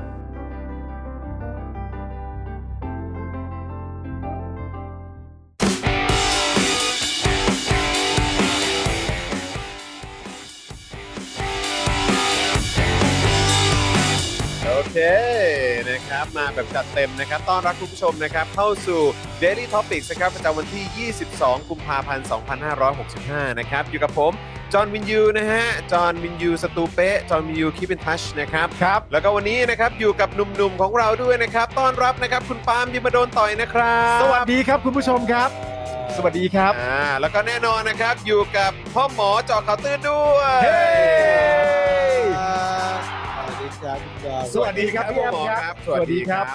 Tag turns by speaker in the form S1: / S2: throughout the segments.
S1: โอเคนะครับมาแบบจัดเต็มนะครับต้อนรับคุณผู้ชมนะครับเข้าสู่ Daily Topics นะครับประจำวันที่ 22 กุมภาพันธ์ 2565 นะครับอยู่กับผม จอห์นวินยูนะฮะ จอห์นวินยูสตูเป้จอห์นวินยูคีเป็นทัชนะครับครับ แล้วก็วันนี้นะครับอยู่กับหนุ่มๆของเราด้วยนะครับ ต้อนรับนะครับคุณปาล์มยิมมาโดนต่อยนะครับ
S2: สวัสดีครับคุณผู้ชมครับ สวัสดีครับ
S1: อ่าแล้วก็แน่นอนนะครับอยู่กับพ่อหมอเจอข่าวตื้นด้วย
S2: เฮ้
S3: สวัสดีครับคุณดาว
S2: สวัสดีครับพี่
S1: พ่อ
S2: แอม
S1: หมอ
S2: ค
S1: ค
S2: รั
S1: รับ บสวัสดีครับ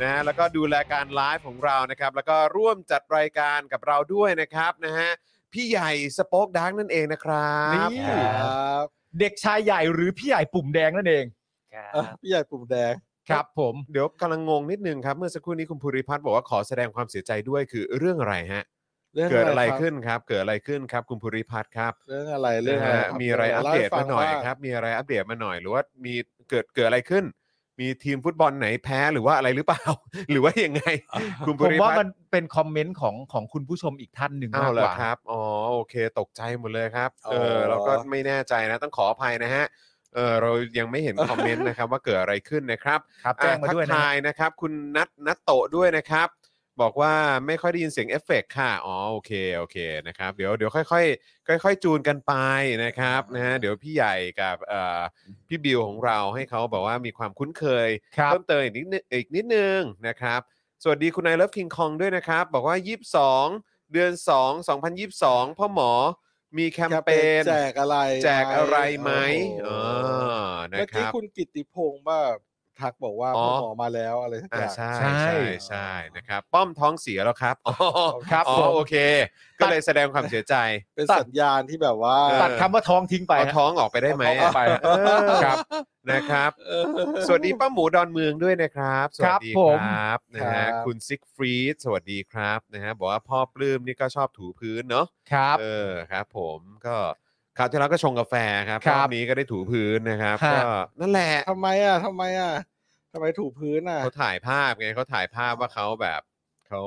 S1: นะฮะแล้วก็ดูแลการไลฟ์ของเรานะครับ แล้วก็ร่วมจัดรายการกับเราด้วยนะครับนะฮะพี่ใหญ่สป็อกดังนั่นเองนะครับ
S2: นี่
S3: ครับ
S2: เด็กชายใหญ่หรือพี่ใหญ่ปุ่มแดงนั่นเอง
S3: เอ้ยพี่ใหญ่ปุ่มแดง
S2: ครับผม
S1: เดี๋ยวกำลังงงนิดนึงครับ เมื่อสักครู่นี้คุณภูริพัฒน์บอกว่าขอแสดงความเสียใจด้วยคือเรื่องอะไรฮะ เกิดอะไรขึ้นครับ เกิดอะไรขึ้นครับ คุณภูริพัฒน์ครับ
S3: เรื่องอะไรเรื่อง
S1: นะ
S3: อะไร
S1: ฮะ
S3: คบ
S1: มีอะไรอัปเดต
S3: ล่ให้ฟั
S1: มาหน่อย
S3: ว่
S1: ครับ มีอะไรอัปเดตมาหน่อยหรือว่ามีเกิดเกิดอะไรขึ้น มีทีมฟุตบอลไหนแพ้หรือว่าอะไรหรือเปล่า หรือว่ายังไง คุณภู
S2: ผม
S1: ริ
S2: ว่า
S1: พัฒน์
S2: มันเป็นคอมเมนต์ของของคุณผู้ชมอีกท่านหนึ่ง
S1: เอา
S2: มาก
S1: เหร
S2: ก
S1: อ
S2: ว่า
S1: ครับ อ๋อ โอเค ตกใจหมดเลยครับ เออ เราก็ไม่แน่ใจนะ ต้องขออภัยนะฮะ เออ เรายังไม่เห็นคอมเมนต์นะครับ ว่าเกิดอะไรขึ้นนะครับ
S2: ครับแจ้งมา
S1: อ่ะทัก
S2: ด้วยนะ
S1: ทายนะครับ คุณนัทนัทโตะด้วยนะครับ บอกว่าไม่ค่อยได้ยินเสียงเอฟเฟกต์ค่ะ อ๋อ โอเค โอเค นะครับ เดี๋ยว เดี๋ยวค่อยๆ ค่อย ๆ จูนกันไปนะครับ นะฮะ เดี๋ยวพี่ใหญ่กับเอ่อพี่บิวของเราให้เขาแบบว่ามีความคุ้นเคย
S2: ครับ
S1: เพิ่มเติมอีกนิดนึงอีกนิดนึงนะครับ สวัสดีคุณนายเลิฟคิงคองด้วยนะครับ บอกว่า 22 เดือน 2 2022 พ่อหมอมีแคม
S3: แคม
S1: เป
S3: เป
S1: ญ
S3: ญแจกอะไร
S1: แจกอะไรไหม
S3: โอ้โห
S1: เออนะ
S3: เมื่อ
S1: ค
S3: กี้
S1: รับ
S3: คุณกิตติพงศ์ว่าทักบอกว่า
S1: อ๋อ
S3: พ่อหมอมาแล้วอะไรสักอ
S1: อ่า
S3: ย่าง
S1: ใช่
S2: ใช่
S1: ใช่ใช่นะครับ ป้อมท้องเสียแล้วครับอ๋อ
S2: ครับ
S1: อ๋อ
S2: ผม
S1: โอเค ก็เลยแสดงความเสียใจ
S3: เป็น
S2: ตัด
S3: สัญญาณที่แบบว่า
S2: ตัดคำว่าท้องทิ้งไป
S1: เอา
S2: ฮะ
S1: ท้องออกไปได้ไหม
S2: เอาท้องออกไป
S1: เออ
S2: ครับ
S1: นะครับ
S3: เออ
S1: สวัสดีป้าหมูดอนเมืองด้วยนะครับ สวัสดี
S2: ครับผม
S1: ครับนะฮะ
S3: ครับ
S1: คุณซิกฟรีดสวัสดีครับนะฮะบอกว่าพ่อปลื้มนี่ก็ชอบถูพื้นเนาะ
S2: ครับ
S1: เออครับผมก็คราวที่แล้วก็ชงกาแฟครับ
S2: ครับ
S1: อบนี้ก็ได้ถูพื้นนะครับ
S2: ฮะ
S1: ก็นั่นแหละ
S3: ทำไมอ่ะทำไมอ่ะทำไมถูพื้นอ่ะ
S1: เขาถ่ายภาพไงเขาถ่ายภาพว่าเขาแบบเขา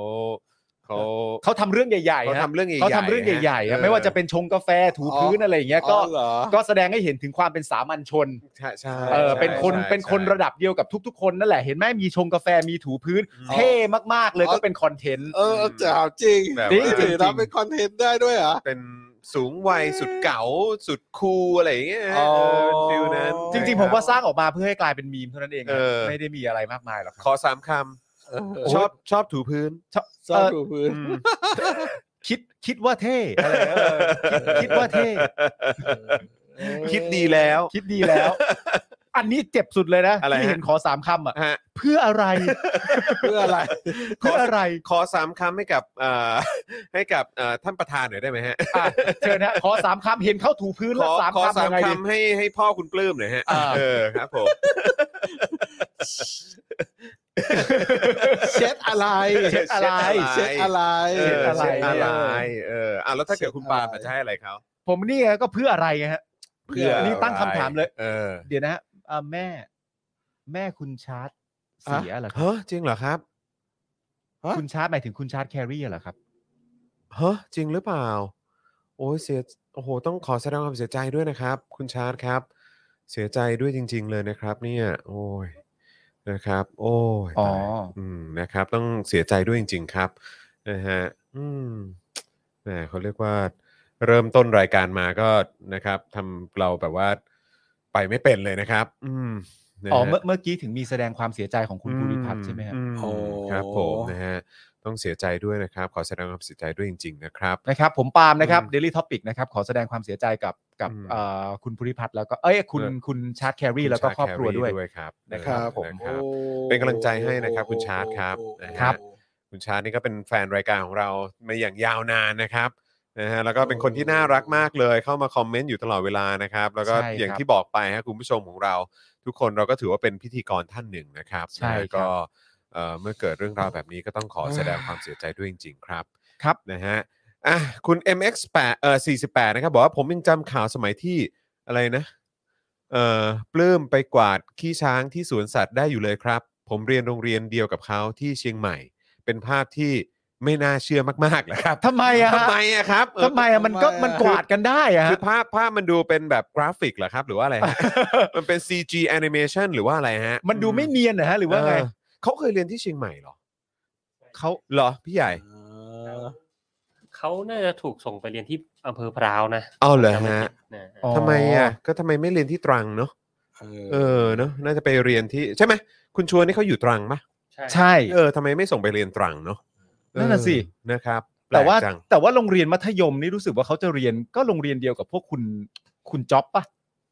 S1: เขา
S2: เขาทำเรื่องใหญ่
S1: เขา
S2: ๆฮะ
S1: ทำเรื่องใหญ่ๆ
S2: เขาทำเรื่องใหญ่ๆฮะไม่ว่าจะเป็นชงกาแฟถู
S3: อ๋อ
S2: พื้นอะไรอย่างเงี้ยก็
S3: อ๋อเหรอ
S2: ก็แสดงให้เห็นถึงความเป็นสามัญชน
S1: ใช่ใช่
S2: เออ
S1: ใช่
S2: เป็นคน
S1: ใช่
S2: เป็นคน
S1: ใช่
S2: ระดับเดียวกับทุกๆ คนนั่นแหละเห็นไหมมีชงกาแฟมีถูพื้น
S1: อืม
S2: เท่มากๆเลย
S3: อ๋อ
S2: ก็เป็นคอนเทนต์
S3: เออเออแจ๋วจริง
S1: แบบ
S3: นี่
S1: ว่า
S3: ถือทำเป็นคอนเทนต์ได้ด้วยเหรอ
S1: เป็นสูงวัยสุดเก๋าสุดคูลอะไรอย่างเงี้ยฮะเออเป็นฟิลนั้น
S3: อ๋อ
S2: จริงๆ ผมว่าสร้างออกมาเพื่อให้กลายเป็นมีมเท่านั้นเอง
S1: เออ
S2: ไม่ได้มีอะไรมากมายหรอกค
S1: ข
S2: รับ
S1: อสามค
S3: เออ
S1: ำชอบชอบถูพื้น
S3: ชอบ
S2: เออ
S3: ถูพื้น
S2: คิดคิดว่าเท่อะไรเออคิดคิดว่าเท่
S1: คิดดีแล้ว
S2: คิดดี แล้ว อันนี้เจ็บสุดเลยนะ
S1: อะไรฮะ
S2: ที่เห็นขอสามคำอ่ะ
S1: ฮะ
S2: เพื่อ อะไร
S3: เพื่ออะไร
S2: เพื่ออะไร
S1: ขอสามคำให้กับเอ่อ ให้กับเอ่อท่านประธานหน่อยได้ไหมฮะ
S2: อ่ะเชิญนะขอสามคำเห็นเข้าถูพื้น
S1: ข
S2: แล้ว
S1: อ
S2: สาม
S1: ขอ
S2: คำ
S1: สา
S2: ยั
S1: ม
S2: งไงดี
S1: คำให้ให้พ่อคุณปลื้มหน่อยฮะ
S2: อ่า
S1: เออครับผม
S3: เช็ดอะไร
S2: เช็ดอะไร
S3: เช็ดอะไร
S1: เออ
S2: เช็
S1: เช็ด
S2: ด
S1: อะ
S2: อะไรไร
S1: เอออ่ะแล้วถ้าเกิด
S3: เช็ด
S1: คุณปาล์ม
S3: อะไร
S1: จะให้อะไรเขา
S2: ผมนี่ไงก็เพื่ออะไรไงฮะ
S3: เพื่อ
S2: นี่ตั้งคำถามเลย
S1: เออ
S2: เดี๋ยวนะฮะอ่าแม่ แม่คุณชาร์จเสียเหรอครับ
S1: ฮะจริงเหรอครับฮะ
S2: คุณชาร์จหมายถึงคุณชาร์จแครี่เหรอครับ
S1: ฮะจริงหรือเปล่า โอ้ยเสียโอ้โห ต้องขอแสดงความเสียใจด้วยนะครับ คุณชาร์ตครับ เสียใจด้วยจริง ๆ เลยนะครับ เนี่ย โอ้ยนะครับ โอ้ย
S2: อ๋อ
S1: ตายอืมนะครับ ต้องเสียใจด้วยจริง ๆ ครับนะฮะอืมแหมเขาเรียกว่า เริ่มต้นรายการมาก็นะครับทำเราแบบว่าไปไม่เป็นเลยนะครับ อืมนะฮะ
S2: อ๋อเมื่อเมื่อกี้ถึงมีแสดงความเสียใจของคุณภูริพัฒน์ใช่ไหมฮะ
S1: อื
S3: โอ้
S1: ครับผมนะฮะต้องเสียใจด้วยนะครับ ขอแสดงความเสียใจด้วยจริง ๆ นะครับ
S2: นะครับ ผมปาล์มนะครับ
S1: อืม
S2: Daily Topic นะครับ ขอแสดงความเสียใจกับกับ
S1: อืม
S2: เอ่อคุณภูริพัฒน์แล้วก็เอ้ยคุณ
S1: เออ
S2: คุณชาร์จแครี่แล้วก็ครอบครัวด้วย
S1: ด้วยครับ
S2: นะครับผม
S1: นะ เป็นกำลังใจให้นะครับคุณชาร์ตครับนะฮะ
S2: ครับ
S1: คุณชาร์ตนี่ก็เป็นแฟนรายการของเรามาอย่างยาวนานนะครับนะฮะแล้วก็เป็นคนที่น่ารักมากเลยเข้ามาคอมเมนต์อยู่ตลอดเวลานะครับ แล้วก็
S2: ใช่ครับ
S1: อย่างที่บอกไปฮะคุณผู้ชมของเรา ทุกคนเราก็ถือว่าเป็นพิธีกรท่านหนึ่งนะครับ
S2: ใช่ครับ
S1: นะก็เอ่อเมื่อเกิดเรื่องราวแบบนี้ก็ต้องขอแสดงความเสียใจด้วยจริง ๆ ครับ
S2: ครับ
S1: นะฮะ อ่ะ คุณ MX8 เอ่อ48 นะครับ บอกว่าผมยังจำข่าวสมัยที่อะไรนะ เอ่อ ปลื้มไปกวาดขี้ช้างที่สวนสัตว์ได้อยู่เลยครับ ผมเรียนโรงเรียนเดียวกับเขาที่เชียงใหม่ เป็นภาพที่ไม่น่าเชื่อมากๆนะครับ
S2: ทำไมอะ
S1: ทำ
S2: ฮะ
S1: ไมอะครับเออ
S2: ทำไมอะมันก็
S3: ทำไมอะ
S2: มันกวาดกันได้อะฮะ
S1: คือภาพภาพมันดูเป็นแบบกราฟิกเหรอครับ หรือว่าอะไรฮะ มันเป็น CG animation หรือว่าอะไรฮะ
S2: มันดูไม่เนียนนะฮะหรือว่าไง
S1: เออเขาเคยเรียนที่เชียงใหม่เหรอ
S2: เขา
S1: เหรอ พี่ใหญ่
S4: เขาน่าจะถูกส่งไปเรียนที่อำเภอพร้าวนะ
S1: เอาเหรอฮะ
S4: นะ
S2: อ๋อ
S1: ทำไมอะก็ทำไมไม่เรียนที่ตรังเนาะ เออเนอะน่าจะไปเรียนที่ใช่ไหมคุณชวนนี่เขาอยู่ตรังปะ
S2: ใช่
S1: เออทำไมไม่ส่งไปเรียนตรังเนาะ
S2: นั่นน่ะสิ
S1: เออนะครับ
S2: แต่ว่า
S1: ปลกจัง
S2: แต่ว่าโรงเรียนมัธยมนี่รู้สึกว่าเขาจะเรียนก็โรงเรียนเดียวกับพวกคุณคุณจ็อบปะ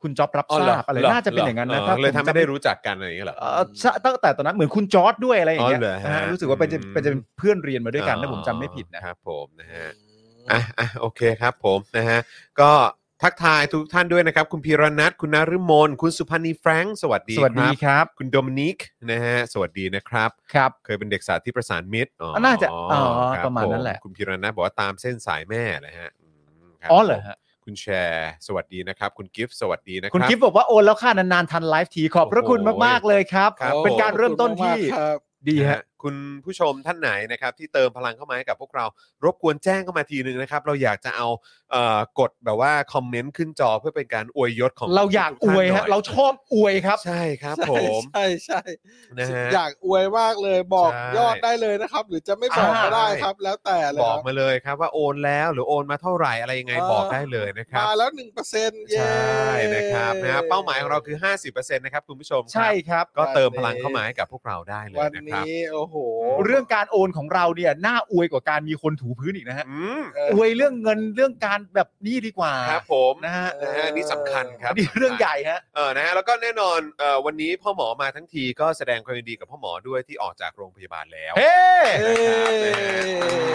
S2: คุณจ็อบรับทราบอะไรน่าจะเป็นอย่างนั้นนะ
S1: หร
S2: ถ้า
S1: เลย
S2: ผ
S1: ทำ
S2: จำ
S1: ให้ได้รู้จักกันอะไรอย่างเงี้ยเหรอ
S2: เอ่อใช่ตั้งแต่ตอนนั้นเหมือนคุณจอร์ดด้วยอะไรอย่างเงี้ย
S1: อ๋อเหรอฮะ
S2: นะฮะรู้สึกว่าเป็นจะ
S1: อืม
S2: เป็นจะเป็นเพื่อนเรียนมาด้วยกันถ้าผมจำไม่ผิดนะ
S1: ครับผมนะฮะ
S3: อ่ะ
S1: อ่ะอ่ะโอเคครับผมนะฮะก็ทักทายทุกท่านด้วยนะครับ คุณพีรนัทคุณนฤมลคุณสุพันธ์นีแฟรงค์สวัสดี
S2: สวัสดี
S1: ครับ
S2: ครับ
S1: คุณโดมินิกนะฮะสวัสดีนะครับ
S2: ครับ
S1: เคยเป็นเด็กสาธิตประสานมิตรอ๋อ
S2: น่าจะอ๋อ
S1: คบ
S2: ประมาณนั้นแหละ
S1: ผคุณพีรนัทบอกว่าตามเส้นสายแม่นะฮะมคบ
S2: อ๋อเหรอฮะ
S1: คุณแชร์สวัสดีนะครับ คุณกิฟต์สวัสดีนะครับ
S2: คุณกิฟต์บอกว่าโอนแล้วค่านานๆทันไลฟ์ทีขอบพระคุณมากๆเลยครับ
S1: ครับ
S2: เป็นการเริ่มต้นที่
S3: ขอบคุณมากครับ
S2: ดี
S1: นะ
S2: ฮะ
S1: ฮะคุณผู้ชมท่านไหนนะครับ ที่เติมพลังเข้ามาให้กับพวกเรารบกวนแจ้งเข้ามาทีนึงนะครับ เราอยากจะเอาเอ่อกดแบบว่าคอมเมนต์ขึ้นจอเพื่อเป็นการอวยยศของ
S2: เราอยากอ
S1: ทุๆ
S2: วย
S1: ท่นหน่
S2: ฮะเราชอบอวยครับ
S1: ใช่ครับ
S3: ใช่
S1: ผม
S3: ใช่ใช่
S1: นะฮะ
S3: อยากอวยมากเลยบอก
S1: ใช่
S3: ยอดได้เลยนะครับ หรือจะไม่บอก
S2: อ่า
S3: ก็ได้ครับ แล้วแต่เลย
S1: บ
S3: ค
S1: อ
S3: รั
S1: ก
S3: บ
S1: มาเลยครับว่าโอนแล้วหรือโอนมาเท่าไหร่อะไรยังไง
S3: เออ
S1: บอกได้เลยนะครับ
S3: มาแล้วหนึ่งเปอร์เซ็นต์
S1: ใช่นะครับนะฮะเป้าหมายของเราคือ 50%นะครับคุณผู้ชมครับ
S2: ใช่ครับ
S1: ก็เติมพลังเข้ามาให้กับพวกเราได้เลย
S3: วัน
S1: นะครับ
S3: นี้โอ้โห
S2: เรื่องการโอนของเราเนี่ยน่าอวยกว่าการมีคนถูพื้นอีกนะฮะ
S1: อืม
S3: เออ
S2: อวยเรื่องเงินเรื่องการแบบนี้ดีกว่า
S1: ครับผม
S2: นะฮะ
S1: นะฮะอันนี่สำคัญครับ
S2: อันนี้เรื่องใหญ่ฮะ
S1: เออ นะฮะ แล้วก็แน่นอนเอ่อวันนี้พ่อหมอมาทั้งทีก็แสดงความยินดีกับพ่อหมอด้วยที่ออกจากโรงพยาบาลแล้ว
S2: เฮ้
S1: นะค
S3: เฮ้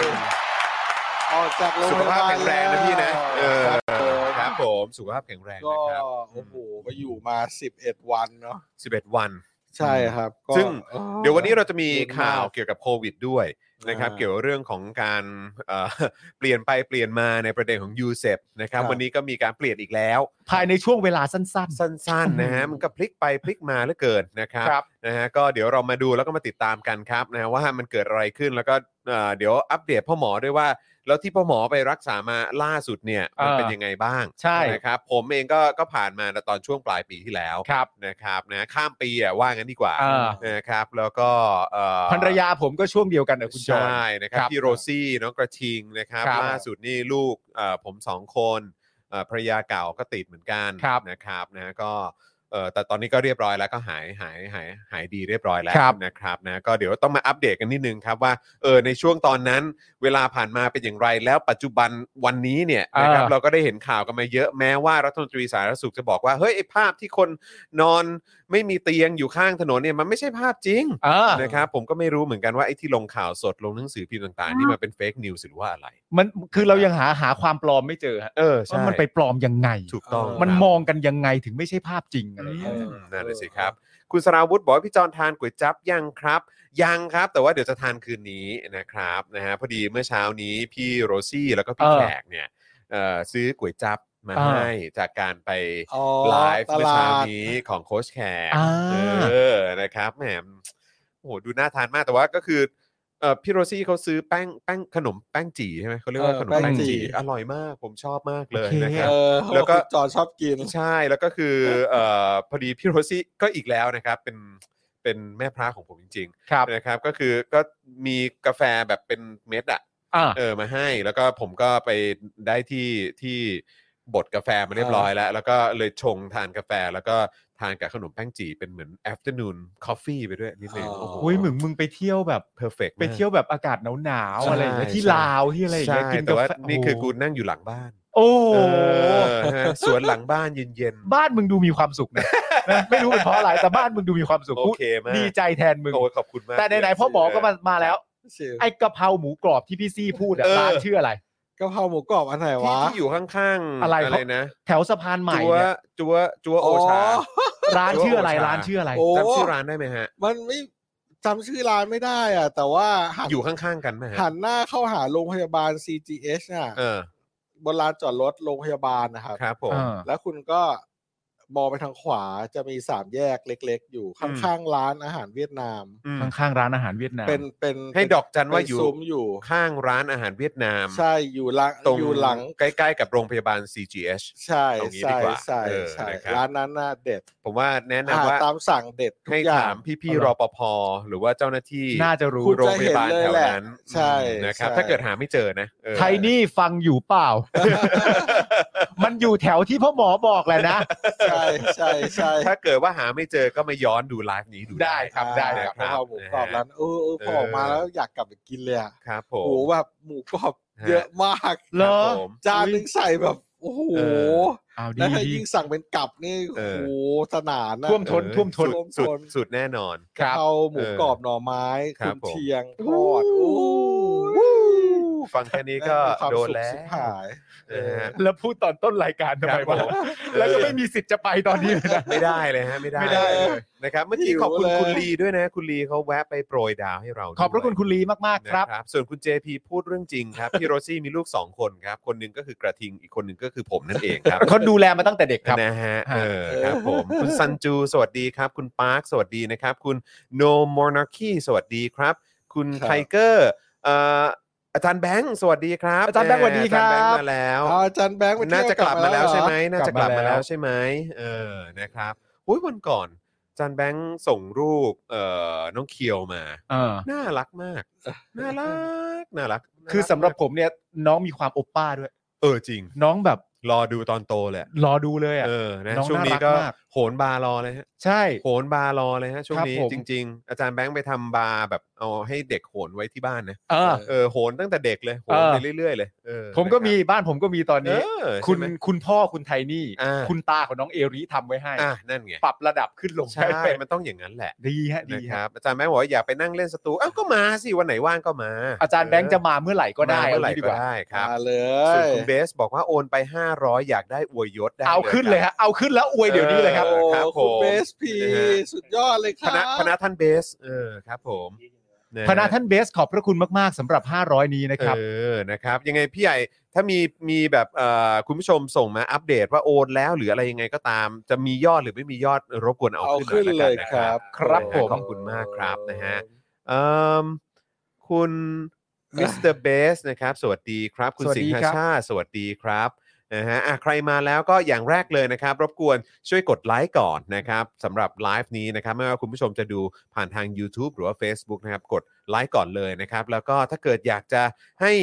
S1: รับ
S3: ออกจากโรง
S1: สุขภาพแข็งแรงนะพี่นะ เออ
S3: ค
S1: ค
S3: รั
S1: รั
S3: บบ ผม
S1: ผม สุขภาพแข็งแรง
S3: ก็
S1: นะครับ
S3: โอ้โหไปอยู่มาสิบเอ็ดวันเนาะ
S1: 11 วัน
S3: ใช่ครับก็
S1: ซึ่ง
S3: ออ
S1: เดี๋ยววันนี้เราจะมี
S3: เย็นมาก
S1: ข่าวเกี่ยวกับโควิดด้วยนะครับ เกี่ยวกับเรื่องของการเอ่อ เปลี่ยนไปเปลี่ยนมาในประเด็นของยูเซ p นะครับ วันนี้ก็มีการเปลี่ยนอีกแล้ว
S2: ภายในช่วงเวลาสั้น
S1: สั้นๆ นะฮะ มันก็พลิกไปพลิกมาเหลือเกินนะครับ
S2: ๆ ครับ
S1: นะฮะก็เดี๋ยวเรามาดูแล้วก็มาติดตามกันครับนะฮะว่ามันเกิดอะไรขึ้นแล้วก็เอ่อเดี๋ยวอัปเดตพ่อหมอด้วยว่า แล้วที่พ่อหมอไปรักษามาล่าสุดเนี่ยมันเป็น
S2: เออ
S1: ยังไงบ้าง
S2: ใช่
S1: นะครับผมเองก็ก็ผ่านมาตอนช่วงปลายปีที่แล้ว
S2: ครับ
S1: นะครับนะข้ามปีอ่ะว่างั้นดีกว่า
S2: เออ
S1: นะครับแล้วก็เอ่อ
S2: ภรรยาผมก็ช่วงเดียวกันกับคุณจอย
S1: ใช่นะครับ
S2: ครับ
S1: พี่โรซี่น้องกระทิงนะครับ
S2: ครับ
S1: ล่าสุดนี่ลูกเอ่อผมสองคนเอ่อภรรยาเก่าก็ติดเหมือนกัน
S2: ครับ
S1: นะครับนะก็ เออแต่ตอนนี้ก็เรียบร้อยแล้วก็หายหายหายหายดีเรียบร้อยแล้ว
S2: ครับ
S1: นะครับนะก็เดี๋ยวต้องมาอัปเดตกันนิดนึงครับว่าเออในช่วงตอนนั้นเวลาผ่านมาเป็นอย่างไรแล้วปัจจุบันวันนี้เนี่ยนะครับ
S2: เออ
S1: เราก็ได้เห็นข่าวกันมาเยอะแม้ว่ารัฐมนตรีสาธารณสุขจะบอกว่าเฮ้ยไอ้ภาพที่คนนอนไม่มีเตียงอยู่ข้างถนนเนี่ยมันไม่ใช่ภาพจริง
S2: เออ
S1: นะครับผมก็ไม่รู้เหมือนกันว่าไอ้ที่ลงข่าวสดลงหนังสือพิมพ์ต่างๆนี่มันเป็นเฟกนิวส์หรือว่าอะไร
S2: มันคือเรายังหาหาความปลอมไม่เจอฮะ
S1: เออ
S2: ว่า
S1: ใช่
S2: มันไปปลอมยังไง
S1: ถูกต้อง
S2: มัน
S1: ครับ
S2: มองกันยังไงถึงไม่ใช่ภาพจริงอะไร
S1: อื
S2: เงี้ย
S1: มนั่นเลยสิครับ คุณสราวุธบอกว่าพี่จอนทานก๋วยจั๊บยังครับ ยังครับ แต่ว่าเดี๋ยวจะทานคืนนี้นะครับนะฮะพอดีเมื่อเช้านี้พี่โรซี่แล้วก็พี่
S2: เออ
S1: แขกเนี่ยเอ่อซื้อก๋วยจั๊บ มา
S2: อ่า
S1: ให้จากการไป
S3: อ๋อ
S1: ไลฟ์
S3: ต
S1: เมื่อเช้า
S3: ลาด
S1: นี้ของโค้ชแขก
S2: อ่า
S1: เออนะครับแหมโอ้โหดูน่าทานมากแต่ว่าก็คือเออพี่โรซี่เขาซื้อแป้งแป้งขนมแป้งจีใช่ไหมเขาเรียกว่า
S3: เออ
S1: ขนม
S3: แป้ง
S1: แป้งจี
S3: จี่
S1: อร่อยมากผมชอบมากเลย
S2: โอเค
S1: นะครับ
S3: เออ
S1: แล้
S3: แล้ว ว
S1: ก็
S3: ก็จอชอบกิน
S1: ใช่แล้วก็คือเอ่อพอดีพี่โรซี่ก็อีกแล้วนะครับ เป็นเป็นแม่พระของผมจริง
S2: ครับ
S1: ๆนะครับ ก็คือก็มีกาแฟแบบเป็นเม็ดอะ
S2: อ่า
S1: เออมาให้ แล้วก็ผมก็ไปได้ที่ที่บดกาแฟมาเรียบร้อยแล้ว แล้วก็เลยชงทานกาแฟแล้วก็ทานกับขนมแป้งจีเป็นเหมือน afternoon coffee ไปด้วยนิดนึง
S3: อ๋อ
S1: โอ้โห
S2: อุ้ยมึงมึงไปเที่ยวแบบ
S1: perfect
S2: ไปเที่ยวแบบอากาศหนาวหนาวๆ
S1: ใช่
S2: อะไรอย่างเงี้ยที่
S1: ใช่
S2: ลาวที่อะไรอย่าง
S1: ใช่
S2: เงี้ยกิน
S1: แต่
S2: กา
S1: ว่า
S2: แฟ
S1: นี่คือ
S2: โโห
S1: กูนั่งอยู่หลังบ้าน
S2: โอ้โห
S1: เออฮะสวนหลังบ้านเย็น
S2: บ้านมึงดูมีความสุขนะ นะไม่รู้เป็นเพราะอะไรแต่บ้านมึงดูมีความสุข
S1: ๆโอ
S2: กู
S1: เคมาก
S2: ดีใจแทนมึง
S1: โอ้ยขอบคุณมาก
S2: แต่ไหนๆพ่อหมอก็มามาแล้ว
S3: สิ
S2: ไอ้กะเพราหมูกรอบที่พี่ซี่พูดอะ
S1: เออ
S2: ร้านชื่ออะไร
S3: กะเพราหมูกรอบอันไหน
S1: ที่
S3: วะ
S1: ที่อยู่ข้างๆ
S2: อะไร
S1: อะไรนะ
S2: แถวสะพานใหม่
S1: จัว
S2: เนี่ย
S1: จัวจัวโอชา
S2: ร้านชื่ออะไร
S1: โอชา
S2: ร้านชื่ออะไร
S3: โอ้
S1: จำชื่อร้านได้ไหมฮะ
S3: มันไม่จำชื่อร้านไม่ได้อ่ะ แต่ว่าหัน
S1: อยู่ข้างๆกันไหมฮะ
S3: หันหน้าเข้าหาโรงพยาบาล CGH น่ะ
S1: เออบ
S3: นลานจอดรถโรงพยาบาลนะครับ
S1: ครับผม
S2: เออ
S3: แล้วคุณก็มองไปทางขวาจะมีสามแยกเล็ก ๆ อยู่
S1: อืม
S3: ข้างๆร้านอาหารเวียดนาม
S1: อืม
S2: ข้างๆร้านอาหารเวียดนาม
S3: เป็นเป็น
S1: ให้ดอกจันว่า
S3: เป็น
S1: อยู่
S3: ซุ้มอยู่
S1: ข้างร้านอาหารเวียดนาม
S3: ใช่อยู่หลัง
S1: ตรง
S3: อยู่หลัง
S1: ใกล้ๆกับโรงพยาบาล CGH
S3: ใช่
S1: ตรงนี้ดี
S3: ใช่
S1: กว่า
S3: ใช่
S1: เออ
S3: ใช่
S1: นะครับ
S3: ร้านนั้นน่าเด็ ด
S1: ผมว่า
S3: อาน
S1: แนะำ
S3: หาร
S1: ว่า
S3: ตามสั่งเด็ดทุ
S1: ให้
S3: กอย่า
S1: ถาง มพี่ๆรปภหรือว่าเจ้าหน้าที่
S2: น่าจะรู้
S3: คุณ
S1: โรงพยาบาลแถวนั้น
S3: ใช่
S1: นะครับ
S3: ใช่
S1: ถ้าเกิดหาไม่เจอนะเออ
S2: ไทนี่ฟังอยู่เปล่า มันอยู่แถวที่พ่อหมอบอกแหละ นะ
S3: ใช่ใช่ใช่
S1: ถ้าเกิดว่าหาไม่เจอก็มาย้อนดูไลฟ์นี้ดู
S2: ได้ครับได้
S1: นะ
S3: อ่าข้าวหมูกรอบร้านเออเออพอออกมาแล้วอยากกลับไปกินเลยอะ
S1: ครับผ
S3: โอ้
S1: ม
S3: โหแบบหมูกรอบ
S1: ฮะ
S3: เยอะมาก
S2: เหรอ
S1: ครับผม
S3: จานหนึงใส่แบบโอ้โห
S1: เออ
S2: เอาดี
S3: แล้วถ้า
S2: ดี
S3: ยิ่งสั่งเป็นกลับนี่
S1: เอ
S3: โอ้
S1: อ
S3: โหสนานนะ
S2: ท่วมท้น
S1: เออ
S2: ท่วมท้น
S1: สุด
S3: ท่วมท้
S1: สุด
S3: น
S1: สุดแน่นอน
S2: ครับ
S3: เอาหมูกรอบหน่อไม้
S1: ครับ
S3: คุณ
S1: ผม
S3: เชียงทอดโอ้โห
S1: ฟังแค่นี้ก็
S3: มีความ
S1: โดน
S3: สุข
S1: แล้ว
S3: ชิบหาย
S1: นะฮะ
S2: แล้วพูดตอนต้นรายการทำไม
S1: ครับผ
S2: วะ
S1: ม
S2: แล้วก็ไม่มีสิทธิ์จะไปตอนนี้เลยนะ
S1: ไม่ได้เลยฮะ ไม่ได้
S2: ไม่ได้
S1: เลยนะครับ เมื่อกี้
S3: หิว
S1: ขอบคุณ
S3: เลย
S1: คุณลีด้วยนะ คุณลีเขาแวะไปโปรยดาวให้เรา
S2: ขอบพระคุณคุณลีมาก ๆ
S1: นะครับ ครับ ส่วนคุณ JP พูดเรื่องจริงครับ พี่โรซี่มีลูก 2 คนครับ คนหนึงก็คือกระทิง อีกคนหนึงก็คือผมนั่นเองครับ
S2: เขาดูแลมาตั้งแต่เด็กครับ
S1: นะฮะ
S2: ฮะ
S1: เออครับผม คุณซันจู สวัสดีครับ คุณปาร์ค สวัสดีนะครับ คุณโนมอร์นาคีสวัสดีครับ คุณ
S3: ครับ
S1: ไทเกอร์เอ่ออาจารย์แบงค์ สวัสดีครับ
S2: อาจารย์แบงค์
S1: หม
S2: สวัสดีครับ
S1: อาจารย์แบงค์มาแล้ว
S3: เอาอาจารย์แบงค์ไปเที่ยว
S1: น่าจะกลับมาแล้วใช่ไหม
S3: เหรอ
S1: น่าจะกลับมาแล้วใช่ไหม เออ นะครับอุ้ยวันก่อนอาจารย์แบงค์ส่งรูปเอ่อน้องเคียวมา
S2: เออ
S1: น่ารักมาก น่ารัก น่ารัก
S2: คือสำหรับผมเนี่ยน้องมีความโอปป้าด้วย
S1: เออจริง
S2: น้องแบบ
S1: รอดูตอนโตแหละ
S2: รอดูเลยอ่ะ
S1: เออ นะ
S2: น้อง
S1: ช่วง
S2: น่ารัก
S1: นี้ก็
S2: มาก
S1: โหนบาร์รอเลยฮะ
S2: ใช่
S1: โหนบาร์รอเลยฮะช่วงนี้
S2: ครับผม
S1: จริง ๆ อาจารย์แบงค์ไปทำบาร์แบบเอาให้เด็กโหนไว้ที่บ้านนะ
S2: เออ
S1: เออโหนตั้งแต่เด็กเลยโหน
S2: เออ
S1: ไปเรื่อยๆเลยเออ
S2: ผมก็มี
S1: นะ
S2: บ้านผมก็มีตอน
S1: ครับเอ
S2: นี้
S1: อ
S2: คุณ
S1: ใช่ไหม
S2: คุณพ่อคุณไทนี่
S1: อ่า
S2: คุณตาของน้องเอริทำไว้ให้
S1: อ่ะนั่นไง
S2: ปรับระดับขึ้นลง
S1: ใช่
S2: ห้เป็น
S1: มันต้องอย่างนั้นแหละ
S2: ดีฮะดี
S1: นะค
S2: ฮะ
S1: รับอาจารย์แบงค์บอกว่าอยากไปนั่งเล่นสตูอ้าวก็มาสิวันไหนว่างก็มา
S2: อาจารย์แบงค์จะมาเมื่อไหร่ก็ได้
S1: มาเมื่อไหร่
S2: างี้ดี
S1: ก็
S2: กว่า
S1: ได้ครับ
S3: มาเล
S1: ส่วน
S3: ย
S1: คุณเบสบอกว่าโอนไป 500 อยากได้อวยยศได้
S2: เอาขึ้นเลย
S1: ครับ
S2: ฮะเอาขึ้นแล้วอวยเดี๋ยวนี้เลยครับ
S1: เออ
S3: โอ้
S1: ครับผม
S3: คุณเบสพี
S1: นะฮะ
S3: สุดยอดเลย
S1: พ
S3: ครั
S1: นะ
S3: บ
S1: พนะท่านเบสเออครับผมะฮะ
S2: พนาท่านเบสขอบพระคุณมาก ๆสำหรับ 500 นี้นะครับ
S1: เออ นะครับ ยังไงพี่ใหญ่ ถ้ามี มีแบบเอ่อคุณผู้ชมส่งมาอัปเดตว่าโอนแล้วหรืออะไรยังไงก็ตาม จะมียอดหรือไม่มียอดรบกวนเอา
S3: เอา
S1: ขึ้
S3: ขึ้
S1: น
S3: น
S1: หน่อย
S3: เลย
S1: แล้ว
S3: ค
S1: กัน
S3: รั
S1: นะ
S3: บ
S2: ครับผม
S1: ขอบคุณมากครับนะฮะเอ่มคุณมิสเตอร์เบสนะครับ สวัสดีครับ คุณ
S2: สวัส
S1: สิง
S2: ดี
S1: หา
S2: ครับ
S1: ชาติสวัสดีครับ นะฮะอ่ะใครมาแล้วก็อย่างแรกเลยนะครับ รบกวนช่วยกดไลค์ก่อนนะครับสำหรับไลฟ์นี้นะครับ ไม่ว่าคุณผู้ชมจะดูผ่านทาง YouTube หรือว่า Facebook นะครับ กดไลค์ก่อนเลยนะครับ แล้วก็ถ้าเกิดอยากจะให้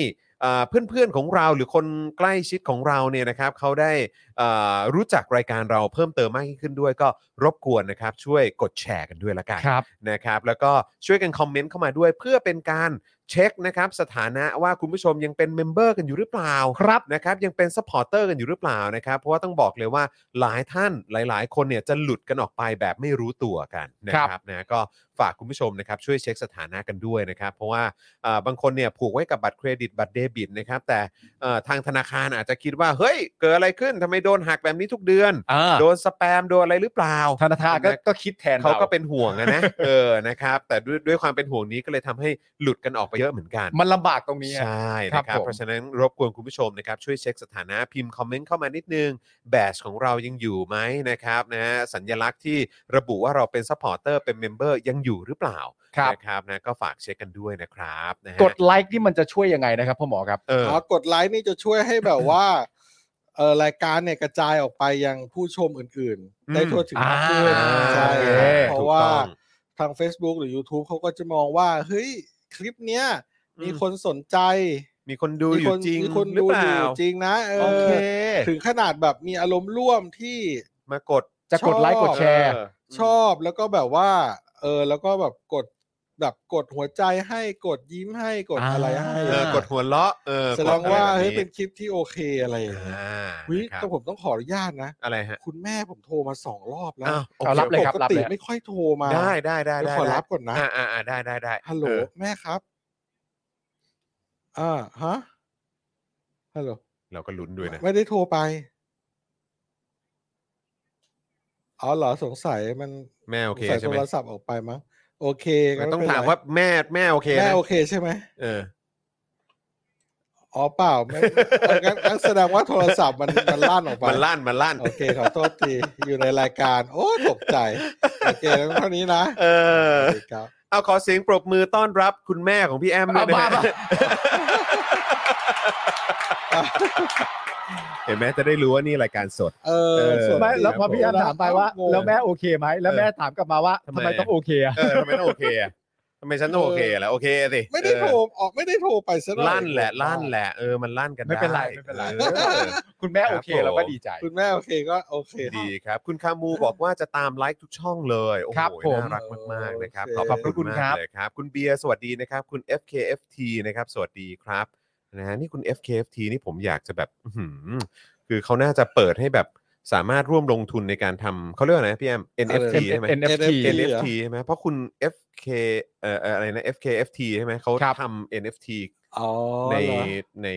S1: เอ่อเพื่อนๆของเราหรือคนใกล้ชิดของเราเนี่ยนะครับเขาได้เอ่อรู้จักรายการเราเพิ่มเติมมากยิ่งขึ้นด้วย ก็รบกวนนะครับ ช่วยกดแชร์กันด้วยละกัน
S2: ครับ
S1: นะครับแล้วก็ช่วยกันคอมเมนต์เข้ามาด้วย เพื่อเป็นการเช็คนะครับสถานะว่าคุณผู้ชมยังเป็นเมมเบอร์กันอยู่หรือเปล่า
S2: ครับ
S1: นะครับยังเป็นซัพพอร์เตอร์กันอยู่หรือเปล่านะครับเพราะว่าต้องบอกเลยว่าหลายท่านหลาย ๆ คนเนี่ยจะหลุดกันออกไปแบบไม่รู้ตัวกันนะค
S2: ครั
S1: รับบ นะก็ฝากคุณผู้ชมนะครับช่วยเช็คสถานะกันด้วยนะครับ เพราะว่าเอ่อบางคนเนี่ยผูกไว้กับบัตรเครดิตบัตรเดบิตนะครับแต่เอ่อทางธนาคารอาจจะคิดว่าเฮ้ยเกิดอะไรขึ้นทำไมโดนหักแบบนี้ทุกเดือน
S2: อ่า
S1: โดนสแปมโดนอะไรหรือเปล่า
S2: ธนาธารก็ก็คิดแทน
S1: เขา
S2: เรา
S1: ก็เป็นห่วงอะนะ เออนะครับ แต่ด้วยด้วยความเป็นห่วงนี้ก็เลยทำให้หลุดกันออกไป เยอะเหมือนกัน
S2: มันลำบากตรงนี้ฮะ
S1: ใช่
S2: ครั
S1: นะ
S2: บ
S1: ครับ
S2: ผม
S1: เพราะฉะนั้นรบกวนคุณผู้ชมนะครับช่วยเช็คสถานะพิมพ์คอมเมนต์เข้ามานิดนึง แบชของเรายังอยู่ไหมนะครับนะฮะสัญลักษณ์ที่ระบุว่าเราเป็นซัพพอร์เตอร์เป็นเมมเบอร์ยังอยู่หรือเปล่า
S2: ครับ
S1: นะครับนะก็ฝากเช็คกันด้วยนะครับนะฮะ
S2: กดไลค์นี่มันจะช่วยยังไงนะครับพ่อหมอครับ
S1: เออ
S3: อ๋อกดไลค์นี่จะช่วยให้แบบว่า เออรายการเนี่ยกระจายออกไปยังผู้ชมอื่น
S1: อืม
S3: ๆ ได้ทั่วถึงมากขึ้น
S2: อ่า
S3: ใช่
S2: โอเค
S3: เพ
S1: ถู
S3: ราะ
S1: ก
S3: ว่า
S1: ต้อง
S3: ทาง Facebook หรือ YouTube เขาก็จะมองว่าเฮ้ยคลิปเนี้ย
S1: อืม
S3: มีคนสนใจ
S1: มีคนดูอ
S3: มีค
S1: ยู่
S3: น
S1: จริง
S3: มีคน
S1: หรือ
S3: ดู
S1: เป
S3: อ
S1: ล่า
S3: ยู่จริงนะเอ
S1: โอ
S3: อ
S1: เค
S3: ถึงขนาดแบบมีอารมณ์ร่วมที่
S1: มากด
S2: จะกดไลค์กดแชร์
S1: เออ
S3: ชอบแล้วก็แบบว่า เออ แล้วก็แบบกดแบบกดหัวใจให้กดยิ้มให้กดอะไรให้
S1: เออกดหัวเราะเออ
S3: แสดงว่า
S1: กด
S3: เฮ้ย
S1: อะไรแบบ
S3: เป็นคลิปที่โอเคอะไรอย่างเงี้ย
S1: อ่า
S3: วิ
S1: นะครับ
S3: แต่ผมต้องขออนุญาตนะ
S1: อะไรฮะ
S3: คุณแม่ผมโทรมาสองรอบแล้ว
S1: อ้าวโอ
S2: เอา
S1: เครับ
S2: เลยครับ
S3: ปก
S2: รับ
S3: ติ
S2: เลย
S3: ไม่ค่อยโทรมา
S1: ได้ได้ได้
S3: เดี๋ย
S1: ได้
S3: วขอ
S1: ได้
S3: รับก่อนนะ
S1: อ่าอ่าอ่าได้ได้ได้
S3: ฮัลโหล
S1: เออ
S3: แม่ครับอ่าฮะฮัลโหล
S1: เราก็ลุ้นด้วยนะ
S3: ไม่ได้โทรไปอ๋อเหรอสงสัยมัน
S1: แม่โอเค
S3: สงสัย
S1: ใช่ไหม
S3: โทรศัพท์ออกไปมั้งโอเค
S1: มัน
S3: น
S1: ต้อง
S3: เป็น
S1: ถาม
S3: ไร
S1: ว่าแม่แม่โอเค
S3: แม่
S1: นะ
S3: โอเคใช่ไหม
S1: เออ
S3: อ๋อเปล่าไม่เอองั้นงั้นแสดงว่าโทรศัพท์มันมันลั่นออกไป
S1: มันลั่นมันลั่น
S3: โอเคขอโทษที อยู่ในรายการ โอ้ตกใจ โอเคงั้นเท่านี้นะ
S1: เออ
S3: สวัสดีครับ
S1: เอาขอเสียงปรบมือต้อนรับคุณแม่ของพี่แอมด้วยนะฮะ
S2: บ้าบ้า
S1: เห็นไหมจะได้รู้ว่านี่รายการสด
S3: เออ
S1: เออ
S3: ส่น
S2: ไม่แล้วพ
S1: ค
S2: อ
S1: รับ
S2: พี่แอมถามไปว่า
S3: งง
S2: แล้วแม่โอเคไหมแล้วแม่ถามกลับมาว่า
S1: ทำไม
S2: ทำไมต้องโอเคอะ
S1: เออทำไมต้องโอเคอะทำไมฉันต้องโอเคล่ะโอเคสิ
S3: ไม่ได้โทร
S1: เอ
S3: ออกไม่ได้โทรไปซะ
S1: อ
S3: หน่อย
S1: ลั่นแหละลั่นแหละเออมันลั่นกัน
S2: ไม่เป็นไร
S1: ด้
S2: ไม่เป็นไร
S1: เออ
S2: คุณแม่โอเค
S1: ครับผม
S2: เราก็ดีใจ
S3: คุณแม่โอเคก็โอเค
S1: ดีครับ คุณคามูบอกว่าจะตามไลค์ทุกช่องเลย โอ้
S2: ครับ
S1: โห
S2: ผม
S1: น่ารักมากๆนะครับ
S3: โอเค
S1: ขอบพระคุณ
S2: ขอบคุณ
S1: ค
S2: ครั
S1: รับบ เลยครับ คุณเบียร์สวัสดีนะครับ คุณ FKFT นะครับ สวัสดีครับนะฮะนี่คุณ FKFT นี่ผมอยากจะแบบอื้อหือคือเขาน่าจะเปิดให้แบบสามารถร่วมลงทุนในการทำเขาเรียกว่าอะไรนะพี่แอม NFT ใช่ไหม
S2: NFT
S3: NFT
S1: NFT ใช่ไหมเพราะคุณ FK เอ่อเอ่ออะไรนะ FKFT ใช่ไหมเขา
S2: ครับ
S1: ทำ NFT
S3: อ๋อ
S1: ใน
S3: เหรอ
S1: ใน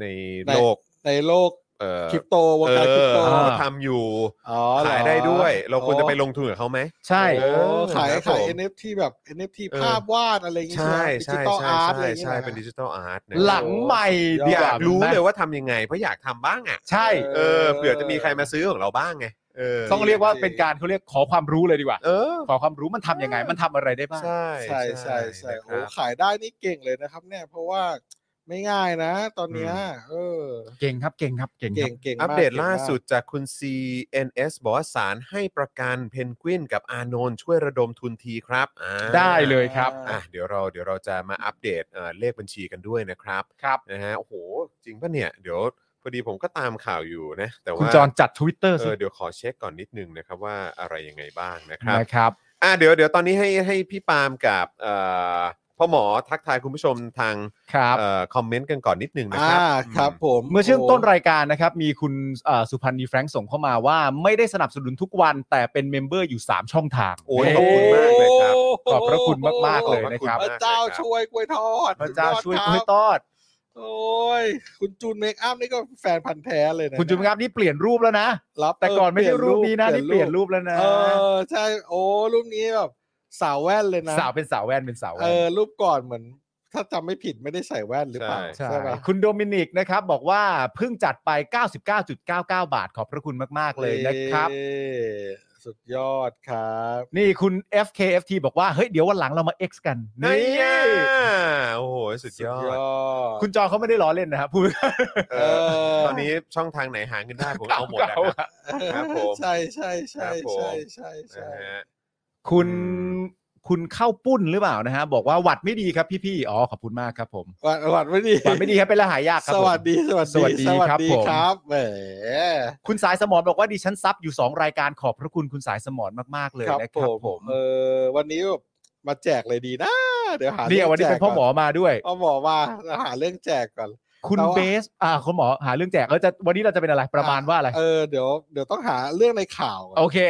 S1: ใน
S3: ใน
S1: โลก
S3: ในโลก
S1: เอ่อ
S3: คริปโตวงการ
S1: เอ
S3: คริปโต
S1: อ
S2: อ่า
S1: ทำอยู่
S3: อ๋อเหรอ
S1: ขายได้ด้วย เราควรจะไปลงทุนกับเขาไหม
S2: ใช่
S3: โอ้
S1: เออ
S3: ขาย
S1: ครับ
S3: ขาย
S1: ผม
S3: NFT แบบ NFT
S1: เออ
S3: ภาพวาดอะไรอย่างเงี้ย
S1: ใช่
S3: ดิ
S1: ใช่
S3: จิตอล
S1: ใช่
S3: อาร์ตอะ
S1: ใช่
S3: ไรอย่างเงี้ย
S1: ใช่
S3: นะ
S1: เป็นดิจิทัลอาร์ต
S2: หลังใหม่ดี
S1: อยาก ก
S2: ว่า
S1: รู้เลย
S2: นะ
S1: ว่าทำยังไง เพราะอยากทำบ้างอ่ะ
S2: ใช่
S1: เออเผื่อจะมีใครมาซื้อของเราบ้างไงเออ
S2: ต้องเรียกว่าเป็นการเขาเรียกขอความรู้เลยดีกว่า
S1: เออ
S2: ขอความรู้มันทำยังไงมันทำอะไรได้บ้าง
S1: ใช่
S3: ใช่ใช่ใช่
S1: นะค
S3: โอ้
S1: รับ
S3: ขายได้นี่เก่งเลยนะครับ เนี่ยเพราะว่าไม่ง่ายนะ ตอนเนี้ย
S1: อืม
S3: เออ
S2: เก่งครับเก่งครับเก่งค
S3: เก่
S2: รับ
S3: งเก่งมก
S1: อัปเดต
S3: ก่งมก
S1: ล่าสุดจากคุณ CNS บอกว่าศาลให้ประกันเพนกวินกับอานนท์ช่วยระดมทุนทีครับอ่า
S2: ได้เลยครับ
S1: อ่ะเดี๋ยวเราเดี๋ยวเราจะมาอัปเดตเอ่อเลขบัญชีกันด้วยนะครับ
S2: ครับ
S1: นะฮะโอ้โห จริงป่ะเนี่ย เดี๋ยวพอดีผมก็ตามข่าวอยู่นะ แต่
S2: คุณ
S1: ว่า
S2: จรจัดทวิตเตอร์
S1: เอ
S2: สิ
S1: อเดี๋ยวขอเช็คก่อนนิดนึงนะครับว่าอะไรยังไงบ้างนะครับ
S2: นะครับ
S1: อ่ะเดี๋ยวเดี๋ยวตอนนี้ให้ให้พี่ปาล์มกับเอ่อพ่อหมอทักทายคุณผู้ชมทาง
S2: ครับ
S1: เอ่อคอมเมนต์กันก่อนนิดนึงนะค
S3: อ่า
S1: รั
S3: ครับ
S1: อืม
S3: ผม
S2: เมื่อช่วง
S3: โ
S2: ต้นรายการนะครับ มีคุณเอ่อสุพันธ์ดีแฟรงค์ส่งเข้ามาว่า ไม่ได้สนับสนุนทุกวันแต่เป็นเมมเบอร์อยู่ 3 ช่องทาง
S1: โอ้ย
S2: เ
S1: ขบคุณมากเลยครับ
S3: โโห
S2: ขอบพระคุณมากๆเลยนะครับ
S3: พระเจ้าช่วยกล้วยทอด
S2: พระเจ้าช่วย
S3: อด
S2: กล้วย
S3: ค
S2: ท
S3: รับ
S2: อด
S3: โอ้ยคุณจูนเมคอัพนี่ก็แฟนพันธ์แท้เลยนะ
S2: คุณจุ๊บครับนี่เปลี่ยนรูปแล้วนะ
S3: รับ
S2: แต่ก่อนไม่ใช่รูปนี้นะ นี่เปลี่ยนรูปแล้วนะ
S3: เออใช่โอ้รูปนี้แบบสาวแว่นเลยนะ
S2: สาวเป็นสาวแว่นเป็นสาวแว่
S3: เอน อรูปก่อนเหมือน ถ้าจำไม่ผิดไม่ได้ใส่แว่นหรือเปล่า
S1: ใช่
S2: ใช่
S3: ปะ
S2: คุณโดมินิกนะครับบอกว่าเพิ่งจัดไป 99.99 บาท ขอบพระคุณมาก ๆ เลยนะครับ
S3: เย้สุดยอดครับ
S2: นี่คุณ FKFT บอกว่า เฮ้ย เดี๋ยววันหลังเรามา X กัน
S1: นี่
S2: นี่
S1: อ่ะโอ้โห สุดยอด
S3: คุ
S2: คุณณจอเขาไม่ได้ล้อเล่นนะครับพูด
S1: เอ
S3: เอ
S1: อ
S3: อ
S1: ตอนนี้ช่องทางไหนหาเงินได้ผมเอาหมดนะค
S2: ครั
S1: รับค
S2: บ
S1: รับผม
S3: ใช่ใช่
S1: ค
S3: ใช่
S1: รับผม
S3: ใช่ใช่
S1: นะ
S3: ใช่
S1: ฮะ
S2: คุณ
S1: อืม
S2: คุณเข้าปุ้นหรือเปล่านะฮะ บอกว่าหวัดไม่ดีครับพี่ๆอ๋อ ขอบคุณมากครับผม
S3: หวัดหวัดไม่ดี
S2: หวัดไม่ดีครับเป็นละหายยากครับ
S3: ส
S2: ผม
S3: วัสดีสวัสดี
S2: สวัสดีครับผม
S3: ครับแหม
S2: คุณสายสมอนบอกว่าดิฉันซับอยู่ 2 รายการขอบพระคุณคุณสายสมอนมากๆเลย
S3: ครับ
S2: นะครับ
S3: ผ
S2: ผม ม
S3: เออวันนี้แบบมาแจกเลยดีนะ เดี๋ยวหา
S2: เนี่ย
S3: รื่อง
S2: วันนี้เป็นพ่อหมอ
S3: แจกก่
S2: มาด้วย
S3: นพ่อหมอมาหาเรื่องแจกก่อน
S2: คุณ
S3: แต่ว่า
S2: เบส อ่าคุณหมอหาเรื่องแจกเออจะวันนี้เราจะเป็นอะไรประมาณว่าอะไร
S3: เออเดี๋ยวเดี๋ยวต้องหาเรื่องในข่าวก่อน
S2: โอเค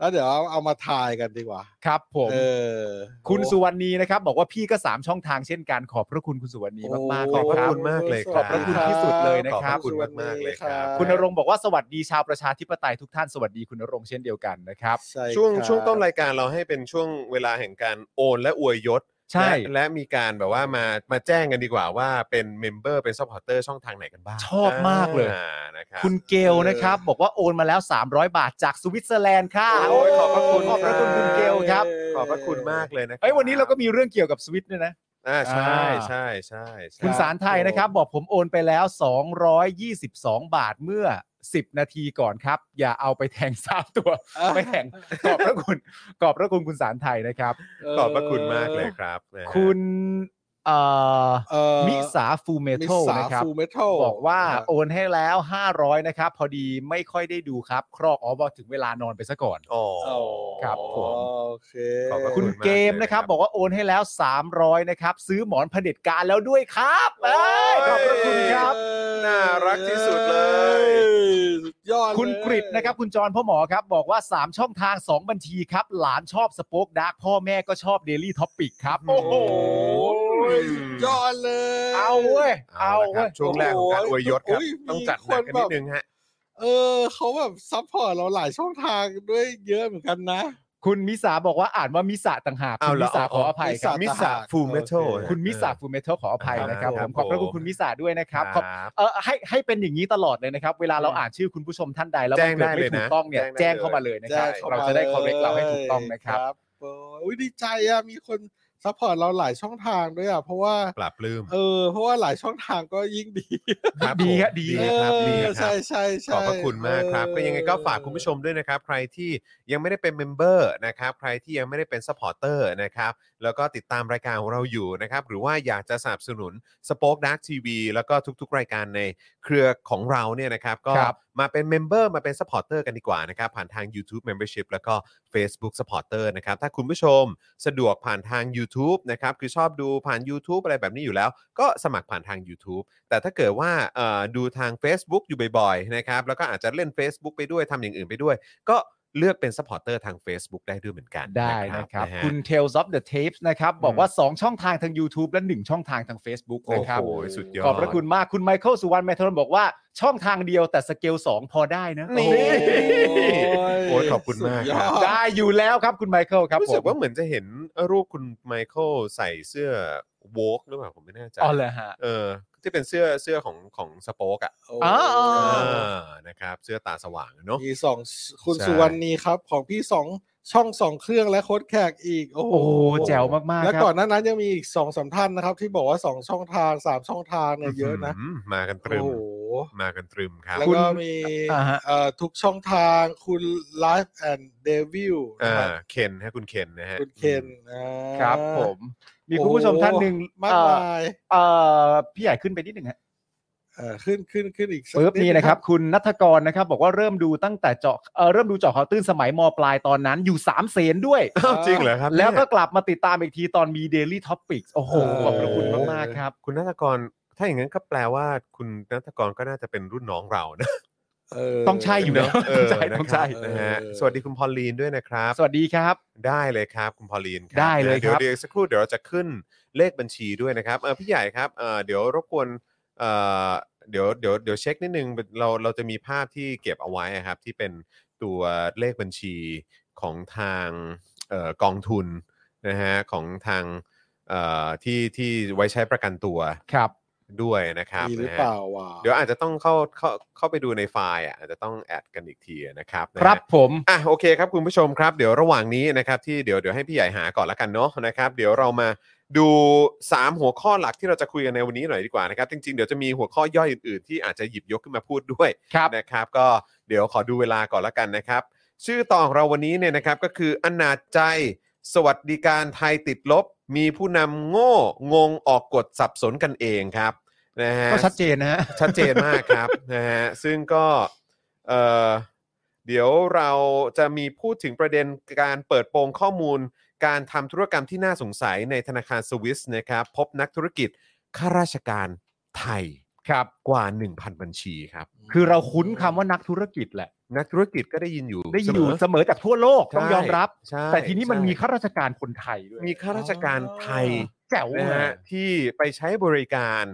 S3: แล้วเดี๋ยวเอามาทายกันดีกว่า
S2: ครับผม
S3: เออ
S2: คุณสุวรรณีนะครับ บอกว่าพี่ก็ 3 ช่องทางเช่นกันขอบพระคุณคุณสุวรรณีมากๆ
S3: โอ้
S2: เลย
S1: ขอบพ
S2: ค
S1: ระ
S2: รับ
S1: คุณมากเลย
S2: ขอบพระคุณที่สุดเลยนะครับ
S1: ขอบพระคุณมากๆเลยครับ
S2: คุณนรงค์บอกว่าสวัสดีชาวประชาธิปไตยทุกท่านสวัสดีคุณนรงค์เช่นเดียวกันนะครับ
S3: ใครับ
S1: ช่วงช่วงต้นรายการเราให้เป็นช่วงเวลาแห่งการโอนและอวยยศ
S2: ใช่
S1: และและมีการแบบว่ามามาแจ้งกันดีกว่าว่าเป็นเมมเบอร์เป็นซัพพอร์เตอร์ช่องทางไหนกันบ้าง
S2: ชอบมากเลย
S1: อ่านะครับ
S2: คุณเกลนะครับ บอกว่าโอนมาแล้ว 300 บาทจากสวิตเซอร์แลนด์ค่ะ
S1: โอ้ยขอบพระคุณ
S2: ขอบพระคุณคุณเกลครับ
S1: ขอบพระคุณมากเลยนะคบ
S2: เอ้ยวันนี้เราก็มีเรื่องเกี่ยวกับสวิตด้วยนะ
S1: อ่าใช่
S2: อ่า
S1: ใช่ใช่ใช่
S2: คุณสารไทยนะครับ บอกผมโอนไปแล้ว 222 บาทเมื่อ 10 นาทีก่อนครับ อย่าเอาไปแทงสาม ตัว ไปแทงขอบพระคุณขอบพระคุณคุณสารไทยนะครับ
S1: ขอบพระคุณมากเลยครับนะฮะ
S2: คุณเอ่อ
S3: เอ่อ
S2: มิสาฟูเมทัล
S3: มิสา
S2: นะครับ
S3: ฟูเมทัล
S2: บอกว่า
S3: นะ
S2: โอนให้แล้ว 500 นะครับ พอดีไม่ค่อยได้ดูครับ ครอกอ๋อบอกถึงเวลานอนไปซะก่อน
S1: อ๋อ
S2: ครับผม
S3: โอเค
S1: ขอบพระ
S2: คุณเกมนะครับ บอกว่าโอนให้แล้ว 300 นะครับ ซื้อหมอนเผด็จการแล้วด้วยครับเอ้ยขอบพระคุณครับ
S1: น่ารักที่สุดเลย
S3: สุดยอด
S2: คุณ
S3: เลย
S2: กริตนะครับ คุณจรพ่อหมอครับ บอกว่า 3 ช่องทาง 2 บัญชีครับ หลานชอบสป o อ e ดาร์กพ่อแม่ก็ชอบ Daily Topic ครับ โอ้โห
S3: สุดยอดเลย
S2: เอาเว้ย เอา
S1: ละครั
S2: เว้
S1: บ
S2: ย
S1: ช่วงแรกของการอวยยศครับ
S3: โย
S1: ต้องจัดหนักกันนิดนึงฮะ
S3: เออเขาแบบซัพพอร์ตเราหลายช่องทางด้วยเยอะเหมือนกันนะ
S2: คุณมิสาบอกว่าอ่านว่ามิสาต่างหาก
S1: เอา
S2: คุณ
S1: เหรอ
S2: มิสาขออภัยครับ
S1: มิสาฟูเมทัล
S2: คุณมิสาฟูเมทัลขออภัยนะครับ
S1: ค
S2: ผ
S1: รับ
S2: มขอบพระคุ
S1: ผ
S2: ณ
S1: ม
S2: คุณมิสาด้วยนะครับขอบ
S1: ครับ
S2: เออให้ให้เป็นอย่างนี้ตลอดเลยนะครับ เวลาเราอ่านชื่อคุณผู้ชมท่านใดแล้ว
S1: แจ้
S2: มัน
S1: งได้เล
S2: เกิดไม่
S1: ยนะ
S2: ถูกต้องเนี่ย
S1: แจ้
S2: แจ้
S1: ง
S2: ง
S1: ได้เลย
S2: เข้ามาเลยนะครับ
S3: แจ้งเข้า
S2: เรา
S3: มา
S2: จะได้
S3: ลย
S2: คอร์เรกเราให้ถูกต้องนะครับ
S3: โอ้ยดีใจอะมีคนซัพพอร์ตเราหลายช่องทางด้วยอะเพราะว่า
S1: ปรับปลื้ม
S3: เออ เพราะว่าหลายช่องทางก็ยิ่งดี
S1: ครับ
S2: ดีฮะ
S1: ผม
S2: ดี
S1: ครับ
S3: เออ
S1: ดีครับ
S3: ใช่ใช่ใช่
S1: ขอบพระคุณมากครับ
S3: เออ
S1: ก็ยังไงก็ฝากคุณผู้ชมด้วยนะครับ ใครที่ยังไม่ได้เป็นเมมเบอร์นะครับ ใครที่ยังไม่ได้เป็นสปอร์เตอร์นะครับ แล้วก็ติดตามรายการของเราอยู่นะครับ หรือว่าอยากจะสนับสนุนสป็อคดักทีวีแล้วก็ทุกๆ รายการในเครือของเราเนี่ยนะครับ ก็
S2: ครับ
S1: มาเป็นเมมเบอร์มาเป็นสปอร์เตอร์กันดีกว่านะครับ ผ่านทาง YouTube Membership แล้วก็ Facebook Supporter นะครับ ถ้าคุณผู้ชมสะดวกผ่านทาง YouTube นะครับ คือชอบดูผ่าน YouTube อะไรแบบนี้อยู่แล้ว ก็สมัครผ่านทาง YouTube แต่ถ้าเกิดว่าเอ่อดูทาง Facebook อยู่บ่อยๆนะครับแล้วก็อาจจะเล่น Facebook ไปด้วยทำอย่างอื่นไปด้วย ก็เลือกเป็น Supporter ทาง Facebook ได้ด้วยเหมือนกัน
S2: ได้นะครับ
S1: ฮ
S2: คุณ Tales of the Tapes นะครับบอกว่า 2 ช่องทางทาง YouTube และ 1 ช่องทางทาง Facebook
S1: โอ้
S2: นะครับ
S1: โหสุดยอด
S2: ขอบพระคุณมากคุณไมเคิลสุวรรณแมทรนบอกว่าช่องทางเดียวแต่สเกล2 พอได้นะ
S1: นี่
S2: โอ้โห
S1: โอ้ยขอบคุณมากครับ
S3: สุดยอด
S2: ได้อยู่แล้วครับคุณไมเคิลครับ
S1: รู้
S2: ผ
S1: สึ
S2: ม
S1: กว่าเหมือนจะเห็นรูปคุณไมเคิลใส่เสื้อโวกหรือเปล่าผมไม่แน่ใจ
S2: อ๋อเหรอฮะ
S1: เออที่เป็นเสื้อเสื้อของของสโป๊กอ่ะ
S2: อ๋ออ๋อ
S1: เอ
S2: เ
S1: อนะครับเสื้อตาสว่างอะเนาะ
S3: มีสองคุณ
S1: ใช่
S3: สุวรรณีครับ ของพี่สองช่องสองเครื่องและโค้ดแขกอีก โอ้โห
S2: โอ้โหแจ๋วมากๆ
S3: และ
S2: ครับ
S3: ก่อนหน้านั้นยังมีอีกสองสามท่านนะครับ ที่บอกว่าสองช่องทางสามช่องทางเนี่ยเยอะนะ
S1: มมากันตรึ
S3: โอ้
S1: ม
S3: โห
S1: มากันตรึมครับ
S3: แล้วก็มี
S2: อ่าฮะ
S3: เอ่อทุกช่องทางคุณ Live and Devil
S1: อ่า
S3: นะครับ
S1: เคนฮะคุณเคนนะฮะ
S3: คุณเคนอ่า
S2: ครับผม มีคุณผู้ชมท่านหนึ่ง
S3: มาก
S2: เอ่อ
S3: มาย
S2: เอ่อพี่ใหญ่ขึ้นไปนิดหนึ่งฮะ
S3: เอ่อขึ้นขึ้นขึ้นอีกสัก
S2: ปึ๊บ
S3: ด
S2: นี่นะครับ คุณนัทกรนะครับ บอกว่าเริ่มดูตั้งแต่เจาะเอ่อเริ่มดูเจาะข่าวตื้นสมัยมปลายตอนนั้นอยู่ 3 เสนด้วย
S1: อ้าวจริงเหรอครับ
S2: แล้วก็
S1: เนี่ย
S2: กลับมาติดตามอีกทีตอนมี Daily Topics โอ้โห ขอบพระคุณมาก ๆ ครับ
S1: คุณนัทกรถ้าอย่างนั้นก็แปลว่าคุณนัทกรก็น่าจะเป็นรุ่นน้องเรานะ
S3: เอ
S2: ต้อง ใช่อยู่ แล้ว
S1: เอ
S2: ต้องใช่ต้องใช่
S1: นะครับนะฮะ
S3: เออ
S1: สวัสดีคุณพอลลีนด้วยนะครับ
S2: สวัสดีครับ
S1: ได้เลยครับคุณพอลีนครับ
S2: ได้เลย
S1: ดี๋ว
S2: ครับ
S1: เดี๋ยวสักครู่เดี๋ยวเราจะขึ้นเลขบัญชีด้วยนะครับเออพี่ใหญ่ครับเออเดี๋ยวรบกวนเออเดี๋ยวเดี๋ยวเดี๋ยวเช็คนิดนึงเราเราจะมีภาพที่เก็บเอาไว้อะครับ ที่เป็นตัวเลขบัญชีของทางเออกองทุนนะฮะของทางเอ่อที่ที่ไว้ใช้ประกันตัว
S2: ครับ
S1: ด้วยนะครับ
S3: มีหรือ
S1: นะฮะ
S3: เปล่าวะ
S1: เดี๋ยวอาจจะต้องเข้าเข้าเข้าไปดูในไฟล์อ่ะอาจจะต้องแอดกันอีกทีนะครับนะฮะ
S2: ครับผม
S1: อ่ะโอเคครับคุณผู้ชมครับเดี๋ยวระหว่างนี้นะครับที่เดี๋ยวเดี๋ยวให้พี่ใหญ่หาก่อนละกันเนาะนะครับเดี๋ยวเรามาดู 3 หัวข้อหลักที่เราจะคุยกันในวันนี้หน่อยดีกว่านะครับจริงๆเดี๋ยวจะมีหัวข้อย่อยอื่นๆ ที่อาจจะหยิบยกขึ้นมาพูดด้วย
S2: ครับ
S1: นะครับก็เดี๋ยวขอดูเวลาก่อนละกันนะครับ ชื่อตอนของเราวันนี้เนี่ยนะครับก็คืออนาจใจ สวัสดิการไทยติดลบ มีผู้นำโง่งงออกกฎสับสนกันเองครับนะฮะ
S2: ก็ชัดเจนนะฮะ
S1: ชัดเจนมากครับ นะฮะซึ่งก็เอ่อเดี๋ยวเราจะมีพูดถึงประเด็นการเปิดโปงข้อมูล การทำธุรกรรมที่น่าสงสัยในธนาคารสวิสนะครับ พบนักธุรกิจข้าราชการไทย
S2: ครับ
S1: กว่า 1,000 บัญชีครับ
S2: คือเราคุ้นคำว่านักธุรกิจแหละ
S1: นักธุรกิจก็ได้ยินอยู่
S2: ได้ยินอยู่
S1: เสมอ
S2: เสมอจากทั่วโลกต้อง
S1: ใช่
S2: ยอมรับ
S1: ใช่
S2: แต่ทีนี้มันมี
S1: ใช่
S2: ข้าราชการคนไทยด้วย
S1: มีข้าราชการไทย
S2: แจ๋ว
S1: นะ
S2: มา
S1: ฮะ
S2: ก
S1: ที่ไปใช้บริการ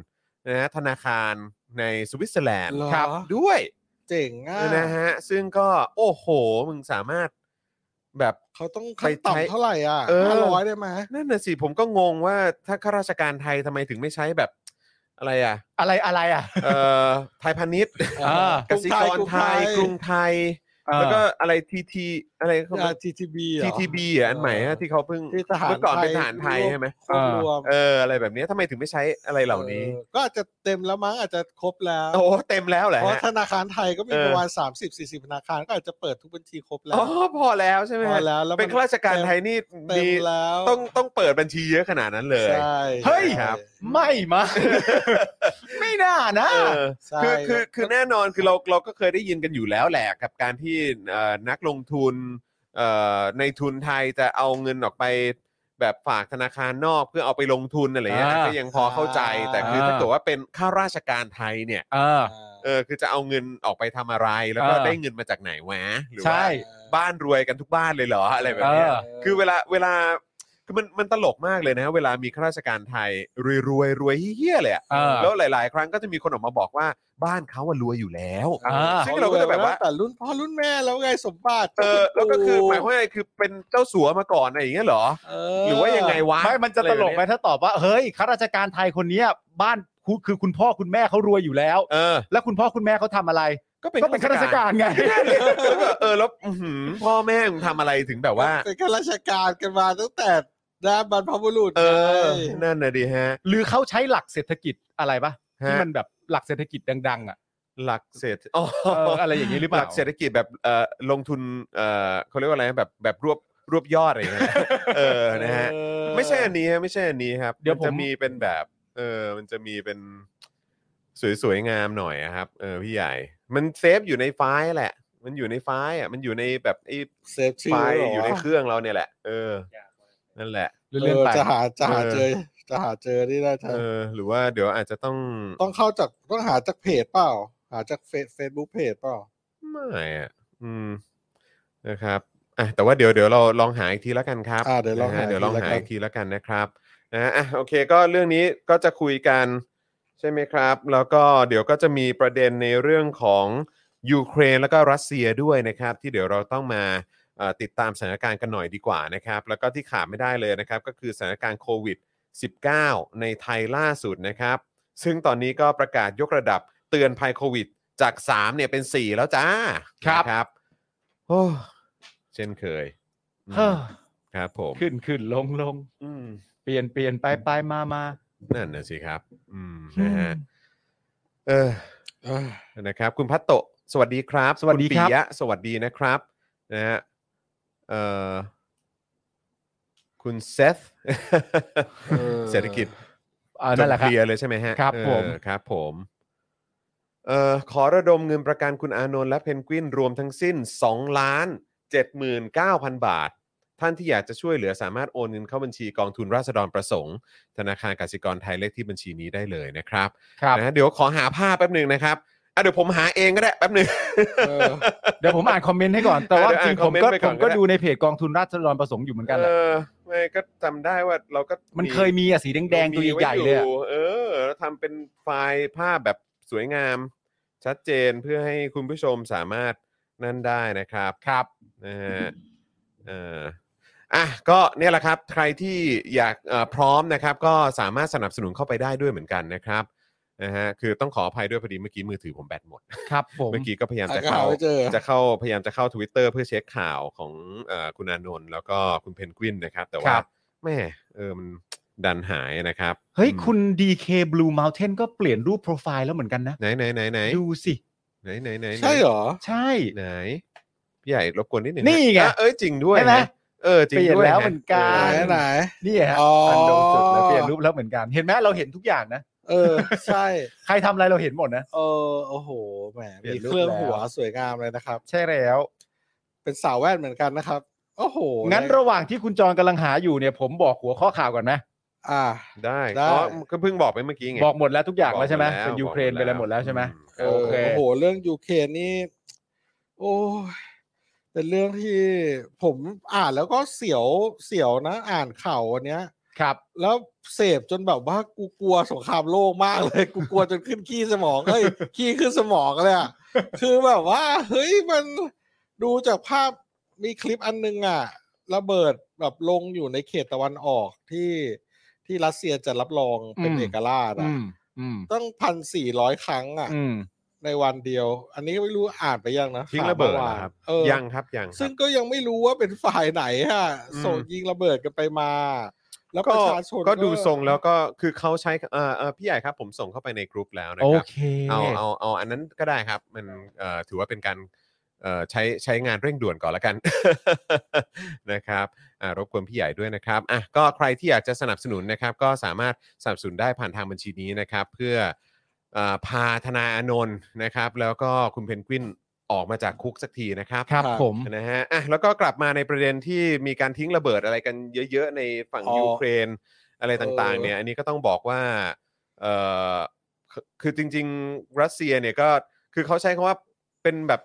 S1: นะฮะธนาคารในสวิตเซอร์แลนด์
S3: เหรอ
S1: ครับด้วย
S3: เจ๋งอ่ะ
S1: นะฮะซึ่งก็โอ้โห มึงสามารถ แบบ
S3: เขาต้อง
S1: ใครใช้
S3: ขั้นต่ำเท่าไหร่อ่ะ
S1: เออ
S3: ห้าร้อยได้ไหม
S1: นั่นน่ะสิผมก็งงว่าถ้าข้าราชการไทยทำไมถึงไม่ใช้แบบ อะไรอ่ะ
S2: อะไรอะไรอ่ะ
S1: เอ่ อ ไทยพาณิชย์
S2: อ่า
S1: กสิกรไทยกรุงไทย แล้วก็อะไรทีทีอะไรเขาเรียก
S3: ทีทีบี
S1: ทีทีบีอ่ะอันใหม่ฮะที่เขาเพิ่ง
S3: ที่ทหาร
S1: เมื่อก่อนเป็นทหารไทยใช่ไหม
S3: ครบรวม
S1: เอออะไรแบบเนี้ยทำไมถึงไม่ใช้อะไรเหล่านี้
S3: ออก็อาจจะเต็มแล้วมั้งอาจจะครบแล้ว
S1: โอ้เต็มแล้วแหละ
S3: เพราะ
S1: ฮะ
S3: ธนาคารไทยก็มี
S1: เออ
S3: ประมาณสามสิบสี่สิบธนาคารก็อาจจะเปิดทุกบัญชีครบแล้ว
S1: อ๋อพอแล้วใช่ไหม
S3: พ
S1: ฮะ
S3: อแล้วแล้ว
S1: เป็นข้าราชการไทยนี่
S3: เต็
S1: มี
S3: มแล้ว
S1: ต้องต้องเปิดบัญชีเยอะขนาดนั้นเลย
S3: ใช่
S2: เฮ้ย
S1: ครับ
S2: ไม่มา ไม่น่านะ
S1: เออ
S3: ใช่
S1: คือคือคือแน่นอนคือเราเราก็เคยได้ยินกันอยู่แล้วแหละกับการที่เอ่อนักลงทุนเอ่อในทุนไทยจะเอาเงินออกไปแบบฝากธนาคารนอกเพื่อเอาไปลงทุนอะไรเงี้ย
S2: อ่า
S1: ก็ยังพอเข้าใจแต่คือถ้าเกิดว่าเป็นข้าราชการไทยเนี่ย
S2: เออ
S1: เออคือจะเอาเงินออกไปทำอะไรแล้วก็
S2: เออ
S1: ได้เงินมาจากไหนวะหรือ
S2: ใช่
S1: ว่าบ้านรวยกันทุกบ้านเลยเหรออะไรแบบเนี้ย
S2: เออ
S1: คือเวลาเวลาคือมันมันตลกมากเลยนะ เวลามีข้าราชการไทยรวยรวยรวยเฮี้ยๆเลยอะ
S2: เออ
S1: แล้วหลาย ๆ ครั้งก็จะมีคนออกมาบอกว่าบ้านเขาอะรวยอยู่แล้ว
S2: อ่า
S1: ซึ่งเราก็จะแบบว่า
S3: แต่รุ่นพ่อรุ่นแม่แล้วไงสมบัติ
S1: เออแล้วก็คือหมายความว่าไงคือเป็นเจ้าสัวมาก่อนอะไรอย่างเงี้ยเหรอ
S3: เห
S1: รือว่ายังไงวะ
S2: ไม่มันจะตลก
S1: อ
S2: ไหม
S1: ไรแบบเนี้ย
S2: ถ้าตอบว่าเฮ้ยข้าราชการไทยคนเนี้ยบ้านคุคือคุณพ่อคุณแม่เขารวยอยู่แล้ว
S1: เออ
S2: แล้วคุณพ่อคุณแม่เขาทำอะไร
S1: ก็เป็น
S2: ก็เป็นข้าราชการไง
S1: แล้วก็เออแล้วอื้อหือพ่อแม่มึงทำอะไรถึงแบบว่า
S3: เป็นข้าราชการกันมาตั้งแต่ด้านบรรพบุรุษ
S1: เออ
S3: ไง
S1: นั่นน่ะดิฮะ
S2: หรือเขาใช้หลักเศรษฐกิจอะไรปะ
S1: ฮะ
S2: ที่มันแบบหลักเศรษฐกิจดัง ๆ อ่ะ
S1: หลักเศรษฐอ๋อ
S2: เอ ออะไรอย่างนี้หรือเป
S1: ห
S2: ล่า
S1: ลักเศรษฐกิจแบบเอ่อลงทุนเอ่อเขาเรียกว่าอะไรนะแบบแบบรวบรวบยอดอะไรอย่างเงี้ย เออนะฮะไม่ใช่อันนี้ฮะไม่ใช่อันนี้ครับ
S2: เดี๋ยวผ
S1: นจะ
S2: ม
S1: มีเป็นแบบเออมันจะมีเป็นสวยๆงามหน่อยอะครับเออพี่ใหญ่ มันเซฟอยู่ในไฟล์แหละ มันอยู่ในไฟล์อ่ะมันอยู่ในแบบไอ้
S3: เซฟชื่
S1: ไฟ
S3: อว้
S1: ล์
S3: เหร
S1: อยู่ในเครื่องเราเนี่ยแหละ เออ
S4: อยากมา
S1: นั่นแหละ
S3: เอ
S2: เลื่อน
S3: อ
S2: ๆไป
S3: จะหาจะหา
S1: เออ
S3: เจอจะหาเจอที่ได้ทัน
S1: เออ หรือว่าเดี๋ยวอาจจะต้อง
S3: ต้องเข้าจากต้องหาจากเพจเปล่า หาจากเฟซเฟซบุ๊กเพจเปล่า
S1: ไม่อ่ะอืมนะครับอ่ะแต่ว่าเดี๋ยวเดี๋ยวเราลองหาอีกทีละกันครับ
S3: อ่าเดี๋ยวลอง
S1: นะ
S3: หา
S1: ฮะเดี๋ยวลองหา
S3: ทีละกัน
S1: อีกทีแล้วกันนะครับนะฮะอ่ะโอเคก็เรื่องนี้ก็จะคุยกันใช่ไหมครับ แล้วก็เดี๋ยวก็จะมีประเด็นในเรื่องของยูเครนแล้วก็รัสเซียด้วยนะครับ ที่เดี๋ยวเราต้องมาเอ่อติดตามสถานการณ์กันหน่อยดีกว่านะครับ แล้วก็ที่ขาดไม่ได้เลยนะครับ ก็คือสถานการณ์โควิด 19 ในไทยล่าสุดนะครับ ซึ่งตอนนี้ก็ประกาศยกระดับเตือนภัยโควิด จาก 3 เนี่ยเป็น 4 แล้วจ้านะครับโอ้เช่นเคยอืม
S2: เฮ้อ
S1: ครับผม
S2: ขึ้นขึ้นลงลง
S1: อืม
S2: เปลี่ยนเปลี่ยนไปไปมามา
S1: นั่นนะสิครับ อืม
S2: อืม
S1: นะฮะเออ
S3: เออ
S1: นะครับ คุณพัตโตะสวัสดีครับ
S2: สวัสดีครับ
S1: ณปิยะ สวัสดีนะครับ นะฮะเอ่อคุณเซธ
S3: เออ
S1: เศรษฐกิจ
S2: อ่านั่นแหละค
S1: จ
S2: รั
S1: เค
S2: บ
S1: ลียร์เลยใช่ไหมฮะ
S2: ครับ
S1: เออ
S2: ผม
S1: ครับผมเอ่อขอระดมเงินประกันคุณอานนท์และเพนกวินรวมทั้งสิ้น2ล้าน79,000 บาท ท่านที่อยากจะช่วยเหลือสามารถโอนเงินเข้าบัญชีกองทุนราษฎรประสงค์ ธนาคารกสิกรไทยเลขที่บัญชีนี้ได้เลยนะครับ
S2: ครับ
S1: นะเดี๋ยวขอหาภาพแป๊บหนึ่งนะครับอ่ะเดี๋ยวผมหาเองก็ได้แป๊บหนึ่ง
S3: เออ
S2: เดี๋ยวผมอ่านคอมเมนต์ให้ก่อน แต่ว่า
S1: เดี๋ยว
S2: จ
S1: อ่าน
S2: ริงๆผมก็
S1: comment ไปก่
S2: ผ
S1: อน
S2: ม
S1: ก็
S2: ก็
S1: ได้
S2: ดูในเพจกองทุนราษฎรประสงค์อยู่เหมือนกันแห
S1: เอ
S2: ละ
S1: อไม่ก็จำได้ว่าเราก็
S2: มันเคยมีอะสีแดงๆตัวใหญ่ๆเลยอะ
S1: มีไว้อเออแล้วทำเป็นไฟล์ภาพแบบสวยงาม ชัดเจนเพื่อให้คุณผู้ชมสามารถนั่นได้นะครับครับนะฮะเอออ่ะก็เนี่ยแหละครับ ใครที่อยากเอ่อพร้อมนะครับ ก็สามารถสนับสนุนเข้าไปได้ด้วยเหมือนกันนะครับนะฮะคือต้องขออภัยด้วยพอดีเมื่อกี้มือถือผมแบตหมด
S2: ครับผม
S1: เมื่อกี้ก็พยายามจะ
S3: หา
S1: เข้า
S3: ไม่เจอ
S1: จะเข้าพยายามจะเข้า Twitter เพื่อเช็คข่าวของเออคุณอานนท์แล้วก็คุณเพนกวินนะครับ แต่ว่าแม่เออมันดันหายนะครับ
S2: เฮ้ย
S1: อืม
S2: คุณ DK Blue Mountain ก็เปลี่ยนรูปโปรไฟล์แล้วเหมือนกันนะ
S1: ไหนไหนไหนไหน
S2: ดูสิ
S1: ไหนไหนไหนไน
S3: ใช่เหรอ
S2: ใช่
S1: ไหนพี่ใหญ่รบกวนนิดหนึ่ง
S2: นี่ไง
S1: อ่ะเอ้ยจริงด้วย
S2: ใช่ไหม
S1: นะเออจริง
S2: เปลี่ยน
S1: ด้ว
S2: แล้ว
S1: ยะ
S2: เหมือนกัน
S1: เออ
S3: ไหนไหน
S2: นี่ฮะ
S3: อ๋ออั
S2: นดงสุดแล้วเปลี่ยนรูปแล้วเหมือนกัน เห็นไหมเราเห็นทุกอย่างนะ
S3: เออ ใช่
S2: ใครทำอะไรเราเห็นหมดนะ
S3: เออโอ้โห แหม มีเครื่องหัวสวยงามเลยนะครับ
S2: ใช่แล้ว
S3: เป็นสาวแว่นเหมือนกันนะครับ โอ้โห
S2: งั้นระหว่างที่คุณจรกำลังหาอยู่เนี่ย ผมบอกหัวข้อข่าวก่อนไหม
S3: อ่า
S1: ได้
S3: ได้
S1: อ๋อก็เพิ่งบอกไปเมื่อกี้ไง
S2: บอกหมดแล้วทุกอย่างแล้วใช่ไหม
S1: บอก
S2: เป็นยูเครนไปแล้วหมดแล้วใช่ไหม
S1: อื
S2: โอเค
S3: โอ้โห เรื่องยูเครนนี่ โอ้ยเป็นเรื่องที่ผมอ่านแล้วก็เสียว เสียวนะ อ่านข่าววันเนี้ย
S2: ครับ
S3: แล้วเสพจนแบบว่ากูกลัวสงครามโลกมากเลย กูกลัวจนขึ้นขี้สมองเฮ้ย ขี้ขึ้นสมองเลยอ่ะ คือแบบว่า เฮ้ยมันดูจากภาพ มีคลิปอันนึงอ่ะระเบิดแบบลงอยู่ในเขตตะวันออกที่ที่รัสเซียจะรับรองเป็น
S2: อืม
S3: เอกราช
S2: อื
S3: อ่ะ
S2: มอืม
S3: ตั้งพันสี่ร้อยครั้งอ่ะ
S2: อืม
S3: ในวันเดียว อันนี้ไม่รู้อ่านไปยังนะ
S1: ทิ้ง
S3: ข่าว
S1: ระเบิด
S3: มื่อวาน
S1: นะครับ
S3: เออ
S1: ยังครับยังครับ
S3: ซึ่งก็ยังไม่รู้ว่าเป็นฝ่ายไหนฮะ
S1: อืม
S3: ส่งยิงระเบิดกันไปมา แล้วป
S1: ก็
S3: ระชาชน
S1: ก็ดูทรงแล้วก็คือเขาใช้เอ่อเอ่อพี่ใหญ่ครับผมส่งเข้าไปในกรุ๊ปแล้วนะ
S2: โอ
S1: ครับ
S2: เค
S1: เอาเอาเอาอันนั้นก็ได้ครับมันเอ่อถือว่าเป็นการเอ่อใช้ใช้งานเร่งด่วนก่อนละ กัน นะครับอ่ารบกวนพี่ใหญ่ด้วยนะครับอ่ะก็ใครที่อยากจะสนับสนุนนะครับ ก็สามารถสนับสนุนได้ผ่านทางบัญชีนี้นะครับ เพื่อเอ่อพาธนาอานนท์นะครับ แล้วก็คุณเพนกวินออกมาจากคุกสักทีนะครับ
S2: ครับผม
S1: นะฮะอ่ะแล้วก็กลับมาในประเด็นที่มีการทิ้งระเบิดอะไรกันเยอะ ๆ ในฝั่ง
S3: อ๋อ
S1: ยูเครนอะไรต่างๆ เนี่ย อันนี้ก็ต้องบอกว่าเออคือคือจริง ๆ รัสเซียเนี่ยก็คือเขาใช้คำว่าเป็นแบบ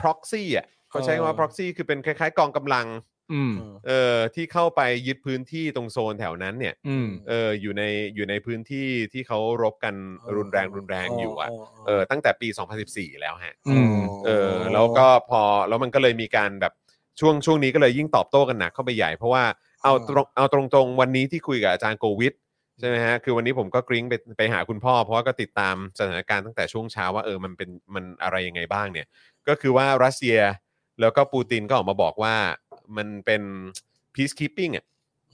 S1: proxy อ่ะเขาใช้คำว่า
S3: เออ
S1: proxy คือเป็นคล้าย ๆ กองกำลัง
S2: อืม
S3: เออ
S1: เออที่เข้าไปยึดพื้นที่ตรงโซนแถวนั้นเนี่ย
S2: อืม
S1: เอออยู่ในอยู่ในพื้นที่ที่เขารบกัน
S3: เออ
S1: รุนแรงรุนแรงอยู่อ่ะเออตั้งแต่ปี 2014 แล้วฮะ
S2: อืม
S1: เออแล้วก็พอแล้วมันก็เลยมีการแบบช่วงช่วงนี้ก็เลยยิ่งตอบโต้กันหนักเข้าไปใหญ่เพราะว่าเอาตรงเอาตรงๆวันนี้ที่คุยกับอาจารย์โกวิทใช่ไหมฮะคือวันนี้ผมก็กริ้งไปไปหาคุณพ่อ เพราะว่าก็ติดตามสถานการณ์ตั้งแต่ช่วงเช้าว่าเออมันเป็นมันอะไรยังไงบ้างเนี่ย ก็คือว่ารัสเซียแล้วก็ปูตินก็ออกมาบอกว่ามันเป็น peacekeeping อ่ะ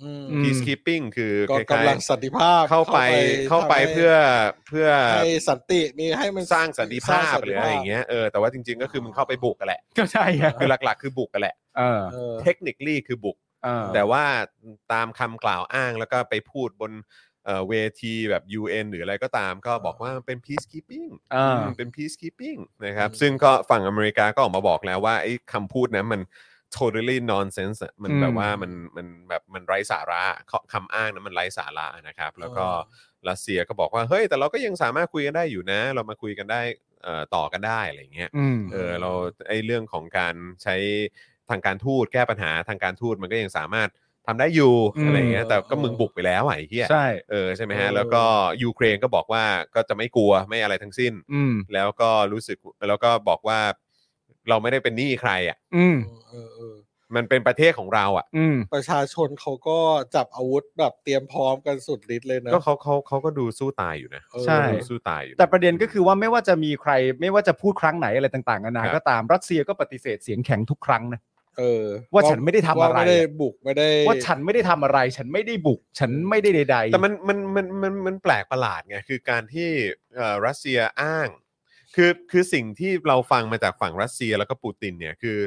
S3: อืม
S2: อืม
S1: peacekeeping คือก
S3: อง
S1: คล้าย
S3: กำลังสันติภาพ
S1: ๆเข้าไปเข้าไป
S3: ทำให้
S1: เพื่อเพื่อ
S3: ให้สันติมีให้มัน
S1: สร้างสันติภาพ
S3: งสัน
S1: ห
S3: ติ
S1: รืออะไรอย่างเงี้ยเออแต่ว่าจริงๆก็คือมันเข้าไปบุกกันแหละ
S2: ก็ใช่อะ
S1: คือหลักๆ คือบุกกันแหละ
S2: เออ
S3: เออ
S1: เทคนิคลี่คือบุก
S2: เออ
S1: แต่ว่าตามคำกล่าวอ้างแล้วก็ไปพูดบนเอ่อเวทีแบบ UN หรืออะไรก็ตามก็บอกว่ามันเป็น peacekeeping
S2: เออ
S1: มเป็น peacekeeping นะครับ
S3: อืม
S1: ซึ่งก็ฝั่งอเมริกาก็ออกมาบอกแล้วว่าไอ้คำพูดนั้นมัน totally nonsense อะมัน
S2: อืม
S1: แบบว่ามันมันแบบมันไร้สาระคำอ้างนั้นมันไร้สาระนะครับ แล้วก็ รัสเซียก็บอกว่าเฮ้ยแต่เราก็ยังสามารถคุยกันได้อยู่นะ เรามาคุยกันได้เอ่อต่อกันได้อะไรอย่างเงี้ย
S2: อืม
S1: เออเราไอ้เรื่องของการใช้ทางการทูตแก้ปัญหาทางการทูตมันก็ยังสามารถทำได้อยู่
S2: อืม
S1: อะไรอย่างเงี้ยแต่ก็
S3: เออ
S1: มึงบุกไปแล้วอ่ะไอ้เหี้ย
S2: ใช่
S1: เออใช่ไหมฮะ
S3: เออ
S1: แล้วก็ยูเครนก็บอกว่าก็จะไม่กลัวไม่อะไรทั้งสิ้น
S2: อืม
S1: แล้วก็รู้สึกแล้วก็บอกว่าเราไม่ได้เป็นหนี้ใครอ่ะ
S2: อืม
S3: เออเออเออ
S1: มันเป็นประเทศของเราอ่ะ
S2: อืม
S3: ประชาชนเขาก็จับอาวุธแบบเตรียมพร้อมกันสุดฤทธิ์เลยนะ
S1: ก็เขาเขาเขาก็ดูสู้ตายอยู่นะ
S3: เออ
S2: ใช่
S1: ดูสู้ตายอยู่
S2: แต่ประเด็นก็คือว่าไม่ว่าจะมีใคร ไม่ว่าจะพูดครั้งไหนอะไรต่างๆนานา
S1: ครับ
S2: ก็ตามรัสเซียก็ปฏิเสธเสียงแข็งทุกครั้งนะ
S3: เออ
S2: ว่าฉันไม่ได้ทำอะไร
S3: ว่าไม่ได้บุกไม่ได้
S2: ว่าฉันไม่ได้ทำอะไร ฉันไม่ได้บุก ฉันไม่ได้ใดๆ
S1: แต่มันมันมันมันมันแปลกประหลาดไงคือการที่เอ่อรัสเซียอ้าง คือคือสิ่งที่เราฟังมาจากฝั่งรัสเซียแล้วก็ปูตินเนี่ยคือ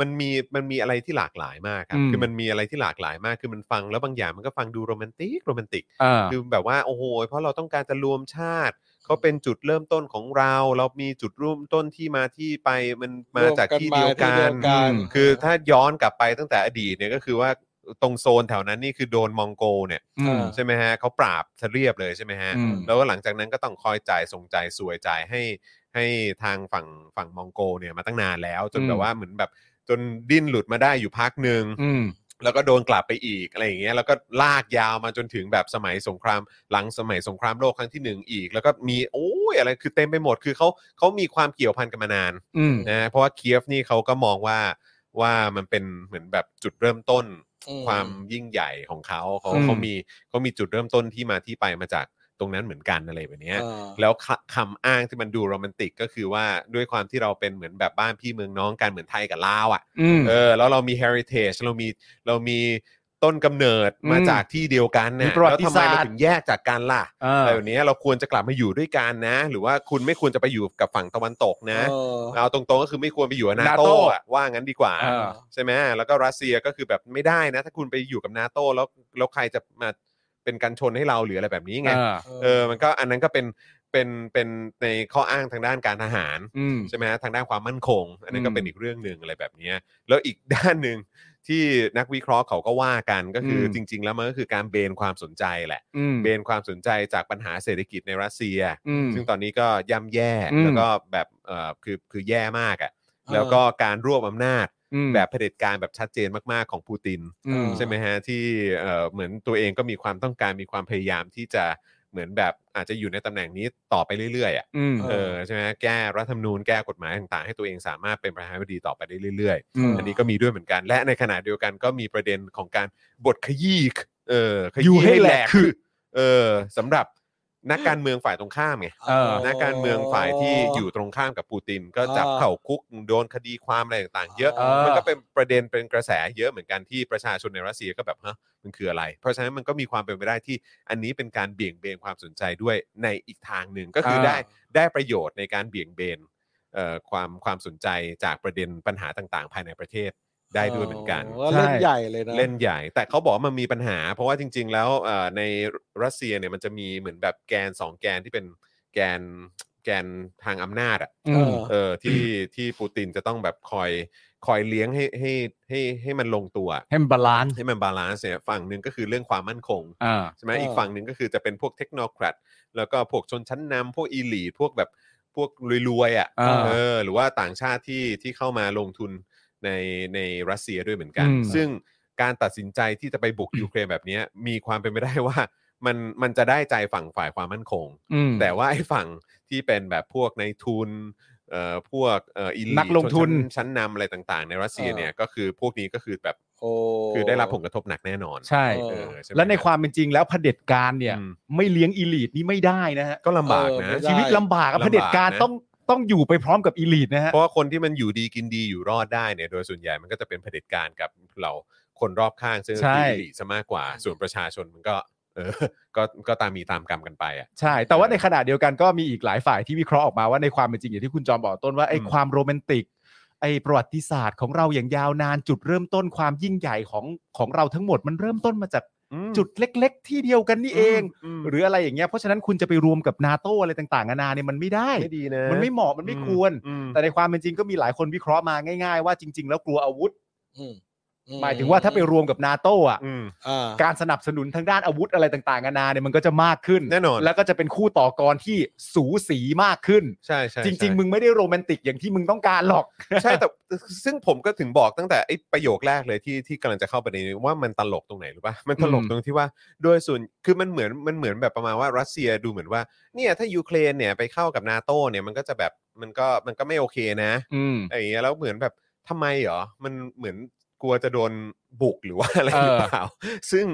S1: มันมีมันมีอะไรที่หลากหลายมากครับคือมันมีอะไรที่หลากหลายมากคือมันฟังแล้วบางอย่างมันก็ฟังดูโรแมนติกโรแมนติก
S2: เออ
S1: คือแบบว่าโอ้โหเพราะเราต้องการจะรวมชาติเขาเป็นจุดเริ่มต้นของเรา เรามีจุดเร่วมต้นที่มาที่ไปมันมาจากที่เดียวกัน
S2: อืม
S1: คือถ้าย้อนกลับไปตั้งแต่อดีตเนี่ยก็คือว่าตรงโซนแถวนั้นนี่คือโดนมองโกเนี่ย
S2: อืม
S1: ใช่ไหมฮะเขาปราบทะเรียบเลยใช่ไหมฮะ
S2: อืม
S1: แล้วก็หลังจากนั้นก็ต้องคอยจ่ายส่งจ่ายสวยจ่ายให้ให้ทางฝั่งฝั่งมองโกเนี่ยมาตั้งนานแล้ว จน
S2: อืม
S1: แบบว่าเหมือนแบบจนดิ้นหลุดมาได้อยู่พักหนึ่ง
S2: อืม
S1: แล้วก็โดนกลับไปอีกอะไรอย่างเงี้ยแล้วก็ลากยาวมาจนถึงแบบสมัยสงคราม หลังสมัยสงครามโลกครั้งที่หนึ่งอีก แล้วก็มีโอ้ยอะไรคือเต็มไปหมดคือเขาเขามีความเกี่ยวพันกันมานาน
S2: อืม
S1: นะเพราะว่าเคียฟนี่เขาก็มองว่าว่ามันเป็นเหมือนแบบจุดเริ่มต้น ความยิ่งใหญ่ของเขาเขา
S2: อืม
S1: เขามีเขามีจุดเริ่มต้นที่มาที่ไปมาจากตรงนั้นเหมือนกันอะไรแบบเนี้ย
S3: เออ
S1: แล้วคคำอ้างที่มันดูโรแมนติกก็คือว่าด้วยความที่เราเป็นเหมือนแบบบ้านพี่เมืองน้องกันเหมือนไทยกับลาวอ่ะ
S2: อืม
S1: เออแล้วเรามี heritage เรามีเรามีต้นกำเนิด
S2: อืม
S1: มาจากที่เดียวกัน
S2: มี
S1: นะ
S2: ประวั
S1: แล้ว
S2: ติ
S1: ทำไม
S2: ศาสตร์
S1: เราถึงแยกจากกันล่ะ
S2: เอ
S1: อะ
S2: อ
S1: ไรแบบเนี้ยเราควรจะกลับมาอยู่ด้วยกันนะ หรือว่าคุณไม่ควรจะไปอยู่กับฝั่งตะวันตกนะ
S3: เออ
S1: เอาตรงๆก็คือไม่ควรไปอยู่กับนาโต้อะว่างั้นดีกว่า
S2: เออ
S1: ใช่ไหมแล้วก็รัสเซียก็คือแบบไม่ได้นะ ถ้าคุณไปอยู่กับนาโต้แล้วแล้วใครจะมาเป็นการชนให้เราหรืออะไรแบบนี้ไง
S2: เออ
S1: เออมันก็อันนั้นก็เป็นเป็นเป็นในข้ออ้างทางด้านการทหาร
S2: อืม
S1: ใช่ไหมฮะทางด้านความมั่นคง อันนั้นก็
S2: อืม
S1: เป็นอีกเรื่องหนึ่งอะไรแบบเนี้ยแล้วอีกด้านหนึ่งที่นักวิเคราะห์เขาก็ว่ากันก็คืออ
S2: ม
S1: จริง ๆ แล้วมันก็คือการเบนความสนใจแหละ
S2: อืม
S1: เบนความสนใจจากปัญหาเศรษฐกิจในรัสเซีย
S2: อืม
S1: ซึ่งตอนนี้ก็ย่ำแย่
S2: อืม
S1: แล้วก็แบบเออคือคือแย่มากอะ่ะ
S3: เออ
S1: แล้วก็การรวบอำนาจ
S2: อืม
S1: แบบเผด็จการแบบชัดเจนมาก ๆ ของปูติน
S2: อืม
S1: ใช่ไหมฮะ ที่เอ่อเหมือนตัวเองก็มีความต้องการมีความพยายามที่จะ เหมือนแบบอาจจะอยู่ในตำแหน่งนี้ต่อไปเรื่อยๆอ่ะ
S2: อืม
S1: เออใช่ไหมแก้รัฐธรรมนูญแก้กฎหมายต่างๆ ให้ตัวเองสามารถเป็นประธานาธิบดีต่อไปได้เรื่อย
S2: อืม
S1: ๆ อันนี้ก็มีด้วยเหมือนกัน และในขณะเดียวกันก็มีประเด็นของการบทขยี้เออข
S2: อยู่
S1: ยี้
S2: ให้แหลกคือ
S1: เออสำหรับนักการเมืองฝ่ายตรงข้ามไง
S2: เออ
S1: นักการเมืองฝ่ายที่อยู่ตรงข้ามกับปูติน ก็จับ
S3: อ่า
S1: เข่าคุกโดนคดีความอะไรต่างๆ เยอะ
S2: อ่ามั
S1: มันก็เป็นประเด็นเป็นกระแสเยอะเหมือนกันที่ประชาชนในรัสเซียก็แบบฮะมันคืออะไร เพราะฉะนั้นมันก็มีความเป็นไปได้ที่อันนี้เป็นการเบี่ยงเบนความสนใจด้วยในอีกทางหนึ่งก็คืออา ได้ได้ประโยชน์ในการเบี่ยงเบนเอ่อความความสนใจจากประเด็นปัญหาต่างๆ ภายในประเทศได้ด้วยเหมือนกัน
S3: าเล่น
S2: ใช่
S3: ใหญ่เลยนะ
S1: เล่นใหญ่ แต่เขาบอกว่ามันมีปัญหา เพราะว่าจริง ๆ แล้วเอ่อในรัสเซียเนี่ยมันจะมีเหมือนแบบแกนสองแกนที่เป็นแกนแกนทางอำนาจอ่ะ
S2: อืม
S1: เออที่ที่ปูตินจะต้องแบบคอยคอยเลี้ยงให้ให้ให้ให้มันลงตัว
S2: ให้มันบาลานซ์
S1: ให้มันบาลานซ์เนี่ยฝั่งหนึ่งก็คือเรื่องความมั่นคง
S2: อ่า
S1: ใช่ไหมอีกฝั่งหนึ่งก็คือจะเป็นพวกเทคโนแครดแล้วก็พวกชนชั้นนำพวกอีลีพวกแบบพวกรวยๆอ่ะ
S2: อ่า
S1: เออหรือว่าต่างชาติที่ที่เข้ามาลงทุนในในรัสเซียด้วยเหมือนกัน
S2: อืม
S1: ซึ่งการตัดสินใจที่จะไปบุกยูเครนแบบเนี้ยมีความเป็นไปได้ว่ามันมันจะได้ใจฝั่งฝ่ายความมั่นคง
S2: อืม
S1: แต่ว่าไอ้ฝั่งที่เป็นแบบพวกในทุนเอ่อพวกเอ่ออีลี
S2: นักลงทุน
S1: ชั้นนำอะไรต่างๆ ในรัสเซียเนี่ยก็คือพวกนี้ก็คือแบบ
S3: โอ้
S1: คือได้รับผลกระทบหนักแน่นอน
S2: ใช่
S1: เออใช่ไหม
S2: และในความเป็นจริงแล้วเผด็จการเนี่ย
S1: อืม
S2: ไม่เลี้ยงอีลีทนี่ไม่ได้นะฮะ
S1: ก็ลำบาก
S3: เออ
S1: นะ
S3: ไม่ได้
S2: ชีวิตลำบากอะ
S1: ลำบากนะ
S2: เผด็จการต้องต้องอยู่ไปพร้อมกับอีลีทนะฮะ
S1: เพราะว่าคนที่มันอยู่ดีกินดีอยู่รอดได้เนี่ยโดยส่วนใหญ่มันก็จะเป็นเผด็จการกับเราคนรอบข้างซึ่งก็
S2: ใช่
S1: คืออิลิซะมากกว่า ส่วนประชาชนมันก็ เออก็ก็ตามมีตามกรรมกันไปอ่ะ
S2: ใช่ แต่ว่าในขณะเดียวกันก็มีอีกหลายฝ่ายที่วิเคราะห์ออกมาว่าในความเป็นจริงอย่างที่คุณจอมบอกต้นว่าไอ้
S1: อืม
S2: ความโรแมนติก ไอ้ประวัติศาสตร์ของเราอย่างยาวนานจุดเริ่มต้นความยิ่งใหญ่ของของเราทั้งหมดมันเริ่มต้นมาจากจุดเล็ก ๆ ที่เดียวกันนี่เอง
S1: ม
S2: หรืออะไรอย่างเงี้ยเพราะฉะนั้นคุณจะไปรวมกับนาโตอะไรต่างๆนานาเนี่ยมันไม่ได้
S1: ไม่ดีนะ
S2: มันไม่เหมาะมันไม่ควร
S1: อืม
S2: แต่ในความเป็นจริงก็มีหลายคนวิเคราะห์มาง่ายๆว่าจริง ๆ แล้วกลัวอาวุธ
S3: อืมอื
S2: หมายถึงว่าถ้าไปรวมกับนาโตอ่ะ
S1: อืม
S3: อ่า
S2: การสนับสนุนทางด้านอาวุธอะไรต่างๆนานาเนี่ยมันก็จะมากขึ้น
S1: แน่นอน
S2: แล้วก็จะเป็นคู่ต่อกรที่สูสีมากขึ้น
S1: ใช่ใช่
S2: จริง ๆ มึงไม่ได้โรแมนติกอย่างที่มึงต้องการหรอก
S1: ใช่แต่ซึ่งผมก็ถึงบอกตั้งแต่ไอ้ประโยคแรกเลยที่ที่กำลังจะเข้าประเด็นนี้ว่ามันตลกตรงไหนหรือป่ะมันตลก
S2: อืม
S1: ตรงที่ว่าโดยส่วนคือมันเหมือนมันเหมือนแบบประมาณว่ารัสเซียดูเหมือนว่าเนี่ยถ้ายูเครนเนี่ยไปเข้ากับนาโตเนี่ยมันก็จะแบบมันก็มันก็ไม่โอเคนะ
S2: อืม
S1: อะไรอย่างเงี้ยแล้วเหมือนแบบทำไมเหรอ มันเหมือนกลัวจะโดนบุกหรือว่า อะไร
S2: เออ
S1: หรือเปล่า ซึ่ง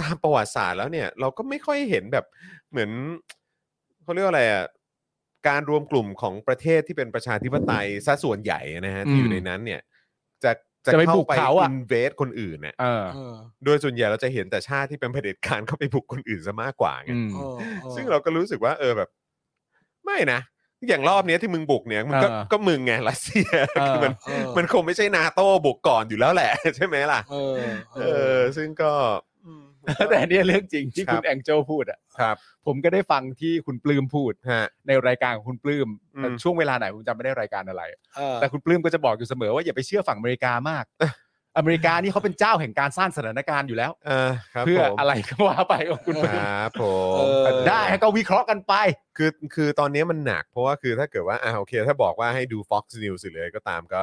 S1: ตามประวัติศาสตร์แล้วเนี่ย เราก็ไม่ค่อยเห็นแบบเหมือนเขาเรียกว่าอะไรอ่ะการรวมกลุ่มของประเทศที่เป็นประชาธิปไตยซะส่วนใหญ่นะฮะ ที่อยู่
S2: อืม
S1: ในนั้นเนี่ย จะจะ
S2: จะไป
S1: เข้า
S2: บุก
S1: ไป
S2: เขาอะ
S1: อินเวสคนอื่นเนี่ย
S2: เออ
S3: เออ
S1: โดยส่วนใหญ่เราจะเห็นแต่ชาติที่เป็นเผด็จการเข้าไปบุกคนอื่นซะมากกว่าไง
S2: อืม
S3: เออออ
S1: ซึ่งเราก็รู้สึกว่าเออแบบ ไม่นะ อย่างรอบเนี้ยที่มึงบุกเนี่ยมันก็
S2: เออ
S1: ก็มึงไงรัสเซีย
S2: เออ
S1: คือมัน
S3: เออ
S1: มันคงไม่ใช่นาโต้บุกก่อนอยู่แล้วแหละ ใช่ไหมล่ะ
S3: เออเอ
S1: เอ
S3: อ
S1: อซึ่งก็อืม
S2: แต่อันเนี่ยเรื่องจริงที่
S1: ครับ
S2: คุณแองเจลพูดอ่ะ
S1: ครับ
S2: ผมก็ได้ฟังที่คุณปลื้มพูด
S1: ฮะ
S2: ในรายการของคุณปลื้ม
S1: อืม
S2: ช่วงเวลาไหนผมจำไม่ได้รายการอะไร
S3: เออ
S2: แต่คุณปลื้มก็จะบอกอยู่เสมอว่าอย่าไปเชื่อฝั่งอเมริกา มาก อเมริกานี่เขาเป็นเจ้าแห่งการสร้างสถานการณ์อยู่แล้ว
S1: เออครับ
S2: เพื่อ
S1: ผม
S2: อะไรก็ว่าไปของคุณปลื้ม
S1: ครับผม
S3: เออ
S2: ได้ก็วิเคราะห์กันไป
S1: คือคือตอนนี้มันหนัก เพราะว่าคือถ้าเกิดว่าอ่าโอเค ถ้าบอกว่าให้ดู Fox News หรืออะไรก็ตามก็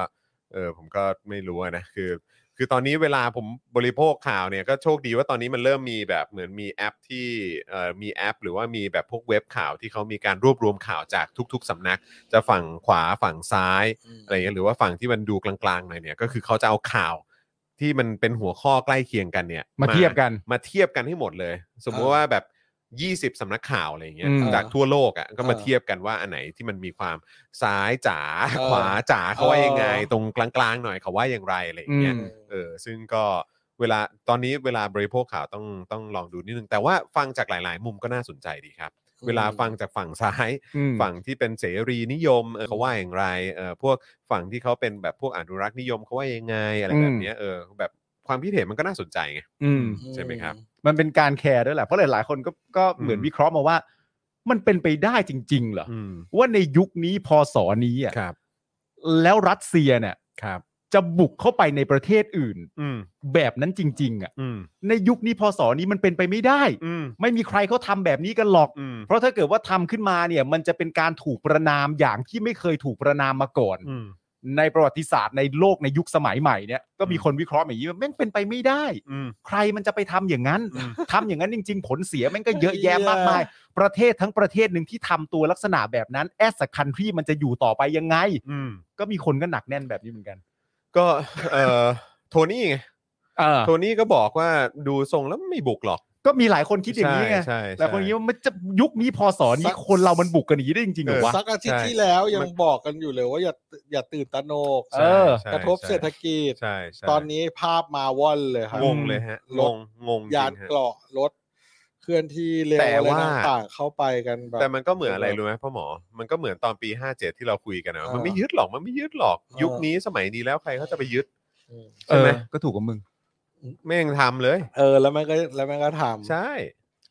S1: เออผมก็ไม่รู้อะนะคือ คือตอนนี้เวลาผมบริโภคข่าวเนี่ยก็โชคดีว่าตอนนี้มันเริ่มมีแบบเหมือนมีแอปที่เอ่อมีแอป หรือว่ามีแบบพวกเว็บข่าวที่เขามีการรวบรวมข่าวจากทุก ๆสำนัก จะฝั่งขวาฝั่งซ้ายอะไรเงี้ยหรือว่าฝั่งที่มันดูกลางๆหน่อยเนี่ยก็คือเขาจะเอาข่าวที่มันเป็นหัวข้อใกล้เคียงกันเนี่ย
S2: มาเทียบกัน
S1: มาเทียบกันให้หมดเลย สมมุติว่าแบบ 20 สำนักข่าวอะไรอย่างเงี้ย
S2: อืม
S1: จากทั่วโลกอ่ะก็มา
S3: เออ
S1: เทียบกันว่าอันไหนที่มันมีความซ้ายจ๋า
S3: เออ
S1: ขวาจ๋าเขาว่ายังไง
S3: เออ
S1: ตรงกลางๆหน่อยเขาว่าอย่างไรอะไรอย่างเงี้ย
S2: อืม
S1: เออซึ่งก็เวลาตอนนี้เวลาบริโภคข่าวต้องต้องลองดูนิดนึง แต่ว่าฟังจากหลาย ๆ มุมก็น่าสนใจดีครับ เวลาฟังจากฝั่งซ้าย
S2: อืม
S1: ฝั่งที่เป็นเสรีนิยมเออเขาว่าอย่างไรเออพวกฝั่งที่เขาเป็นแบบพวกอนุรักษ์นิยมเขาว่ายังไงอะไร
S2: อืม
S1: แบบเนี้ยเออแบบความคิดเห็นมันก็น่าสนใจไง
S2: อืม
S3: อื
S1: ใช่ไหมครับ
S2: มันเป็นการแคร์ด้วยแหละ เพราะหลาย ๆ คนก็ก็เหมือน
S1: อืม
S2: วิเคราะห์มาว่า มันเป็นไปได้จริง ๆ เหรอ
S1: อืม
S2: ว่าในยุคนี้พอสอนี้อ่ะ
S1: ครับ
S2: แล้วรัสเซียเนี่ย
S1: ครับ
S2: จะบุกเข้าไปในประเทศอื่น
S1: อืม
S2: แบบนั้นจริง ๆ อ่ะ
S1: อืม
S2: ในยุคนี้พอสอนี้มันเป็นไปไม่ได้
S1: อืม
S2: ไม่มีใครเขาทำแบบนี้กันหรอก
S1: อืม
S2: เพราะถ้าเกิดว่าทำขึ้นมาเนี่ย มันจะเป็นการถูกประนามอย่างที่ไม่เคยถูกประนามมาก่อน
S1: อืม
S2: ในประวัติศาสตร์ในโลกในยุคสมัยใหม่เนี่ยก็มีคนวิเคราะห์แบบนี้ว่าแม่งเป็นไปไม่ได้
S1: อืม
S2: ใครมันจะไปทำอย่างนั้น
S1: อืม
S2: ทำอย่างนั้นจริง ๆ ผลเสียแม่งก็เยอะแยะมากมาย ประเทศทั้งประเทศหนึ่งที่ทำตัวลักษณะแบบนั้นแอสคันที่มันจะอยู่ต่อไปยังไง
S1: อืม
S2: ก็มีคนก็หนักแน่นแบบนี้เหมือนกัน
S1: ก็เอ่อโทนี่ไง
S2: เออ
S1: โทนี่ก็บอกว่าดูทรงแล้วไม่บุกหรอก
S2: ก็มีหลายคนคิดอย่างนี้ไง
S1: ใช่
S2: แต่
S1: ใช่
S2: คนนี้ว่ามันจะยุคนี้พอสอนนี้คนเรามันบุกกันอย่างนี้ได้จริงๆเหรอวะ
S3: สักอาทิตย์
S1: ใช่
S3: ที่แล้วยั
S1: มั
S3: ง
S1: น
S3: บอกกันอยู่เลยว่าอย่าอย่าตื่นตระหนก
S2: เออ
S1: ใช่
S3: กระทบเศรษฐกิจ
S1: ใช่ใช่
S3: ตอนนี้ภาพมาว่อนเลยครับ
S1: งงเลยฮะงงงงจริง
S3: ยาน
S1: ฮะ
S3: เกราะรถเคลื่อนที่เร็ว
S1: แต่
S3: อะไร
S1: ว่า
S3: ต่างๆเข้าไปกันแบบ
S1: แต่มันก็เหมือนอะไรรู้ไหมพ่อหมอ มันก็เหมือนตอนปี 57 ที่เราคุยกันนะ
S3: เออ
S1: มันไม่ยึดหรอก มันไม่ยึดหรอก
S3: เออ
S1: ยุคนี้สมัยนี้แล้วใครเขาจะไปยึด
S3: อืม
S1: ใช่ไหม
S2: เออก็ถูกกับมึง
S1: แม่งทำเลย
S3: เออ แล้วมันก็แล้วมันก็ทำ
S1: ใช่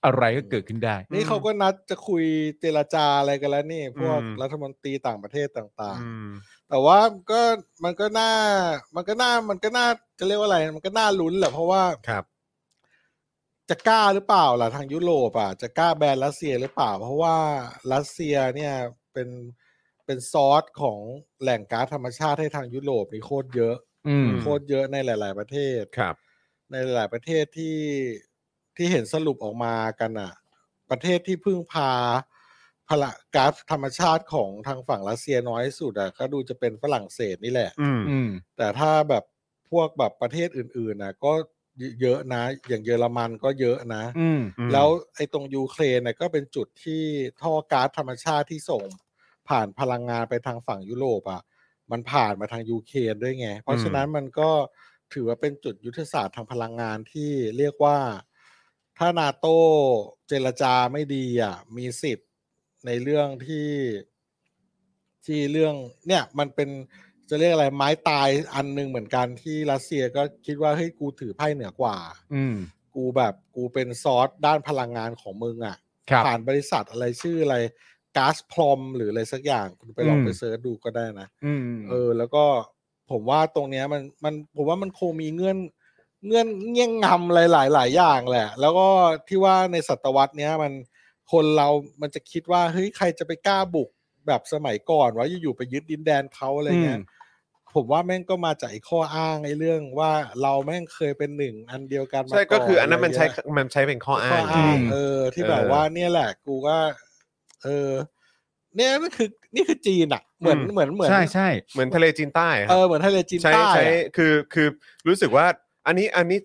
S2: อะไรก็เกิดขึ้นได้
S3: นี่เขาก็นัดจะคุยเจรจาอะไรกันแล้วนี่ พวก
S1: อืม
S3: รัฐมนตรีต่างประเทศต่าง
S1: อืม
S3: ๆ แต่ว่าก็มันก็น่ามันก็น่ามันก็น่าจะเรียกว่าอะไร มันก็น่าลุ้นแหละเพราะว่า
S1: ครับ
S3: จะกล้าหรือเปล่าล่ะทางยุโรปอ่ะจะกล้าแบนรัสเซียหรือเปล่า เพราะว่ารัสเซียเนี่ยเป็นเป็นซอร์สของแหล่งก๊าซธรรมชาติให้ทางยุโรปนี่โคตรเยอะ
S2: อืม
S1: อืม
S3: โคตรเยอะในหลาย ๆ ประเทศ
S1: ครับ
S3: ในหลาย ๆ ประเทศที่ที่เห็นสรุปออกมากันอ่ะ ประเทศที่พึ่งพาพละก๊าซธรรมชาติของทางฝั่งรัสเซียน้อยที่สุดอ่ะก็ดูจะเป็นฝรั่งเศสนี่แหละ
S1: อืม
S2: อืม
S3: แต่ถ้าแบบพวกแบบประเทศอื่น ๆนะก็เยอะนะ อย่างเยอรมันก็เยอะนะ
S2: อืม
S3: แล้วไอ้ตรงยูเครนเนี่ยก็เป็นจุดที่ท่อก๊าซธรรมชาติที่ส่งผ่านพลังงานไปทางฝั่งยุโรปอ่ะมันผ่านมาทางยูเครนด้วยไง เพ
S1: อื
S3: ราะ
S1: ม
S3: ฉะนั้นมันก็ถือว่าเป็นจุดยุทธศาสตร์ทางพลังงานที่เรียกว่าถ้านาโตเจรจาไม่ดีอ่ะมีสิทธิ์ในเรื่องที่ที่เรื่องเนี่ยมันเป็นจะเรียกอะไรไม้ตายอันหนึงเหมือนกันที่รัสเซียก็คิดว่าเฮ้ยกูถือไพ่เหนือกว่า
S2: อืม
S3: กูแบบกูเป็นซอสด้านพลังงานของมึงอะ่ะ
S2: ครับ
S3: ผ่านบริษัทอะไรชื่ออะไรก๊าซพลอมหรืออะไรสักอย่างคุณไปลอง
S2: อืม
S3: ไปเสิร์ชดูก็ได้นะ
S2: อืม
S3: เออ แล้วก็ผมว่าตรงเนี้ยมันมันผมว่ามันคงมีเงื่อนเงื่อนเงี้ยงงำหลายๆหลายอย่างแหละ แล้วก็ที่ว่าในศตวรรษเนี้ยมันคนเรามันจะคิดว่าเฮ้ยใครจะไปกล้าบุกแบบสมัยก่อนว่าอยู่ๆไปยึดดินแดนเขาอะไรเงี้ย ผมว่าแม่งก็มาจากไอ้ข้ออ้างไอ้เรื่องว่าเราแม่งเคยเป็นหนึ่งอันเดียวกันมา
S1: ใช่ ก็คืออั
S3: ะ
S1: น
S3: ไร
S1: นั้นมันใช้
S3: เงี้ย
S1: มันใช้เป็นข้ออ้าง
S3: ข้ออ้างเออ ที่แบบ
S1: เออ
S3: ว่าเนี่ยแหละ กูก็เออ เนี่ยนี่คือ นี่คือจีนอ่ะ เหมือน
S1: อืม
S3: เหมือนเหมือน
S2: ใช่ใช่
S1: เหมือนทะเลจีนใต้ครับ
S3: เออเหมือนทะเลจีน
S1: ใช้
S3: ใต้
S1: ใช้
S3: อะ
S1: คือคือรู้สึกว่าอันนี้อันนี้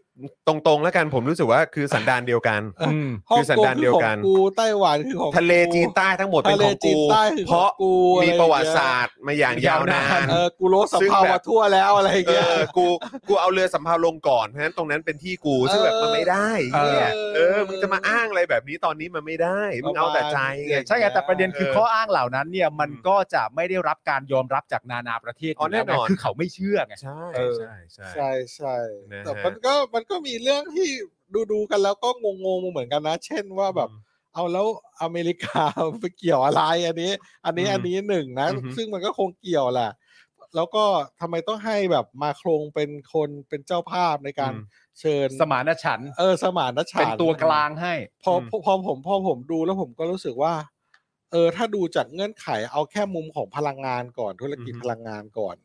S1: ตรงๆแล้วกันผมรู้สึกว่าคือสันดานเดียวกัน
S2: อืม
S3: ฮ่อง
S1: สัน
S3: กง
S1: ดาน
S3: คื
S1: เดี
S3: อ
S1: ยว
S3: ของ
S1: กัน
S3: กูไต้หวันคือของกู
S1: ทะเลจีนใต้ทั้งหมดเป็น
S3: ทะเล
S1: ของ
S3: จี
S1: กู
S3: นใต้คือ
S1: เพราะ
S3: ของกูอไอ
S1: มี
S3: ย่งงี้ย
S1: ประวัติศาสตร์มาอย่างยาวนาย
S2: าวนาน น
S3: เออกูโลสัม
S1: ซึ่ง
S3: ภา
S1: แบ
S3: วะ
S1: บ
S3: ทั่วแล้วอะไรอย่าง
S1: เอ
S3: เงี้ย
S1: อกูกูเอาเรือสำเภาลงก่อนเพราะฉะนั้นตรงนั้นเป็นที่กูซึ่งแบบมันไม่ได้
S2: เออ
S1: เนี่ยเออ
S3: เออ
S1: มึงจะมาอ้างอะไรแบบนี้ตอนนี้มันไม่ได้มึง
S3: ประ
S1: เอา
S3: มาณ
S1: แต่ใจไง
S3: เนี่ย
S2: ใช่ไงแต่ประเด็นคือ
S1: เออ
S2: ข้ออ้างเหล่านั้นเนี่ยมัน
S1: อืม
S2: ก็จะไม่ได้รับการยอมรับจากนานาประเทศ
S1: อ๋อ
S2: อยู่ล้ว
S1: แน่นอน
S2: ไงคือเขาไม่เชื่อไง
S1: ใช่
S2: เออ
S1: ใช่ใช่
S3: ใช่ใช่
S1: นะฮะ
S3: แต่มันก็มันก็มีเรื่องที่ดูดูๆกันแล้วก็งงๆเหมือนกันนะ เช่นว่าแบบ เอาแล้วอเมริกา ไปเกี่ยวอะไรอันนี้ อันนี้
S1: อืม
S3: อันนี้หนึ่งนะ
S1: อือหือ
S3: ซึ่งมันก็คงเกี่ยวแหละแล้วก็ทำไมต้องให้แบบมาโครงเป็นคนเป็นเจ้าภาพในการ
S1: อืม
S3: เชิญ
S2: สมานฉันท์
S3: เออสมานฉันท์
S2: เป็นตัวกลางให้
S3: พอ
S1: อืม
S3: พอพอผมพอผมดูแล้วผมก็รู้สึกว่า เออ ถ้าดูจากเงื่อนไขเอาแค่มุมของพลังงานก่อนธุรกิจพลังงานก่อน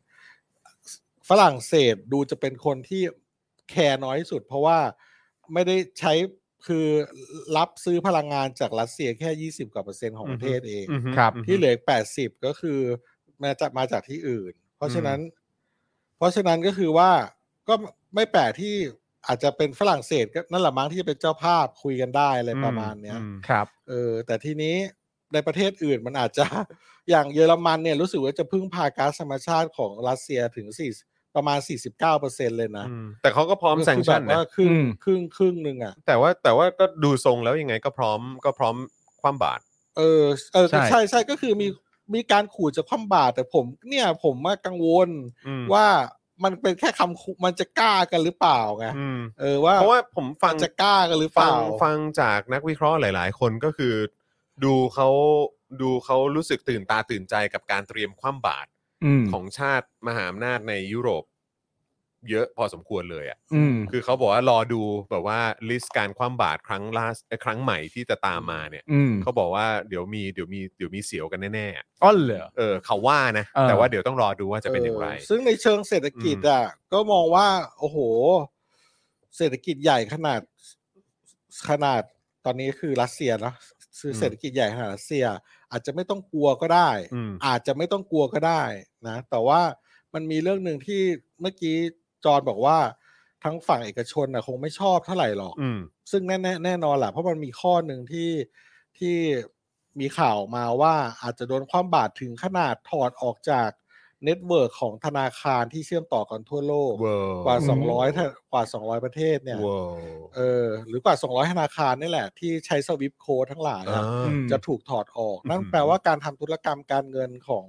S3: ฝรั่งเศสดูจะเป็นคนที่แคร์น้อยที่สุด เพราะว่าไม่ได้ใช้คือรับซื้อพลังงานจากรัสเซียแค่ 20 กว่าเปอร์เซ็นต์ของประเทศเอง
S1: อือฮึ
S2: ครับ
S1: อือฮึ
S3: ที่เหลืออีก80 ก็คือมาจากมาจากที่อื่น เพราะฉะนั้น เพราะฉะนั้นก็คือว่าก็ไม่แปลกที่อาจจะเป็นฝรั่งเศสก็นั่นแหละมั้งที่จะเป็นเจ้าภาพคุยกันได้อะไรประมาณเนี้ย
S1: อืม
S2: ครับ
S3: เออแต่ทีนี้ในประเทศอื่นมันอาจจะ อย่างเยอรมันเนี่ยรู้สึกว่าจะพึ่งพาก๊าซธรรมชาติของรัสเซียถึงสี่ประมาณ 49เปอร์เซ็นเลยนะ
S1: อืมแต่เขาก็พร้อมแซงชั่น
S3: ก็คือแบบ
S1: นะ
S3: ว่าครึ่ง
S2: อืม
S3: ครึ่งครึ่งหนึ่งอ่ะ
S1: แต่ว่าแต่ว่าก็ดูทรงแล้วยังไงก็พร้อมก็พร้อมคว่ำบาตร
S3: เออเออ
S2: ใช่
S3: ใช่ใช่ใช่ก็คือมีมีการขู่จะคว่ำบาตรแต่ผมเนี่ยผมว่ากังวล
S1: อืม
S3: ว่ามันเป็นแค่คำขู่มันจะกล้ากันหรือเปล่าไง
S1: อืม
S3: เออว่า
S1: เพราะว่าผมฟัง
S3: นจะกล้ากันหรือเป
S1: ฟัง
S3: ล่า
S1: ฟังจากนักวิเคราะห์หลาย ๆ คนก็คือ ดูเขาดูเขารู้สึกตื่นตาตื่นใจกับการเตรียมคว่ำบาตร
S2: อืม
S1: ของชาติมหาอำนาจในยุโรป เยอะพอสมควรเลยอ่ะ
S2: อืม
S1: คือเขาบอกว่ารอดูแบบว่าลิสต์การคว่ำบาตรครั้งล่าเอ่อครั้งใหม่ที่จะตามมาเนี่ย
S2: อืม
S1: เขาบอกว่าเดี๋ยวมีเดี๋ยวมีเดี๋ยวมีเสียวกันแน่ๆอะ
S2: อ้อนเหรอ
S1: เออเขาว่านะ
S2: เออ
S1: แต่ว่าเดี๋ยวต้องรอดูว่าจะเป็นอย่างไร
S3: ออซึ่งในเชิงเศรษฐกิจอ่ะก็มองว่า โอ้โห เศรษฐกิจใหญ่ขนาดขนาดตอนนี้คือรัสเซียเนอะคือ
S1: ม
S3: เศรษฐกิจใหญ่ขนาดรัสเซีย อาจจะไม่ต้องกลัวก็ได้
S1: อืม
S3: อาจจะไม่ต้องกลัวก็ได้นะ แต่ว่ามันมีเรื่องหนึ่งที่เมื่อกี้จอห์นบอกว่าทั้งฝั่งเอกชนนะคงไม่ชอบเท่าไหร่หรอก
S1: อืม
S3: ซึ่งแน่แน่แน่นอนแหละเพราะมันมีข้อหนึ่งที่ที่มีข่าวออกมาว่าอาจจะโดนความบาดถึงขนาดถอดออกจากเน็ตเวิร์กของธนาคารที่เชื่อมต่อกันทั่วโลก
S1: เวอก
S3: ว่า
S2: อืม
S3: 200ถ้ากว่า 200 ประเทศเนี่ย
S1: ว้
S3: เออหรือกว่า 200 ธนาคารนี่แหละ ที่ใช้สวิปโค้ดทั้งหลาย
S1: า
S3: อะ
S2: อืม
S3: จะถูกถอดออก นั่น
S1: อืม
S3: แปลว่าการทำธุรกรรมการเงินของ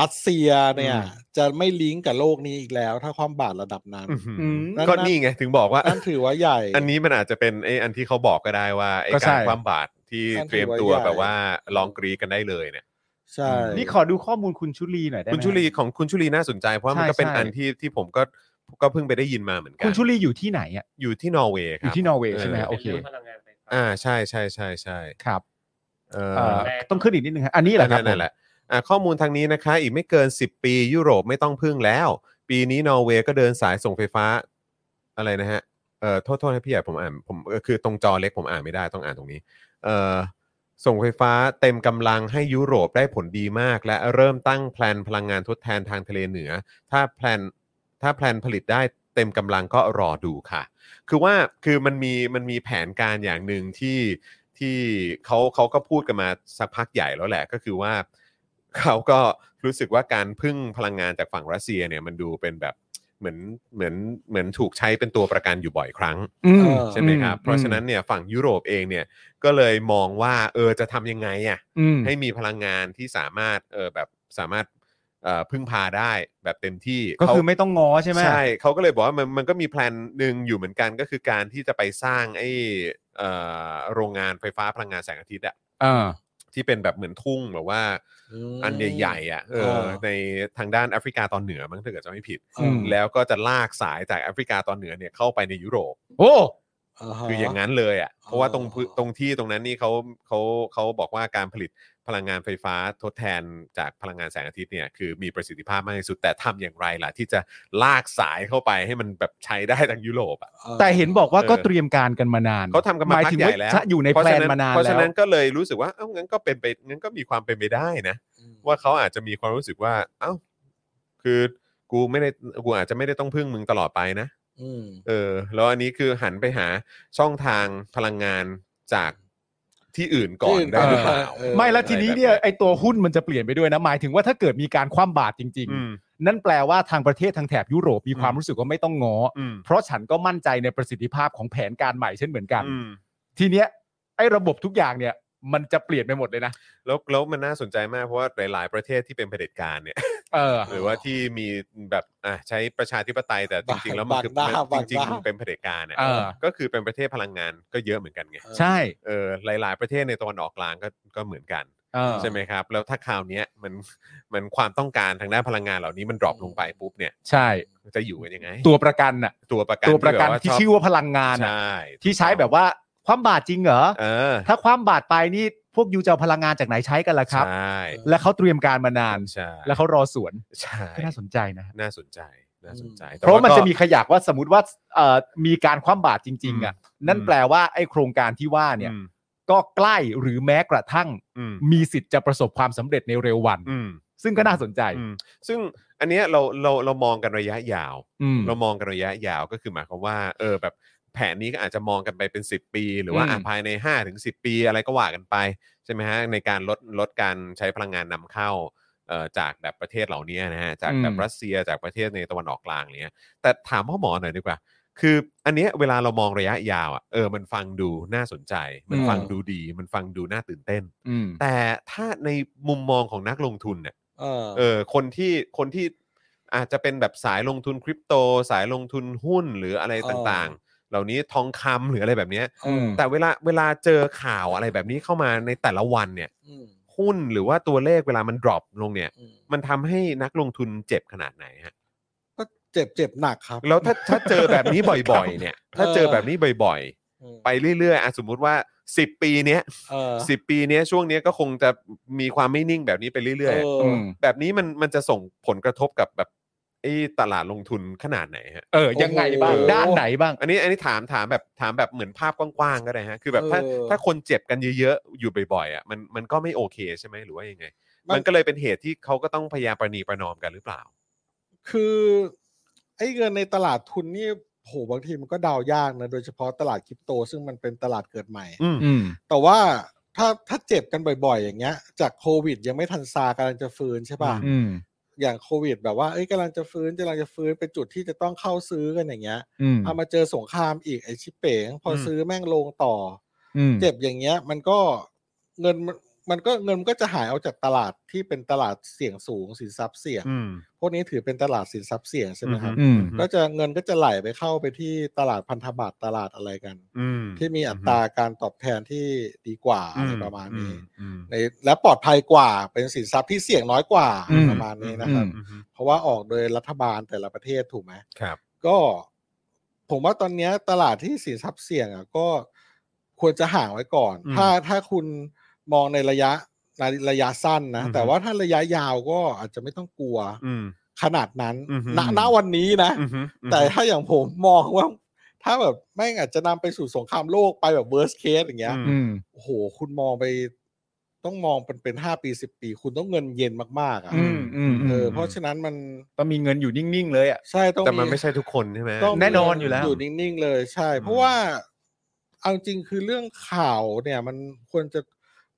S3: รัสเซียเนี่ย
S1: อืม
S3: จะไม่ลิงก์กับโลกนี้อีกแล้ว ถ้าความบาดระดับนั้น
S1: อื้อหืออ
S2: ม
S1: ก็นี่ไงถึงบอกว่า
S3: นั่นถือว่าใหญ่
S1: อันนี้มันอาจจะเป็นไอ้อันที่เขาบอกก็ได้ว่าไอ้
S2: ก็ใช่
S1: การความบาดที่
S3: อันที่
S1: เตรียมตัว
S3: ว่าใหญ่
S1: แบบว่าลองกรีดกันได้เลยเนี่ย
S3: ใช่
S1: ม
S2: นี่ขอดูข้อมูลคุณชุลีหน่อยได้ไหม
S1: คุณชุลีของคุณชุลีน่าสนใจเพราะว่ามัน
S2: ใช่
S1: ก็เป็น
S2: ใช่
S1: อันที่ที่ผมก็ก็เพิ่งไปได้ยินมาเหมือนกั
S2: คุ
S1: น
S2: ณชุลีอยู่ที่ไหนอ่ะ
S1: อยู่ที่นอร์เวย์ค
S2: อ
S1: รั
S2: ยู่
S1: บ
S2: ที่นอร์เวย์ใช่ไหม
S1: เออ
S2: ฮะโอเค
S4: รื่องพลังงานไฟฟ้า
S1: อ่าใช่ใช่ใช่ใช่
S2: ครับ
S1: เออ
S2: เอ่อต้องขึ้นอีกนิดนึงฮะอันนี้แหละครับ
S1: นั่นแหละอ่าข้อมูลทางนี้นะคะ อีกไม่เกิน 10 ปียุโรปไม่ต้องพึ่งแล้ว ปีนี้นอร์เวย์ก็เดินสายส่งไฟฟ้าอะไรนะฮะเอ่อโทษโทษให้พี่ใหญ่ผมอ่านผมเอ่อคือตรงจอเล็กผมอ่านไม่ได้ต้องอ่านตรงนี้เอ่อส่งไฟฟ้าเต็มกำลังให้ยุโรปได้ผลดีมาก และเริ่มตั้งแพลนพลังงานทดแทนทางทะเลเหนือ ถ้าแพลนถ้าแพลนผลิตได้เต็มกำลังก็รอดูค่ะ คือว่าคือมันมีมันมีแผนการอย่างหนึ่งที่ที่เขาเขาก็พูดกันมาสักพักใหญ่แล้วแหละก็คือว่า เขาก็รู้สึกว่าการพึ่งพลังงานจากฝั่งรัสเซียเนี่ยมันดูเป็นแบบเหมือนเหมือนเหมือนถูกใช้เป็นตัวประกันอยู่บ่อยครั้ง
S2: อืม
S3: เออ
S1: ใช่ไหมครับ
S2: อืม
S1: เพราะฉะนั้นเนี่ยฝั่งยุโรปเองเนี่ยก็เลยมองว่าเออจะทำยังไงอ่ะ
S2: อืม
S1: ให้มีพลังงานที่สามารถเออแบบสามารถเอ่อพึ่งพาได้แบบเต็มที่
S2: ก็คือ
S1: เขา
S2: ไม่ต้องงอใช่ไหม
S1: ใช่เขาก็เลยบอกว่ามันมันก็มีแพลนหนึ่งอยู่เหมือนกันก็คือการที่จะไปสร้างไอ้เอ่อโรงงานไฟฟ้าพลังงานแสงอาทิตย์อะ
S2: เออ
S1: ที่เป็นแบบเหมือนทุ่งแบบว่า
S3: อืม
S1: อันใหญ่ๆอะเออ
S3: อ่า
S1: ในทางด้านแอฟริกาตอนเหนือมั้งถ้าเกิดจะไม่ผิด
S2: อืม
S1: แล้วก็จะลากสายจากแอฟริกาตอนเหนือเนี่ยเข้าไปในยุโรป
S2: โอ้
S3: ฮะ
S1: คืออย่างนั้นเลยอะเพราะว่าตรงพื้น
S3: อ๋อ
S1: ตรงที่ตรงนั้นนี่เขาเขาเขาบอกว่าการผลิตพลังงานไฟฟ้าทดแทนจากพลังงานแสงอาทิตย์เนี่ยคือมีประสิทธิภาพมากที่สุดแต่ทำอย่างไรล่ะที่จะลากสายเข้าไปให้มันแบบใช้ได้ทั้งยุโรปอะ
S3: ออ
S2: แต่เห็นบอกว่า
S1: เออ
S2: ก็เตรียมการกันมานาน
S1: เขาทำกันมา
S2: หมาย
S1: พัก
S2: ถึง
S1: ใหญ่
S2: ว่า
S1: แล้ว
S2: จะอยู่ใน
S1: เพ
S2: แพ
S1: ระ
S2: ลน
S1: ฉะ
S2: มานาน
S1: เพราะ
S2: แล้
S1: ฉะ
S2: ว
S1: นั้นก็เลยรู้สึกว่าเอ้างั้นก็เป็นไปงั้นก็มีความเป็นไปได้นะ ว่าเขาอาจจะมีความรู้สึกว่า เอ้า คือกูไม่ได้กูอาจจะไม่ได้ต้องพึ่งมึงตลอดไปนะ
S3: อืม
S1: เออ แล้วอันนี้คือหันไปหาช่องทางพลังงานจากที่อื่นก่อนได้หรือเปล่า
S3: เออ
S2: ไม่แล้วทีนี้
S1: อะไรแบบ
S2: เนี่ย
S1: นั้น
S2: ไอตัวหุ้นมันจะเปลี่ยนไปด้วยนะหมายถึงว่าถ้าเกิดมีการคว่ำบาตรจริง
S1: อืม
S2: ๆ นั่นแปลว่าทางประเทศทางแถบยุโรปมีความ
S1: อืม
S2: รู้สึกว่าไม่ต้องงออ
S1: อืม
S2: เพราะฉันก็มั่นใจในประสิทธิภาพของแผนการใหม่เช่นเหมือนกัน
S1: อืม
S2: ทีเนี้ยไอ้ระบบทุกอย่างเนี่ย มันจะเปลี่ยนไปหมดเลยนะ
S1: แล้วแล้วมันน่าสนใจมากเพราะว่าหลายๆ ประเทศที่เป็นเผด็จการเนี่ย
S2: เออ
S1: หรือว่าที่มีแบบอ่ะใช้ประชาธิปไตยแต่จริงๆ แล้วมันคือ
S3: างหน้า
S1: จ
S3: บาง
S1: ริง
S3: หน้า
S1: ๆมันเป็นเผด็จการเนี่ย
S2: เออ
S1: ก็คือเป็นประเทศพลังงานก็เยอะเหมือนกันไง
S2: ใช่
S1: เออหลาย ๆ ประเทศในตะวันออกกลางก็ก็เหมือนกัน
S2: เออ
S1: ใช่ไหมครับ แล้วถ้าคราวเนี้ยมันมันความต้องการทางด้านพลังงานเหล่านี้มันดรอปลงไปปุ๊บเนี่ย
S2: ใช่
S1: จะอยู่กันยังไง
S2: ตัวประกันน่ะ
S1: ตัวประกัน
S2: ตัวประกันที่ชื่อว่าพลังงานน่ะ
S1: ใช่
S2: ที่ใช้แบบว่าความบาตรจริงเหรอ
S1: เออ
S2: ถ้าความบาดไปนี่พวกยูจะเอาพลังงานจากไหนใช้กันล่ะครับ
S1: ใช่
S2: และเขาเตรียมการมานาน
S1: ใช่
S2: และเขารอสวน
S1: ใช่
S2: ก็น่าสนใจนะฮะ
S1: น่าสนใจน่าสนใจแต่
S2: เพราะมัน
S1: ว่
S2: จะ
S1: ก็
S2: มีขยักว่าสมมติว่าเอ่อมีการคว่ำบาตรจริง ๆอ่ะนั่น
S1: อืม
S2: แปลว่าไอ้โครงการที่ว่าเนี่ย
S1: อืม
S2: ก็ใกล้หรือแม้กระทั่ง
S1: อืม
S2: มีสิทธิ์จะประสบความสำเร็จในเร็ววัน
S1: อืม
S2: ซึ่งก็น่าสนใจ
S1: อืมซึ่งอันเนี้ยเราเราเรามองกันระยะยาว
S2: อืม
S1: เรามองกันระยะยาวก็คือหมายความว่าเออแบบแผนนี้ก็อาจจะมองกันไปเป็น 10 ปี หรือว่า
S2: อืม
S1: อ่ะภายใน5ถึง10 ปีอะไรก็ว่ากันไป ใช่ไหมฮะในการลดลดการใช้พลังงานนำเข้าเอ่อจากแบบประเทศเหล่านี้นะฮะจากแบบรัสเซียจากประเทศในตะวันออกกลางอะไรเนี้ยแต่ถามพ่อหมอหน่อยดีกว่า คืออันเนี้ยเวลาเรามองระยะยาวอ่ะเออมันฟังดูน่าสนใจ มันฟังดูดี มันฟังดูน่าตื่นเต้น
S2: อืม
S1: แต่ถ้าในมุมมองของนักลงทุนเนี่ย
S3: เออ
S1: เออคนที่คนที่อาจจะเป็นแบบสายลงทุนคริปโต สายลงทุนหุ้นหรืออะไรต่างๆ เหล่านี้ทองคำหรืออะไรแบบเนี้ย
S3: เออ
S1: แต่เวลาเวลาเจอข่าวอะไรแบบนี้เข้ามาในแต่ละวันเนี่ย
S3: อืม
S1: หุ้นหรือว่าตัวเลขเวลามันดรอปลงเนี่ย
S3: อืม
S1: มันทำให้นักลงทุนเจ็บขนาดไหนฮะ
S3: ก็ เจ็บเจ็บหนักครับ
S1: แล้วถ้าถ้าเจอแบบนี้บ่อยๆ เนี่ย ถ้าเจอ
S3: เออ
S1: แบบนี้บ่อย
S3: อืม
S1: ๆ ไปเรื่อยๆอ่ะสมมุติว่า 10 ปีเนี้ย
S3: เออ
S1: สิปีเนี้ยช่วงเนี้ยก็คงจะมีความไม่นิ่งแบบนี้ไปเรื่อย
S3: เอออ
S2: ม
S1: ๆ แบบนี้มันมันจะส่งผลกระทบกับแบบไอ้ตลาดลงทุนขนาดไหนฮะ
S2: เออยังไงบ้าง
S1: โอ้โห
S2: ด้านไหนบ้าง
S1: อันนี้อันนี้ถามถามแบบถามแบบเหมือนภาพกว้างๆก็ได้ฮะ คือแบบถ้า
S3: เออ
S1: ถ้าคนเจ็บกันเยอะๆ อยู่บ่อยๆอ่ะมันมันก็ไม่โอเคใช่ไหมหรือว่ายังไง มันก็เลยเป็นเหตุที่เขาก็ต้องพยายามประนีประนอมกันหรือเปล่า
S3: คือไอ้เงินในตลาดทุนนี่โหบางทีมันก็เดายากนะโดยเฉพาะตลาดคริปโต ซึ่งมันเป็นตลาดเกิดใหม่
S1: อืม
S2: อืม
S3: แต่ว่าถ้าถ้าเจ็บกันบ่อยๆ อย่างเงี้ย จากโควิดยังไม่ทันซากำลังจะฟื้นใช่ป่ะ
S2: อืม
S3: อย่างโควิด แบบว่าเอ้ยกำลังจะฟื้นกำลังจะฟื้นเป็นจุดที่จะต้องเข้าซื้อกันอย่างเงี้ย
S2: อืม
S3: เอามาเจอสงครามอีกไอชิบเป๋งพออ
S1: ม
S3: ซื้อแม่งลงต่อ
S2: อืม
S3: เจ็บอย่างเงี้ย มันก็เงินมันมันก็เงินมันก็จะหายออกจากตลาดที่เป็นตลาดเสี่ยงสูงสินทรัพย์เสี่ยง
S1: อืม
S3: พวกนี้ถือเป็นตลาดสินทรัพย์เสี่ยงใช่ไหมครับ
S2: อืม
S3: ก็จะเงินก็จะไหลไปเข้าไปที่ตลาดพันธบัตรตลาดอะไรกัน
S1: อืม
S3: ที่มีอัตราการตอบแทนที่ดีกว่าอะไรประมาณนี้
S1: อืม
S3: ในและปลอดภัยกว่าเป็นสินทรัพย์ที่เสี่ยงน้อยกว่า
S2: อืม
S3: ประมาณนี้นะครับ
S1: อืมอืม
S3: เพราะว่าออกโดยรัฐบาลแต่ละประเทศถูกไหม
S1: ครับ
S3: ก็ผมว่าตอนเนี้ยตลาดที่สินทรัพย์เสี่ยงอ่ะก็ควรจะห่างไว้ก่อน
S1: อืม
S3: ถ้าถ้าคุณมองในระยะในระยะสั้นนะ
S1: อือฮึ
S3: แต่ว่าถ้าระยะยาวก็อาจจะไม่ต้องกลัว
S1: อืม
S3: ขนาดนั้น
S1: อือฮึ
S3: ณณวันนี้นะ
S1: อืมอืม
S3: แต่ถ้าอย่างผมมองว่า ถ้าแบบแม่งอาจจะนำไปสู่สงครามโลกไปแบบ worst case อย่างเงี้ย
S1: อื
S2: อื
S1: ม
S2: ม
S3: โอ้โห คุณมองไป ต้องมองเป็นเป็นห้าปีสิบปี คุณต้องเงินเย็นมากๆอ่ะ
S2: อืมอืม
S3: เออเพราะฉะนั้นมัน
S2: ต้องมีเงินอยู่นิ่ง ๆ เลยอ่ะ
S3: ใช่ต้อง
S1: แต่มันไม่ใช่ทุกคนใช่ไหม
S3: ต้อง
S2: แน่นอนอยู่แล้ว
S3: อยู่นิ่ง ๆ เลยใช่
S1: อืม
S3: เพราะว่าเอาจริงคือเรื่องข่าวเนี่ย มันควรจะ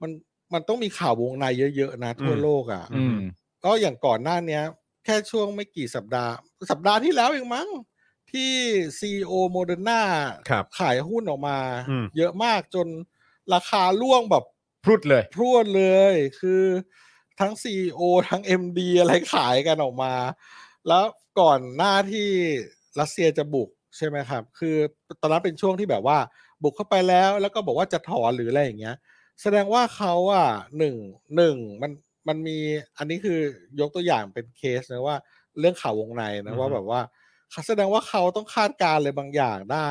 S3: มันมันต้องมีข่าววงในเยอะ ๆ นะ ทั่วโลกอ่ะ
S1: อืม
S3: ก็อย่างก่อนหน้าเนี้ย แค่ช่วงไม่กี่สัปดาห์ สัปดาห์ที่แล้วเองมั้ง ที่ซีโอโมเดอร์นา
S1: ครับ
S3: ขายหุ้นออกมา
S1: อืม
S3: เยอะมากจนราคาล่วงแบบ
S2: พรุดเลย
S3: พรวดเลย คือทั้ง CEO ทั้ง MD อะไรขายกันออกมา แล้วก่อนหน้าที่รัสเซียจะบุกใช่ไหมครับ คือตอนนั้นเป็นช่วงที่แบบว่า บุกเข้าไปแล้วแล้วก็บอกว่าจะถอนหรืออะไรอย่างเงี้ย แสดงว่าเขาอ่ะหนึ่งหนึ่งมันมันมีอันนี้คือยกตัวอย่างเป็นเคสนะว่า เรื่องข่าววงใน
S1: อื
S3: นะ
S1: อฮึ
S3: ว่าแบบว่าแสดงว่าเขาต้องคาดการณ์อะไรบางอย่างได้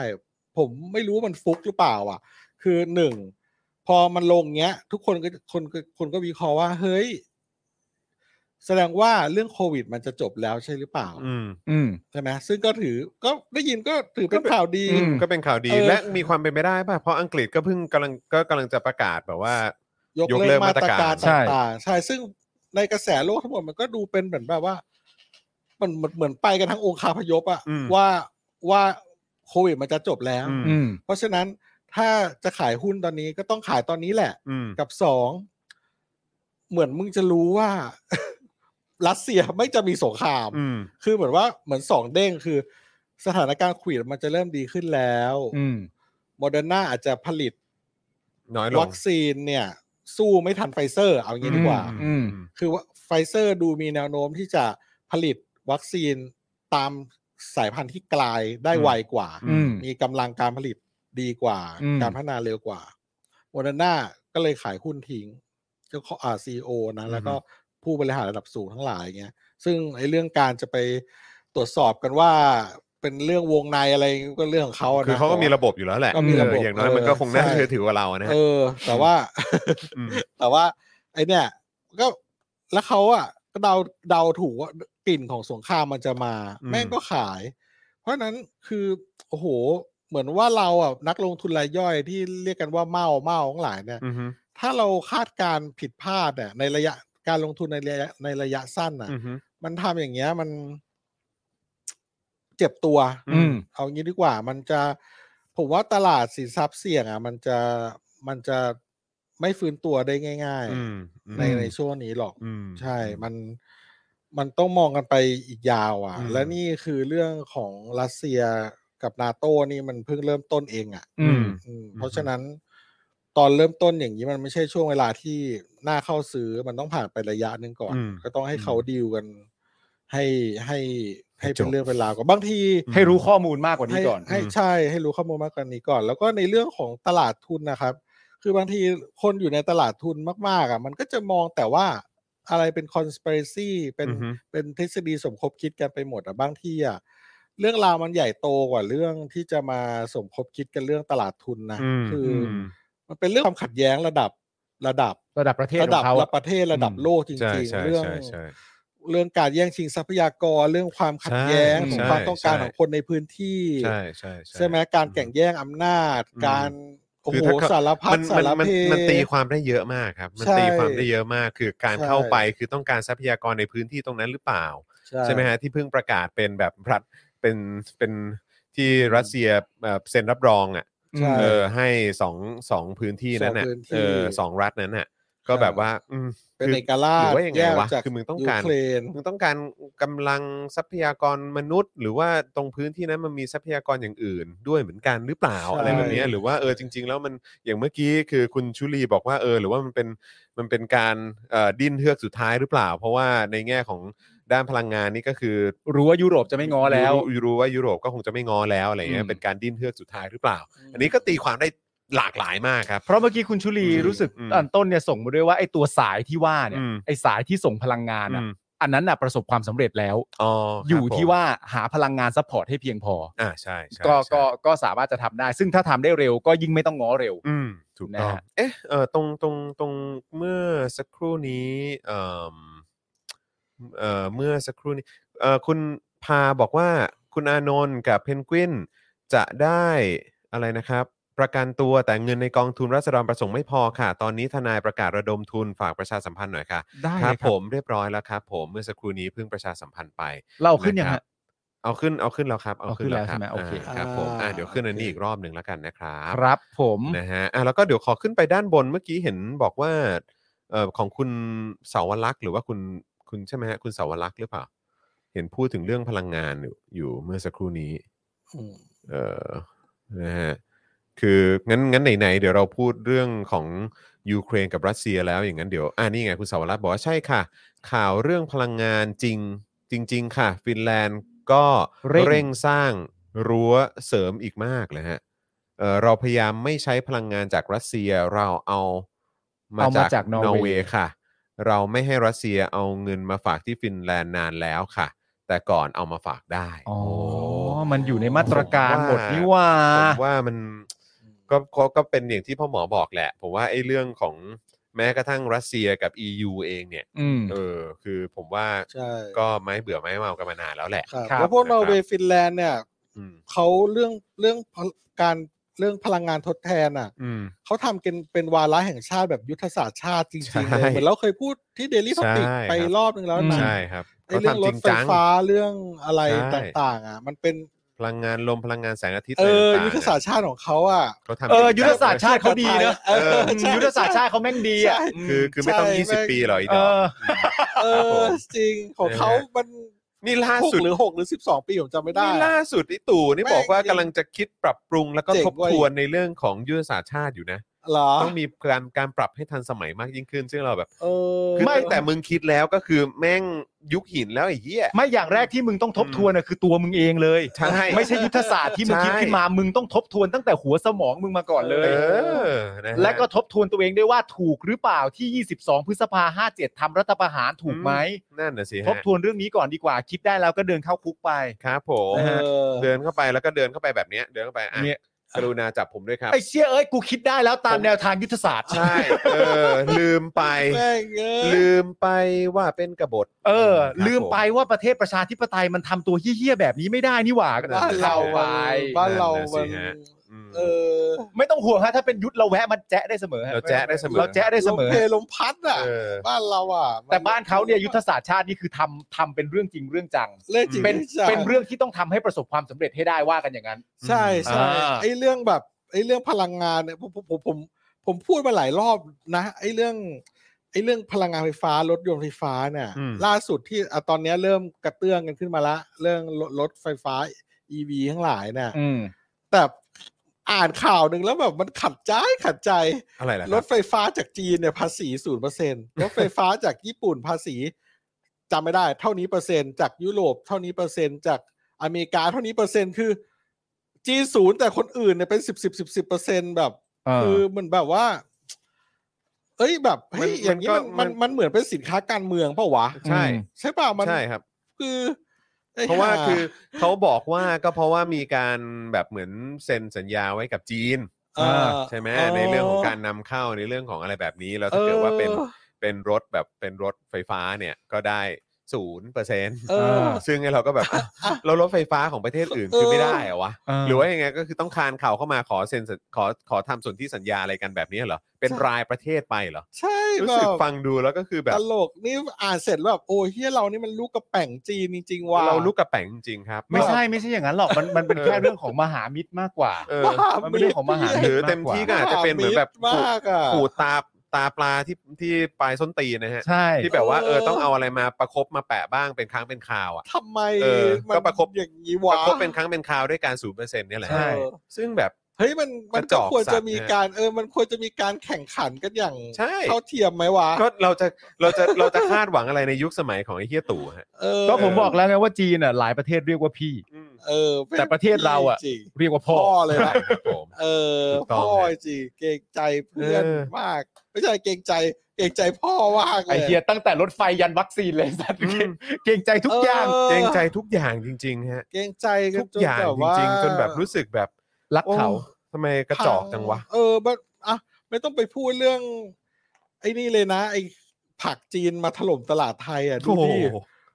S3: ผมไม่รู้ว่ามันฟุกหรือเปล่า อ่ะ คือหนึ่งพอมันลงเงี้ย ทุกคนก็คนก็คนก็วิเคราะห์ว่า เฮ้ย แสดงว่าเรื่องโควิดมันจะจบแล้วใช่หรือเปล่า
S1: อืม
S2: อืม
S3: ใช่ไหมซึ่งก็ถือก็ได้ยินก็ถือเป็นข่าวดี
S2: อืม
S1: ก็เป็นข่าวดี
S3: เออ
S1: และมีความเป็นไปได้ป่ะเพราะอังกฤษก็เพิ่งกำลังก็กำลังจะประกาศแบบว่า
S3: ยก
S1: ยกเลิ
S3: เลิ
S1: ก
S3: ก
S1: มา
S3: มา
S1: ต
S3: ต
S1: ร
S3: ร
S1: กา
S3: การ รต่างๆใช่ ซึ่งในกระแสโลกทั้งหมดมันก็ดูเป็นเหมือนแบบว่า มันเหมือนเหมือนไปกันทั้งองค์คาพยพอะ
S1: อืม
S3: ว่าว่าโควิดมันจะจบแล้ว
S1: อื
S2: อืม
S3: เพราะฉะนั้นถ้าจะขายหุ้นตอนนี้ก็ต้องขายตอนนี้แหละ
S1: อืม
S3: กับสองเหมือนมึงจะรู้ว่า รัสเซียไม่จะมีสงคราม
S1: อืม
S3: คือเหมือนว่าเหมือนสองเด้งคือ สถานการณ์โควิดมันจะเริ่มดีขึ้นแล้ว
S2: อืม
S3: โมเดอร์นาอาจจะผลิต
S1: น้อยล
S3: วั
S1: ง
S3: คซีนเนี่ย สู้ไม่ทันไฟเซอร์ เอางี้ดีกว่า
S2: อืม
S3: คือว่าไฟเซอร์ดูมีแนวโน้มที่จะผลิตวัคซีนตามสายพันธุ์ที่กลายได้ไวกว่า
S2: อืม
S3: มีกำลังการผลิตดีกว่า
S2: อืม
S3: การพัฒนาเร็วกว่าโมเดอร์นาก็เลยขายหุ้นทิ้งเจ้าของอาซีโอนะ แล้วก็ผู้บริหารระดับสูงทั้งหลายเงี้ย ซึ่งไอ้เรื่องการจะไปตรวจสอบกันว่าเป็นเรื่องวงในอะไรก็เรื่องของเขาอะนะ
S1: คือเขาก็มีระบบอยู่แล้วแหละ
S3: ก็มีระบบ
S1: เอออย่างน้อย
S3: เออ
S1: มันก็คงน่า
S3: ใช่
S1: เชื่อถือกว่าเราอะนะ
S3: เออ แต่ว่า
S1: ม
S3: แต่ว่า ไอเนี่ย ก็แล้วเขาอ่ะก็เดาเดาถูกว่ากลิ่นของสงครามมันจะมา
S1: อืม
S3: แม่งก็ขาย เพราะฉะนั้นคือโอ้โห เหมือนว่าเราอ่ะนักลงทุนรายย่อยที่เรียกกันว่าเมาเมาทั้งหลายเนี่ย
S1: อืม
S3: ถ้าเราคาดการณ์ผิดพลาดเนี่ยในระยะการลงทุนในระยะในระยะสั้นอ่ะ
S1: อืม
S3: มันทำอย่างเงี้ยมัน เจ็บตัว
S2: อืม
S3: เอางี้ดีกว่ามันจะผมว่าตลาดสินทรัพย์เสี่ยงอ่ะ มันจะมันจะไม่ฟื้นตัวได้ง่าย
S1: อืม
S3: ๆ ใน
S2: อืม
S3: ในช่วงนี้หรอก
S1: อืม
S3: ใช่ มันมันต้องมองกันไปอีกยาวอ่ะ
S1: อืม
S3: และนี่คือเรื่องของรัสเซียกับนาโตนี่มันเพิ่งเริ่มต้นเองอ่ะ
S2: อืม
S3: อืมเพราะฉะนั้น ตอนเริ่มต้นอย่างนี้มันไม่ใช่ช่วงเวลาที่น่าเข้าซื้อมันต้องผ่านไประยะหนึ่งก่อน
S1: อืม
S3: ก็ต้องให้เขาดีลกัน ให้ให้ให้
S1: ให้จ
S3: เป็น
S1: บ
S3: เรื่องเป็นราวก่อนบางที
S2: ให้รู้ข้อมูลมากกว่านี้
S3: ให้
S2: ก่อน
S3: ให้
S1: อืม
S3: ใช่ให้รู้ข้อมูลมากกว่านี้ก่อน แล้วก็ในเรื่องของตลาดทุนนะครับ คือบางทีคนอยู่ในตลาดทุนมาก ๆ อ่ะ มันก็จะมองแต่ว่า อะไรเป็นคอน spiracy เป็น
S1: อือฮึ
S3: เป็นทฤษฎีสมคบคิดกันไปหมดอะบางทีอะเรื่องราวมันใหญ่โตกว่าเรื่องที่จะมาสมคบคิดกันเรื่องตลาดทุนนะ
S1: อืม
S3: คือ
S2: ม
S3: มันเป็นเรื่องความขัดแย้งระดับระดับ
S2: ระดับประเทศ
S3: ระ
S2: ข
S3: ดั
S2: องเขา
S3: ระประเทศระดับ
S2: อืม
S3: โลกจ
S1: ใช่
S3: ริง
S1: ใช่
S3: ๆเรื่อง
S1: ใช่ใช่
S3: เรื่องการแย่งชิงทรัพยากรเรื่องความขัดแย้ง
S2: ใช่
S3: ของความต้องการ
S1: ใช่
S3: ของคนในพื้นที่
S1: ใช่ใช่ใช่
S3: ใช่ไหมการแข่งแย่งอำนาจ การโอ้
S1: คือ
S3: โห
S1: ถ้เข
S3: สารพัด
S1: มัน
S3: สาร
S1: มัน
S3: เพ
S1: มันตีความได้เยอะมากครับ มัน
S3: ใช่
S1: ตีความได้เยอะมาก คือการ
S3: ใช่
S1: เข้าไปคือต้องการทรัพยากรในพื้นที่ตรงนั้นหรือเปล่า ใช่ไหมฮะที่เพิ่งประกาศเป็นแบบรัฐเป็นเป็นที่รัสเซียเอ่อเซ็นรับรองอ่ะ
S3: ใช่
S1: เออให้สองสองพื้นที่นั้นน่ะ
S3: สองพื้นที่
S1: เออสองรัฐนั้นน่ะก็แบบว่าอืม
S3: เป็น
S1: คือ
S3: เอกรา
S1: หรื
S3: ช
S1: อว่ายังไง
S3: แยก
S1: วะ
S3: จาก
S1: คือมึงต้องการ
S3: ยูเครน
S1: มึงต้องการกำลังทรัพยากรมนุษย์ หรือว่าตรงพื้นที่นั้นมันมีทรัพยากรอย่างอื่น ด้วยเหมือนกันหรือเปล่า
S3: ใช่
S1: อะไรแบบเนี้ยหรือว่าเออจริง ๆ แล้วมันอย่างเมื่อกี้คือคุณชุลีบอกว่าเออหรือว่ามันเป็นมันเป็นการเอ่อดิ้นเฮือกสุดท้ายหรือเปล่า เพราะว่าในแง่ของด้านพลังงานนี่ก็คือ
S2: รู้ว่ายุโรปจะไม่ง้อแล้ว
S1: รู้รู้ว่ายุโรปก็คงจะไม่ง้อแล้วอะไรเงี้ย
S2: อืม
S1: เป็นการดิ้นเฮือกสุดท้ายหรือเปล่า อันนี้ก็ตีความได้หลากหลายมากครับ
S2: เพราะเมื่อกี้คุณชุลี
S1: อืม
S2: รู้สึก
S1: อืม
S2: ตอนต้นเนี่ยส่งมาด้วยว่าไอ้ตัวสายที่ว่าเนี่ย
S1: อืม
S2: ไอ้สายที่ส่งพลังงาน
S1: อื
S2: อ่ะ
S1: ม
S2: อันนั้นน่ะประสบความสำเร็จแล้ว
S1: อ๋อครับ
S2: อยู่ที่
S1: ผม
S2: ว่าหาพลังงานซัพพอร์ตให้เพียงพอ
S1: อ่าใช่ใช่
S2: ก็
S1: ใช่
S2: ก็ก็สามารถจะทำได้ ซึ่งถ้าทำได้เร็วก็ยิ่งไม่ต้องง้อเร็ว
S1: อืมถูกต้อง
S2: นะฮะ
S1: เอ๊ะเออตรงตรงตรงเมื่อสักครู่นี้เอ่มเอ่อเมื่อสักครู่นี้เอ่อคุณพาบอกว่าคุณอานนท์กับเพนกวินจะได้อะไรนะครับ ประกันตัวแต่เงินในกองทุนรัษฎรประสงค์ไม่พอค่ะ ตอนนี้ทนายประกาศระดมทุนฝากประชาสัมพันธ์หน่อยค่ะ
S2: ได้
S1: ครับ
S2: เลย
S1: ผมเรียบร้อยแล้วครับผมเมื่อสักครู่นี้เพิ่งประชาสัมพันธ์ไป
S2: เล่าขึ้นยัง
S1: ะครั
S2: ฮะ
S1: บเอาขึ้นเอาขึ้นแล้วครับเอาขึ้นแล้วครับ
S2: เอาขึ้นแล้ว
S1: า
S2: ใช่ไหมโอเค
S1: ครับผมอ่ะ
S3: อ่า
S1: เดี๋ยวขึ้นอันนี้
S3: โอเค
S1: อีกรอบหนึ่งแล้วกันนะครับ
S2: ครับผม
S1: นะฮะอ่ะแล้วก็เดี๋ยวขอขึ้นไปด้านบนเมื่อกี้เห็นบอกว่าเอ่อของคุณเสาวลักษณ์หรือว่าคุณคุณใช่ไหมฮะคุณเสาวลักษณ์หรือเปล่า เห็นพูดถึงเรื่องพลังงานอยู่อยู่เมื่อสักครู่นี้
S3: อืม
S1: เออนะฮะ คืองั้นงั้นไหนๆเดี๋ยวเราพูดเรื่องของยูเครนกับรัสเซียแล้วอย่างนั้นเดี๋ยวอ่านี่ไงคุณสาวรัตน์บอกว่าใช่ค่ะ ข่าวเรื่องพลังงานจริง จริง ๆ ค่ะ ฟินแลนด์ก็เร่งสร้างรั้วเสริมอีกมากเลยฮะเออเราพยายามไม่ใช้พลังงานจากรัสเซียเราเอา
S2: เอามาจากน
S1: น
S2: อ
S1: อ
S2: ร์
S1: ร์
S2: เว
S1: เว
S2: ย์
S1: ย์ค่ะ เราไม่ให้รัสเซียเอาเงินมาฝากที่ฟินแลนด์นานแล้วค่ะ แต่ก่อนเอามาฝากได้
S2: อ๋อ
S1: โ
S2: มันอยู่ในมาตรการหมดนี่หว่า
S1: ผมว่ามันก็ก็ก็เป็นอย่างที่พ่อหมอบอกแหละ ผมว่าไอ้เรื่องของแม้กระทั่งรัสเซียกับ EU เองเนี่ย
S2: อืม
S1: เออ คือผมว่า
S3: ใช่
S1: ก็ไม่เบื่อไม่เมากันมานานแล้วแหละ
S3: ครับ
S2: ครับ
S3: แล้วพวก
S1: นะครับ
S3: นอร์เวย์ฟินแลนด์เนี่ย
S1: อืม
S3: เขาเรื่องเรื่องพลการเรื่องพลังงานทดแทนอ่ะ
S1: อืม
S3: เขาทำกันเป็นวาระแห่งชาติแบบยุทธศาสตร์ชาติจ
S1: ใช่
S3: ริงๆเลยเหมือนเราเคยพูดที่เดลี่ท็อปิก
S1: ใช่
S3: ไป
S1: ครับ
S3: รอบนึงแล้วนะ
S1: ใช่ครับ
S3: ไอ้
S1: เขา
S3: เรื่อ
S1: ทำจ
S3: งรถ
S1: ริง
S3: ไฟ
S1: จัง
S3: ฟ้าเรื่องอะไร
S1: ใช่
S3: ต่างๆ อ่ะ มันเป็น
S1: พลังงานลมพลังงานแสงอาทิตย์
S3: เออ
S1: ต่งๆ
S3: ยุทธศาสตร์ชาติของเขาอ่ะ
S1: เขาทำจริง
S2: เออ
S1: จัง
S2: ยุทธศาสตร์ชาติเขาดีเนอะ
S3: เออใช่
S2: ยุทธศาสตร์ชาติเขาแม่งดีอ่ะ
S3: ใช่
S1: คือคือไม่ต้อง
S3: ใช่แม่ง
S1: 20 ปีหรอกอีด
S2: เอ
S1: อก
S2: อ
S3: เอ
S1: ครับผ
S3: อ
S1: ม
S3: จริงของเขา
S1: เนี่ย
S3: มัน
S1: นี่ล่า
S3: หก
S1: สุด
S3: หรือหกหรือสิบสองปีผมจำไม่ได้
S1: นี่ล่าสุดไอ้ตู่นี่บอกว่า
S3: แม่ง
S1: กำลังจะคิดปรับปรุงแล้วก็
S3: เจ๋ง
S1: ทบ
S3: เว้ย
S1: ทวนในเรื่องของยุทธศาสตร์ชาติอยู่นะ
S3: เหรอ
S1: ต้องมีการการปรับให้ทันสมัยมากยิ่งขึ้น ซึ่งเราแบบ
S3: เออ
S1: คือตั้งแต่มึงคิดแล้วก็คือแม่งยุคหินแล้วไอ้เหี้ย
S2: ไม่อย่างแรกที่มึงต้องทบทวนนะคือตัวมึงเองเลย
S1: ใช่
S2: ไม่ใช่ยุทธศาสตร์ที่มึง
S1: ใช่
S2: คิดขึ้นมามึงต้องทบทวนตั้งแต่หัวสมองมึงมาก่อนเล
S1: เอย อนะฮะ
S2: และก็ทบทวนตัวเองด้วยว่าถูกหรือเปล่าที่ 22 พฤษภา57ทำรัฐประหารถูกไหม
S1: นั่นน่ะสิฮะ
S2: ทบทวนเรื่องนี้ก่อนดีกว่า คิดได้แล้วก็เดินเข้าคุกไป
S1: ครับผม
S3: เออ
S1: เดินเข้าไปแล้วก็เดินเข้าไปแบบเนี้ย เดินเข้าไปอ่ะ
S2: เนี่ย
S1: กรุณาจับผมด้วยครับ
S2: ไอ้เชี่ยเอ้ยกูคิดได้แล้วตามแนวทางยุทธศาสตร์
S1: ใช่ เออ ลืมไป
S3: แม่งเอ้ย
S1: ลืมไปว่าเป็นกบฏ
S2: เออ
S1: ครับ
S2: ลืมไปว่าประเทศประชาธิปไตยมันทำตัวเหี้ยๆแบบนี้ไม่ได้นี่หว่า
S1: นั่น
S2: ก็
S1: น่ะ
S3: บ้าน
S1: สิ
S2: เข้า
S3: เรา
S2: ไป
S3: บ้านเรา
S1: นั่
S3: มัน น
S1: น่ะสิฮะ อืม
S3: เออ
S2: ไม่ต้องห่วงฮะถ้าเป็นยุทธเราแวะมันแจ๊ะได้เสมอฮ
S1: เราแจ๊ะได้เสมอ
S2: เราแจ๊ะได้เส
S3: ลม
S2: มอ
S3: เพลลมพัดอ่ะ
S1: เออ
S3: บ้านเราอ่ะมั
S2: แต่บ้านเขาเนี่ยยุทธศาสตร์ชาตินี่คือทำทำเป็นเรื่องจริงเรื่องจัง
S3: เรื่องจริง
S2: เป็น
S3: จัง
S2: เป็นเรื่องที่ต้องทำให้ประสบความสำเร็จให้ได้ว่ากันอย่างนั้น
S3: ใช่ใช่
S2: อ่า
S3: ไอ้เรื่องแบบไอ้เรื่องพลังงานเนี่ยผมผมผมผมผมพูดมาหลายรอบนะ ไอ้เรื่อง ไอ้เรื่องพลังงานไฟฟ้ารถยนต์ไฟฟ้าเนี่ย
S1: อืม
S3: ล่าสุดที่อ่ะตอนเนี้ยเริ่มกระเตื้องกันขึ้นมาละ เรื่องรถรถไฟฟ้า EV ทั้งหลายเนี่ย
S2: อืม
S3: แต่อ่านข่าวหนึ่งแล้วแบบมันขัดใจขัดใจ
S1: อะไรล่ะคบ
S3: รถไฟฟ้าจากจีนเนี่ยภาษีศูนย์เปอร์เซ็นรถไฟฟ้าจากญี่ปุ่นภาษีจำไม่ได้ เท่านี้เปอร์เซ็นต์จากยุโรปเท่านี้เปอร์เซ็นต์จากอเมริกาเท่านี้เปอร์เซ็นต์คือ จีนศูนย์แต่คนอื่นเนี่ยเป็นสิบสิบสิบสิบเปอร์เซ็นต์แบบ
S2: เออ
S3: คือเหมันแบบว่า เอ้ยแบบเฮ้ย
S1: มัน
S3: อย่างนี้
S1: มัก็
S3: มัน นมัน
S1: มัน
S3: มันเหมือนเป็นสินค้าการเมืองเปล่าวะ
S1: ใช่
S2: อืม
S3: ใช่เปล่ามัน
S1: ใช่ครับ
S3: คือไอ้
S1: เพราะว่า
S3: ห่
S1: คือเขาบอกว่าก็เพราะว่ามีการแบบเหมือนเซ็นสัญญาไว้กับจีน
S3: เออ
S1: ใช่ไหมในเรื่องของการนำเข้าในเรื่องของอะไรแบบนี้แล้วถ้าเกิดว่าเป็นเป็นรถแบบเป็นรถไฟฟ้าเนี่ยก็ได้ศูนย์เปอร์เซ็นต์
S3: เออ
S1: ซึ่งไอ้เราก็แบบเรารถไฟฟ้าของประเทศอื่นคือไม่ได้เหรอวะ
S2: เห
S1: รือว่ายังไงก็คือต้องคานเข่าเข้ามาขอเซ็นสัญขอขอทำส่วนที่สัญญาอะไรกันแบบนี้เหรอ เป็น
S3: ใช่
S1: รายประเทศไปเหรอ
S3: ใช่
S1: รู้
S3: แบ
S1: สึก
S3: บ
S1: ฟังดูแล้วก็คือแบ
S3: ต
S1: บ
S3: ลกนี่อ่านเสร็จแล้วแบบโอ้ยเฮียเรานี่มันลูกกระแป่งจีนจริงๆว่ะ
S1: เราลูกกระแป๋งจริงๆครับ
S2: ไม่ใช่ไม่ใช่อย่างนั้นหรอกมันมันเป็นแค่
S1: เออ
S2: เรื่องของมหามิตรมากกว่า
S1: เออ
S3: บ้า
S2: มันเป็นเรื่องของมหา
S1: ห
S2: มิ
S1: รื
S2: ต
S1: อ
S2: ร
S1: เต็มที่ก็อาจจะเป็นเหมือนแบบ
S3: มากอะ
S1: ขูดตาตาปลาที่ที่ปลายส้นตีนนะฮะ
S2: ใช่
S1: ที่แบบว่าเออ
S3: เออ
S1: ต้องเอาอะไรมาประคบมาแปะบ้างเป็นครั้งเป็นคราวอ่ะ
S3: ทำไม
S1: เออ
S3: มัน
S1: ก็ประคบ
S3: อย่างนี้
S1: ป
S3: วะ
S1: ระคบเป็นครั้งเป็นคราวด้วยการศูนย์เปอร์เซ็นต์เนี่ยแหละฮะ
S2: ใช่
S3: เออ
S1: ซึ่งแบบ
S3: เฮ้ยมันมัน
S1: กระจ
S3: ก็
S1: อก
S3: ควร
S1: สั
S3: จะ
S1: ตว์
S3: มี
S1: นะ
S3: การเออมันควรจะมีการแข่งขันกันอย่าง
S1: ใช่
S3: เท่าเทียมไหมวะ
S1: ก็เราจะเราจะ เราจะคาดหวังอะไรในยุคสมัยของไอ้เฮียตู่ฮะ
S3: เออ
S2: ก็ผมบอกแล้วไงว่าจีนอ่ะหลายประเทศเรียกว่าพี่
S1: อืม
S3: เออ
S2: แต่ประเทศเราอะ
S3: จริง
S2: เรียกว่าพ่อ
S3: พ่อเลยนะ
S1: ครับผม
S3: เออ
S1: ถูกต้
S3: พ่
S1: อง
S3: อ
S1: ฮะ
S3: จริงเกรงใจเพื่อน
S1: เออ
S3: มากไม่ใช่เกรงใจเกรงใจพ่อมากเล
S2: ไอย เฮียตั้งแต่รถไฟยันวัคซีนเลยสัตว์
S1: อืม
S2: เก่งใจทุกอย่าง
S1: เกรงใจทุกอย่างจริงๆฮะ
S3: เกรงใจน
S1: ทุกอย่างจ
S3: นแบบว่า
S1: ริงๆ จนแบบรู้สึกแบบ
S2: รักเขา
S1: โอ้ทำไมกระจอกจังวะ
S3: เออบัดอ่ะไม่ต้องไปพูดเรื่อง ไอ้นี่เลยนะ ไอ้ผักจีนมาถล่มตลาดไทยอ่ะดู
S1: โอ้โห
S3: ดิ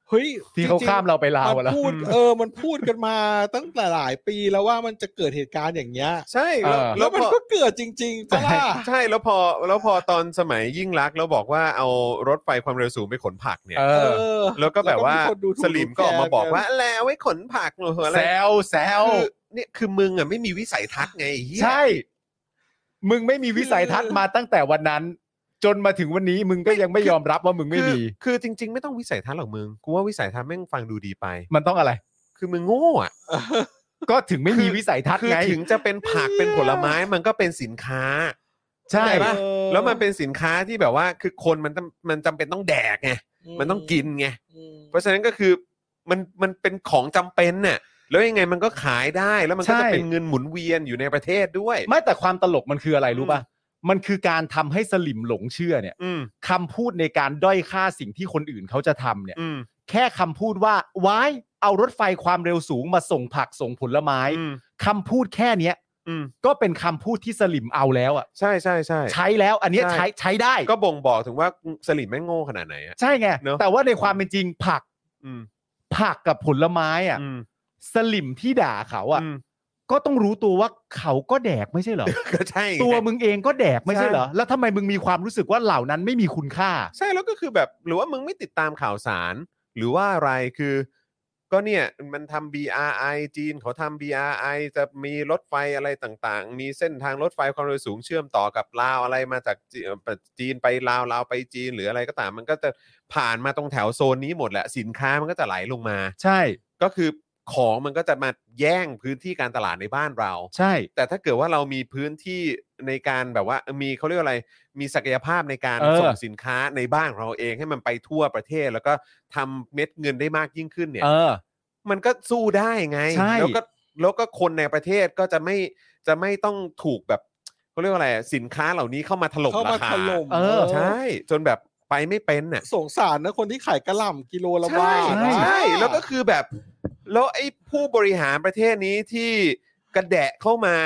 S3: เฮ้ย
S2: ที่เขา
S3: จริงๆ
S2: ข้ามเราไปลาว
S3: มัน
S2: แล้ว
S3: พูด
S1: อืม
S3: เออ มันพูดกันมาตั้งแต่หลายปีแล้วว่ามันจะเกิดเหตุการณ์อย่างเงี้ย
S1: ใช่แล้ว
S2: เออ
S1: แล้
S3: แล้ว ว
S1: มั
S3: มัน น
S1: ก็
S3: ก็เกิดจริงๆปะล่ะ
S1: ใช่แล้วพอแล้วพอตอนสมัยยิ่งรักษณ์แล้วบอกว่าเอารถไฟความเร็วสูงไปขนผักเนี่ย
S2: เอ
S3: เอ
S2: อ
S3: อ
S1: แล้วก็แบบว่า
S3: แล้วก็มีคนดูถูก
S1: สลิมก็ออกมา
S3: ดูแคลน
S1: บอกว่าแล้วไว้ขนผักหรืออะไร
S2: แซวแซว
S1: คือเนี่ยคือมึงอ่ะไม่มีวิสัยทัศน์ไงไอ้เหี้ย
S2: ใช่ มึงไม่มีวิสัยทัศน์มาตั้งแต่วันนั้น จนมาถึงวันนี้มึงก็ยังไม่ยอมรับว่ามึงไม่
S1: คือ
S2: มี
S1: คือจริง ๆ ไม่ต้องวิสัยทัศน์หรอกมึงกูว่าวิสัยทัศน์แม่งฟังดูดีไป
S2: มันต้องอะไร
S1: คือมึงโง่อ่ะ
S2: ก็ถึงไม่มีวิสัยทัศน์
S1: คือ
S2: ไง
S1: ถึงจะเป็นผักเป็นผลไม้มันก็เป็นสินค้า
S2: ใช่
S1: ใช่ปะ
S3: เออ
S1: แล้วมันเป็นสินค้าที่แบบว่าคือคนมันต้องมันจำเป็นต้องแดกไงมันต้องกินไง
S3: อืม
S1: เพราะฉะนั้นก็คือมันมันเป็นของจำเป็นน่ะแล้วยังไงมันก็ขายได้แล้วมันก็จะเป็นเงินหมุนเวียนอยู่ในประเทศด้วย
S2: ไม่แต่ความตลกมันคืออะไรรู้ป่ะมันคือการทำให้สลิมหลงเชื่อเนี่ย
S1: อืม
S2: คำพูดในการด้อยค่าสิ่งที่คนอื่นเขาจะทำเนี่ย
S1: อืม
S2: แค่คำพูดว่าว้ายเอารถไฟความเร็วสูงมาส่งผักส่งผลไม้
S1: อืม
S2: คำพูดแค่เนี้ย
S1: อืม
S2: ก็เป็นคำพูดที่สลิมเอาแล้วอ่ะ
S1: ใช่ใช่ใช่
S2: ใช้แล้วอันเนี้ย
S1: ใช่
S2: ใช้ใช้ได้
S1: ก็บ่งบอกถึงว่าสลิมแม่งโง่ขนาดไหนอ่ะ
S2: ใช่ไง
S1: เนอะ
S2: แต่ว่าในความเป็นจริงผัก
S1: อืม
S2: ผักกับผลไม้อ่ะ
S1: อืม
S2: สลิมที่ด่าเขาอ่ะ
S1: อืม
S2: ก็ต้องรู้ตัวว่าเขาก็แดกไม่ใช่เหรอ
S1: ก็ใช่ไง
S2: ตัวมึงเองก็แดกไม่ใช่
S1: ใช่
S2: เหรอ แล้วทำไมมึงมีความรู้สึกว่าเหล่านั้นไม่มีคุณค่า
S1: ใช่แล้วก็คือแบบหรือว่ามึงไม่ติดตามข่าวสาร หรือว่าอะไรคือ ก็เนี่ยมันทำ BRI จีนเขาทำ BRI จะมีรถไฟอะไรต่างๆ มีเส้นทางรถไฟความเร็วสูงเชื่อมต่อกับลาวอะไรมาจากจีเอ่อจีนไปลาวลาวไปจีนหรืออะไรก็ตาม มันก็จะผ่านมาตรงแถวโซนนี้หมดแหละสินค้ามันก็จะไหลลงมา
S2: ใช่
S1: ก็คือของมันก็จะมาแย่งพื้นที่การตลาดในบ้านเรา
S2: ใช่
S1: แต่ถ้าเกิดว่าเรามีพื้นที่ในการแบบว่ามีเขาเรียกว่าอะไร มีศักยภาพในการ
S2: เออ
S1: ส่งสินค้าในบ้านของเราเองให้มันไปทั่วประเทศ แล้วก็ทำเม็ดเงินได้มากยิ่งขึ้นเนี่ย
S2: เออ
S1: มันก็สู้ได้ไง
S2: ใช่
S1: แล้วก็แล้วก็คนในประเทศก็จะไม่จะไม่ต้องถูกแบบเขาเรียกว่าอะไรสินค้าเหล่านี้เข้ามาถล่ม
S3: เข้า
S1: รา
S3: มา
S1: คา
S3: ถล่ม
S2: เออ
S1: ใช่ จนแบบไปไม่เป็นน่ะ
S3: สงสารนะคนที่ขายกระหล่ำกิโลละ
S1: ใช่
S3: บาทนะ
S1: ใช่แล้วก็คือแบบ แล้วไอ้ผู้บริหารประเทศนี้ที่กระแดะเข้ามา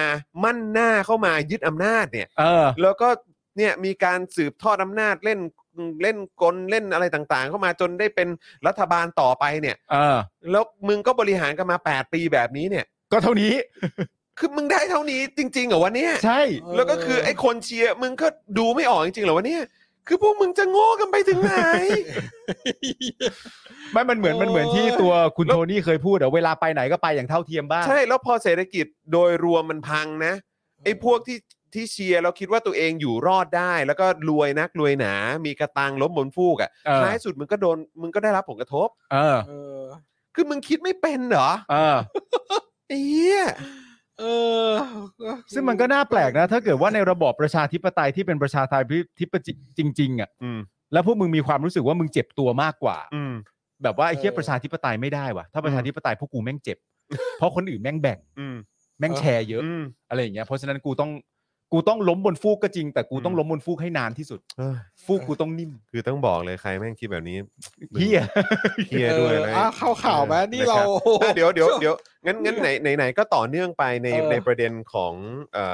S1: มั่นหน้าเข้ามายึดอำนาจเนี่ย
S2: เออ
S1: แล้วก็เนี่ยมีการสืบทอดอำนาจเล่นเล่นกลเล่นอะไรต่างๆ เข้ามาจนได้เป็นรัฐบาลต่อไปเนี่ย
S2: เออ
S1: แล้วมึงก็บริหารกันมา 8 ปีแบบนี้เนี่ย
S2: ก็เท่านี้
S1: คือมึงได้เท่านี้จริงๆเหรอวะเนี่ย
S2: ใช่
S1: แล้วก็คือไอ้คนเชียร์มึงก็ดูไม่ออกจริงๆเหรอวะเนี่ย คือพวกมึงจะโง่กันไปถึงไหน
S2: ไม่มันเหมือนมันเหมือนที่ตัวคุณโทนี่เคยพูดอะเวลาไปไหนก็ไปอย่างเท่าเทียมบ้าง
S1: ใช่แล้วพอเศรษฐกิจโดยรวมมันพังนะ ไอ้พวกที่ที่เชียร์แล้วคิดว่าตัวเองอยู่รอดได้ แล้วก็รวยนักรวยหนา มีกระตังล้มบนฟูกอะ
S2: เออ
S1: ท้ายสุดมึงก็โดนมึงก็ได้รับผลกระทบ
S2: เออ
S3: เออ
S1: คือมึงคิดไม่เป็นเหรอ
S2: เออ
S1: ไอ้เหี้ย
S3: เออ
S2: ซึ่งมันก็น่าแปลกนะ ถ้าเกิดว่าในระบอบประชาธิปไตยที่เป็นประชาธิปไตยจริงๆอะ
S1: อืม
S2: แล้วพวกมึงมีความรู้สึกว่ามึงเจ็บตัวมากกว่า
S1: อืม
S2: แบบว่าไอ้เหี้ยประชาธิปไตยไม่ได้ว่ะถ้าประชาธิปไตยพวกกูแม่งเจ็บ เพราะคนอื่นแม่งแบ่ง
S1: อืม
S2: แม่งแชร์เยอะ
S1: อืม
S2: อะไรอย่างเงี้ยเพราะฉะนั้นกูต้อง กูต้องล้มบนฟูกก็จริง แต่กูต้อง
S1: อืม
S2: ล้มบนฟูกให้นานที่สุด
S1: เอ้ย
S2: ฟูกกูต้องนิ่ม
S1: คือต้องบอกเลยใครแม่งคิดแบบนี้
S2: เฮีย
S1: เฮียด้วย
S3: เออ
S1: นะ
S3: อ่ะเข้าข่าวไหมนี่เรา
S1: ะคบ อ่ะเดี๋ยว เดี๋ยวเดี๋ยวงั้นงั้นไหนไหนไหนก็ต่อเนื่องไปใน
S3: เออ
S1: ในประเด็นของเอ่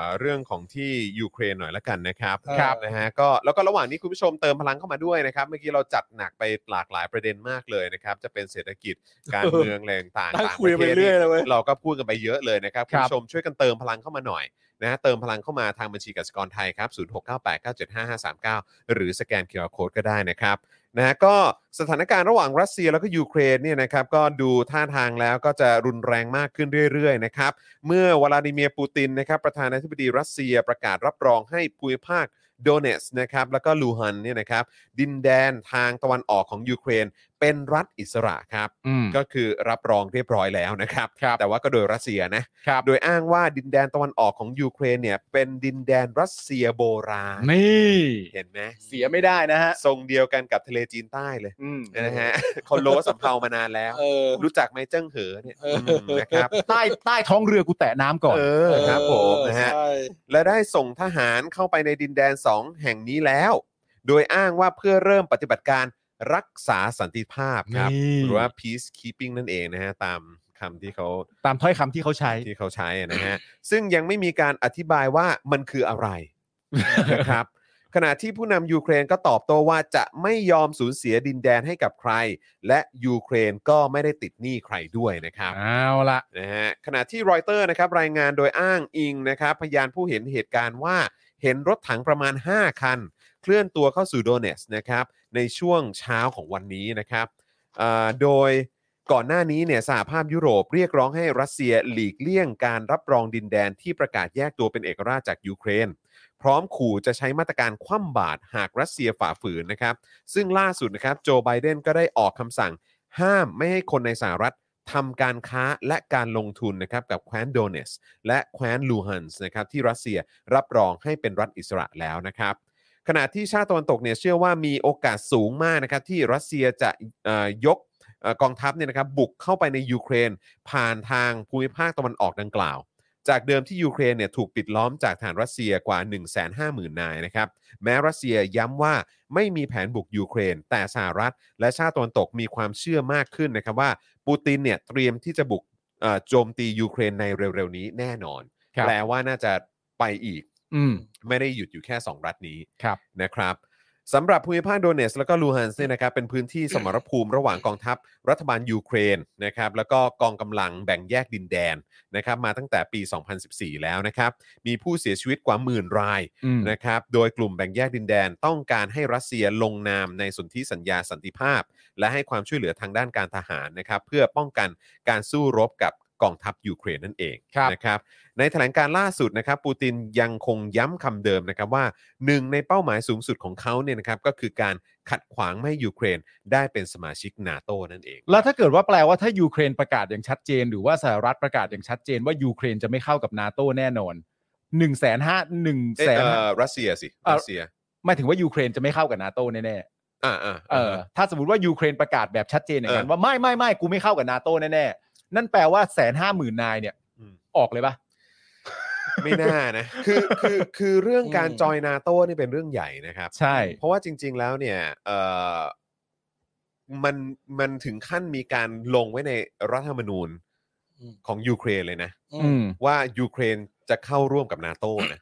S1: อเรื่องของที่ยูเครนหน่อยละกันนะครับ
S3: ครับ
S1: นะฮะก็แล้วก็ระหว่างนี้คุณผู้ชมเติมพลังเข้ามาด้วยนะครับ เมื่อกี้เราจัดหนักไปหลากหลายประเด็นมากเลยนะครับ จะเป็นเศรษฐกิจการเมืองแรงต่าง
S3: นั่ง
S1: ต่าง
S3: คุย
S1: ประ
S3: ไป
S1: เทศ
S3: เรื่อย
S1: นี่
S3: เลยเว้ย
S1: เราก็พูดกันไปเยอะเลยนะครับ
S2: ค
S1: คุ
S2: รั
S1: ณ
S2: บ
S1: ผู้ชมช่วยกันเติมพลังเข้ามาหน่อยนะฮะเติมพลังเข้ามาทางบัญชีกสิกรไทยครับ0698975539 หรือสแกน QR Code ก็ได้นะครับ นะฮะก็สถานการณ์ระหว่างรัสเซียแล้วก็ยูเครนเนี่ยนะครับก็ดูท่าทางแล้วก็จะรุนแรงมากขึ้นเรื่อยๆนะครับเมื่อวลาดิเมียร์ปูตินนะครับประธานาธิบดีรัสเซียประกาศรับรองให้ภูมิภาคโดเนสนะครับแล้วก็ลูฮันเนี่ยนะครับดินแดนทางตะวันออกของยูเครน เป็นรัฐอิสระครับ
S2: อืม
S1: ก็คือรับรองเรียบร้อยแล้วนะครับ
S2: ครับ
S1: แต่ว่าก็โดยรัสเซียนะครับโดยอ้างว่าดินแดนตะวันออกของยูเครนเนี่ยเป็นดินแดนรัสเซียโบราณ
S2: นี่
S1: เห็นไหม
S2: เสียไม่ได้นะฮะ
S1: ทรงเดียวกันกับทะเลจีนใต้เลย
S2: อืม
S1: นะฮะ เขาโลสำเภามานานแล้ว
S3: เออ
S1: รู้จักไหมเจิ้งเหอเนี่ย
S3: เอออื
S1: มนะครับ
S2: ใต้ใต้ท้องเรือกูแตะน้ำก่อน
S1: เออครับผมนะฮะ
S3: ใช่
S1: และได้ส่งทหารเข้าไปในดินแดน 2 แห่งนี้แล้ว โดยอ้างว่าเพื่อเริ่มปฏิบัติการรักษาสันติภาพครับ
S2: นี่
S1: หรือว่า peacekeeping นั่นเองนะฮะ ตามคำที่เขา
S2: ตามถ้อยคำที่เขาใช้
S1: ที่เขาใช้นะฮะ ซึ่งยังไม่มีการอธิบายว่ามันคืออะไร นะครับขณะที่ผู้นำยูเครนก็ตอบโต้ว่าจะไม่ยอมสูญเสียดินแดนให้กับใคร และยูเครนก็ไม่ได้ติดหนี้ใครด้วยนะครับ
S2: เอาละ
S1: นะฮะขณะที่รอยเตอร์นะครับรายงานโดยอ้างอิงนะครับพยานผู้เห็นเหตุการณ์ว่าเห็นรถถังประมาณ 5 คัน เคลื่อนตัวเข้าสู่โดเนสนะครับในช่วงเช้าของวันนี้นะครับอ่าโดยก่อนหน้านี้เนี่ยสหภาพยุโรปเรียกร้องให้รัสเซียหลีกเลี่ยงการรับรองดินแดนที่ประกาศแยกตัวเป็นเอกราชจากยูเครน พร้อมขู่จะใช้มาตรการคว่ำบาตรหากรัสเซียฝ่าฝืนนะครับ ซึ่งล่าสุดนะครับโจไบเดนก็ได้ออกคำสั่ง ห้ามไม่ให้คนในสหรัฐทำการค้าและการลงทุนนะครับกับแคว้นโดเนสและแคว้นลูฮันส์นะครับที่รัสเซียรับรองให้เป็นรัฐอิสระแล้วนะครับ ขณะที่ชาติตะวันตกเนี่ยเชื่อว่ามีโอกาสสูงมากนะครับที่รัสเซียจะเอ่อยกเอ่อกองทัพเนี่ยนะครับบุกเข้าไปในยูเครน ผ่านทางภูมิภาคตะวันออกดังกล่าว จากเดิมที่ยูเครนเนี่ยถูกปิดล้อมจากฐานรัสเซียกว่า 150,000 นายนะครับ แม้รัสเซียย้ำว่าไม่มีแผนบุกยูเครน แต่สหรัฐ และชาติตะวันตกมีความเชื่อมากขึ้นนะครับว่าปูตินเนี่ยเตรียมที่จะบุกเอ่อโจมตียูเครนในเร็วๆนี้แน่นอน แปลว่าน่าจะไปอีก
S2: อืม
S1: ไม่ได้หยุดอยู่แค่ 2 รัฐนี้
S2: ครับ
S1: นะครับสำหรับภูมิภาคโดเนสและก็ลูฮันส์เนี่ยนะครับเป็นพื้นที่สมรภูมิระหว่างกองทัพรัฐบาลยูเครนนะครับแล้วก็กองกำลังแบ่งแยกดินแดนนะครับมาตั้งแต่ปี 2014 แล้วนะครับ มีผู้เสียชีวิตกว่าหมื่นราย
S2: อืม
S1: นะครับโดยกลุ่มแบ่งแยกดินแดนต้องการให้รัสเซียลงนามในสนธิสัญญาสันติภาพ และให้ความช่วยเหลือทางด้านการทหารนะครับเพื่อป้องกันการสู้รบกับกองทัพยูเครนนั่นเอง
S2: ครับ
S1: นะครับ ในแถลงการล่าสุดนะครับปูตินยังคงย้ำคำเดิมนะครับว่าหนึ่งในเป้าหมายสูงสุดของเขาเนี่ยนะครับก็คือการขัดขวางไม่ให้ยูเครนได้เป็นสมาชิกนาโตนั่นเอง
S2: แล้วถ้าเกิดว่าแปลว่าถ้ายูเครนประกาศอย่างชัดเจน หรือว่าสหรัฐประกาศอย่างชัดเจนว่ายูเครนจะไม่เข้ากับนาโตแน่นอนหนึ่งแสนห้าหนึ่ง
S1: เอ้ย
S2: แสน
S1: เอ่อรัสเซียสิ
S2: เอ่อ
S1: รัสเซีย
S2: หมายถึงว่ายูเครนจะไม่เข้ากับนาโตแน่
S1: อ่าอ่า
S2: ๆเออถ้าสมมติว่ายูเครนประกาศแบบชัดเจนอย่างนั้นว่าไม่ไม่ไม่กูไม่เข้ากับนาโตแน่ๆนั่นแปลว่าแสนห้าหมื่นนายเนี่ย ออกเลยปะ
S1: ไม่น่านะ คือคือคือเรื่องการ
S3: อืม
S1: จอยนาโตนี่เป็นเรื่องใหญ่นะครับ
S2: ใช่
S1: เพราะว่าจริง ๆ แล้วเนี่ยเอ่อมันมันถึงขั้นมีการลงไว้ในรัฐธรรมนูญ
S3: อืม
S1: ของยูเครนเลยนะ
S2: อืม
S1: ว่ายูเครนจะเข้าร่วมกับนาโตนะ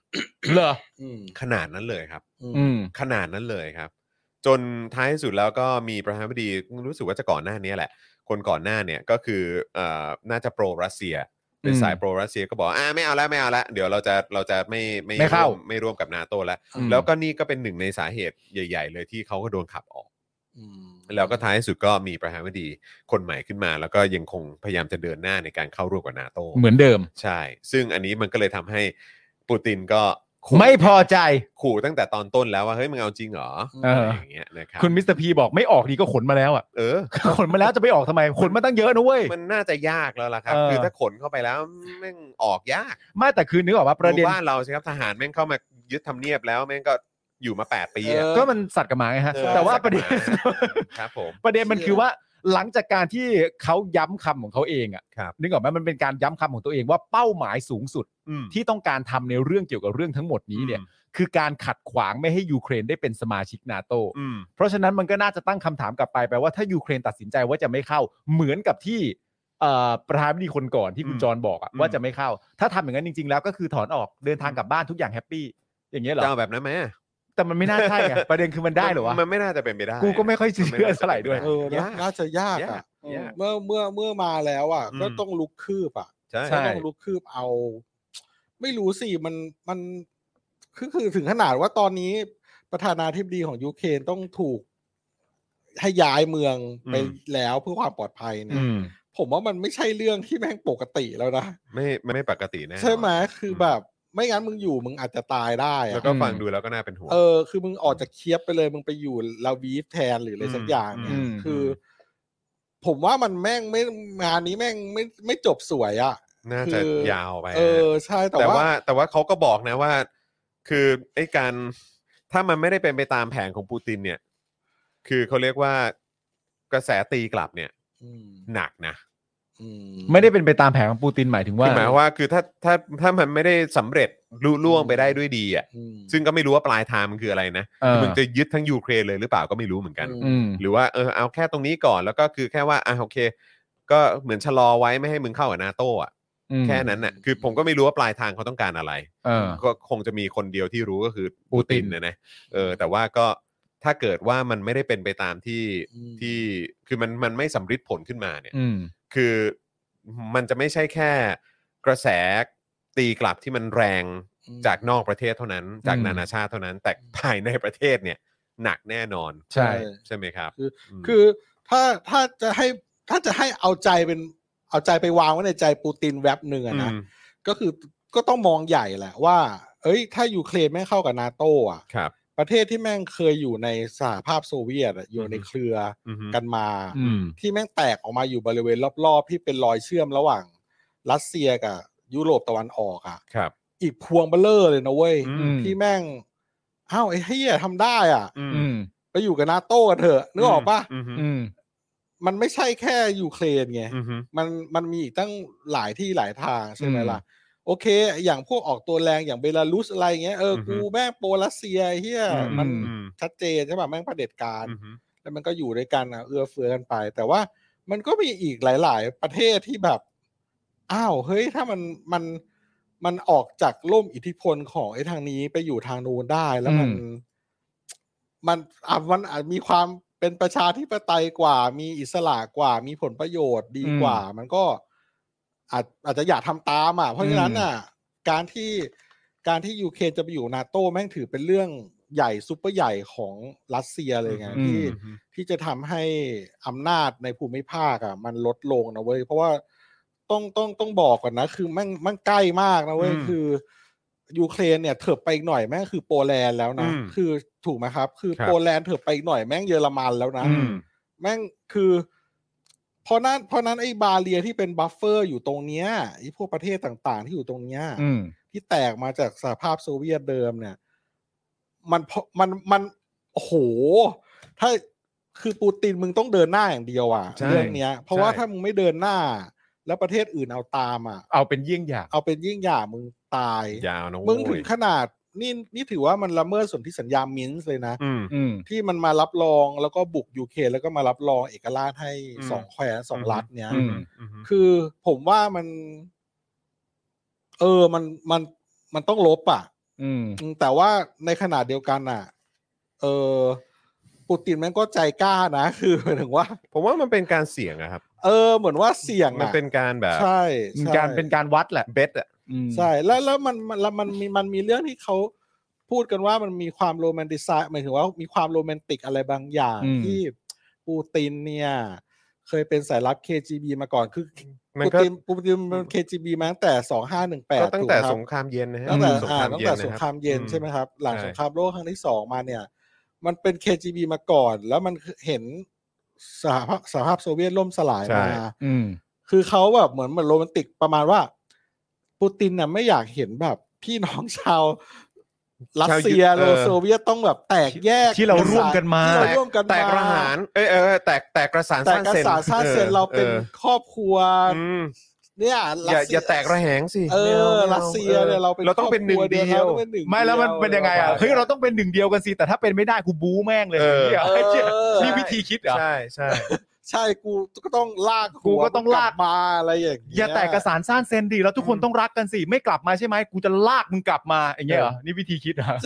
S2: เหรอ
S3: อืม
S1: ขนาดนั้นเลยครับ
S2: อืม
S1: ขนาดนั้นเลยครับ จนท้ายที่สุดแล้วก็มีประธานาธิบดีรู้สึกว่าจะก่อนหน้านี้แหละ คนก่อนหน้าเนี่ยก็คือเอ่อน่าจะโปรรัสเซีย เป็น
S2: อืม
S1: สายโปรรัสเซียก็บอกอ่าไม่เอาแล้วไม่เอาแล้วเดี๋ยวเราจะเราจะไม่
S2: ไม่เข้า
S1: ร่วไม่ร่วมกับนาโตแล้ว
S2: อืม
S1: แล้วก็นี่ก็เป็นหนึ่งในสาเหตุใหญ่ ๆ เลยที่เขาก็โดนขับออก
S3: อืม
S1: แล้วก็ท้ายที่สุดก็มีประธานาธิบดีคนใหม่ขึ้นมา แล้วก็ยังคงพยายามจะเดินหน้าในการเข้าร่วมกับนาโต
S2: เหมือนเดิม
S1: ใช่ ซึ่งอันนี้มันก็เลยทำให้ปูตินก็ขู่
S2: ไม่พอใจ
S1: ขู่ตั้งแต่ตอนต้นแล้วว่าเฮ้ยมึงเอาจริงเหรอ
S2: เอออ
S1: อะไรอย่างเงี้ยนะครับ
S2: คุณมิสเตอร์พีบอกไม่ออกดีก็ขนมาแล้วอ่ะ
S1: เออ
S2: ขนมาแล้วจะไปออกทำไม ขนมาตั้งเยอะนะเว้ย
S1: มันน่าจะยากแล้วล่ะครับ
S2: เออ
S1: คือถ้าขนเข้าไปแล้วแม่งออกยาก
S2: ไม่แต่คือนึกออกว่าประเด็น
S1: ดูบ้านเราสิครับทหารแม่งเข้ามายึดทำเนียบแล้วแม่งก็อยู่มา 8 ปีอะ
S3: เออ
S2: ก็มันสัตว์กับหมาไงฮะ
S1: เออ
S2: แต่ว่า
S1: สัก
S2: ประเด็น
S1: ครับผม
S2: ประเด็นมันคือว่า หลังจากการที่เขาย้ำคำของเขาเองอะ
S1: ครับ
S2: นึกออกไหมมันเป็นการย้ำคำของตัวเองว่าเป้าหมายสูงสุด
S1: อืม
S2: ที่ต้องการทำในเรื่องเกี่ยวกับเรื่องทั้งหมดนี้เนี่ยคือการขัดขวางไม่ให้ยูเครนได้เป็นสมาชิกนาโต
S1: อืม
S2: เพราะฉะนั้นมันก็น่าจะตั้งคำถามกลับไปแปลว่าถ้ายูเครนตัดสินใจว่าจะไม่เข้า เหมือนกับที่เอ่อประธานาธิบดีคนก่อนที่คุณ
S1: อืม
S2: จรบอกอะ
S1: อืม
S2: ว่าจะไม่เข้า ถ้าทำอย่างนั้นจริง ๆ แล้วก็คือถอนออกเดินทางกลับบ้านทุกอย่างแฮปปี้อย่างเงี้ยเหร
S1: จะเอา
S2: อ
S1: แบบนั้นไหมอะ
S2: แต่มันไม่น่าใช่ ไงประเด็นคือมันได้เหรอวะ
S1: มันไม่น่าจะเป็นไปได้
S2: กูก็ไม่ค่อยเชื่อ
S1: มันน่าจะ
S2: เท่าไหร่ด้วย
S3: เออ
S1: ป็นไปไ
S3: นะน่าจะยาก
S1: ยา
S3: อ่ะ
S1: ก
S3: เออย
S1: าก
S3: เมื่อเมื่อเมื่อมาแล้วอ่ะ
S1: อืม
S3: ก็ต้องลุกคืบอ่ะ
S1: ใช่
S2: ใช่
S3: ก็ต้องลุกคืบเอา ไม่รู้สิมันมันคือคือถึงขนาดว่าตอนนี้ประธานาธิบดีของยูเครนต้องถูก ให้ย้ายเมืองไปแล้วเพื่อความปลอดภัยเนี่ย
S2: อืม
S3: ผมว่ามันไม่ใช่เรื่องที่แม่งปกติแล้วนะ
S1: ไม่ไม่ปกติแน่นอน
S3: ใช่ไหมคือแบบ ไม่งั้นมึงอยู่มึงอาจจะตายได้อะ
S1: แล้วก็
S2: อืม
S1: ฟังดูแล้วก็น่าเป็นห่วง
S3: เออ คือมึงออกจากเคียบไปเลย มึงไปอยู่ลาวีฟแทนหรืออะไรสักอย่างเนี่
S2: อื
S3: ย
S2: ม
S3: คืออ
S1: ม
S3: ผมว่ามันแม่งไม่งานนี้แม่งไม่ไม่จบสวยอ่ะ
S1: น่าจะ
S3: คือย
S1: าวไป
S3: เออใช่แต่
S1: แต่
S3: ว่า
S1: ว่าแต่ว่าเขาก็บอกนะว่า คือไอ้การถ้ามันไม่ได้เป็นไปตามแผนของปูตินเนี่ย คือเขาเรียกว่ากระแสตีกลับเนี่ย
S3: อืม
S1: หนักนะ
S3: อื
S2: ไม่ได้เป็นไปตามแผนของปูตินหมายถึงว่า
S1: คือหมายความว่าคือถ้าถ้าถ้ามันไม่ได้สำเร็จลุล่วงไปได้ด้วยดีอ่ะ
S3: อืม
S1: ซึ่งก็ไม่รู้ว่าปลายทางมันคืออะไรนะ
S2: เออ
S1: มึงจะยึดทั้งยูเครนเลยหรือเปล่าก็ไม่รู้เหมือนกัน
S3: อื
S2: อืม
S1: หรือว่าเออเอาแค่ตรงนี้ก่อนแล้วก็คือแค่ว่าอ่ะโอเค ก็เหมือนชะลอไว้ไม่ให้มึงเข้ากับนาโต้อะ
S2: อืม
S1: แค่นั้นน่ะคือผมก็ไม่รู้ว่าปลายทางเขาต้องการอะไร
S2: เออ
S1: ก็คงจะมีคนเดียวที่รู้ก็คือ
S2: ปู
S1: ปู
S2: ติ
S1: ติน
S2: น
S1: นะนะเออแต่ว่าก็ถ้าเกิดว่ามันไม่ได้เป็นไปตามที่
S3: อืม
S1: ที่คือมันมันไม่สำฤทธิ์ผลขึ้นมาเนี่ย
S2: อืม
S1: คือมันจะไม่ใช่แค่กระแสตีกลับที่มันแรง
S3: อืม
S1: จากนอกประเทศเท่านั้น จาก
S2: อืม
S1: นานาชาติเท่านั้น แต่ภายในประเทศเนี่ย หนักแน่นอน
S2: ใช่
S1: ใช่ไหมครับ
S3: คือ
S1: ม
S3: คือถ้าถ้าจะให้ถ้าจะให้เอาใจเป็นเอาใจไปวางไว้ในใจปูตินแวบหนึ่งอะนะ
S1: อืม
S3: ก็คือก็ต้องมองใหญ่แหละว่า เอ้ย ถ้ายูเครนไม่เข้ากับนาโตอ่ะ
S1: ครับ
S3: ประเทศที่แม่งเคยอยู่ในสหภาพโซเวียตอะอยู่ใน
S1: อือฮึ
S3: เครือ
S1: อือฮึ
S3: กันมา
S2: อืม
S3: ที่แม่งแตกออกมาอยู่บริเวณรอบๆ ที่เป็นรอยเชื่อมระหว่าง รัสเซียกับยุโรปตะวันออกอ่ะ
S1: ครับ
S3: อีกพวงเบลเลอร์เลยนะเว้ย
S1: อืม
S2: ม
S3: ที่แม่งอ้าวไอ้เฮียทำได้อ่ะ
S1: อืม
S2: อืม
S3: ไปอยู่กับนาโต้กันเถอะนึกออกปะ
S1: อืม
S2: อืม
S3: มันไม่ใช่แค่ยูเครนไง
S1: อืมอืม
S3: มันมันมีอีกตั้งหลายที่หลายทางใช่ไหม
S2: อืม
S3: ล่ะ โอเค อย่างพวกออกตัวแรงอย่างเบลารุสอะไรเงี้ยเอออ
S1: อฮึ
S3: กูแม่งโปรรัสเซียไอ้เฮีย
S1: อืม
S3: มัน
S1: อืม
S3: ชัดเจนใช่ป่ะแม่งเผด็จการ
S1: อืมอืม
S3: แล้วมันก็อยู่ด้วยกันอ่ะเอื้อเฟื้อกันไป แต่ว่ามันก็มีอีกหลาย ๆ ประเทศที่แบบอ้าวเฮ้ยถ้ามันมันมันออกจากล่มอิทธิพลของไอ้ทางนี้ไปอยู่ทางนู้นได้แล้วมัน
S2: อืม
S3: มันอ่ะมันอาจมีความเป็นประชาธิปไตยกว่า มีอิสระกว่า มีผลประโยชน์ดีกว่า มันก็อาจอาจจะอยากทำตามอ่ะเพราะฉะนั้นอ่ะ การที่การที่ยูเครนจะไปอยู่นาโต้แม่งถือเป็นเรื่องใหญ่ซุปเปอร์ใหญ่ของรัสเซียเลยไง
S2: อืม
S3: ที่
S1: อืมอืม
S3: ที่จะทำให้อำนาจในภูมิภาคอ่ะ มันลดลงนะเว้ย เพราะว่าต้องต้องต้องบอกก่อนนะ คือแม่งแม่งใกล้มากนะเว้ย
S1: อืม
S3: คือยูเครนเนี่ยเถิบไปอีกหน่อยแม่งคือโปแลนด์แล้วนะ
S1: อืม
S3: คือถูกไหมครับ คือ
S1: ครับ
S3: โปแลนด์เถิบไปอีกหน่อยแม่งเยอรมันแล้วนะ
S2: อืม
S3: แม่งคือเพราะนั้นเพราะนั้นไอ้บาเรียที่เป็นบัฟเฟอร์อยู่ตรงเนี้ยไอ้พวกประเทศต่างๆ ที่อยู่ตรงเนี้ย
S2: อืม
S3: ที่แตกมาจากสหภาพโซเวียตเดิมเนี่ย มันพอมันมันโอ้โห ถ้าคือปูตินมึงต้องเดินหน้าอย่างเดียวอะ
S1: ใช่
S3: เรื่องเนี้ย เพราะ
S1: ใช่
S3: ว่าถ้ามึงไม่เดินหน้า แล้วประเทศอื่นเอาตามอะ
S2: เอาเป็นเยี่ยงอย่าง
S3: เอาเป็นยิ่งอย่างมึงตาย
S1: ยาวนะ
S3: มึ
S1: เว้
S3: ง
S1: ย
S3: ถึงขนาด นี่นี่ถือว่ามันละเมิดสนธิสัญญามินส์เลยนะ
S1: อืม
S2: อืม
S3: ที่มันมารับรองแล้วก็บุกยูเครนแล้วก็มารับรองเอกราชให้
S1: อืม
S3: สองแควนสองรัฐเนี่ย
S2: อืม
S1: อืมอืม
S3: คือผมว่ามัน เออมันมันมันต้องลบอ่ะ
S2: อืม
S3: อืมแต่ว่าในขณะเดียวกันอ่ะ เออปูตินแม่งก็ใจกล้านะ คือหมายถึงว่า
S1: ผมว่ามันเป็นการเสี่ยงอะครับ
S3: เออ เหมือนว่าเสี่ยง
S1: มัน
S3: อ่ะ
S1: เป็นการแบบ
S3: ใช่
S2: เป็น
S3: ใช่
S2: การเป็นการวัดแหละ
S1: เบสอะ
S2: อืม
S3: ใช่ แล้วแล้วมันมันแล้วมันมีมันมีเรื่องที่เขาพูดกันว่ามันมีความโรแมนติไซหมายถึงว่ามีความโรแมนติกอะไรบางอย่าง
S2: อืม
S3: ที่ปูตินเนี่ย เคยเป็นสายลับ KGB มาก่อนคือ
S1: มัน
S3: ปู
S1: ก็
S3: ตินปูตินเป็น KGB มาตั้งแต่สองห้าหนึ่งแปด
S1: ก็ตั้งแต่สงครามเย็นนะฮะ
S3: ตั้งแต่
S1: สง
S3: อ่า
S1: คราม
S3: ตั้ง
S1: เย็น
S3: แต่
S1: นะ
S3: สง
S1: ครับ
S3: ครามเย็น
S1: อืม
S3: ใช่ไหมครับ หลัง
S1: ใช่
S3: สงครามโลกครั้งที่สองมาเนี่ย มันเป็น KGB มาก่อน แล้วมันเห็นสหภาพสหภาพโซเวียตล่มสลายมา
S2: อืม
S3: คือเขาแบบเหมือนเหมือนโรแมนติกประมาณว่า ปูตินน่ะไม่อยากเห็นแบบ พี่น้องชาว รัสเซีย
S1: ชาวยุ
S3: โร
S1: เออ
S3: โซเวียตต้องแบบแตกแยก
S2: ที่เราร่วมกันมา
S3: ที่
S1: แต
S3: เรา
S1: ก
S3: ร่วมกัน
S1: แตกระหารเอยเอยเอยแตกแตกกระสานส
S3: แตก
S1: ร้าง
S3: ก
S1: เซน
S3: ษัตริย์ชาติเซนเราเป็น
S1: ออ
S3: ครอบครัว
S1: อืม
S3: เนี่ย
S1: อย่า
S3: รัสเซี
S1: อย่าแตกระแหงสิ
S3: เอ
S1: ไม่า
S3: อ
S1: ไม่อา
S3: รัสเซียเนี่ยเราเป็น
S1: เราต้องเป็นหนึ่งเดี
S3: คร
S1: ย
S3: อ
S1: ว
S3: บครัเเราต้องป็นหนึ่ง
S2: ไม่แล้วมัน
S3: ดี
S2: เป็นยังไงอ่ะ
S3: า
S2: เฮ้ยเราต้องเป็นหนึ่งเดียวกันสิแต่ถ้าเป็นไม่ได้กูบู๊แม่งเลย
S1: เออ
S2: เนี่ย
S3: เอ
S2: ไอ้เหี้ย
S3: อ
S2: นี่วิธีคิดเหรอ
S1: ใช่ใช่
S3: ใช่กูก็ต้องลาก
S2: กูก็ต้องลาก
S3: หัวมันลับมาอะไรอย่างเงี้ย
S2: อย่าแตกกระสานสร้างเซนดิแล้วทุกคนต้องรักกันสิไม่กลับมาใช่ไหมกูจะลากมึงกลับมาอย่างเงี้ยเหรอนี่วิธีคิดเหรอ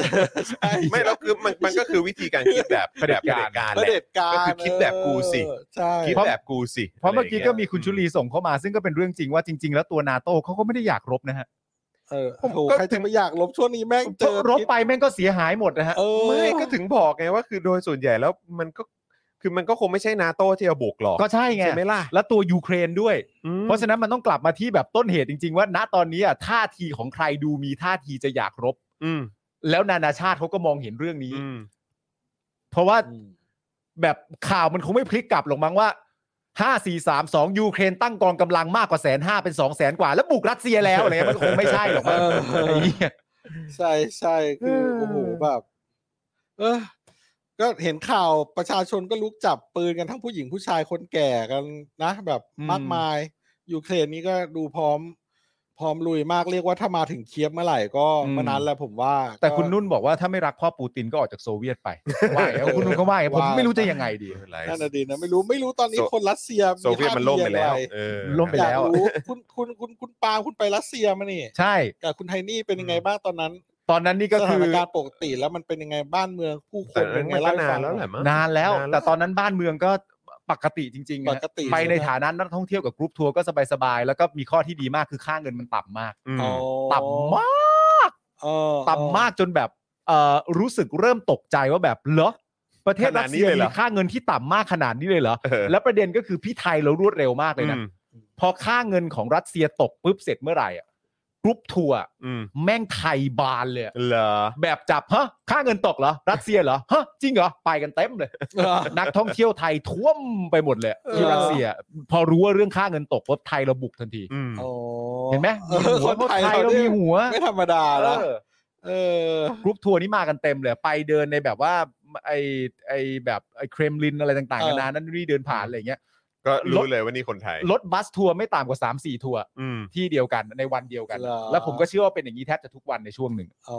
S1: ไม่แล้วคือมันมันก็คือวิธีการคิดแบบเผด็จการ
S3: ป
S1: แห
S3: ระ
S1: ละ
S3: เผด็จการ
S1: ก็คือคิดแบบกูสิ
S3: เออใช่
S1: คิดแบบกูสิ
S2: เพราะเมื่อกี้ก็มีคุณ
S1: อะไร
S2: ชุ
S1: ย่าง
S2: ลี
S1: เงี้ย
S2: ส่งเข้ามา ซึ่งก็เป็นเรื่องจริงว่าจริง ๆ แล้วตัวนาโต้เขาก็ไม่ได้อยากรบนะฮะ
S3: เออ
S1: ผม
S3: โห
S1: ก็
S3: ใครจะไปอยากลบช่วงนี้แม่งเจอ
S2: รบ
S3: พิษ
S2: ไปแม่งก็เสียหายหมดนะฮะ
S3: เออ
S1: ไม่ก็ถึงบอกไงว่าคือโดยส่วนใหญ่แล้วมันก็คือมันก็คงไม่ใช่นาโต้ที่จะบุกหรอก
S2: ก็ใช่ไง
S1: ใช่ไหมล่ะ
S2: แล้วตัวยูเครนด้วย
S1: อืม
S2: เพราะฉะนั้นมันต้องกลับมาที่แบบต้นเหตุจริง ๆ ว่าณตอนนี้อ่ะท่าทีของใครดูมีท่าทีจะอยากรบ
S1: อืม
S2: แล้วนานาชาติเขาก็มองเห็นเรื่องนี้
S1: อืม
S2: เพราะว่าแบบข่าวมันคงไม่พลิกกลับหรอกมั้งว่าห้าสี่สามสองยูเครนตั้งกองกำลังมากกว่าแสนห้าเป็นสองแสนกว่า แล้วบุกรัสเซียแล้วอะไรเงี้ยมันคงไม่ใช่หรอกมั้งไอ้เหี้ย
S3: ใช่ใช่คือ
S1: เออ
S3: โอ้โหแบบ เออก็เห็นข่าวประชาชนก็ลุกจับปืนกันทั้งผู้หญิงผู้ชายคนแก่กันนะแบบ
S2: อืม
S3: มากมายยูเครนนี้ก็ดูพร้อม พร้อมลุยมากเรียกว่าถ้ามาถึงเคียบเมื่อไหร่ก็เมื่อนั้นแหละผมว่า
S2: แต่
S3: ก็
S2: คุณนุ่นบอกว่าถ้าไม่รักพ่อปูตินก็ออกจากโซเวียตไปว่าอย่างนั้นคุณนุ่นเขาว่าอย่างนั้นผม
S3: ว่า
S2: ไม่รู้จะยังไงดี
S1: ไม่เป็นไร
S3: นั่นน่ะดีนะไม่รู้ไม่รู้ตอนนี้
S1: โซ
S3: คนรัสเซีย
S1: โซเวียตมันล่มไปแล้วเออ
S2: ล่มไป
S3: อ
S2: แล้
S3: ยาก
S2: ว
S3: รู้คุณคุณคุณคุณปาล์มคุณไปรัสเซียมานี่
S2: ใช่
S3: กับคุณไทนี่เป็นยังไงบ้างตอนนั้น
S2: ตอนนั้นนี่ก็
S3: ส
S2: คื
S3: ถา
S2: อน
S3: การณ์ปกติแล้วมันเป็นยังไงบ้านเมืองผู้ค
S1: แต่
S3: นเป็นยังไง
S1: มันก็
S3: เล่าให้
S1: นาน
S3: ฟัง
S1: แล้วแหละ
S3: หน่อย
S1: มั้ง
S2: นานแล้ว
S1: นานแล้ว
S2: แต่ตอนนั้นบ้านเมืองก็ปกติจริงๆ
S3: ป
S2: นะ
S3: กติ
S2: ไปใน
S3: ใช่ไหม
S2: ฐานะนักท่องเที่ยวกับกรุ๊ปทัวร์ก็สบายๆ แล้วก็มีข้อที่ดีมากคือค่าเงินมันต่ำมาก
S1: อืม
S3: อ๋อ
S2: ต่ำมาก
S3: เออ
S2: ต่ำมากจนแบบเอ่อรู้สึกเริ่มตกใจว่าแบบเหรอประเทศ
S1: ข
S2: รั
S1: นาด
S2: ส
S1: นี้
S2: เซีย
S1: เลยเหร
S2: มี
S1: อ
S2: ค่าเงินที่ต่ำมากขนาดนี้เลยเหรอ
S1: เออ
S2: แล้วประเด็นก็คือพี่ไทยเรารวดเร็วมากเลยนะ
S1: อืม
S2: พอค่าเงินของรัสเซียตกปุ๊บเสร็จเมื่อไหร่อ่ะกรุ๊ปทัวร์
S1: อืม
S2: แม่งไทยบานเลยอะ
S1: เหรอ
S2: แบบจับฮะค่าเงินตกเหรอ รัสเซียเหรอฮะจริงเหรอ ไปกันเต็มเลย
S3: เออ
S2: นักท่องเที่ยวไทยท่วมไปหมดเลย
S3: เออ
S2: ที่รัสเซีย พอรู้ว่าเรื่องค่าเงินตกปุ๊บไทยเราบุกทันที
S1: อืม
S3: โอ้
S2: เห็นไหม
S3: เออ
S2: หั
S3: ค
S2: วน พวก
S3: ไทย
S2: ไทย
S3: เรา
S2: เรามี
S3: นี่
S2: หัว
S3: ไม่ธรรมดานะ
S2: เออ
S3: เออ
S2: กรุ๊ปทัวร์นี่มากันเต็มเลย ไปเดินในแบบว่าไอไอแบบไอเครมลินอะไรต่าง
S3: เอ
S2: ๆ
S3: อ
S2: นานานั่นนี่เดินผ่านอะไรอย่างเงี้ย
S1: ก็
S2: ร
S1: รู้
S2: ถ
S1: เลยว่านี่คนไทย
S2: รถบัสทัวร์ไม่ต่ำกว่า3 4ทัวร์
S1: อืม
S2: ที่เดียวกันในวันเดียวกัน
S3: เหรอ
S2: แล้วผมก็เชื่อว่าเป็นอย่างนี้แทบจะทุกวันในช่วงหนึ่ง
S3: โอ้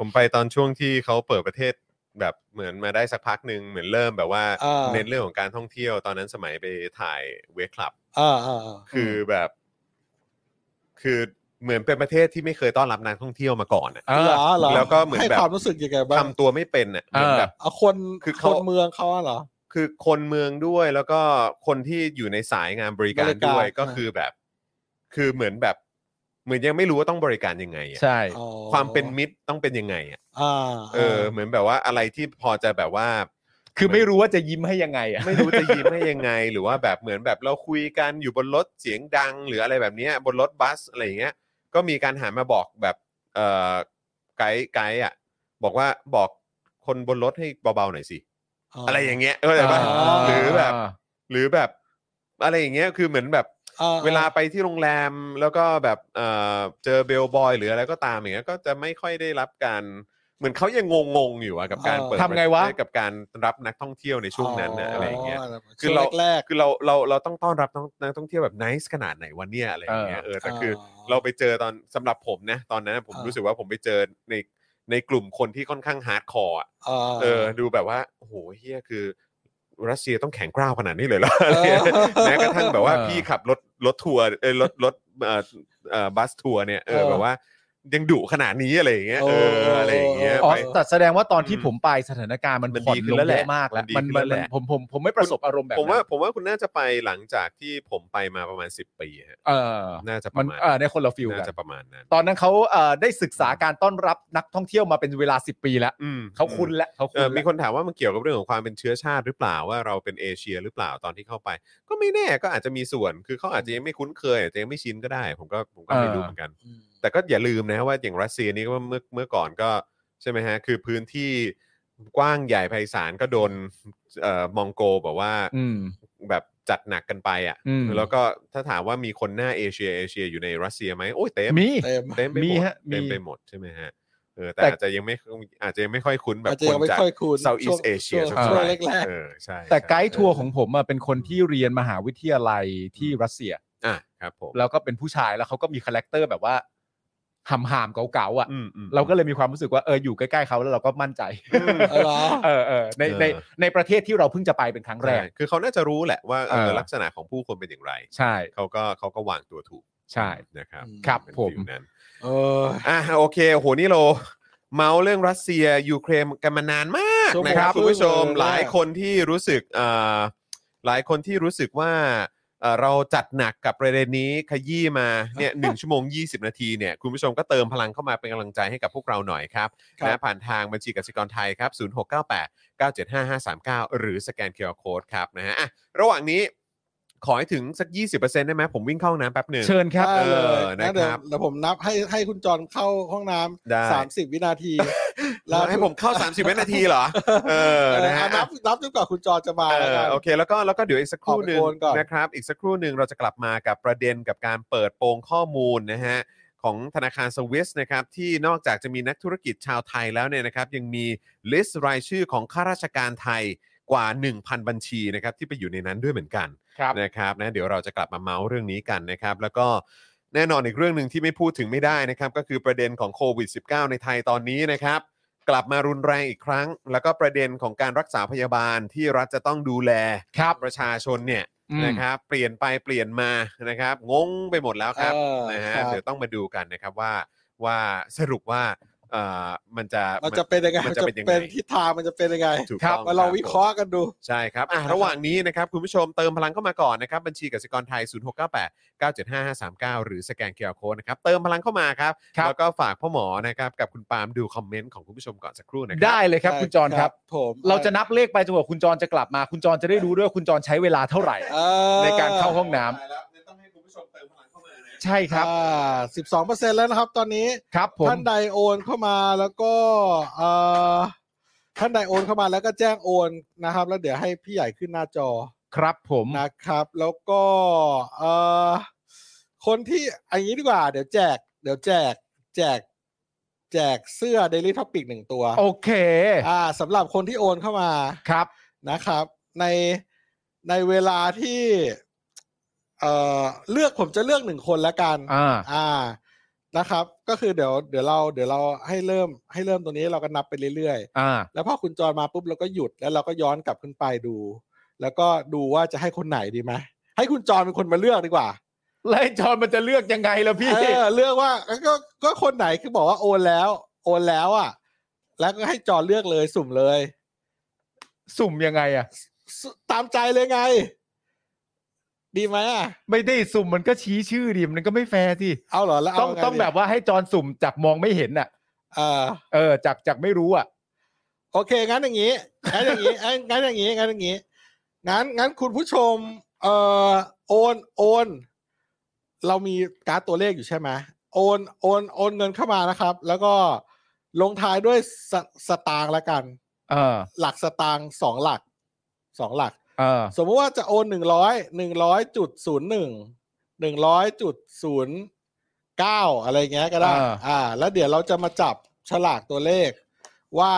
S1: ผมไปตอนช่วงที่เขาเปิดประเทศแบบเหมือนมาได้สักพักหนึ่งเหมือนเริ่มแบบว่า
S3: เออ
S1: เน้นเรื่องของการท่องเที่ยวตอนนั้นสมัยไปถ่ายเวคลับ
S3: เออเออเออ
S1: คือแบบ คือเหมือนเป็นประเทศที่ไม่เคยต้อนรับนักท่องเที่ยวมาก่อนอะ
S3: เหรอเหรอ
S1: แล้วก็เหมือน
S3: ให้
S1: แบบ
S3: ความรู้สึกยังไงบ้าง
S1: ทำตัวไม่เป็นอ่ะเหมือนแบบ
S3: เอาคน
S1: คือ
S3: ค
S1: เขา
S3: นเมืองเขาอะเหรอ
S1: คือคนเมืองด้วยแล้วก็คนที่อยู่ในสายงานบริการ
S3: บริการ
S1: ด้วย
S3: ใช่ไหม
S1: ก็คือแบบ คือเหมือนแบบ เหมือนยังไม่รู้ว่าต้องบริการยังไงอะ
S2: ใช่
S3: อ๋อ
S1: ความเป็นมิตรต้องเป็นยังไงอ่ะ
S3: อ่า
S1: เออ เหมือนแบบว่าอะไรที่พอจะแบบว่า
S2: คือไม่รู้ว่าจะยิ้มให้ยังไงอ่ะ
S1: ไม่รู้จะยิ้มให้ยังไง หรือว่าแบบเหมือนแบบเราคุยกันอยู่บนรถเสียงดัง หรืออะไรแบบเนี้ยบนรถบัสอะไรอย่างเงี้ย ก็มีการหันมาบอกแบบเอ่อไกด์ไกด์อ่ะบอกว่าบอกคนบนรถให้เบาๆหน่อยสิอะไรอย่างเงี้ยเข้าใจปะ
S3: อ่า
S1: หรือแบบ หรือแบบอะไรอย่างเงี้ยคือเหมือนแบบ
S3: อ่
S1: เวลาไปที่โรงแรมแล้วก็แบบเอ่อเจอเบลบอยหรืออะไรก็ตามอย่างเงี้ยก็จะไม่ค่อยได้รับการเหมือนเขายังงงๆอยู่อะกับการเปิด
S2: ทำไงวะ
S1: กับการรับนักท่องเที่ยวในช่วงนั้นนะอะไรอย่างเงี้ย คื
S3: คือ อ
S1: เรา
S3: แรก
S1: คือเราเราเราต้องต้อนรับนักท่องเที่ยวแบบไนส์ขนาดไหนวันเนี้ยอะไรอย่างเงี้ยเออ
S3: ๆ
S1: แต่คืออ
S3: อ
S1: เราไปเจอตอนสำหรับผมนะตอนนั้นนะผม
S3: อ่ารู้
S1: รู้สึกว่าผมไปเจอในในกลุ่มคนที่ค่อนข้างฮาร์ดคอร์อะเออ ดูแบบว่าโอ้โหเฮียคือ รัสเซียต้องแข็งกร้าวขนาดนี้เลยเหรอ อะไรเงี้ย แม้กระทั่งแบบว่า
S2: เออ
S1: พี่ขับรถรถทัวร์เอยรถรถเอ่อเอ่อบัสทัวร์เนี่ยเออ
S3: เออ
S1: แบบว่ายังดุขนาดนี้อะไรอย่างเงี้ยเอ
S3: เอ
S1: อ
S3: ออ
S1: อะไรอย่างเงี้ย
S2: อ๋อ
S1: ไป
S2: แต่แสดงว่าตอนที่
S1: อืม
S2: ผมไปสถานการณ์มัน
S1: มัน
S2: ผ่อน
S1: ดีขึ้
S2: ล
S1: น
S2: ง
S1: แล้วแห
S2: เย
S1: ละ
S2: อะมากแล้ว
S1: มันดีขึ้น
S2: มันมั
S1: แล้วแห
S2: น
S1: ละ
S2: ผมผมผมไม่ประสบอารมณ์แบบ
S1: ผม
S2: นั้
S1: ว่าน ผมว่าคุณน่าจะไปหลังจากที่ผมไปมาประมาณ 10 ปีฮะ
S2: เออ
S1: น่าจะป
S2: มั
S1: ระ
S2: น
S1: มาณ
S2: เออในคนละฟิลกั
S1: น่าน จะประมาณนั้น
S2: ตอนนั้นเขาเอ่อได้ศึกษาการต้อนรับนักท่องเที่ยวมาเป็นเวลา 10 ปีแล้ว
S1: อืม
S2: เขาคุ้นแล้วเขา
S1: เอ
S2: คุ้
S1: อน มี
S2: แล้ว
S1: คนถามว่ามันเกี่ยวกับเรื่องของความเป็นเชื้อชาติหรือเปล่าว่าเราเป็นเอเชียหรือเปล่าตอนที่เข้าไป ก็ไม่แน่ก็อาจจะมีส่วนคือเขาอาจจะยังไม่คุ้นเคยอาจจะยังไม่ชินก็ได้ ผมก็ผมก็ไม่รู้เหมือนกัน
S3: อืม
S1: แต่ก็อย่าลืมนะว่าอย่างรัสเซียนี่ก็เมื่อเมื่อก่อนก็ใช่ไหมฮะ คือพื้นที่กว้างใหญ่ไพศาลก็โดนเอ่อมองโกแบบว่า
S2: อืม
S1: แบบจัดหนักกันไปอ่ะ
S2: อืม
S1: แล้วก็ถ้าถามว่ามีคนหน้าเอเชียเอเชียอยู่ในรัสเซียไหมโอ้ยเต็ม
S2: มี
S3: เต็ม
S1: เต็มไปห
S2: มี
S1: มด
S2: ฮะมี
S1: เต็มไปหมดใช่ไหมฮะเอ ออแต่
S2: แต่
S1: อาจจะยังไม่อาจจะยังไม่ค่อยคุ้นแบบ
S3: อาจจะ
S1: ค
S3: ยั
S1: น
S3: งไม่
S1: จาก
S3: ค่อยคุ้น
S1: Southeast
S3: ช่วง
S1: Asia
S3: ช่วง
S1: สักเท่า
S3: ช่
S1: ไห
S3: ว
S1: ร่
S3: งแรกๆ
S1: เออใช่
S2: แต่
S1: ใช่
S2: ไกด์ทัวร์ของผมอะเป็นคนที่เรียนมหาวิทยาลัยที่รัสเซีย
S1: อ่ะครับผม
S2: แล้วก็เป็นผู้ชายแล้วเขาก็มีคาแรคเตอร์แบบว่าหำหามๆเก๋าๆอ่ะ
S1: อืมอืม
S2: เราก็เลยมีความรู้สึกว่าเอออยู่ใกล้ๆเขาแล้วเราก็มั่นใจ
S3: เออเหรอ
S2: เออเออในใน
S1: เออ
S2: ในประเทศที่เราเพิ่งจะไปเป็นครั้งแรก
S1: ใช่คือเขาน่าจะรู้แหละว่าเออ
S2: เออ
S1: ลักษณะของผู้คนเป็นอย่างไร
S2: ใช่
S1: เขาก็เขาก็วางตัวถูก
S2: ใช่
S1: นะครับ
S3: อืม
S2: ครับ
S1: เป็น
S2: ผม
S1: ฟิลนั้น
S3: เออ
S1: อ่ะโอเคโหนี่เราเมาส์เรื่องรัสเซียยูเครนกันมานานมาก
S3: ชั่วโมง
S1: นะครับ
S3: ค
S1: คุ
S3: รึ่ง
S1: ณผู้ชม
S3: เลย
S1: หลาย
S3: อะ
S1: คนที่รู้สึกเอ่อหลายคนที่รู้สึกว่าเอ่อเราจัดหนักกับประเด็นนี้ขยี้มา เนี่ยหนึ่งชั่วโมง 20 นาทีเนี่ยคุณผู้ชมก็เติมพลังเข้ามาเป็นกำลังใจให้กับพวกเราหน่อยครับ
S3: ครับ
S1: นะผ่านทางบัญชีกสิกรไทยครับ 0698 975539 หรือสแกนเคอร์โคดครับนะฮะอ่ะระหว่างนี้ขอให้ถึงสัก 20%ได้ไหมผมวิ่งเข้าห้องน้ำแป๊บหนึ่ง
S2: เชิญครับ
S3: ได้เล
S1: เ
S3: ย
S1: ออ
S3: นะ
S1: นะครับ
S3: เดี๋ยวเดี๋ยวผมนับให้ให้คุณจอนเข้าห้องน้
S1: ได้
S3: ำสามสิบวินาที
S1: แล้วให้ผมเข้า 30วินาทีเหรอ เออ
S3: เออ
S1: นะ
S3: อ่ะ
S1: ฮะ
S3: นับนับจนกว่าคุณจอนจะมา
S1: เอ
S3: แล้วกั
S1: อน โอเคแล้วก็แล้วก็เดี๋ยวอีกสักครู่หนึ่ง
S3: ขอไปโอนก่อน
S1: นะครับ อีกสักครู่หนึ่งเราจะกลับมากับประเด็นกับการเปิดโปงข้อมูลนะฮะ ของธนาคารสวิสนะครับที่นอกจากจะมีนักธุรกิจชาวไทยแล้วเนี่ยนะครับยังมีลิสต์รายชื่อของข้าราชการไทยกว่า 1,000 บัญชีนะครับที่ไปอยู่ในนั้นด้วยเหมือนกัน
S2: ครับ
S1: นะครับนะเดี๋ยวเราจะกลับมาเมาส์เรื่องนี้กันนะครับ แล้วก็แน่นอนอีกเรื่องหนึ่งที่ไม่พูดถึงไม่ได้นะครับก็คือประเด็นของโควิด -19 ในไทยตอนนี้นะครับ กลับมารุนแรงอีกครั้ง แล้วก็ประเด็นของการรักษาพยาบาลที่รัฐจะต้องดูแล
S2: ครับ
S1: ประชาชนเนี่ย
S2: อืม
S1: นะครับเปลี่ยนไปเปลี่ยนมานะครับงงไปหมดแล้วครับ
S3: เออ
S1: นะฮะ
S3: ครับ
S1: เดี๋ยวต้องมาดูกันนะครับว่าว่าสรุปว่าเอ่อมันจะ
S3: มันจะเป็นยังไง
S1: มั
S3: มัน น
S1: จะ
S3: จะ
S1: เป็นยังไง
S3: เป็นทิศทางมันจะเป็นยังไง
S1: ถูก
S2: ครั
S1: ต้
S2: บ
S1: อง
S3: มาลองวิเคราะห์กันดู
S1: ใช่ครับอ่ะระหว่างนี้นะครับ คุณผู้ชมเติมพลังเข้ามาก่อนนะครับ บัญชีกสิกรไทย 0698 975539 หรือสแกนเคอร์โคนะครับ เติมพลังเข้ามาครับ
S2: ครับ
S1: แล้วก็ฝากพ่อหมอนะครับ กับคุณปาล์มดูคอมเมนต์ของคุณผู้ชมก่อนสักครู่นะครั
S2: ได้เลยครับ คุณจรครับ
S3: ผม
S2: เราจะนับเลขไปจนกว่าคุณจรจะกลับมา คุณจรจะได้รู้ด้วยว่าคุณจรใช้เวลาเท่าไหร่
S3: เออ
S2: ในการเข้าห้องน้ำ
S1: ต้องให้คุณผู้ชมเติมพลังเข้ามานะ
S2: ใช่ครับ
S3: สิบสองเปอร์เซ็นแล้วนะครับ ตอนนี้
S2: ครับผม
S3: ท่านใดโอนเข้ามาแล้วก็เอ่อท่านใดโอนเข้ามาแล้วก็แจ้งโอนนะครับ แล้วเดี๋ยวให้พี่ใหญ่ขึ้นหน้าจอ
S2: ครับผม
S3: นะครับแล้วก็เอ่อคนที่อันนี้ดีกว่า เดี๋ยวแจก เดี๋ยวแจก แจก แจกเสื้อ Daily Topic หนึ่งตัว
S2: โอเค
S3: อ่าสำหรับคนที่โอนเข้ามา
S2: ครับ
S3: นะครับ ในในเวลาที่เอ่อเลือกผมจะเลือกหนึ่งคนละกัน
S2: อ่า
S3: อ่านะครับ ก็คือเดี๋ยวเดี๋ยวเราเดี๋ยวเราให้เริ่มให้เริ่มตรงนี้เราก็นับไปเรื่อยๆ
S2: อ่า
S3: แล้วพอคุณจอนมาปุ๊บเราก็หยุดแล้วเราก็ย้อนกลับขึ้นไปดู แล้วก็ดูว่าจะให้คนไหนดีไหมให้คุณจอนเป็นคนมาเลือกดีกว่า
S2: แล้วไอ้จรมันจะเลือกยังไงล่ะพี่
S3: เออเลือกว่าก็ก็ก็คนไหนคือบอกว่าโอนแล้ว โอนแล้วอ่ะ แล้วก็ให้จอนเลือกเลยสุ่มเลย
S2: สุ่มยังไงอะ
S3: สตามใจเลยไง ดีไหมอ่ะ
S2: ไม่ได้สุ่มมันก็ชี้ชื่อดิมันก็ไม่แฟร์ที่
S3: เอาเหรอแล้วเอา
S2: ต้อง
S3: ไดี
S2: ต้องแบบว่าให้จรสุ่มจากมองไม่เห็นอ่ะ
S3: เออ
S2: เออจากจากไม่รู้อ่ะ
S3: โอเคงั้นอย่างนี้งั้นอย่างนี้งั้นอย่างนี้งั้นอย่างนี้งั้นงั้นคุณผู้ชม เอ่อโอนโอน เรามีการ์ดตัวเลขอยู่ใช่ไหมโอนโอนโอนเงินเข้ามานะครับ แล้วก็ลงท้ายด้วยสสตางค์ละกัน
S2: เออ
S3: หลักสตางค์สองหลักสองหลัก
S2: เออ
S3: สมมติว่าจะโอนหนึ่งร้อยหนึ่งร้อยจุดศูนย์หนึ่งหนึ่งร้อยจุดศูนย์เก้าอะไรเงี้ยก็ได้
S2: อ่า
S3: อ่า แล้วเดี๋ยวเราจะมาจับฉลากตัวเลขว่า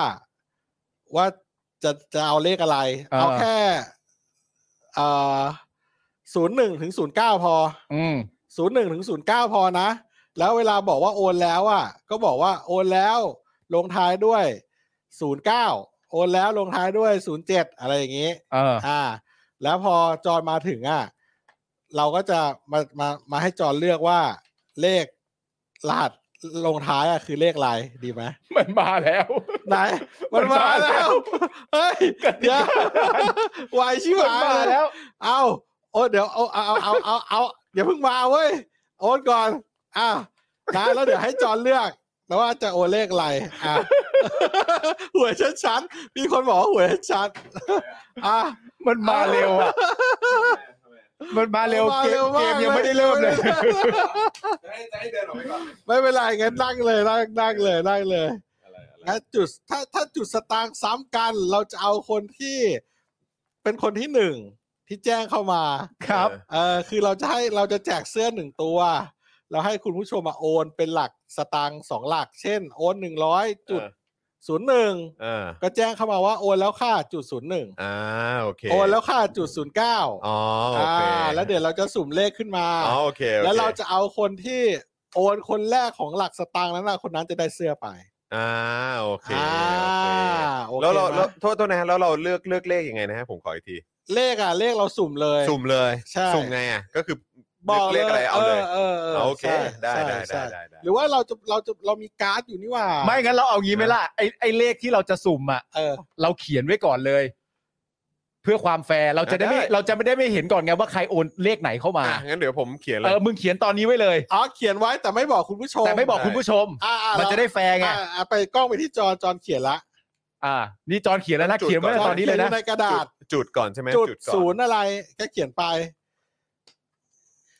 S3: ว่าจะจะเอาเลขอะไร เอาแค่อ่าศูนย์หนึ่งถึงศูนย์เก้าพอ
S2: อืม
S3: ศูนย์หนึ่งถึงศูนย์เก้าพอนะ แล้วเวลาบอกว่าโอนแล้วอ่ะ ก็บอกว่าโอนแล้วลงท้ายด้วยศูนย์เก้าโอนแล้วลงท้ายด้วยศูนย์เจ็ดอะไรอย่างงี้
S2: เออ
S3: อ่า แล้วพอจอนมาถึงอ่ะ เราก็จะมามามาให้จอนเลือกว่าเลขรหัสลงท้ายอ่ะคือเลขอะไรดีไหม
S2: มันมาแล้ว
S3: ไหนมันมา
S2: มันมาแล้
S3: แล้ว วเฮ้ยเดี๋ยวไวชิบ
S2: มัน
S3: หาย
S2: มา
S3: เลย
S2: แล้ว
S3: เอาโอ้เดี๋ยวเอาเอาเอาเอาเอาเดี๋ยวเพิ่งมาเว้ยโอนก่อนอ่ะนะแล้วเดี๋ยวให้จอนเลือกแล้วว่าจะโอนเลขอะไรอ่ะ หวยชัดชัดๆมีคนบอกว่าหวยชัดๆอ่ะ
S2: มันมาเร็วอ่ะ มันมาเร็ว
S3: มา
S2: เก
S3: เร็
S2: ม
S3: ว
S2: เก
S3: มาก
S2: มยัง
S3: เลย
S2: ไม่ได้เริ่มเลย
S1: จะให้จะให้เดินออกไปก่อน
S3: ไม่เป็นไรงั้นนั่งเลยนั่งนั่งเลยนั่งเลยงั้นจุดถ้าถ้าจุดสตางค์ซ้ำกัน เราจะเอาคนที่เป็นคนที่หนึ่งที่แจ้งเข้ามา
S2: ครับ
S3: เออคือเราจะให้เราจะแจกเสื้อหนึ่งตัว เราให้คุณผู้ชมมาโอนเป็นหลักสตางค์สองหลัก เช่น โอนหนึ่งร้อยจุดศูนย์หนึ่ง
S1: เออ
S3: ก็แจ้งเข้ามาว่าโอนแล้วค่าจุดศูนย์หนึ่ง
S1: อ่าโอเค
S3: โอนแล้วค่าจุดศูนย์เก้า
S1: อ๋อโอเค
S3: แล้วเดี๋ยวเราจะสุ่มเลขขึ้นมา
S1: อ๋อโอเคโอค
S3: แล้วเราจะเอาคนที่โอนคนแรกของหลักสตางค์นั้นนะคนนั้นจะได้เสื้อไป
S1: อ่าโอเค
S3: อ่า
S1: โอเค
S3: โอค
S1: แล้วเรา
S3: ไหม
S1: แล้วโทษโทษนะฮะแล้วเราเลือกเลือกเลขยังไงนะฮะผมขออีกที
S3: เลขอ่ะเลขเราสุ่มเลย
S1: สุ่มเลย
S3: ใช่
S1: สุ่มไงอ่ะก็คือ
S3: บอก
S1: เลขอะไรเอาเลย
S3: เออเออ
S1: เอาโอเค
S3: ใช่
S1: ได้
S3: ใช่
S1: ได้
S3: ใช่
S1: ได้ได้
S3: หรือว่าเราจะเราจะเรามีการ์ดอยู่นี่หว่า
S2: ไม่งั้นเราเอางี้ไหมล่ะไอ้ไอ้เลขที่เราจะสุ่มอ่ะ
S3: เออ
S2: เราเขียนไว้ก่อนเลย เพื่อความแฟร์เราจะได้ไม่
S1: ได้
S2: เราจะไม่ได้ไม่เห็นก่อนไงว่าใครโอนเลขไหนเข้ามา
S1: อ่ะงั้นเดี๋ยวผมเขียนเล
S2: เอย อมึงเขียนตอนนี้ไว้เลย
S3: อ๋อเขียนไว้แต่ไม่บอกคุณผู้ชม
S2: แต่ไม่บอก
S1: ได้
S2: คุณผู้ชม
S3: อ่าอ่า
S2: มันจะได้แฟร์ไง
S3: อ่าอ่าไปกล้องไปที่จอจอนเขียนละ
S2: อ่า นี่จอนเขียนแล้วนะเขียนไว้ตอนนี้เลยนะ
S3: จขีอในกระดาษ
S1: จุจุดก่อนใช่ไหม
S3: จุด
S1: ก่อน
S3: ศูนย์อะไรก็เขียนไป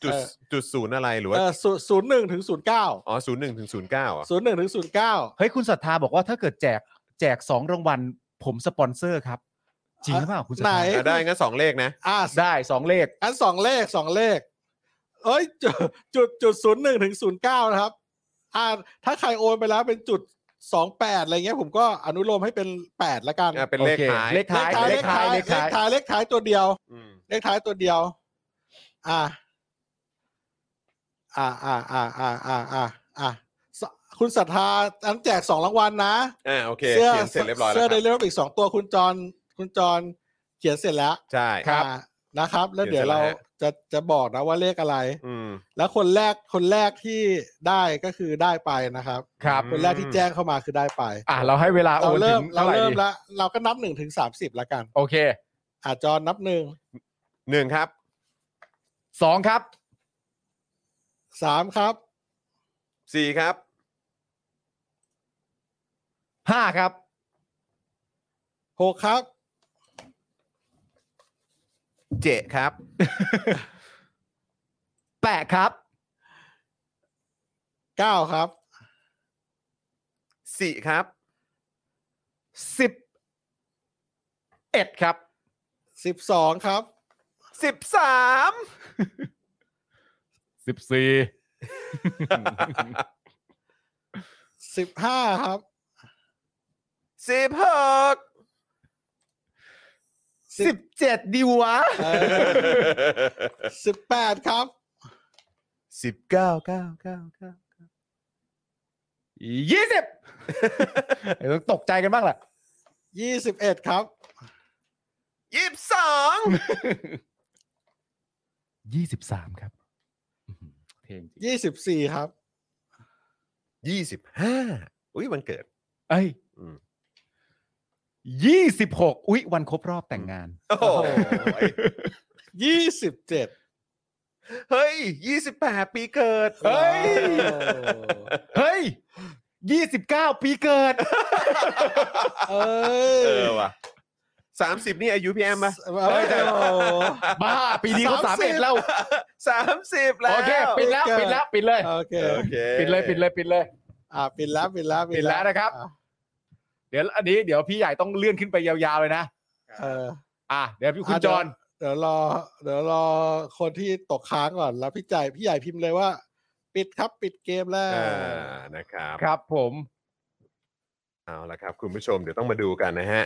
S1: จุด
S3: เออ
S1: จุดศูนย์อะไรหรือว่า
S3: เออศูนย์ศูนย์หนึ่งถึงศูนย์เก้า
S1: อ๋อศูนย์หนึ่งถึงศูนย์เก้าอ่ะ
S3: ศูนย์หนึ่งถึงศูนย์เก้า
S2: เฮ้ยคุณศรัทธาบอกว่าถ้าเกิดแจกแจกสองรางวัลผมสปอนเซอร์ครับ จริงหรือเปล่าคุณศรัท
S3: ไหน
S2: ธา
S1: อ่ะได้งั้นสองเลขนะ
S3: อ่า
S2: ได้สองเลข
S3: อันสองเลขสองเลข เอ้ยจุดจุดจุดศูนย์หนึ่งถึงศูนย์เก้านะครับอ่าถ้าใครโอนไปแล้วเป็นจุดสองแปดอะไรเงี้ยผมก็อนุโลมให้เป็นแปดละกัน
S1: อ่ะเป็นเลข
S2: โอค
S1: ท้าย
S2: เลขท้าย
S3: เลขท้ายเล
S2: เล
S3: ข
S2: ข
S3: ท้า
S2: ท้าย ย
S3: เลขท้ายเลขท้ายตัวเดียว
S1: อืม
S3: เลขท้ายตัวเดียว อ่า อ่า อ่า อ่า อ่า อ่า อ่าอ่าสคุณศรัทธาอันแจกสองรางวัลนะ
S1: อ่าโอเคเขียนเสร็จเรียบร้อยแล้
S3: เสื้อ
S1: วค
S3: ได
S1: รับ
S3: เรกอีกสองตัวคุณจร คุณจร เขียนเสร็จแล้ว
S1: ใช่
S3: อ่านะครับ แล้วเดี๋ยว
S1: เขียนเสร็
S3: เรา
S1: จแล้วฮะ
S3: จะจะบอกนะว่าเลขอะไร
S1: อืม
S3: แล้วคนแรกคนแรกที่ได้ก็คือได้ไปนะครับ
S2: ครับ
S1: อืม
S3: คนแรกที่แจ้งเข้ามาคือได้ไป
S2: อ่าเราให้เวลาโอ
S3: เรา
S2: นถึ
S3: เริ่ม
S2: ง
S3: เรา
S2: เท่าไหร่
S3: เริ่ม
S2: ดี
S3: ละเราก็นับหนึ่งถึงสามสิบละกัน
S2: โอเค
S3: อ่าจรนับหนึ่ง
S1: หนึ่งครับ
S2: สองครับ
S3: สามครับ
S1: สี่ครับ
S2: ห้าครับ
S3: หกครับ
S1: เจ็ดครับ
S2: แปดครับ
S3: เก้าครับ
S1: สี่ครับ
S2: สิบเอ็ดครับ
S3: สิบสองครับ
S1: สิบสาม
S2: สิบสี่
S3: สิบห้าครับ
S1: สิบหก
S2: สิบเจ็ดดีวะ
S3: สิบแปดครับ
S1: สิบเก้าเก้าเก้าเก้า
S2: ยี่สิบต้องตกใจกันบ้างแหละ
S3: ยี่สิบเอ็ดครับ
S1: ยี่สิบสอง
S2: ยี่สิบสามครับเพลงจริง
S3: ยี่สิบสี่ครับ
S1: ยี่สิบห้าอุ้ยวันเกิด
S2: เอ้ย
S1: อืม
S2: ยี่สิบหกอุ๊ย วันครบรอบแต่งงาน
S1: โอ้โห
S3: ยี่สิบเจ็ด
S1: เฮ้ย 28 ปีเกิด
S2: เฮ้ย เฮ้ยยี่สิบเก้าปีเกิด
S3: เอ้
S1: เอย อว่ะ30 นี่อายุพี่แอมปะ
S3: เอ้ยโอ้โห
S2: บ้า ปีนี้เขา
S3: สา
S2: สาม ม
S3: สิ
S2: เอ็ด
S3: บ
S2: แล้ว
S1: 30 แล้ว
S2: โอเค ปิดแล้ว ปิดแล้ว ปิดเลย
S3: โอเค
S1: โอเค
S2: ปิดเลย ปิดเลย ปิดเลย
S3: อ่าปิดแล้วปิดแล้ว
S2: ปิดแล้วนะครับ
S3: อ่
S2: เดี๋ยวอันนี้เดี๋ยวพี่ใหญ่ต้องเลื่อนขึ้นไปยาวๆเลยนะ
S3: เออ
S2: อ่ะ เดี๋ยวพี่คุณ
S3: อ่ะ
S2: จอน
S3: เดี๋ยวรอ เดี๋ยวรอคนที่ตกค้างก่อน แล้วพี่ใหญ่พี่ใหญ่พิมพ์เลยว่า ปิดครับปิดเกมแล้ว
S1: อ่านะครับ
S2: ครับผม
S1: เอาละครับ คุณผู้ชมเดี๋ยวต้องมาดูกันนะฮะ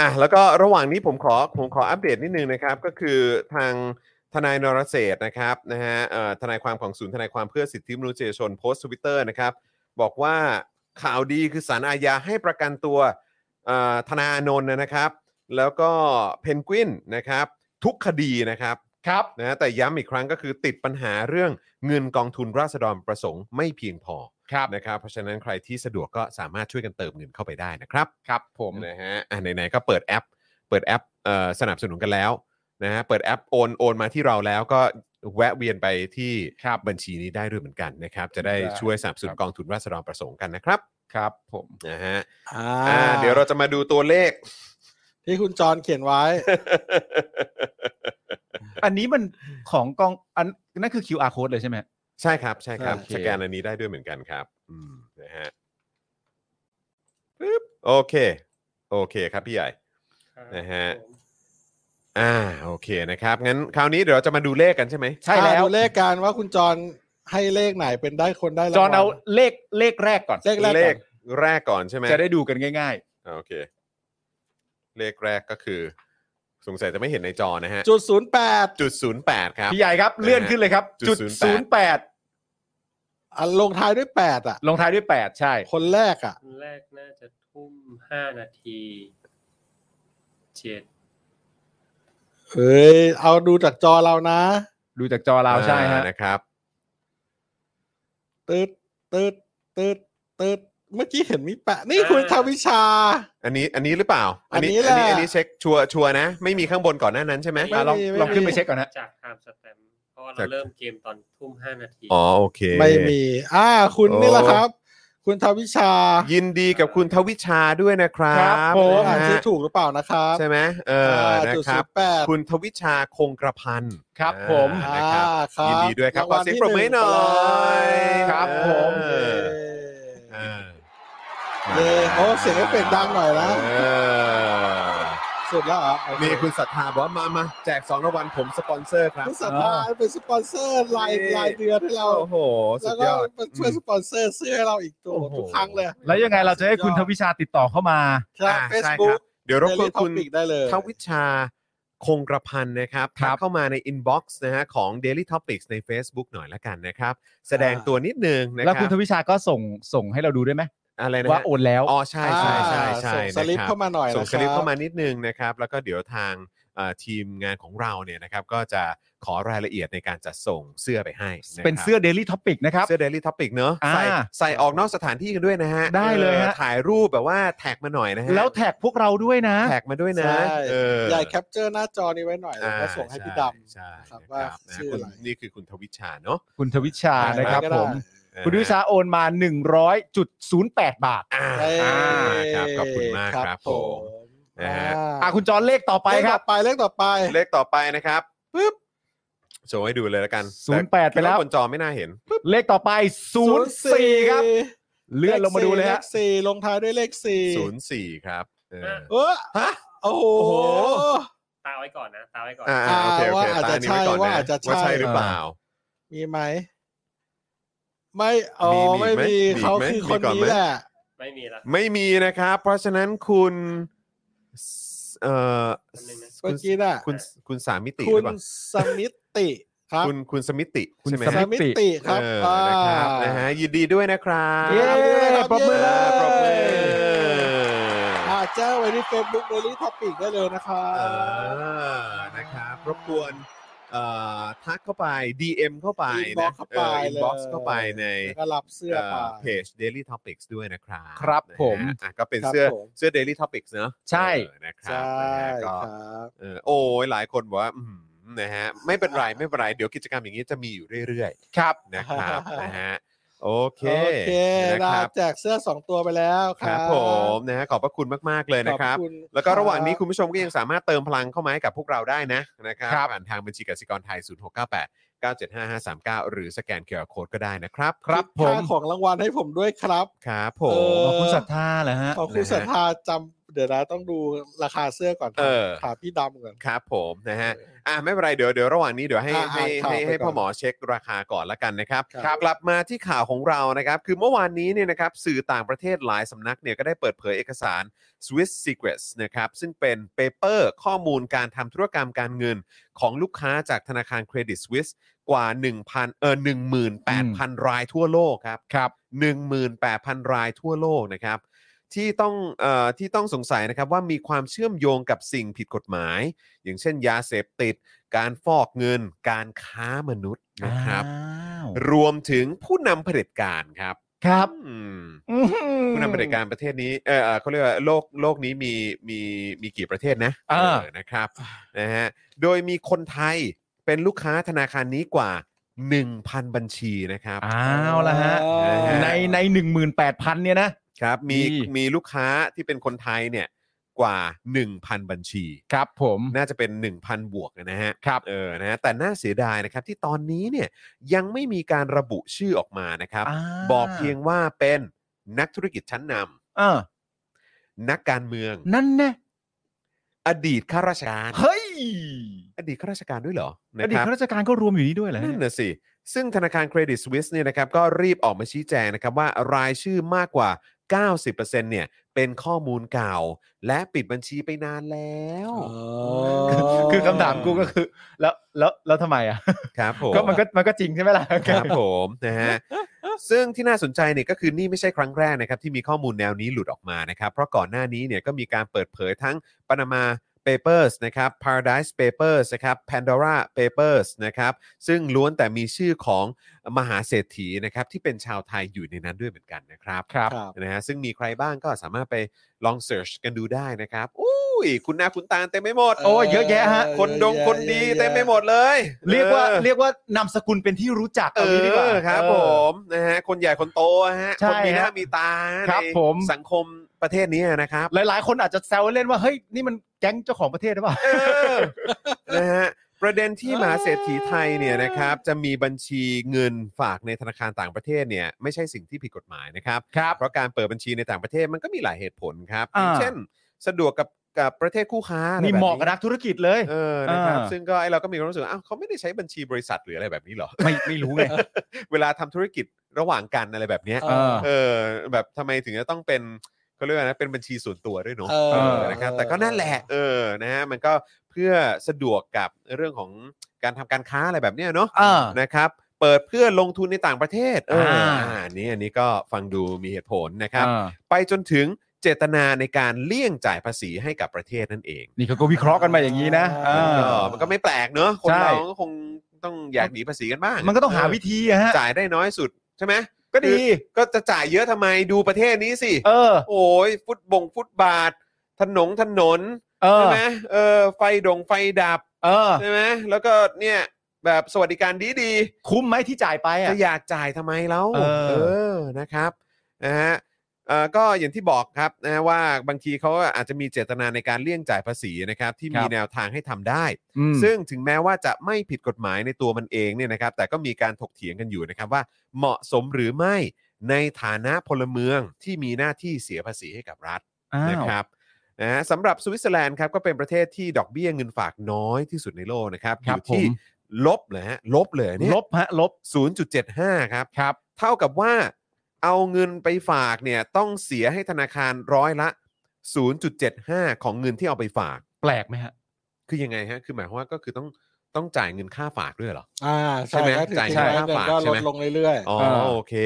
S1: อ่ะแล้วก็ระหว่างนี้ผมขอผมขออัปเดตนิดนึงนะครับ ก็คือทางทนายนรเศรษฐ์นะครับนะฮะเอ่อทนายความของศูนย์ทนายความเพื่อสิทธิมนุษยชนโพสต์ทวิตเตอร์นะครับ บอกว่าข่าวดีคือสารอาญาให้ประกันตัวเอ่อธนาโนนท์นะครับ แล้วก็เพนกวินนะครับ ทุกคดีนะครับ
S2: ครับ
S1: นะฮะแต่ย้ำอีกครั้งก็คือติดปัญหาเรื่องเงินกองทุนราษฎรประสงค์ไม่เพียงพอ
S2: ครับ
S1: นะครับเพราะฉะนั้นใครที่สะดวกก็สามารถช่วยกันเติมเงินเข้าไปได้นะครับ
S2: ครับผม
S1: นะฮะอ่ะไหนๆก็เปิดแอป เปิดแอปเอ่อสนับสนุนกันแล้วนะฮะเปิดแอปโอนโอนมาที่เราแล้วก็แวะเวียนไปที่
S2: ครับ
S1: บัญชีนี้ได้ด้วยเหมือนกันนะครับ จะได้
S2: ได้
S1: ช่วยสนับสนุนกองทุนราษฎรประสงค์กันนะครับ
S2: ครับผม
S1: นะฮะ
S3: อ่
S1: อ่า
S3: า
S1: เดี๋ยวเราจะมาดูตัวเลข
S3: ที่คุณจรเขียนไว้
S2: อันนี้มันของกองอันนั่นคือ QR code เลยใช่ไหม
S1: ใช่ครับ ใช่ครับ
S3: โอเค
S1: สแกนอันนี้ได้ด้วยเหมือนกันครับ อืมนะฮะปึ๊บโอเค โอเคครับพี่ใหญ่ นะฮะ อ่า โอเคนะครับ งั้นคราวนี้เดี๋ยวเราจะมาดูเลขกันใช่ไหม
S2: ใช่แล้ว
S3: อ่าดูเลขการว่าคุณจร ให้เลขไหนเป็นได้คนได้รางวัล
S2: จอห์นเอาเลขเลขแรกก่อน
S3: เลขแรก
S1: เลขแรกก่อนใช่ไหม
S2: จะได้ดูกันง่าย
S1: อ่าโอเค เลขแรกก็คือ สงสัยจะไม่เห็นในจอนะฮะ
S3: จุดศูนย์แปด
S1: จุดศูนย์แปดครับ
S2: ๆ พี่ใหญ่ครับเลื่อนขึ้นเลยครับ
S1: จุ
S2: จุ
S1: ด
S2: ด
S1: ศู
S2: ศู
S1: น
S2: น
S1: ย์
S2: ย์
S1: แป
S2: แป
S1: ด
S2: ด
S3: อันลงท้ายด้วยแปดอ่ะ
S2: ลงท้ายด้วยแปดใช่
S3: คนแรกอ่ะ
S4: คนแรกน่าจะทุ่มห้านาทีเจ็ด
S3: เอ้ย เอาดูจากจอเรานะ
S2: ดูจากจอเราใช่ฮะ
S1: อ่านะครับ
S3: ตืดตืดตืดตืดเมื่อกี้เห็นมีแปะ นี่คุณทวิชา
S1: อันนี้อันนี้หรือเปล่า อันนี้
S3: อันนี้แห
S1: อันนี้
S3: ละ
S1: อันนี้เช็คชัวร์ชัวร์นะ ไม่มีข้างบนก่อนหน้านั้นใช่ไหม
S2: อ่ะลอง
S3: ไม่มี
S2: ลองขึ้นไปเช็คก่อนนะ
S4: จากไทม์สแตมป์เพราะว่าเราเริ่มเกมตอนทุ่มห้านาที
S1: อ๋อโอเค
S3: ไม่มี อ่า คุณ
S1: โอ้
S3: นี่แหละครับ คุณทวิชา
S1: ยินดีกับคุณทวิชาด้วยนะครับ
S2: ครับผม
S1: นะ
S3: อ่าน
S1: ฮะ
S3: ชื่อถูกหรือเปล่านะครับ
S1: ใช่ไหมเออนะ
S3: จุด
S1: ค
S3: ศู
S1: รับ
S3: นย์แปด
S1: คุณทวิชาคงกระพันธ์
S2: ครับ
S1: อ่า
S2: ผม
S3: อ่า
S1: นะครับ
S3: ครับ
S1: ยินดีด้วยครับ
S3: าง
S1: ข
S3: วัล
S1: อเสียง
S3: ที่
S1: ปรบมือให้หน่อย
S3: นึ่ง
S2: ครับผม
S1: เออเออ
S3: เออเย้โอ้เสียงเอฟเฟกต์ดังหน่อยนะ
S1: เออ
S3: สุดแล้วเหรอโอเ
S1: มีคุณศรัทธาบอกว่ามามาแจกสองรางวัลผมสปอนเซอร์ครับ
S3: คุณสัทธาเป็นสปอนเซอร์ราย
S1: นี่
S3: รายเดือนให้เรา
S1: โอ้โห สุด
S3: แล้วก็
S1: ยอด
S3: มาช่วยสปอนเซอร์เสื้อให้เราอีกตัว
S1: โอ้โห
S3: ทุกครั้งเลย
S2: แล้วยังไงเราจะให้คุณทวิชาติดต่อเข้ามา
S3: ใช่
S1: อ่า
S3: เฟซ
S1: ใช่ค
S3: บุ๊
S1: รั
S3: ก
S1: บเดี๋ยวรบก
S3: คุ
S1: วนคุณ
S3: ได้เลย
S1: ทวิชาคงกระพันธ์นะครับ
S2: ครั
S1: ทั
S2: บ
S1: กเข้ามาในอินบ็อกซ์นะฮะของ Daily Topics ใน Facebook หน่อยละกันนะครับ แสดงตัวนิดนึงนะค
S2: แล้ว
S1: รั
S2: คุณ
S1: บ
S2: ทวิชาก็ส่งส่งให้เราดูด้วยไหม
S1: อะไรนะ
S2: ว่า
S1: ฮะ
S2: โอนแล้ว
S1: อ๋อใช่ใช่ใช่ใช่
S3: ส่งสลิป
S1: นะครับ
S3: เข้ามาหน่อย
S1: ส่ง
S3: นะ
S1: สลิป
S3: ครับ
S1: เข้ามานิดนึงนะครับ แล้วก็เดี๋ยวทางเอ่อทีมงานของเราเนี่ยนะครับ ก็จะขอรายละเอียดในการจัดส่งเสื้อไปให้ะครับ
S2: เป็นเสื้อ Daily Topic นะครับ
S1: เสื้อ Daily Topic เนอะ
S2: อ่า
S1: ใส่ใส่ออกนอกสถานที่กันด้วยนะฮะ
S2: ได้เลย
S1: ออ
S2: ฮะ
S1: ถ่ายรูปแบบว่าแท็กมาหน่อยนะฮะ
S2: แล้วแท็กพวกเราด้วยนะ
S1: แท็กมาด้วยนะ
S3: ใช่
S1: เออ
S3: ใหญ่แคปเจอร์หน้าจอนี้ไว้หน่อยแล้ว
S1: อ่า
S3: ก็ส่งให้พี่ดำ
S1: ใช่
S3: นะ
S1: ใช่
S3: ครับว่า
S1: นะ
S3: ชื่อ
S1: คุ
S3: อะ
S1: ณ
S3: ไร
S1: นี่คือคุณทวิชชาเนาะ
S2: คุณทวิชานะครับผ
S3: ใก็ได้
S2: ม คุณทวิชาโอนมา 100.08 บาท
S1: อ่า
S3: เอ้ย
S1: อ่าครับขอบคุณมากครับผม นะฮะ
S2: อ่ะคุณจอนเลขต่อไป
S3: ไป
S2: ค
S3: ค
S2: รั
S3: รับ บไปเลขต่อไป
S1: เลขต่อไปนะครับปึ๊บโชว์ให้ดูเลยแล้วกัน
S2: 08ไปแล้ว
S1: ต่คิดาบนจอไม่น่าเห็น
S2: เลขต่อไป 04 ครับ เลื่อนลงมาดูเลย
S3: เล
S2: ฮะ
S3: ขสี่ลงท้ายด้วยเลขสี่
S1: ศูนย์สี่ครับเออ
S3: เออ
S1: ฮะ
S3: โอ้โห
S2: โอ้โห
S4: ตาไว้ก่อนนะ ตาไว้ก่อน
S1: อ่าอ่าโอเคโอเค
S3: ว่าอาจ
S1: ตา
S3: จะ
S1: อันนี้ไว้ก่อนนะ
S3: ใช่ว่าอาจจะใช่
S1: ว่าใช่หรือเปล่า
S3: มีไหม ไม่อ๋อ
S1: มีมี
S3: ไม่
S1: ไหม
S3: มี
S1: มี
S3: เขา
S1: ไหม
S3: คือ
S1: มี
S3: คน
S1: ก่อน
S3: นี้
S1: ไหม
S3: แหละ
S4: ไม่มีละ
S1: ไม่มีนะครับ เพราะฉะนั้นคุณเอ่อ
S4: คนหนึ่งนะ
S1: คุ
S3: เมื่
S1: ณ
S3: อกี้น่ะ
S1: คุณคุณสามิติห
S3: คุ
S1: รือ
S3: ณ
S1: เปล่า
S3: สมิติครับ
S1: คุณคุณสมิติ
S2: คุณ
S1: ใช่ไหม
S3: ส
S1: ฮะ
S3: มิติครับ
S1: เออนะครับ
S3: อ่า
S1: นะฮะยินดีด้วยนะครับ
S2: เย้ปรบมือเลย
S1: ปรบมือ
S3: อ่าแจ้งไว้ที่ Facebook Daily Topic ได้เลยนะครั
S1: เอบ อนะครับรบกวนเอ่อทักเข้าไป DM เข้าไปนะ
S3: Inbox เข้าไป
S1: อินบ็อกซ์
S3: เลย
S1: เข้าไปใน
S3: แล้วก็รับเสื้อไป
S1: เพจ Daily Topics ด้วยนะครับ
S2: ครับ
S1: นะฮะ
S2: ผม
S1: อ่ะก็เป็น
S3: ครับ
S1: เสื้อ
S3: ผม
S1: เสื้อ Daily Topics เนอะ
S2: ใช่
S1: เออนะครั
S3: ใช่
S1: บนะฮะ
S3: ค
S1: ก็
S3: รับ
S1: เออโอ้ยหลายคนบอกว่าอื้อหือนะฮะไม่เป็นไรไม่เป็นไร เดี๋ยวกิจกรรมอย่างนี้จะมีอยู่เรื่อย
S2: ครับ
S1: ๆ นะครับนะฮะโอเค
S3: โอเค
S1: นะ
S3: ได้
S1: ครับ
S3: แจกเสื้อ 2 ตัวไปแล้ว
S1: ค
S3: ค
S1: รั
S3: รั
S1: บบ ผมนะฮะขอบพระคุณมากๆเลยนะครับ
S3: ขอณ
S1: แล้วก็ระหว่างนี้
S3: ค
S1: คุณผู้ชมก็ยังสามารถเติมพลังเข้ามาให้กับพวกเราได้นะนะครับ
S2: ครับ
S1: ผ่านทางบัญชีกสิกรไทย 0698 975539 หรือสแกนเคอร์โคดก็ได้นะครับ
S2: ครั
S3: รั
S2: บบ ผม
S3: ของรางวัลให้ผมด้วยครับ
S1: ครับผม
S3: เอ
S2: ขอบคุณศรัทธาเหรอฮะ
S3: ขอบคุณ
S1: นะฮะ
S3: ศรัทธาจำเดี๋ยวนะต้องดูราคาเสื้อก่อน
S1: เออ
S3: ถามพี่ดำก่อน
S1: ครับผมนะฮะ อ่ะไม่เป็นไรเดี๋ยวเดี๋ยวระหว่างนี้เดี๋ยวให้
S3: อ่ะ
S1: ให้
S3: อ่ะข่าว
S1: ให้
S3: ไป
S1: ให้
S3: ก่อน
S1: พ่อหมอเช็คราคาก่อนละกันนะครับ
S3: ครับ
S1: กลับมาที่ข่าวของเรานะครับ คือเมื่อวานนี้เนี่ยนะครับสื่อต่างประเทศหลายสำนักเนี่ยก็ได้เปิดเผยเอกสาร Swiss Secrets นะครับซึ่งเป็นเปเปอร์ข้อมูลการทำธุรกรรมการเงินของลูกค้าจากธนาคารเครดิตสวิสกว่า 1,000เออ18,000 รายทั่วโลกครับ
S2: ครับ
S1: 18,000 รายทั่วโลกนะครับ ที่ต้องเออที่ต้องสงสัยนะครับว่ามีความเชื่อมโยงกับสิ่งผิดกฎหมาย อย่างเช่นยาเสพติด การฟอกเงิน การค้ามนุษย์นะครับ
S2: อ้าว
S1: รวมถึงผู้นำเผด็จการครับ
S2: ครับ
S1: อืม
S2: อื้อหือ
S1: ผู้นำเผด็จการประเทศนี้เออเอ่อเขาเรียกว่าโลกโลกนี้มีมีมีกี่ประเทศนะ
S2: อ่า
S1: เออนะครับนะฮะโดยมีคนไทยเป็นลูกค้าธนาคารนี้กว่า 1,000 บัญชีนะครับ
S2: อ้าวละฮะ
S1: นะฮะ
S2: ในใน18,000 เนี่ยนะ
S1: ครับมี
S2: ดี
S1: มีลูกค้าที่เป็นคนไทยเนี่ยกว่า 1,000 บัญชี
S2: ครับผม
S1: น่าจะเป็น 1,000 บวกนะฮะ
S2: ครับ
S1: เออนะฮะแต่น่าเสียดายนะครับที่ตอนนี้เนี่ยยังไม่มีการระบุชื่อออกมานะครับ
S2: า
S1: บอกเพียงว่าเป็นนักธุรกิจชั้นน
S2: เออ
S1: ำนักการเมือง
S2: นั่นแน่
S1: อดีตข้าราชการ
S2: เฮ้ย
S1: อดีตข้าราชการด้วยเหรอ
S2: อ
S1: นะ
S2: ดี
S1: ค
S2: ต
S1: รับ
S2: ข้าราชการก็รวมอยู่นี่ด้วยเหรอฮะ
S1: นั่นน่ะสิ ซึ่งธนาคารเครดิตสวิสเนี่ยนะครับก็รีบออกมาชี้แจงนะครับว่ารายชื่อมากกว่า 90%เนี่ยเป็นข้อมูลเก่า และปิดบัญชีไปนานแล้ว
S2: คือคำถามกูก็คือ แล้วแล้วแล้วทำไมอ่ะ
S1: ครับผม
S2: ก็มันก็มันก็จริงใช่ไหมล่ะ
S1: ครับผมนะฮะ ซึ่งที่น่าสนใจเนี่ยก็คือนี่ไม่ใช่ครั้งแรกนะครับที่มีข้อมูลแนวนี้หลุดออกมานะครับ เพราะก่อนหน้านี้เนี่ยก็มีการเปิดเผยทั้ง Panama Papers นะครับ Paradise Papers นะครับ Pandora Papers นะครับซึ่งล้วนแต่มีชื่อของมหาเศรษฐีนะครับที่เป็นชาวไทยอยู่ในนั้นด้วยเหมือนกันนะครับ
S2: ครับ
S3: ครับ
S1: นะฮะซึ่งมีใครบ้างก็สามารถไปลองเสิร์ชกันดูได้นะครับอุ้ยคุณหน้าคุณตาเต็มไปหมด
S2: โอ้ยเยอะแยะฮะ
S1: คนดงคนดีเต็มไปหมดเลย
S2: เรียกว่า
S1: ออ
S2: เรียกว่านามสกุลเป็นที่รู้จัก
S1: เอ
S2: เอางี้ดีกว่า
S1: อครับผมนะฮะคนใหญ่คนโตฮะ
S2: ใช่
S1: คนมีหน้า
S2: ฮะ
S1: มีตา
S2: ครับ
S1: ใน
S2: ผม
S1: สังคมประเทศนี้นะครับ
S2: หลาย ๆ คนอาจจะแซวเล่นว่า เฮ้ย นี่มันแก๊งเจ้าของประเทศหรือเปล่า
S1: เออนะฮะประเด็นที่มหาเศรษฐีไทยเนี่ยนะครับจะมีบัญชีเงินฝากในธนาคารต่างประเทศเนี่ยไม่ใช่สิ่งที่ผิดกฎหมายนะครับ
S2: ครับ
S1: เพราะการเปิดบัญชีในต่างประเทศมันก็มีหลายเหตุผลครับ
S2: อ่า
S1: อย่างเช่น สะดวกกับกับประเทศคู่ค้าอไร
S2: นี่เหมาะ
S1: แบ
S2: กับบ นักธุรกิจเลย
S1: เออนะครับ
S2: อ่า
S1: ซึ่งก็ไอเราก็มีความรู้สึกว่าอ้าวเขาไม่ได้ใช้บัญชีบริษัทหรืออะไรแบบนี้เหรอ
S2: ไม่ไม่รู้ไง
S1: เวลาทำธุรกิจระหว่างกันอะไรแบบเนี้ย
S2: เออ
S1: เออแบบทำไมถึงจะต้องเป็นเขาเรียกว่านะเป็นบัญชีส่วนตัวด้วยเนาะ
S3: เออ
S1: เออนะครับแต่ก็นั่นแหละเออนะฮะมันก็เพื่อสะดวกกับเรื่องของการทำการค้าอะไรแบบเนี้ยเนาะ
S2: อ่า
S1: นะครับเปิดเพื่อลงทุนในต่างประเทศเออ
S2: อ่า
S1: อ่าอันนี้อันนี้ก็ฟังดูมีเหตุผลนะครับ
S2: อ่า
S1: ไปจนถึงเจตนาในการเลี่ยงจ่ายภาษีให้กับประเทศนั่นเอง
S2: นี่เขาก็วิเคราะห์กันมาอย่างนี้นะอ่า
S1: ก็มันก็ไม่แปลกเนาะคน
S2: ใช่
S1: เราก็คงต้องอยากหนีภาษีกันบ้าง
S2: มันก็ต้องหาวิธีอะฮะ
S1: จ่ายได้น้อยสุดใช่ไหม
S2: ก็ดี
S1: ก็จะจ่ายเยอะทำไมดูประเทศนี้สิ
S2: เออ
S1: โอ้ยฟุตบงฟุตบาท ถนนถนน
S2: เออ
S1: ใช่ไหมเออไฟดงไฟดับ
S2: เออ
S1: ใช่ไหมแล้วก็เนี่ยแบบสวัสดิการดี
S2: คุ้มไหมที่จ่ายไป
S1: ๆ
S2: อ่ะ
S1: จะอยากจ่ายทำไมแล้ว
S2: เออ
S1: อนะครับนะฮะเอ่อก็อย่างที่บอกครับนะว่าบางทีเขาอาจจะมีเจตนาในการเลี่ยงจ่ายภาษีนะครับที่มีแนวทางให้ทำได้
S2: อืม
S1: ซึ่งถึงแม้ว่าจะไม่ผิดกฎหมายในตัวมันเองเนี่ยนะครับ แต่ก็มีการถกเถียงกันอยู่นะครับว่าเหมาะสมหรือไม่ในฐานะพลเมืองที่มีหน้าที่เสียภาษีให้กับรัฐ
S2: อ้าว
S1: นะครับนะฮะสำหรับสวิตเซอร์แลนด์ครับก็เป็นประเทศที่ดอกเบี้ยเงินฝากน้อยที่สุดในโลกนะครับอ
S2: ครับ
S1: ยู่ที่
S2: ผม
S1: ลบเลยฮะลบเลยเนี่ย
S2: ลบฮะลบ
S1: 0.75 ครับ
S2: ครับ
S1: เท่ากับว่าเอาเงินไปฝากเนี่ยต้องเสียให้ธนาคารร้อยละ 0.75 ของเงินที่เอาไปฝาก
S2: แปลกไหมฮะ
S1: คือยังไงฮะ คือหมายความว่าก็คือต้องต้องจ่ายเงินค่าฝากด้วยเหรอ
S3: อ่า
S1: ใช่
S3: ใช่
S1: ไหม
S3: ถ้าถึง
S1: จ่าย
S3: จุด
S1: ใช่
S3: นั้น
S1: ค่าฝาก
S3: ก็
S1: ใช่
S3: ล
S1: ไหม
S3: ดลงเรื่อย
S1: อ๋อ
S2: เออ
S1: โอเค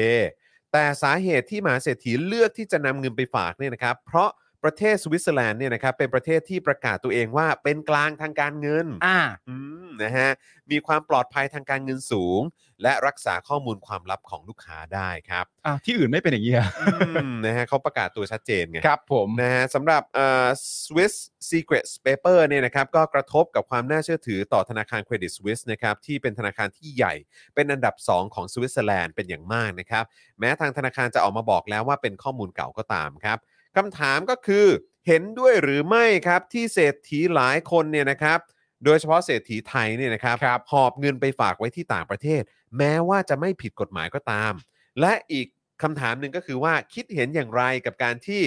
S1: แต่สาเหตุที่มหาเศรษฐีเลือกที่จะนำเงินไปฝากเนี่ยนะครับ เพราะประเทศสวิตเซอร์แลนด์เนี่ยนะครับเป็นประเทศที่ประกาศตัวเองว่าเป็นกลางทางการเงิน
S2: อ่า
S1: อืมนะฮะมีความปลอดภัยทางการเงินสูง และรักษาข้อมูลความลับของลูกค้าได้ครับ
S2: อ่าที่อื่นไม่เป็นอย่างนี้ฮะ
S1: อืมนะฮะเขาประกาศตัวชัดเจนไง
S2: ครับผม
S1: นะฮะสำหรับเอ่อ Swiss Secrets Paper เนี่ยนะครับก็กระทบกับความน่าเชื่อถือต่อธนาคารเครดิตสวิสนะครับที่เป็นธนาคารที่ใหญ่ เป็นอันดับ 2 ของสวิตเซอร์แลนด์เป็นอย่างมากนะครับ แม้ทางธนาคารจะออกมาบอกแล้วว่าเป็นข้อมูลเก่าก็ตามครับคำถามก็คือเห็นด้วยหรือไม่ครับ ที่เศรษฐีหลายคนเนี่ยนะครับโดยเฉพาะเศรษฐีไทยเนี่ยนะครับ
S2: ครับ
S1: หอบเงินไปฝากไว้ที่ต่างประเทศ แม้ว่าจะไม่ผิดกฎหมายก็ตาม และอีกคำถามหนึ่งก็คือว่าคิดเห็นอย่างไรกับการที่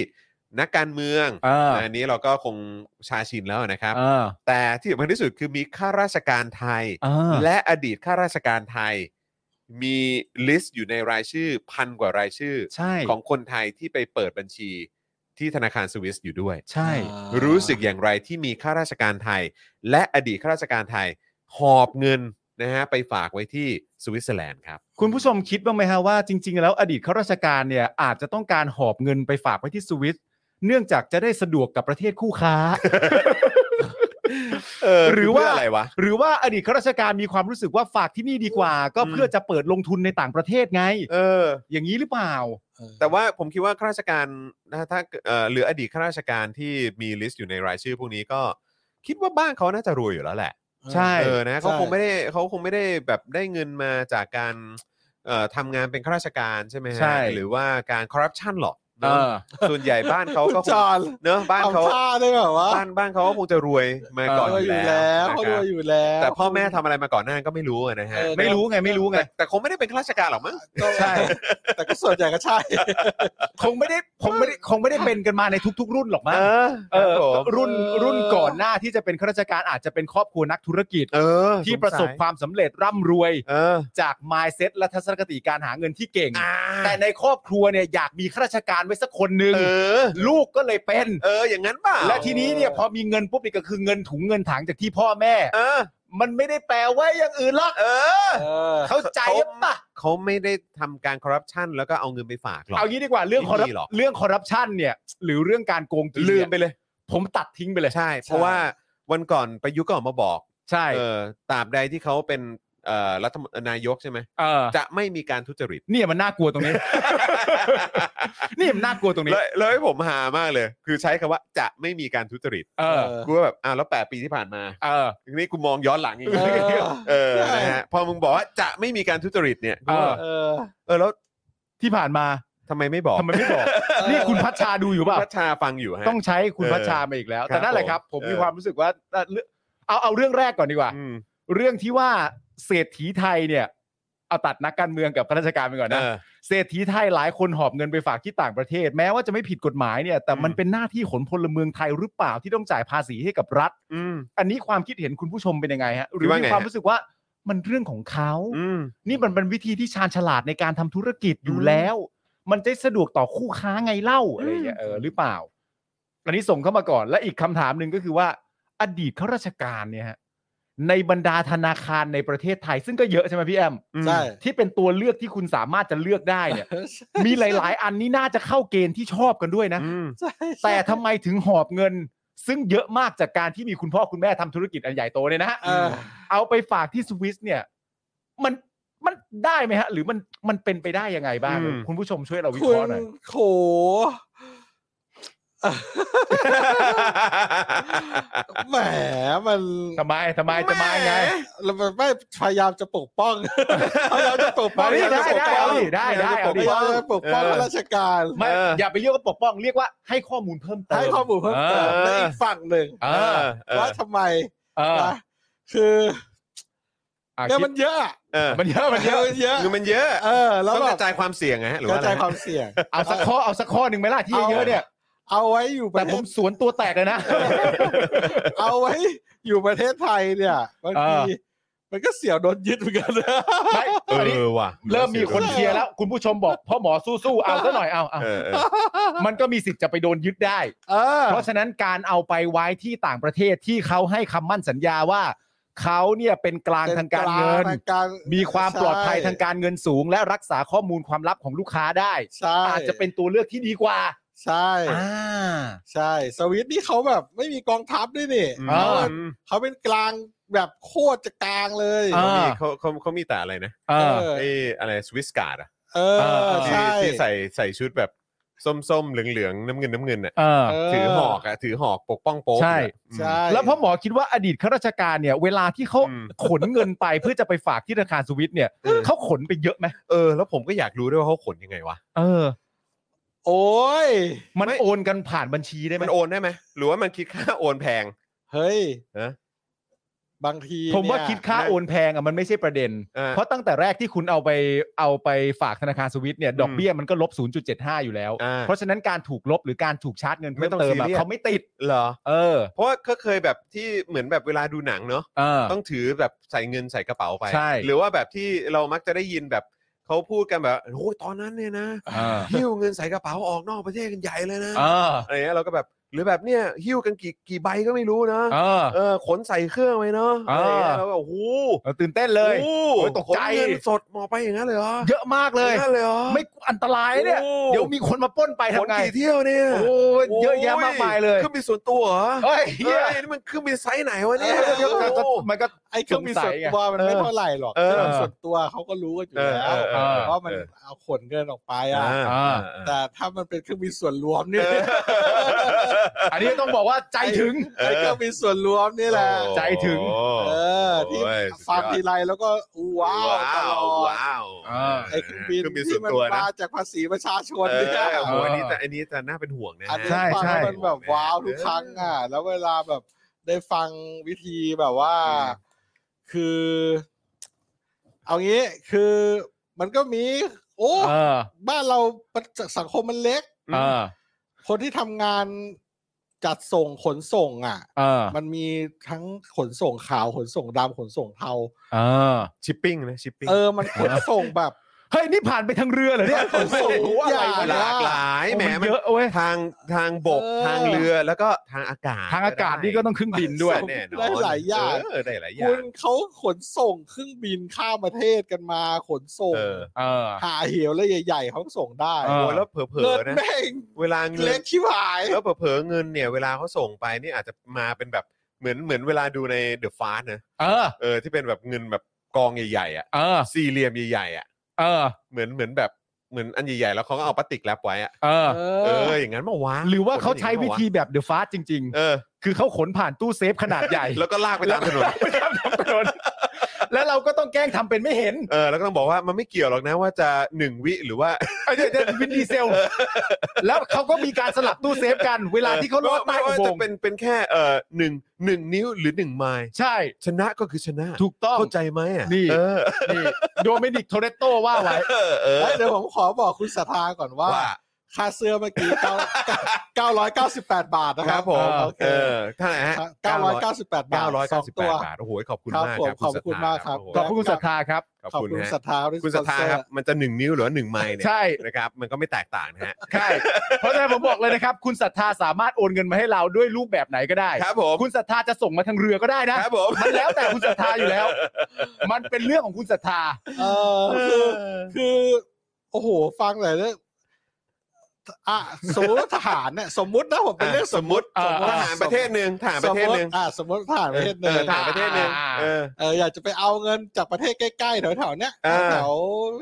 S1: นักการเมือง
S2: เออ
S1: อันนี้เราก็คงชาชินแล้วนะครับ
S2: เออ
S1: แต่ที่สำคัญที่สุดคือมีข้าราชการไทย
S2: เออ
S1: และอดีตข้าราชการไทย มีลิสต์อยู่ในรายชื่อพันกว่ารายชื่อ
S2: ใช่
S1: ของคนไทยที่ไปเปิดบัญชีที่ธนาคารสวิสอยู่ด้วย
S3: ๆ
S2: ใช่
S3: อ่า
S1: รู้สึกอย่างไรที่มีข้าราชการไทย และอดีตข้าราชการไทย หอบเงินนะฮะไปฝากไว้ที่สวิตเซอร์แลนด์ครับ
S2: คุณผู้ชมคิดบ้างไหมฮะว่าจริง ๆ แล้วอดีตข้าราชการเนี่ยอาจจะต้องการหอบเงินไปฝากไว้ที่สวิสเนื่องจากจะได้สะดวกกับประเทศคู่ค้า
S1: เออ
S2: หรือ
S1: คืเพื่
S2: ว่า
S1: อะไรวะ
S2: หรือว่าอดีตข้าราชการมีความรู้สึกว่าฝากที่นี่ดีกว่า ก็เพื่อจะเปิดลงทุนในต่างประเทศไง
S1: เออ
S2: อย่างนี้หรือเปล่า
S3: เออ
S1: แต่ว่าผมคิดว่าข้าราชการนะถ้าเอ่อหรืออดีตข้าราชการที่มีลิสต์อยู่ในรายชื่อพวกนี้ก็ คิดว่าบ้านเขาน่าจะรวยอยู่แล้วแหละ
S2: ใช่
S1: เออนะเขา
S3: ใช่
S1: คงไม่ได้เขาคงไม่ได้แบบได้เงินมาจากการเอ่อทำงานเป็นข้าราชการใช่ไหมฮะ
S2: ใช่
S1: หรือว่าการคอร์รัปชันหรอก
S2: เอ
S1: เนอะ
S2: อ
S1: ส่วนใหญ่บ้านเขาก็ค
S3: จ
S1: ง
S3: อน
S1: เนอะบ้านเขา
S3: ทำท่าได้แบบว่า
S1: บ้านบ้านเขาก็คงจะรวยมาก่อน
S3: รวย
S1: อ
S3: อยู่ ยู่
S1: แล้ว
S3: แล้วเขาร
S1: นะค
S3: วย
S1: รับ
S3: อยู่แล้ว
S1: แต่พ่อแม่ทำอะไรมาก่อนหน้าก็ไม่รู้อะนะฮะ
S3: เออ
S2: ไม่รู้ไงไม่รู้ไง
S1: แต่แต่คงไม่ได้เป็นข้าราชการหรอกมั้ง
S3: ก็
S2: ใช่
S3: แต่ก็ส่วนใหญ่ก็ใช่
S2: คงไม่ได้ คงไม่ได้คงไม่ได้เป็นกันมาในทุก ๆ รุ่นหรอกมั้ง
S1: เออ
S2: เออ
S1: ครับผม
S2: รุ่นรุ่นก่อนหน้าที่จะเป็นข้าราชการอาจจะเป็นครอบครัวนักธุรกิจ
S1: เออ
S2: ที่ประสบความสำเร็จร่ำรวย
S1: เออ
S2: จาก mindset และทัศนคติการหาเงินที่เก่ง
S1: อ่า
S2: แต่ในครอบครัวเนี่ยอยากมีข้าราชการไว้สักคนหนึ่ง
S1: เออ
S2: ลูกก็เลยเป็น
S1: เออ อย่างนั้นเปล่า
S2: และทีนี้เนี่ยพอมีเงินปุ๊บนี่ก็คือเงินถุงเงินถังจากที่พ่อแม่
S1: เออ
S2: มันไม่ได้แปลว่าอย่างอื่นหรอก
S1: เออ
S3: เออ
S2: เข้าใจปะ
S1: เขาไม่ได้ทำการคอร์รัปชันแล้วก็เอาเงินไปฝากหรอก
S2: เอางี้ดีกว่าเรื่องคอร์รัป
S1: ไม่มีหรอก
S2: เรื่องคอร์รัปชันเนี่ย หรือเรื่องการโกงกิน
S1: ลื
S2: เนี่
S1: ม
S2: ย
S1: ไปเลย
S2: ผมตัดทิ้งไปเลย
S1: ใช่ เพราะว่าวันก่อนประยุทธ์ก็ออกมาบอก
S2: ใช่
S1: เออตราบใดที่เขาเป็นเอ่อรัฐมนนายกใช่ไหม
S2: เออ
S1: จะไม่มีการทุจริต
S2: เนี่ยมันน่ากลัว ตรงนี้ นี่มันน่ากลัวตรงนี้
S1: เลยเลยผมหามากเลย คือใช้คำว่าจะไม่มีการทุจริต
S2: เออ
S1: กูก็แบบอ้าวแล้ว 8 ปีที่ผ่านมา
S2: เออ
S1: นี่กูมองย้อนหลังอีก
S3: เออ
S1: เออนะฮะพอมึงบอกว่าจะไม่มีการทุจริตเนี่ยกู
S2: เออ
S1: ว่า
S3: เออ
S1: เออแล้ว
S2: ที่ผ่านมา
S1: ทำไมไม่บอก
S2: ทำไมไม่บอก นี่คุณพัชชาดูอยู่เปล่า
S1: พัชชาฟังอยู่ฮะ
S2: ต้องใช้คุณ
S1: เออ
S2: พัชชามาอีกแล้ว
S1: ครับ
S2: แต่นั่นแหละครับ
S1: ผ
S2: ผม ม
S1: เออ
S2: มีความรู้สึกว่าเอ่อเรื่องเอาเอาเรื่องแรกก่อนดีกว่า
S1: อืม
S2: เรื่องที่ว่าเศรษฐีไทยเนี่ย เอาตัดนักการเมืองกับข้าราชการไปก่อน
S1: เอ
S2: นะ
S1: อ
S2: เศรษฐีไทยหลายคนหอบเงินไปฝากที่ต่างประเทศ แม้ว่าจะไม่ผิดกฎหมายเนี่ย แต่มัน
S1: อืม
S2: เป็นหน้าที่ขนพลเมืองไทยหรือเปล่าที่ต้องจ่ายภาษีให้กับรัฐ
S1: อืม
S2: อันนี้ความคิดเห็นคุณผู้ชมเป็นยังไงฮะ หรือ
S1: คิดว่า
S2: มี
S1: ไง
S2: ความ
S1: ฮะ
S2: รู้สึกว่ามันเรื่องของเขา
S1: อืม
S2: นี่มันเป็นวิธีที่ชาญฉลาดในการทำธุรกิจอยู่
S1: อืม
S2: แล้ว มันจะสะดวกต่อคู่ค้าไงเล่าอะไรอย่างเงี้ยเออหรือเปล่า อันนี้ส่งเข้ามาก่อน และอีกคำถามหนึ่งก็คือว่า อดีตข้าราชการเนี่ยฮะในบรรดาธนาคารในประเทศไทย ซึ่งก็เยอะใช่ไหมพี่แอม
S1: อืม
S3: ใช่
S2: ที่เป็นตัวเลือกที่คุณสามารถจะเลือกได้เนี่ย มีหลาย ๆ อันนี่น่าจะเข้าเกณฑ์ที่ชอบกันด้วยนะ
S1: อืม
S3: ใช่ใช่
S2: แต่ทำไมถึงหอบเงิน ซึ่งเยอะมากจากการที่มีคุณพ่อคุณแม่ทำธุรกิจอันใหญ่โตเนี่ยนะฮะ
S3: เออ
S2: เอาไปฝากที่สวิสเนี่ย มันมันได้ไหมฮะ หรือมันมันเป็นไปได้ยังไงบ้าง
S1: อืม
S2: คุณผู้ชมช่วยเราวิ
S3: คุ
S2: เค
S3: ณ
S2: ราะห์หน่อย
S3: โข แหมมัน
S2: ทำไมทำ ไมทำไมไง
S3: เราไม่พยายามจะปกป้ อง พยายามจะปกป้อง
S2: ได้
S3: พยายามจะปกป้อง
S2: ได้ได้เอาดิ
S3: พยายา
S2: ได้ได้เอา
S3: ม
S2: ดิ
S3: จะปกป้อง
S1: เออ
S3: ข้าราชการ
S2: ไม่
S1: เอออ
S2: อย่าไปเรียกว่าปกป้องเรียกว่าให้ข้อมูลเพิ่มเติม
S3: ให้ข้อมูลเพิ่มเติม
S2: เออ
S3: ในอีกฝั่งหนึ่ง
S2: เอ
S1: เอ
S2: อ
S1: อเออ
S3: ว่าทำไม
S2: เออ
S3: นะคือ
S2: อ่ะ
S3: เนี่ย
S2: คิด
S3: มันเยอะอะ
S1: เออ
S2: มันเยอะมันเยอะ
S3: มันเยอะ
S1: เงินมันเยอะ
S3: เออ แล้
S1: ต้
S3: ว
S1: อง
S3: แบ
S1: ก
S3: บ
S1: ระจายความเสี่ยงไงฮะหรือก ว่า
S3: ระ
S1: อะไร
S3: จาย
S1: ฮะ
S3: ความเสี่ยง
S2: เอาสักข้อเอาสักข้อหนึ่งไหมล่ะที่
S3: เอา
S2: เยอะๆเนี่ย
S3: เอาไว้อยู่ป
S2: แต่
S3: ระเท
S2: ผม
S3: ศ
S2: สวนตัวแตกเลยนะ
S3: เอาไว้อยู่ประเทศไทยเนี่ยบาง
S2: เอ
S3: ที
S2: อ
S3: มันก็เสี่ยวโดนยึดเหมือนกันนะ
S2: ไม่
S1: เอ
S2: อันนี้
S1: อว่ะ
S2: เริ่มมีคนเชียร์แล้ว คุณผู้ชมบอกพ่อหมอสู้ๆเอาซะหน่อยเอาเอา
S1: เออเออ
S2: มันก็มีสิทธิ์จะไปโดนยึดได้
S3: เออ
S2: เพราะฉะนั้นการเอาไปไว้ที่ต่างประเทศที่เขาให้คำมั่นสัญญาว่า เขาเนี่ยเป็นกลางทางการเงิน
S3: ป็กลางทงกร
S2: มีความปลอดภัย
S3: ใช่
S2: ทางการเงินสูง และรักษาข้อมูลความลับของลูกค้าได้
S3: ใช่
S2: อาจจะเป็นตัวเลือกที่ดีกว่า
S3: ใช่
S2: อ่า
S3: ใช่ สวิตนี่เขาแบบไม่มีกองทัพด้วยนี่
S2: เอ
S3: เขา
S2: อ
S3: แบบเขาเป็นกลางแบบโคตรจะกลางเลย
S2: เออ
S1: มีเขาเขาเขามีแต่อะไรนะ
S2: เออ
S3: เออ
S1: ไอ้อะไรสวิสการ์ดอะ
S3: เอ
S2: เออ
S3: อ
S1: ที่
S3: ใช่
S1: ที่ใส่ใส่ชุดแบบส้มๆ เหลืองๆ น้ำเงินน้ำเงินอ่ะ
S2: เออ
S3: เ
S1: ถือหอกอ่ะถือหอกปกป้องโป๊ก
S2: ใช่
S1: อยู่อะ
S3: ใช่
S2: แล้วพ่อหมอคิดว่าอดีตข้าราชการเนี่ย เวลาที่เขา
S1: อืม
S2: ขนเงินไปเพื่อจะไปฝากที่ธนาคารสวิสเนี่ยเขาขนไปเยอะไหม
S1: เออ แล้วผมก็อยากรู้ด้วยว่าเขาขนยังไงวะ
S2: เออ
S3: โอ้ย
S2: มันโอนกันผ่านบัญชีได้ไหม
S1: มันโอนได้ไหม หรือว่ามันคิดค่าโอนแพง
S3: เฮ้ย
S1: ฮะ
S3: บางที
S2: ผมว่า
S3: เนี่ย
S2: คิดค่าโอนแพงอ่ะมันไม่ใช่ประเด็น
S1: อ่า
S2: เพราะตั้งแต่แรกที่คุณเอาไปเอาไปฝากธนาคารสวิสเนี่ยดอกเบี้ยมันก็ลบ 0.75 อยู่แล้ว
S1: อ่า
S2: เพราะฉะนั้นการถูกลบหรือการถูกชาร์จเงิน
S1: ไม่
S2: เพิ่ม
S1: ต้อง
S2: เติม
S1: ซี
S2: อะ
S1: เรียส
S2: เขาไม่ติด
S1: เหรอ
S2: เออ
S1: เพราะว่าก็เคยแบบที่เหมือนแบบเวลาดูหนังเนาะ
S2: เออ
S1: ต้องถือแบบใส่เงินใส่กระเป๋าไป
S2: ใช่
S1: หรือว่าแบบที่เรามักจะได้ยินแบบเขาพูดกันแบบโอ้ยตอนนั้นเนี่ยนะ
S2: เออ
S1: หิ้วเงินใส่กระเป๋าออกนอกประเทศกันใหญ่เลยนะ
S2: เออ
S1: อะไรเงี้ยเราก็แบบหรือแบบเนี่ยหิ้วกันกี่กี่ใบก็ไม่รู้นะ
S2: เออ
S1: เออขนใส่เครื่องไว้เนาะ
S2: เอออ
S1: อะไรเงี้ยเราแบบโอ้โห
S2: เออตื่นเต้นเลย
S1: โอ้
S2: โอ้
S1: โห
S2: ยตกใจ
S1: ขนเงินสดหมอไปอย่างนั้นเลยเหรอ
S2: เยอะมากเลย
S1: อางนั้นเลยเหรอ
S2: ไม่อันตรายเนี่ย
S1: โอ้
S2: เดี๋ยวมีคนมาปล้นไป
S1: ขน
S2: ทำไง
S1: กี่เที่ยวเนี่ย
S2: โอ้ยเยอะแยะมากมายเลย
S1: เครื่องบินส่วนตัวเหรอ
S2: เฮ้ยเฮี
S1: เฮ้
S2: ย
S1: ยนี่มันเครื่องบินไซส์ไหนวะเนี่ย
S3: เออ
S1: โอ้โห
S2: มันก็
S3: ไอ้เครื่องบินส่วนตัวมัน
S2: สงสัยไง
S3: ไม่เท่าไหร่หรอก
S1: เออ
S3: เครื่องบินส่วนตัวเขาก็รู้กันอยู่แล้
S1: เอ
S3: ว
S1: อเออเออ
S3: เพราะมันเอาขนเงินออกไปอ่ะ
S1: อ่า
S3: แต่ถ้ามันเป็นเครื่องบินส่วนรวมเนี่ย
S2: อันนี้ต้องบอกว่าใจถึง
S3: ไอ้เครื่องบินส่วนรวมนี่แหละ
S2: ใจถึง
S1: โอ้โห
S3: เออที่
S1: โอ้ย
S3: ฟัง
S1: สุดยอด
S3: ทีไรแล้วก็ว้าวตลอด
S1: ว้าว
S2: เออ
S3: ไอ้เครื่องบิน
S1: เครื่องบินส่
S3: ที่
S1: วน
S3: มัน
S1: ตัวนะ
S3: มาจากภาษีประชาช
S1: เอนอ
S3: เนี่ย
S1: โอ้โห
S2: เอออั
S1: อันนี้แต่อันนี้จะน่าเป็นห่วงนะ
S3: อันนี้
S2: ใช่
S3: ฟัง
S2: ใช่
S3: แล้วมันแบบว้าวทุกครั้งอ่ะ แล้วเวลาแบบได้ฟังวิธีแบบว่า คือ เอางี้คือมันก็มี โอ้
S2: เออ
S3: บ้านเรามันสังคมมันเล็ก
S2: เออ
S3: คนที่ทำงานจัดส่งขนส่งอ่ะ
S2: เออ
S3: มันมีทั้งขนส่งขาวขนส่งดำขนส่งเทา
S2: เออ
S1: ชิปปิ้งนะชิปปิ้ง
S3: เออมันขนส่งแบบ
S2: เฮ้ยนี่ผ่านไปทางเรือเหรอเนี่ย
S3: ขนส่งทุกอย่าง
S1: หลากหลายแหมมัน
S2: โอ้มันเยอะเว้ย
S1: ทางทางบก
S3: เออ
S1: ทางเรือแล้วก็ทางอากาศ
S2: ทางอากาศนี่ก็ต้องเครื่องบิน
S1: ด้
S2: ด้
S1: ว
S2: วย ย
S1: แน่นอน
S3: ได้หลายอย่าง
S1: เออได้หลายอย่า
S3: คุ
S1: ง
S3: ณเขาขนส่งเครื่องบินข้ามประเทศกันมาขนส่ง
S1: เออ
S2: เออ
S3: หาเหวแล้วใหญ่ๆเขาส่งได้
S2: เอ
S1: โอ้
S2: อ
S1: แล้วเผลอ
S3: เงิน
S1: ๆนะ
S3: แม่ง
S1: เวลาเงิ
S3: เล็
S1: น
S3: กชิบหาย
S1: แล้วเผลอๆเงินเนี่ย เวลาเขาส่งไปนี่อาจจะมาเป็นแบบเหมือนเหมือนเวลาดูในเดอะฟาสนะ
S2: เออ
S1: เออที่เป็นแบบเงินแบบกองใหญ่ๆอ่ะ
S2: เออ
S1: สี่เหลี่ยมใหญ่ๆอ่ะ
S2: เออ
S1: เหมือนเหมือนแบบเหมือนอันใหญ่ๆแล้วเขาก็เอาพลาสติกแรปไว้อ่ะ
S2: เออ
S3: เอ
S1: เอ
S3: อ
S1: ออย่างนั้นมาวาง
S2: หรือว่าเขาใช้วิธีแบบเดอะฟาสจริง
S1: เออ
S2: ๆ คือเขาขนผ่านตู้เซฟขนาดใหญ่
S1: แล้วก็ลากไปตามถนน
S2: ไปตามท้องถนนแล้วเราก็ต้องแกล้งทำเป็นไม่เห็น
S1: เออแล้วก็ต้องบอกว่ามันไม่เกี่ยวหรอกนะว่าจะหนึ่งวิหรือว่า
S2: ไอ้เนี่ยวินดีเซล แล้วเขาก็มีการสลับตู้เซฟกัน เวลาที่เขาลอดใต้
S1: ไม่
S2: อุ
S1: ว่า
S2: โม
S1: จะ
S2: งค์
S1: เป็นเป็นแค่เออหนึ่งหนึ่งนิ้วหรือหนึ่งไมล์
S2: ใช่
S1: ชนะก็คือชนะ
S2: ถูกต้อง
S1: เข้าใจไหมอ่ะ
S2: นี่
S1: เออ
S2: นี่โดมินิกโทเรตโตว่าไว้
S1: เออเออ
S3: เอ้ยเดี๋ยวผมขอบอกคุณสทธาก่อนว่า
S1: ว่า
S3: ค่า เสื้อเมื่อกี้9 998 บาทนะ
S1: ค
S3: ค
S1: รั
S3: รั
S1: บบ ผม
S3: โอเค
S1: เออเท่าไหร่ฮะ
S3: 998 บาทสอง
S1: 998
S3: ตัว
S1: บาท โอ้โห ขอบคุณ
S3: ครับ
S1: มาก
S3: ผม
S1: ครับ
S3: ขอบคุณมากครับ
S1: โโห
S2: ขอบพระคุณศรัทธาครับ
S1: ขอบ
S3: ขอบ
S1: คุณ
S3: คุณ
S1: ฮะ
S3: ศรัทธาด้วย
S1: คุณศรัทธา
S3: สปอนเซอ
S1: ครับ มันจะหนึ่งนิ้วหรือว่าหนึ่งไม้เนี่ย
S2: ใช่
S1: นะครับ มันก็ไม่แตกต่างนะฮะ
S2: ใช่เพราะฉะนั้นผมบอกเลยนะครับ คุณศรัทธาสามารถโอนเงินมาให้เราด้วยรูปแบบไหนก็ได้
S1: ครับผม
S2: คุณศรัทธาจะส่งมาทางเรือก็ได้นะครับ
S1: ผม
S2: มันแล้วแต่คุณศรัทธาอยู่แล้ว มันเป็นเรื่องของคุณศรัทธา
S3: เออคือคือ โอ้โห ฟังหลายเรื่องอ่ะสมมติว่าทหารเนี่ยสมมุตินะผมเป็นเรื่อง
S1: ส
S3: ส
S1: ม
S3: ม
S1: ม
S3: มุ
S1: ติ
S3: ติ
S2: อ่า
S1: ท
S3: สมมุติ
S1: หารประเทศหนึ่งทหารประเทศหนึ่ง
S3: สมมุอ่ะสมมติทหารประเทศห
S1: เอ
S3: นึ่ง
S1: อทหารประเทศหนึ่งเออ
S3: เอออยากจะไปเอาเงินจากประเทศใกล้ๆแถวๆเนี้ย
S1: อ่า
S3: แถว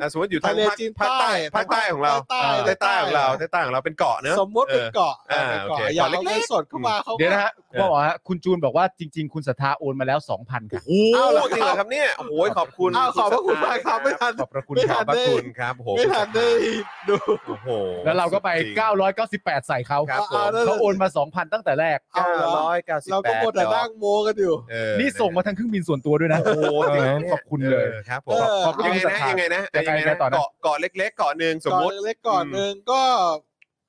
S1: อ่ะสมมติอยู่ทาง
S3: ทะเล
S1: ภาค
S3: จีน
S1: ภาคใต้
S3: ใต้
S1: ภาคใต้ของเรา
S3: ใต้
S1: ใต้ใต้
S3: ใต้
S1: ของเราใต้ใต้ของเราเป็นเกาะเนอะ
S3: สมมติเป็นเกาะ
S1: เอออ่า
S3: เป็น
S1: โอเค
S3: เกาะอยากเอา
S1: เกาะเล็
S3: เงิ
S1: ก
S3: น
S1: ๆ
S3: สดเข้ามาเขาก็
S2: เดี๋ยวนะฮะ
S1: เออ
S2: ก็บอกฮะคุณจูนบอกว่าจริง ๆ คุณศรัทธาโอนมาแล้ว2,000ค่ะ
S1: โอ้โห
S3: เอาเหรอ
S1: จริงเหรอครับเนี่ยโอ้โหขอบคุณ
S3: อ้าวขอบพระคุณมากครับไม่ทัน
S1: ขอบพระคุณ
S3: ไม่
S1: ข
S3: ทั
S1: อบ
S3: น
S1: พระ
S3: ได้
S1: คุณครับผม
S3: ไม่ทันได้ดู
S1: โอ้โห
S2: แล้วเราก็ไป 998 ใส่เขา
S1: ครับผม
S3: อ่นั่น
S2: เขาโอน
S3: แหละ
S2: มา 2,000 ตั้งแต่แรก
S3: เอาเหรอ
S1: ร้อยเก้าสิบ
S3: เรา
S1: แป
S3: ก็
S1: ด
S3: หมดแต่นั่งโมกันอยู่
S2: นี่ส่งมาทางเครื่องบินส่วนตัวด้วยนะ
S1: โอ้โหจริงนะเนี่ย
S2: ขอบคุณเลย
S1: ออครับผ
S3: เอ
S1: ม
S3: อ
S2: ขอบคุณ
S1: ยังไง
S2: ศรัท
S1: นะ
S2: ธา
S1: ยังไงนะ
S2: ยังไงนะต่อนะ
S1: เกาะเกาะเล็กๆเกาะหนึ่งสมมติ
S3: เกาะเล็กๆก่อน
S1: อืม
S3: หนึ่งก็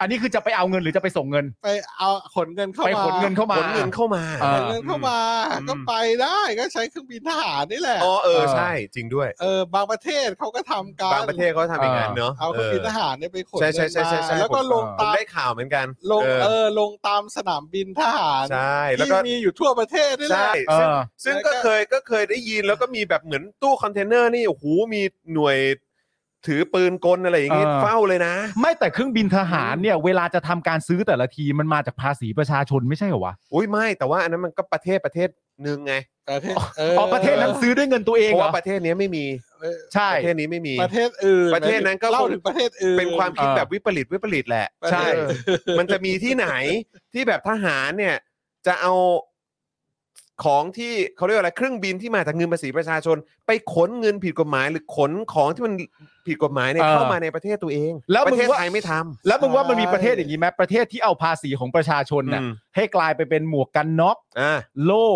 S2: อันนี้คือจะไปเอาเงินหรือจะไปส่งเงิน
S3: ไปเอาขนเงินเข้า
S2: ไป
S3: มา
S2: ขนเงินเข้ามา
S1: ขนเงินเข้ามา
S2: เอ
S3: ข
S2: อ
S3: นเงินเข้ามา
S1: ม
S3: ก็ไปได้ก็ใช้เครื่องบินทหารนี่แหละ
S1: อ๋อเออใช่จริงด้วย
S3: เออบางประเทศเขาก็ทำการ
S1: บางประเทศเขาทำอย่างนั้นเนาะ
S3: เอาเครื่องบินทหารเนี่ยไปขน
S1: ใช่
S3: เงิน
S1: ใช่ใช่ใช่
S3: มา
S1: ใช่
S3: แล้วก็
S1: ผม
S3: ลง
S1: ผม
S3: ตาม
S1: ได้ข่าวเหมือนกัน
S3: ลง
S1: เออ
S3: เออลงตามสนามบินทหาร
S1: ใช่แล้ว
S3: ที่
S1: ก็
S3: มีอยู่ทั่วประเทศนี่แห
S1: ใช่
S3: ละ
S2: เอ
S1: ซึ่ง
S2: อ
S1: ซึ่ง
S3: แล้วก็
S1: ก็เคยก็เคยได้ยินแล้วก็มีแบบเหมือนตู้คอนเทนเนอร์นี่โอ้โหมีหน่วยถือปืนกลอะไรอย่างงี้
S2: เออ
S1: เฝ้าเลยนะ
S2: ไม่แต่เครื่องบินทหารเนี่ย เวลาจะทำการซื้อแต่ละทีมันมาจากภาษีประชาชนไม่ใช่เหรอวะ
S1: อุ้ยไม่แต่ว่าอันนั้นมันก็ประเทศประเทศหนึ่งไง
S3: ประเทศเอ
S2: อ๋อประเทศนั้นซื้อด้วยเงินตัวเอง
S1: เพราะ
S2: เหร
S1: ว่า
S2: อ
S1: ประเทศเนี้ยไม่มี
S2: ใช่
S1: ประเทศนี้ไม่มี
S3: ประเทศอื่น
S1: ประเทศนั้นก็
S3: เล่าถึงประเทศอื่น
S1: เป็นความคิด
S2: เออ
S1: แบบวิปริตวิปริตแหละ
S2: ใช่
S1: เออมันจะมีที่ไหนที่แบบทหารเนี่ย จะเอาของที่เขาเรียกว่าอะไรเครื่องบินที่มาจากเงินภาษีประชาชน ไปขนเงินผิดกฎหมาย หรือขนของที่มันผิดกฎหมายเนี่ย
S2: เออ
S1: เข้ามาในประเทศตัวเอง
S2: แล้ว
S1: ป
S2: มึง
S1: ระ
S2: ว่า
S1: เทศไทยไม่ท
S2: แล้วมึงว่ามันมีประเทศอย่างนี้ไหมประเทศที่เอาภาษีของประชาชน
S1: ำ
S2: น่ะ
S1: อืม
S2: ให้กลายไปเป็นหมวกกันน็อก
S1: อ่า
S2: โล่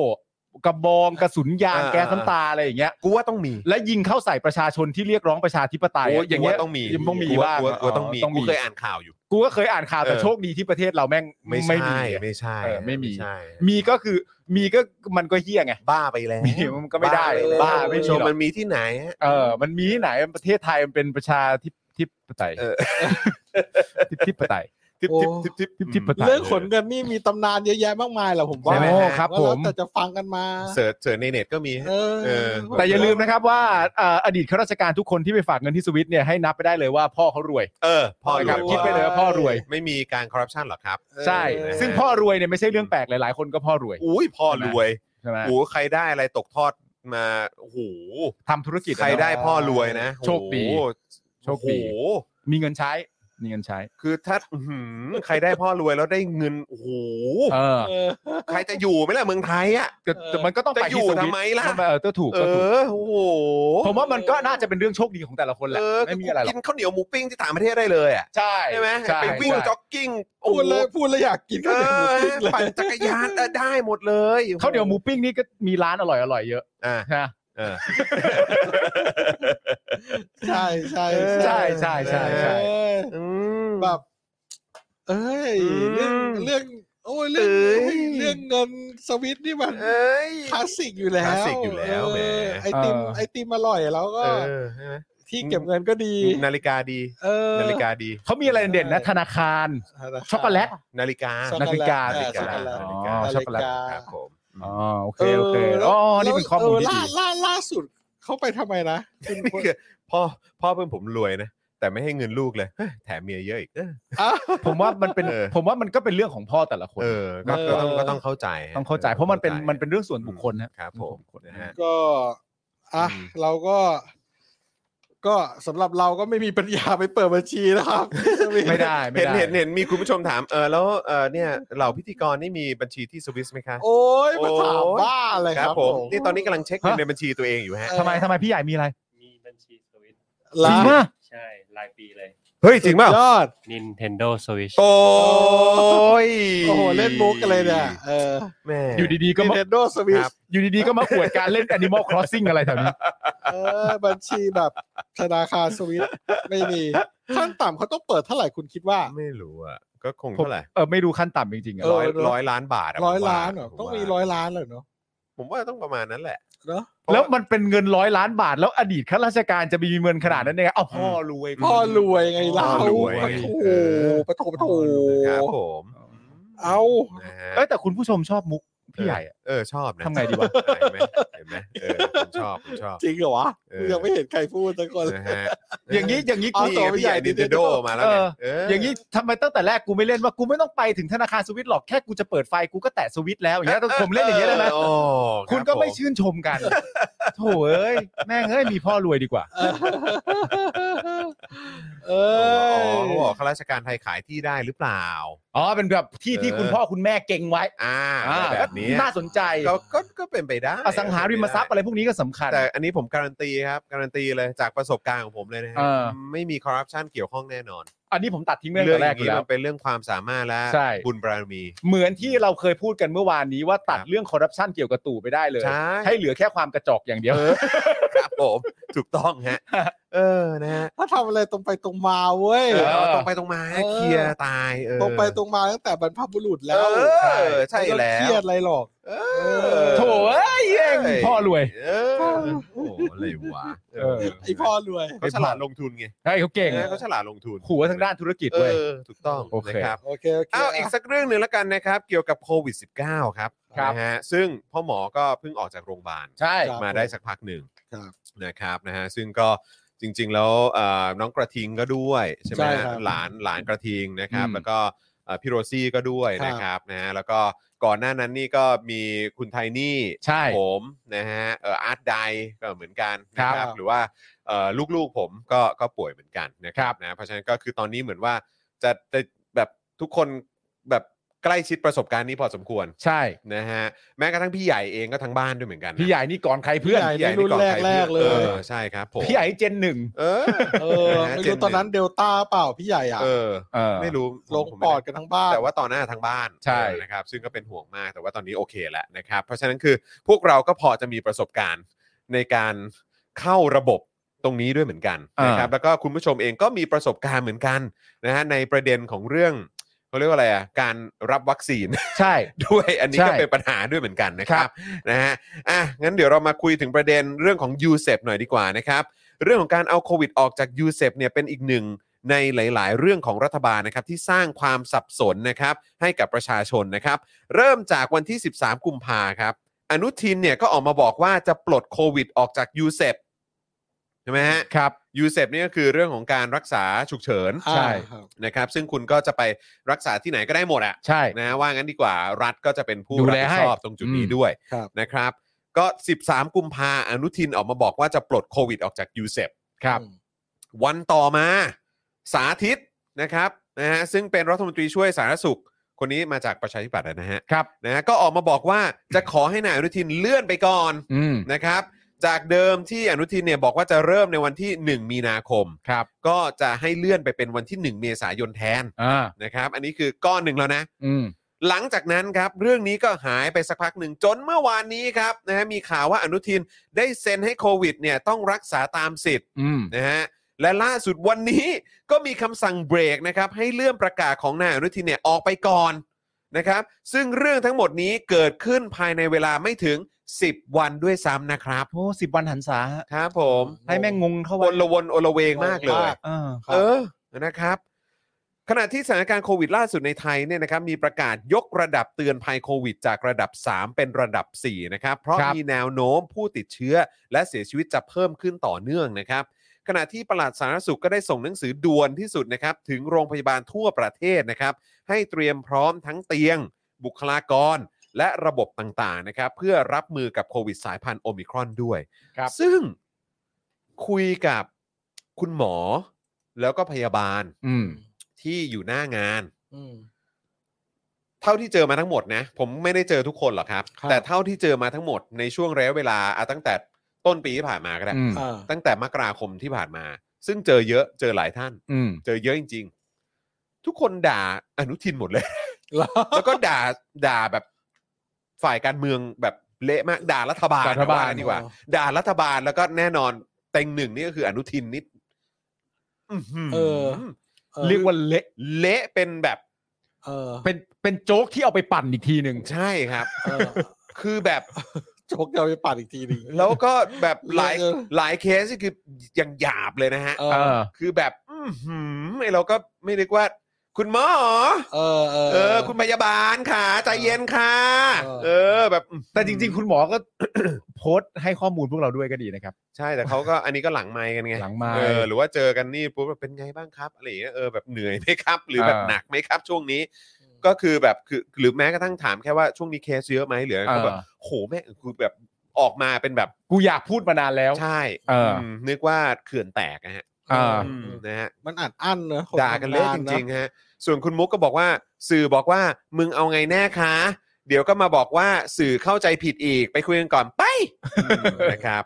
S2: กระบองกระสุนยาง
S1: เออ
S2: แก๊สน้ำตาอะไรอย่างเงี้ย
S1: กูว่าต้องมี
S2: และยิงเข้าใส่ประชาชนที่เรียกร้องประชาธิปไตย
S1: กู
S2: อะ
S1: ว่
S2: อย่างเงี้ย
S1: กูว่ต้องมี
S2: ยังต้องมี
S1: กูว่
S2: บ้าง
S1: กูว่กูว่าต้องมี
S2: ต้อง
S1: กู
S2: มี
S1: เคยอ่านข่าวอยู่
S2: กูก็เคยอ่านข่าวแต่
S1: เออ
S2: โชคดีที่ประเทศเราแม่ง
S1: ไม่
S2: ไม่
S1: ใช่
S2: มี
S1: ไม่ใช่
S2: เออไม่มี
S1: ใช่
S2: มีก็คือมีก็มันก็เฮี้ยไง
S1: บ้าไปแล้ว
S2: มีมันก็ไม่ได้
S1: ปแล้ว
S2: บ้าไม่
S1: คุณ
S2: มี
S1: ผู้ชม
S2: หรอก
S1: มันมีที่ไหนฮะ
S2: เออ มันมีที่ไหนประเทศไทยมันเป็นประชาธิปธิปไตย
S1: เออ
S2: ทิปทิปไตย
S1: ทิป
S3: โอ้
S1: ทิปทิปทิป
S2: ทิปทิปไตย
S3: เรื่องขนเงินนี่มีตำนานเยอะแยะมากมายแหละผมว่า
S2: ใช่ไหมฮะครับ
S3: ว่าแล้ว
S2: ผม
S3: แต่จะฟังกันมา
S1: เสิร์ชเสิร์ชในเน็ตก็มีฮะ
S3: เออ
S1: เออ
S2: แต่อย่าลืมนะครับว่าเอ่ออดีตข้าราชการทุกคนที่ไปฝากเงินที่สวิตเนี่ยให้นับไปได้เลยว่าพ่อเขารวย
S1: เออพ่อ
S2: นะ
S1: ร
S2: ค
S1: ว
S2: รับ
S1: ย
S2: คิดไปเลยว่าพ่อรวย
S1: ไม่มีการคอร์รัปชันหรอครับ
S2: ใช่
S1: เออ
S2: ซึ่งพ่อรวยเนี่ยไม่ใช่เรื่องแปลกหลายๆ คนก็พ่อรวย
S1: อุ้ยพ่อรวย
S2: ใช่ไหม
S1: โอ้ใครได้อะไรตกทอดมาโอ้โห
S2: ทำธุรกิจอะ
S1: ใครได้
S2: เนอะ
S1: พ่อรวยนะ
S2: โชคดี
S1: โอ้โห
S2: โชคดี
S1: โอ้โห
S2: มีเงินใช้มีเงินใช้
S1: คือถ้าอื้อหือใครได้พ่อรวยแล้วได้เงินโอ้โห
S2: เออ
S3: เออ
S1: ใครจะอยู่ไหมล่ะเมืองไทยอ่ะ
S2: แต่แต่มันก็ต้องไป
S1: จะอยู่
S2: ที่สวิต
S1: ทำไมล่ะ
S2: เออก็ถูก
S1: เอ
S2: ก็ถูก
S1: อโอ้โห
S2: ผมว่ามันก็น่าจะเป็นเรื่องโชคดีของแต่ละคนแหละ
S1: เออ
S2: ไม่มีอะไรหรอ
S1: กิ
S2: ก
S1: นข้าวเหนียวหมูปิ้งที่ต่างประเทศได้เลยอ่ะ
S2: ใช่
S1: ใช่ไหม
S2: ใช่
S1: ไปวิ่ง
S2: ใช่
S1: จ็อกกิ้งโอ้
S3: พู
S1: โห
S3: ดเลยพูดเลยอยากกิน
S1: เอ
S3: ก็
S1: อ
S3: เดี๋ยวหมูปิ้งเลย
S1: ปั่นจักรยานเออได้หมดเลย
S2: ข้าวเหนียวหมูปิ้งนี่ก็มีร้านอร่อยอร่อยๆเยอะ
S1: อ่า
S2: นะ
S1: เออ
S3: ใช่ใช่
S2: ใช่ใช่ใช่ใช่
S3: เออ
S1: อืม
S3: แบบ เอ้ย
S1: อืม
S3: เรื่องเรื่องโอ้ยเรื่อง
S1: เอ้ย
S3: โอ้ยเรื่องเงินสวิตนี่มัน
S1: เอ้ย
S3: คลาสสิกอยู่แล้ว
S1: คลาสสิกอยู่แล้วแหม
S3: เออไอติม
S2: เออ
S3: ไอติมอร่อยแล้วก็
S1: เออใช่ไหม
S3: ที่
S1: อืม
S3: เก็บเงินก็ดี
S1: นาฬิกาดี
S3: เออ
S1: นาฬิกาดี
S2: เขามีอะไรเด่นๆนะธนาคาร ช็อกโกแลต
S1: นาฬิกา
S3: ช็อ
S2: นาฬิกา
S3: โแลต
S1: นาฬิกา
S3: เออ
S1: นาฬิ
S3: ช็อกโก
S1: กา
S3: แลต
S2: ช็อกโกแลต
S1: ครับผม
S2: อ๋อโอเคโอเคอ๋อนี่เป็นข้อมูลที่
S3: เล่า
S2: ดี
S3: ล่าล่าสุดเขาไปทำไมนะคุณ
S1: นี่คือพ่อพ่อเพื่อนผมรวยนะ แต่ไม่ให้เงินลูกเลยเฮ้ยแถมเมียเยอะอีกเออ
S3: อ้าว
S2: ผมว่ามันเป็น
S1: เออ
S2: ผมว่ามันก็เป็นเรื่องของพ่อแต่ละคน
S1: เออก็ก็ต้อง
S3: เออ
S1: ก็ต้องเข้าใจ
S2: ต้องเข้าใจ เพราะมันเป็นมันเป็นเรื่องส่วนบุคคลนะครับ
S1: ผมนะฮะ
S3: ก็อ่ะ
S1: อืม
S3: เราก็ ก็สำหรับเราก็ไม่มีปัญญาไปเปิดบัญชีนะครับ
S2: ไม่ได้ไม่
S1: เห็น
S2: ได้
S1: เห็นเห็นมีคุณผู้ชมถามเออแล้วเออเนี่ยเหล่าพิธีกรนี่มีบัญชีที่สวิสไหมคะ
S3: โอ้ยมาถาม
S1: โอ้ย
S3: บ้าอะไรครับผม
S1: นี่ตอนนี้กำลังเช็คเงินในบัญชีตัวเองอยู่ฮะ
S3: เออ
S2: ทำไมทำไมพี่ใหญ่มีอะไร
S4: มีบัญชีสวิต
S2: จริงป่ะ
S4: ใช่รายปีเลย
S1: เฮ้ยจริงเปล่า
S3: ยอด
S4: Nintendo Switch
S1: โอ้ย
S3: โอ้โหเล่นมุกอะไรเนี่ยเออ
S1: แม่
S2: อยู่ดีๆก็มา
S3: Nintendo Switch
S2: อยู่ดีๆก็มาอวดการเล่น Animal Crossing อะไรแถวนี้
S3: เออบัญชีแบบธนาคารสวิตไม่มีขั้นต่ำเขาต้องเปิดเท่าไหร่คุณคิดว่า
S1: ไม่รู้อ่ะ ก็คง
S2: ผม
S1: เท่าไหร่
S2: เออไม่ดูขั้นต่ำจริงๆอะ
S3: เอ
S1: ร้อ
S3: อ
S1: ย
S3: เนอะ
S1: ร้อยล้านบาทะ
S3: ร้อย
S1: ผมว่
S3: ล้านเหรอ
S1: ผ
S3: ต้อง
S1: ว่า
S3: มีร้อยล้านเลยเนาะ
S1: ผมว่าต้องประมาณนั้นแหละ
S3: เนาะ
S2: แล้วมันเป็นเงินร้อยล้านบาท แล้วอดีตข้าราชการจะมีเงินขนาดนั้นได้ไงเอ้าพ่อรวย
S3: พ่อรวยไงเรา
S1: พ่อรวย
S3: ปะโถ
S1: เออ
S3: ปะโถปะโถ
S1: ครับผม
S3: เอา
S1: นะฮะ
S2: เอ้ยแต่คุณผู้ชมชอบมุกพี่ใหญ่อะ
S1: เออชอบนะ
S2: ทำไงดีวะ
S1: เห็นไหมเห็นไหมเออผมชอบผมชอบ
S3: จริงเหรอวะ
S1: เออ
S3: กูยังไม่เห็นใครพูดสักคนเลย
S1: นะฮะ
S2: อย่างนี้อย่างนี้กู
S3: เอา
S1: นี่
S3: ต่
S1: ไง
S3: อ
S1: พี่ใหญ่ดินเทนโดมาแล้วไง
S2: เออ
S1: เออ
S2: อ
S1: อย่าง
S2: นี้ทำไมตั้งแต่แรกกูไม่เล่นว่ากูไม่ต้องไปถึงธนาคารสวิตหรอกแค่กูจะเปิดไฟกูก็แตะสวิตแล้วอย่างเงี้ยผมเล่นอย่างเงี้ยได้ไหม
S1: โอ้รับ
S2: คุณก็ไม่
S1: ผ
S2: ชื่นชม กันโถ่เอ้ยแม่งเอ้ยมีพ่อรวยดีกว่า
S3: เอ
S1: อ๋อ
S3: อ
S1: เขาบอกข้าราชการไทยขายที่ได้หรือเปล่า
S2: อ๋อเป็นแบบที่
S1: เออ
S2: ที่คุณพ่อคุณแม่เก่งไว้
S1: อ่า
S2: อ่า
S1: แบบนี้
S2: น่าสนใจ
S1: ก็ก็ก็เป็นไปได้
S2: อสังหาริมทรัพย์อะไรพวกนี้ก็สำคัญ
S1: แต่อันนี้ผมการันตีครับ การันตีเลยจากประสบการณ์ของผมเลยนะฮะ
S2: เออ
S1: ไม่มีคอร์รัปชันเกี่ยวข้องแน่นอน
S2: อันนี้ผมตัดทิ้งเรื่อง
S1: เรื่องอ
S2: แต่แรก
S1: ย่าง
S2: อยู่
S1: นี้
S2: แล้
S1: มั
S2: ว
S1: นเป็นเรื่องความสามารถและ
S2: ใช่
S1: บุญบารมี
S2: เหมือนที่เราเคยพูดกันเมื่อวานนี้ว่าตัดเรื่องคอร์รัปชันเกี่ยวกับตู่ไปได้เลย
S1: ใช่
S2: เหลือแค่ความกระจอกอย่างเดียว
S1: ครับผม ถูกต้อง ฮะ เออนะฮะ
S3: ถ้าทำอะไรตรงไปตรงมาเว้ย
S1: เอ
S2: อ
S1: อตรงไปตรงมาให้
S3: เออ
S1: เคลียร์ตายเออ
S3: ตรงไปตรงมาตั้งแต่บรรพบุรุษแล้ว
S1: เออใช่แล้ว
S3: ไม่ต้องเครียดอะไรหรอก
S1: เอ
S3: เออ
S2: โถ่เอ้ยแย่งพ่อรวย
S1: เออโอ้โหอะไรวะ
S2: เออ
S3: ไอพ่อรวย
S1: เขาฉลาดลงทุนไง
S2: ใช่เขาเก่ง
S1: เออเขาฉลาดลงทุน
S2: ขู่ว่าทางด้านธุรกิจ
S1: เอ
S2: เว้ย
S1: อถูกต้อง
S2: โอเค
S1: นะครับ
S3: โอเคโอเค
S1: อ้าวอีกสักเรื่องหนึ่งแล้วกันนะครับ เกี่ยวกับโควิด -19 ครับ
S2: ครับ
S1: นะฮะซึ่งพ่อหมอก็เพิ่งออกจากโรงพยาบาล
S2: ใช่
S1: มาได้สักพักหนึ่ง
S3: ครับ
S1: นะครับนะฮะซึ่งก็จริง ๆ แล้วเอ่อน้องกระทิงก็ด้วยใช่ไหม
S3: ใช่
S1: ฮะ
S3: ครับ
S1: หลานหลานกระทิงนะครับ
S2: อืม
S1: แล้วก็เอ่อพี่โรซี่ก็ด้วย
S3: ครับ
S1: นะครับนะฮะแล้วก็ก่อนหน้านั้นนี่ก็มีคุณไทนี่
S2: ใช่
S1: ผมนะฮะเอ่ออาร์ตไดก็เหมือนกัน
S2: ครั
S1: นะ
S2: บ
S1: ครับหรือว่าเอ่อลูกๆผมก็ก็ป่วยเหมือนกันนะค
S2: ครั
S1: รับบ นะเพราะฉะนั้นก็คือตอนนี้เหมือนว่าจะจะแบบทุกคนแบบใกล้ชิดประสบการณ์นี้พอสมควร
S2: ใช่
S1: นะฮะแม้กระทั่งพี่ใหญ่เองก็ทั้งบ้านด้วยเหมือนกันนะ
S2: พี่ใหญ่นี่ก่อนใครเพื่อน
S3: พี่ใหญ่
S1: พี่ใหญ่
S3: รุ่น
S1: ใค
S3: แรกๆเลย
S1: ออใช่ครับผม
S2: พี่ใหญ่เจนหนึ่ง
S1: เออ
S3: เออไม่รู้ตอนนั้นเดลต้าเปล่าพี่ใหญ่อ่ะ
S1: เออ
S2: เออ
S1: ไม่รู้
S3: ลง
S1: ผม
S3: ป
S1: ไม่
S3: อดกันทั้งบ้าน
S1: แต่ว่าตอนหน้าทางบ้าน
S2: ใช่
S1: เออนะครับซึ่งก็เป็นห่วงมากแต่ว่าตอนนี้โอเคแล้วนะครับ เพราะฉะนั้นคือพวกเราก็พอจะมีประสบการณ์ในการเข้าระบบตรงนี้ด้วยเหมือนกันนะครับแล้วก็คุณผู้ชมเองก็มีประสบการณ์เหมือนกันนะฮะในประเด็นของเรื่องเขาเรียกว่าอะไรอ่ะการรับวัคซีน
S2: ใช่
S1: ด้วย อันนี้
S2: ใช่
S1: ก็เป็นปัญหาด้วยเหมือนกันนะค
S2: ครั
S1: รับบ นะฮะอ่ะงั้นเดี๋ยวเรามาคุยถึงประเด็นเรื่องของยูเซหน่อยดีกว่านะครับ เรื่องของการเอาโควิดออกจากยูเซเนี่ยเป็นอีกหนึ่งในหลาย ๆ เรื่องของรัฐบาลนะครับที่สร้างความสับสนนะครับให้กับประชาชนนะครับ เริ่มจากวันที่ 13 กุมภาครับ อนุทินเนี่ยก็ออกมาบอกว่าจะปลดโควิดออกจากยูเซใช่ไหมฮะ
S2: ครับ
S1: ยูเซนี่ยก็คือเรื่องของการรักษาฉุกเฉิน
S2: ใช่
S1: นะครับ ซึ่งคุณก็จะไปรักษาที่ไหนก็ได้หมดอะ
S2: ใช่
S1: นะว่างั้นดีกว่ารัฐก็จะเป็นผู้
S2: ดู
S1: รับ
S2: แล
S1: ผิดชอบ
S2: ให้
S1: ตรงจุดนี้
S2: อืม
S1: ด้วย
S3: ครับ
S1: นะครับ ก็ 13 กุมภาอนุทินออกมาบอกว่าจะปลดโควิดออกจากยูเซ
S2: ครับ
S1: วันต่อมาสาธิตนะครับนะฮะซึ่งเป็นรัฐมนตรีช่วยสาธารณสุข คนนี้มาจากประชาธิปัตย์นะฮะ
S2: ครับ
S1: นะฮะก็ออกมาบอกว่าจะขอให้นายอนุทินเลื่อนไปก่อน
S2: อืม
S1: นะครับ จากเดิมที่อนุทินเนี่ยบอกว่าจะเริ่มในวันที่ 1 มีนาคม
S2: ครับ
S1: ก็จะให้เลื่อนไปเป็นวันที่ 1 เมษายนแทน
S2: อ่า
S1: นะครับ อันนี้คือก้อนหนึ่งแล้วนะ
S2: อืม
S1: หลังจากนั้นครับ เรื่องนี้ก็หายไปสักพักหนึ่งจนเมื่อวานนี้ครับนะฮะมีข่าวว่าอนุทินได้เซ็นให้โควิดเนี่ยต้องรักษาตามสิทธิ์
S2: อืม
S1: นะฮะ และล่าสุดวันนี้ก็มีคำสั่งเบรกนะครับให้เลื่อนประกาศของนายอนุทินเนี่ยออกไปก่อนนะครับซึ่งเรื่องทั้งหมดนี้เกิดขึ้นภายในเวลาไม่ถึง 10 วันด้วยซ้ำนะครับ
S2: โอ้สิบวันหันษาฮะ
S1: ครับผม
S2: ให้แม่งงงเข้า
S1: อ
S2: ไว้
S1: ลวนอลเวงมากเลย
S2: เออ
S3: ครับ
S1: เออ นะครับ ขณะที่สถานการณ์โควิดล่าสุดในไทยเนี่ยนะครับมีประกาศยกระดับเตือนภัยโควิด จากระดับ 3 เป็นระดับ 4 นะครับ เพราะ
S2: ครับ
S1: มีแนวโน้มผู้ติดเชื้อ และเสียชีวิตจะเพิ่มขึ้นต่อเนื่องนะครับ ขณะที่ปลัดสาธารณสุขก็ได้ส่งหนังสือด่วนที่สุดนะครับ ถึงโรงพยาบาลทั่วประเทศนะครับ ให้เตรียมพร้อมทั้งเตียง บุคลากร และระบบต่างๆนะครับ เพื่อรับมือกับโควิดสายพันธุ์โอมิครอนด้วย
S2: ครับ
S1: ซึ่งคุยกับคุณหมอแล้วก็พยาบาล
S2: อืม
S1: ที่อยู่หน้างาน
S3: อืม
S1: เท่าที่เจอมาทั้งหมดนะ ผมไม่ได้เจอทุกคนหรอกครับ
S3: ครับ
S1: แต่เท่าที่เจอมาทั้งหมดในช่วงระยะเวลาอ่ะตั้งแต่ต้นปีที่ผ่านมาก็ได้
S2: อืม
S3: อ่า
S1: ตั้งแต่มกราคมที่ผ่านมา ซึ่งเจอเยอะเจอหลายท่าน
S2: อืม
S1: เจอเยอะจริง ๆ ทุกคนด่าอนุทินหมดเลย
S3: แล้ว
S1: แล้วก็ด่าด่าแบบฝ่ายการเมืองแบบเละมากด่ารัฐบาล
S2: ด่ารัฐบา
S1: ว่
S2: ล
S1: งั้นดีกว่า ด่ารัฐบาลแล้วก็แน่นอนเต็งหนึ่งนี่ก็คืออนุทินนิดอื้อหือ
S3: เออ ออ
S2: เรียกว่าเละ
S1: เละเป็นแบบ
S3: เออ
S2: เป็นเป็นโจ๊กที่เอาไปปั่นอีกทีหนึ่ง
S1: ใช่ครับ
S3: เออ
S1: คือแบบ
S3: โจกเราไปปัดอีกทีหนึง
S1: แล้วก็แบบหลาย
S3: เออ
S1: หลายเคสนี่คืออย่างหยาบเลยนะฮะ
S3: เอ
S2: เอ
S3: อ
S2: อ
S1: คือแบบ อื้อหือไอเราก็ไม่นึกว่า คุณหมอ
S3: เออเออ
S1: เออ คุณพยาบาลค่ะ ใจเย็นค่ะ
S3: เออ
S1: เออแบบอื้อ
S2: แต่จริง ๆ คุณหมอก็ โพสต์ให้ข้อมูลพวกเราด้วยก็ดีนะครับ
S1: ใช่แต่เขาก็ อันนี้ก็หลังไมค์กันไง
S2: หลังไมค์
S1: เออหรือว่าเจอกันนี่ปุ๊บแบบเป็นไงบ้างครับอะไรอย่างเงี้ยเออแบบเหนื่อยไหมครับ หรือแบบ
S2: อ่า
S1: หนักไหมครับ ช่วงนี้ ก็คือแบบคือหรือแม้กระทั่งถามแค่ว่าช่วงนี้เคสเยอะไหมหรือก็แบบ
S2: อ่า
S1: โหแม่งคือแบบออกมาเป็นแบบ
S2: กูอยากพูดมานานแล้ว
S1: ใช่
S2: เอออื
S1: มนึกว่าเขื่อนแตกนะฮะ
S2: อ่า
S1: อืมนะฮะ
S3: มันอัดอั้นเนอะค
S1: ด่ากันเละ
S3: ทำ
S1: จ
S3: นน
S1: ริงๆฮะ ส่วนคุณมุกก็บอกว่า สื่อบอกว่ามึงเอาไงแน่คะ เดี๋ยวก็มาบอกว่าสื่อเข้าใจผิดอีกไปคุยกันก่อนไปนะครับ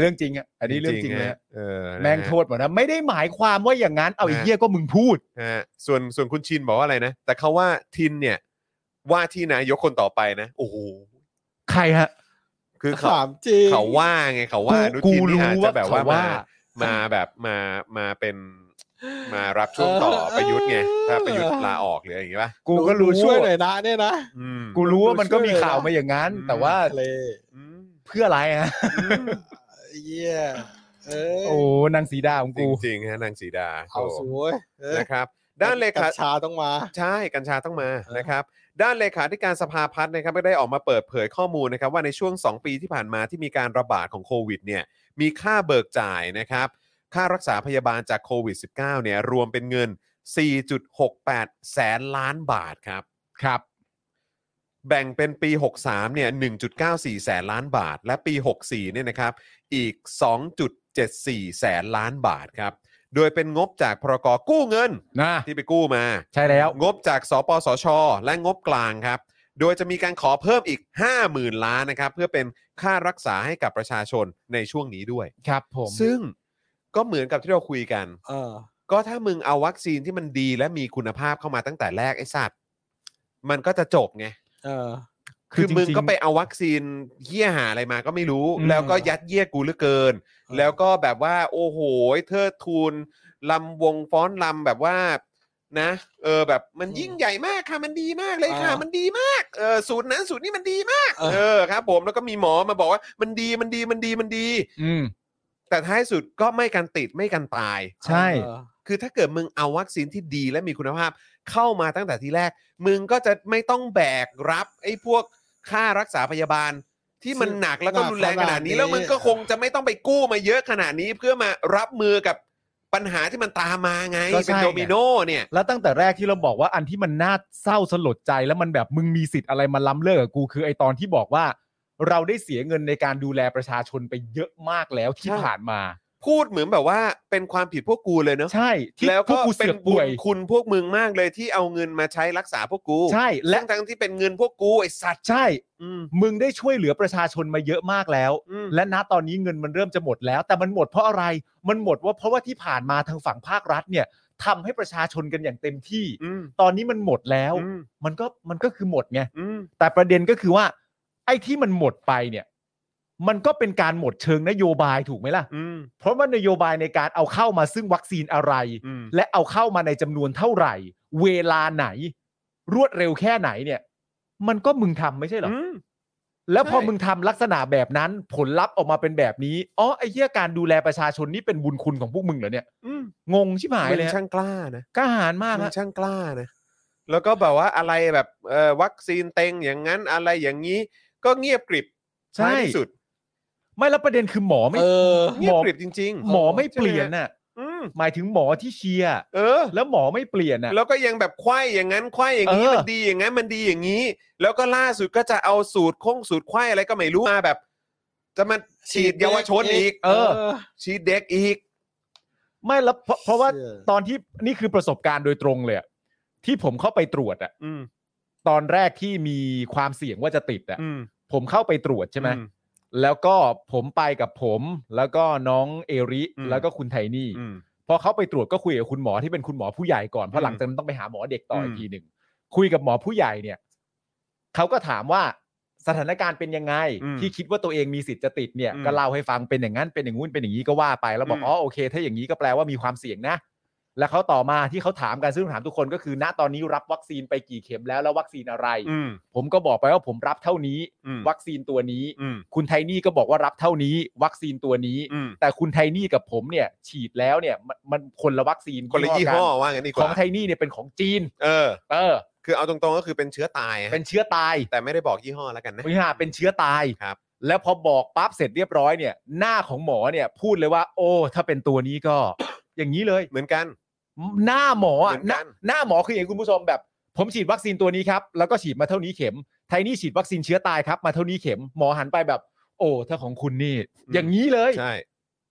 S2: เรื่องจริงอ่ะอันนี้เรื่องจริงเลยฮะ
S1: เออนะฮะ
S2: แม่งโทษหมดนะไม่ได้หมายความว่าอย่างนั้นเอาไอ้เหี้ยก็มึงพูด
S1: ฮะส่วนส่วนคุณชินบอกว่าอะไรนะ แต่เขาว่าทินเนี่ย ว่าที่นายกคนต่อไปนะ โอ้โห
S2: ใครฮะ
S1: คือ
S3: ถ
S1: เขา
S3: มจริง
S1: เขาว่าไงเขาว่าอนุ
S2: กู
S1: ทิน
S2: รู้
S1: นี่อาจจะแบบว่ามา
S2: ว่าเขาว่า
S1: มาแบบมามาเป็นมารับช่วงต่อประยุทธ์ไงถ้าประยุทธ์ลาออกหรืออะไรอย่างงี้ป่ะ
S2: กู
S3: กู
S2: ก็
S3: ก็
S2: รู้
S3: รู้
S2: ช่
S3: ช่
S2: ว
S3: วย ยหน่อยนะเนี่ยนะ
S1: อืม
S2: กูรู้ว่ามันก็มีข่าวมาอย่างนั้น แต่ว่า
S3: ทะเล
S1: อืม
S2: เพื่ออะไรฮะ
S3: เยี่ยเออ
S2: โอ้นางสีดาของ
S1: จ
S2: กู
S1: ริงๆฮะนางสีดา
S3: เอาส
S1: โ
S3: วยเอ
S1: อ้
S3: อ
S1: นะครับ ด้านเลขา
S3: กัญชาต้องมา
S1: ใช่ กัญชาต้องมา
S3: เออ
S1: นะครับ ด้านเลขาธิการสภาพัฒน์นะครับก็ได้ออกมาเปิดเผยข้อมูลนะครับ ว่าในช่วง 2 ปีที่ผ่านมาที่มีการระบาดของโควิดเนี่ยมีค่าเบิกจ่ายนะครับ ค่ารักษาพยาบาลจากโควิด -19 เนี่ยรวมเป็นเงิน 4.68 แสนล้านบาทครับ
S2: ครับ
S1: แบ่งเป็นปี 63 เนี่ย 1.94 แสนล้านบาท และปี 64 เนี่ยนะครับ อีก 2.74 แสนล้านบาทครับ โดยเป็นงบจากพรกกู้เงิน
S2: นะ
S1: ที่ไปกู้มา
S2: ใช่แล้ว
S1: งบจากสปสช และงบกลางครับ โดยจะมีการขอเพิ่มอีก 50,000 ล้านนะครับ เพื่อเป็นค่ารักษาให้กับประชาชนในช่วงนี้ด้วย
S2: ครับผม
S1: ซึ่งก็เหมือนกับที่เราคุยกัน
S3: เออ
S1: ก็ถ้ามึงเอาวัคซีนที่มันดีและมีคุณภาพเข้ามาตั้งแต่แรกไอ้สัตว์มันก็จะจบไง
S3: เออ
S1: คือมึง
S2: จริๆ
S1: ก็ไปเอาวัคซีนเหี้ยหาอะไรมาก็ไม่รู้
S2: อืม
S1: แล้วก็ยัดเยียดกูเหลือเกิน
S3: ออ
S1: แล้วก็แบบว่า โอ้โหเทิดทูนลำวงฟ้อนลำแบบว่านะ เออแบบมันยิ่งใหญ่มากค่ะมันดีมากเลยค่ะ มันดีมากเออสูตรนั้นสูตรนี้มันดีมาก
S3: เออ
S1: เออครับผมแล้วก็มีหมอมาบอกว่ามันดีมันดีมันดีมันดี
S2: อืม
S1: แต่ท้ายสุดก็ไม่กันติดไม่กันตาย
S2: ใช่
S3: เออ
S1: คือถ้าเกิดมึงเอาวัคซีนที่ดีและมีคุณภาพเข้ามาตั้งแต่ทีแรก มึงก็จะไม่ต้องแบกรับไอ้พวกค่ารักษาพยาบาล ที่มันหนักแล้วก็รุนแรงขนาดนี้ แล้วมึงก็คงจะไม่ต้องไปกู้มาเยอะขนาดนี้เพื่อมารับมือกับปัญหาที่มันตามมาไง
S2: ก็ใช่
S1: เป็นโดมิโนเนี่ย
S2: แล้วตั้งแต่แรกที่เราบอกว่าอันที่มันน่าเศร้าสลดใจแล้วมันแบบมึงมีสิทธิ์อะไรมาล้ำเลิกกับกูคือไอตอนที่บอกว่า เราได้เสียเงินในการดูแลประชาชนไปเยอะมากแล้วที่
S1: ใช่
S2: ผ่านมา
S1: พูดเหมือนแบบว่าเป็นความผิดพวกกูเลยเนอะ
S2: ใช่ที่
S1: แล้ว
S2: พ
S1: ก็
S2: วกกู
S1: เป็
S2: เสื
S1: น
S2: อก
S1: บุ
S2: ป่ว
S1: ญ
S2: ย
S1: คุณพวกมึงมากเลยที่เอาเงินมาใช้รักษาพวกกู
S2: ใช่และ
S1: ทั้งทั้งๆที่เป็นเงินพวกกูไอสัตว์
S2: ใช่
S1: อืม
S2: มึงได้ช่วยเหลือประชาชนมาเยอะมากแล้ว
S1: อืม
S2: และณตอนนี้เงินมันเริ่มจะหมดแล้ว แต่มันหมดเพราะอะไร มันหมดว่าเพราะว่าที่ผ่านมาทางฝั่งภาครัฐเนี่ยทำให้ประชาชนกันอย่างเต็มที่
S1: อืม
S2: ตอนนี้มันหมดแล้ว
S1: อืม
S2: มันก็มันก็คือหมดไง
S1: อืม
S2: แต่ประเด็นก็คือว่า ไอ้ที่มันหมดไปเนี่ย มันก็เป็นการหมดเชิงนโยบายถูกไหมล่ะ
S4: อืม
S2: เพราะว่านโยบายในการเอาเข้ามาซึ่งวัคซีนอะไร
S4: อืม
S2: และเอาเข้ามาในจำนวนเท่าไหร่ เวลาไหน รวดเร็วแค่ไหนเนี่ย มันก็มึงทำไม่ใช่เหรอ
S4: อืม
S2: แล้วพอ
S4: ใช่
S2: มึงทำลักษณะแบบนั้น ผลลัพธ์ออกมาเป็นแบบนี้อ๋อไอ้เหี้ยการดูแลประชาชนนี่เป็นบุญคุณของพวกมึงเหรอเนี่ย
S4: อืม
S2: งงชิบหายเลย
S1: มึง
S2: ฮะ
S1: ช่างกล้านะ
S2: กล้าหาญมาก
S1: มึง
S2: ฮะ
S1: ช่างกล้านะแล้วก็แบบว่าอะไรแบบเอ่อวัคซีนเต็งอย่างนั้นอะไรอย่างนี้ ก็เงียบกริบท้า
S2: ใช่
S1: ยที่สุด
S2: ไม่แล้วประเด็นคือหมอไม่
S3: เออ
S1: เงียบกริบจริง
S2: หมอไม่เปลี่ยนน่ะ
S1: ๆอืม
S2: หมายถึงหมอที่เชียร์
S1: เออ
S2: แล้วหมอไม่เปลี่ยนน่ะ
S1: แล้วก็ยังแบบไขว้อย่างนั้นไขว้อย่างนี้
S2: เออ
S1: มันดีอย่างนั้นมันดีอย่างนี้ แล้วก็ล่าสุดก็จะเอาสูตรคงสูตรไขว้อะไรก็ไม่รู้มาแบบ จะมาฉีดเยาวชนอีก
S2: เออ
S1: ฉีดเด็กอีก
S2: ไม่แล้วเพราะเพราะว่า
S3: เชี่ย
S2: ตอนที่นี่คือประสบการณ์โดยตรงเลยอะที่ผมเข้าไปตรวจอะ
S4: อืม
S2: ตอนแรกที่มีความเสี่ยงว่าจะติดอะ
S4: อืม
S2: ผมเข้าไปตรวจใช่ไหม
S4: อื
S2: แล้วก็ผมไปกับผมแล้วก็น้องเอริ
S4: อืม
S2: แล้วก็คุณไทนี่
S4: อืม
S2: พอเขาไปตรวจก็คุยกับคุณหมอที่เป็นคุณหมอผู้ใหญ่ก่อนเพราะหลังจากนั้นต้องไปหาหมอเด็กต่ออีก
S4: อืม
S2: ทีหนึ่งคุยกับหมอผู้ใหญ่เนี่ยเขาก็ถามว่าสถานการณ์เป็นยังไง
S4: อืม
S2: ที่คิดว่าตัวเองมีสิทธิ์จะติดเนี่ย
S4: อืม
S2: ก็เล่าให้ฟังเป็นอย่างนั้นเป็นอย่างงู้นเป็นอย่างนี้ก็ว่าไปแล้วบอก
S4: อืม
S2: อ๋อโอเค ถ้าอย่างนี้ก็แปลว่ามีความเสี่ยงนะ แล้วเขาต่อมาที่เขาถามกันซึ่งถามทุกคนก็คือณตอนนี้รับวัคซีนไปกี่เข็มแล้วแล้ววัคซีนอะไร
S4: อืม
S2: ผมก็บอกไปว่าผมรับเท่านี้
S4: อืม
S2: วัคซีนตัวนี้
S4: อืม
S2: คุณไทนี่ก็บอกว่ารับเท่านี้ วัคซีนตัวนี้
S4: อืม
S2: แต่คุณไทนี่กับผมเนี่ย ฉีดแล้วเนี่ยมันมันคนละวัคซีน
S1: คนละยี่ห้อ
S2: กัน
S1: ว่างั้นดีก
S2: ของ
S1: ว่า
S2: ไทนี่เนี่ยเป็นของจีน
S1: เออ
S2: เออ
S1: คือเอาตรงๆก็คือเป็นเชื้อตายฮะ
S2: เป็นเชื้อตาย
S1: แต่ไม่ได้บอกยี่ห้อแล้วกันนะ
S2: วิหาเป็นเชื้อตาย
S1: ครับ
S2: แล้วพอบอกปั๊บเสร็จเรียบร้อยเนี่ย หน้าของหมอเนี่ย พูดเลยว่า โอ้ ถ้าเป็นตัวนี้ก็ อย่างนี้เลย
S1: เหมือนกัน
S2: หน้าหมออะ
S1: เหมือน
S2: ห
S1: กั
S2: น้าน หน้าหมอคืออย่างคุณผู้ชมแบบ ผมฉีดวัคซีนตัวนี้ครับ แล้วก็ฉีดมาเท่านี้เข็ม ไทยนี่ฉีดวัคซีนเชื้อตายครับ มาเท่านี้เข็มหมอหันไปแบบ โอ้ถ้าของคุณนี่ อย่างนี้เลย
S1: ใช่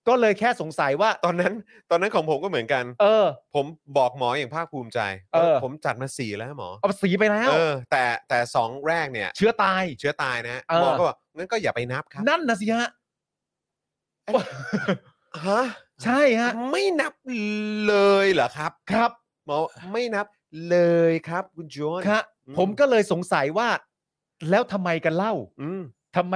S2: ก็เลยแค่สงสัยว่า
S1: ตอนนั้นตอนนั้นของผมก็เหมือนกัน
S2: เออ
S1: ผมบอกหมออย่างภาคภูมิใจ
S2: เออ
S1: ผมจัดมาสี่แล้วหมอ
S2: เอาสีไปแล้ว
S1: เออ แต่แต่สองแรกเนี่ย
S2: เชื้อตาย
S1: เชื้อตายนะฮะ
S2: เออ
S1: หมอก็บอกงั้นก็อย่าไปนับครับ
S2: นั่นนะสิฮะ
S1: ฮะ
S2: ใช่ฮะ
S1: ไม่นับเลยเหรอครับ
S2: ครับ
S1: หมอไม่นับเลยครับคุณโจน
S2: ครับ
S1: อื
S2: ผมก็เลยสงสัยว่า แล้วทำไมกันเล่า
S1: อืม
S2: ทำไม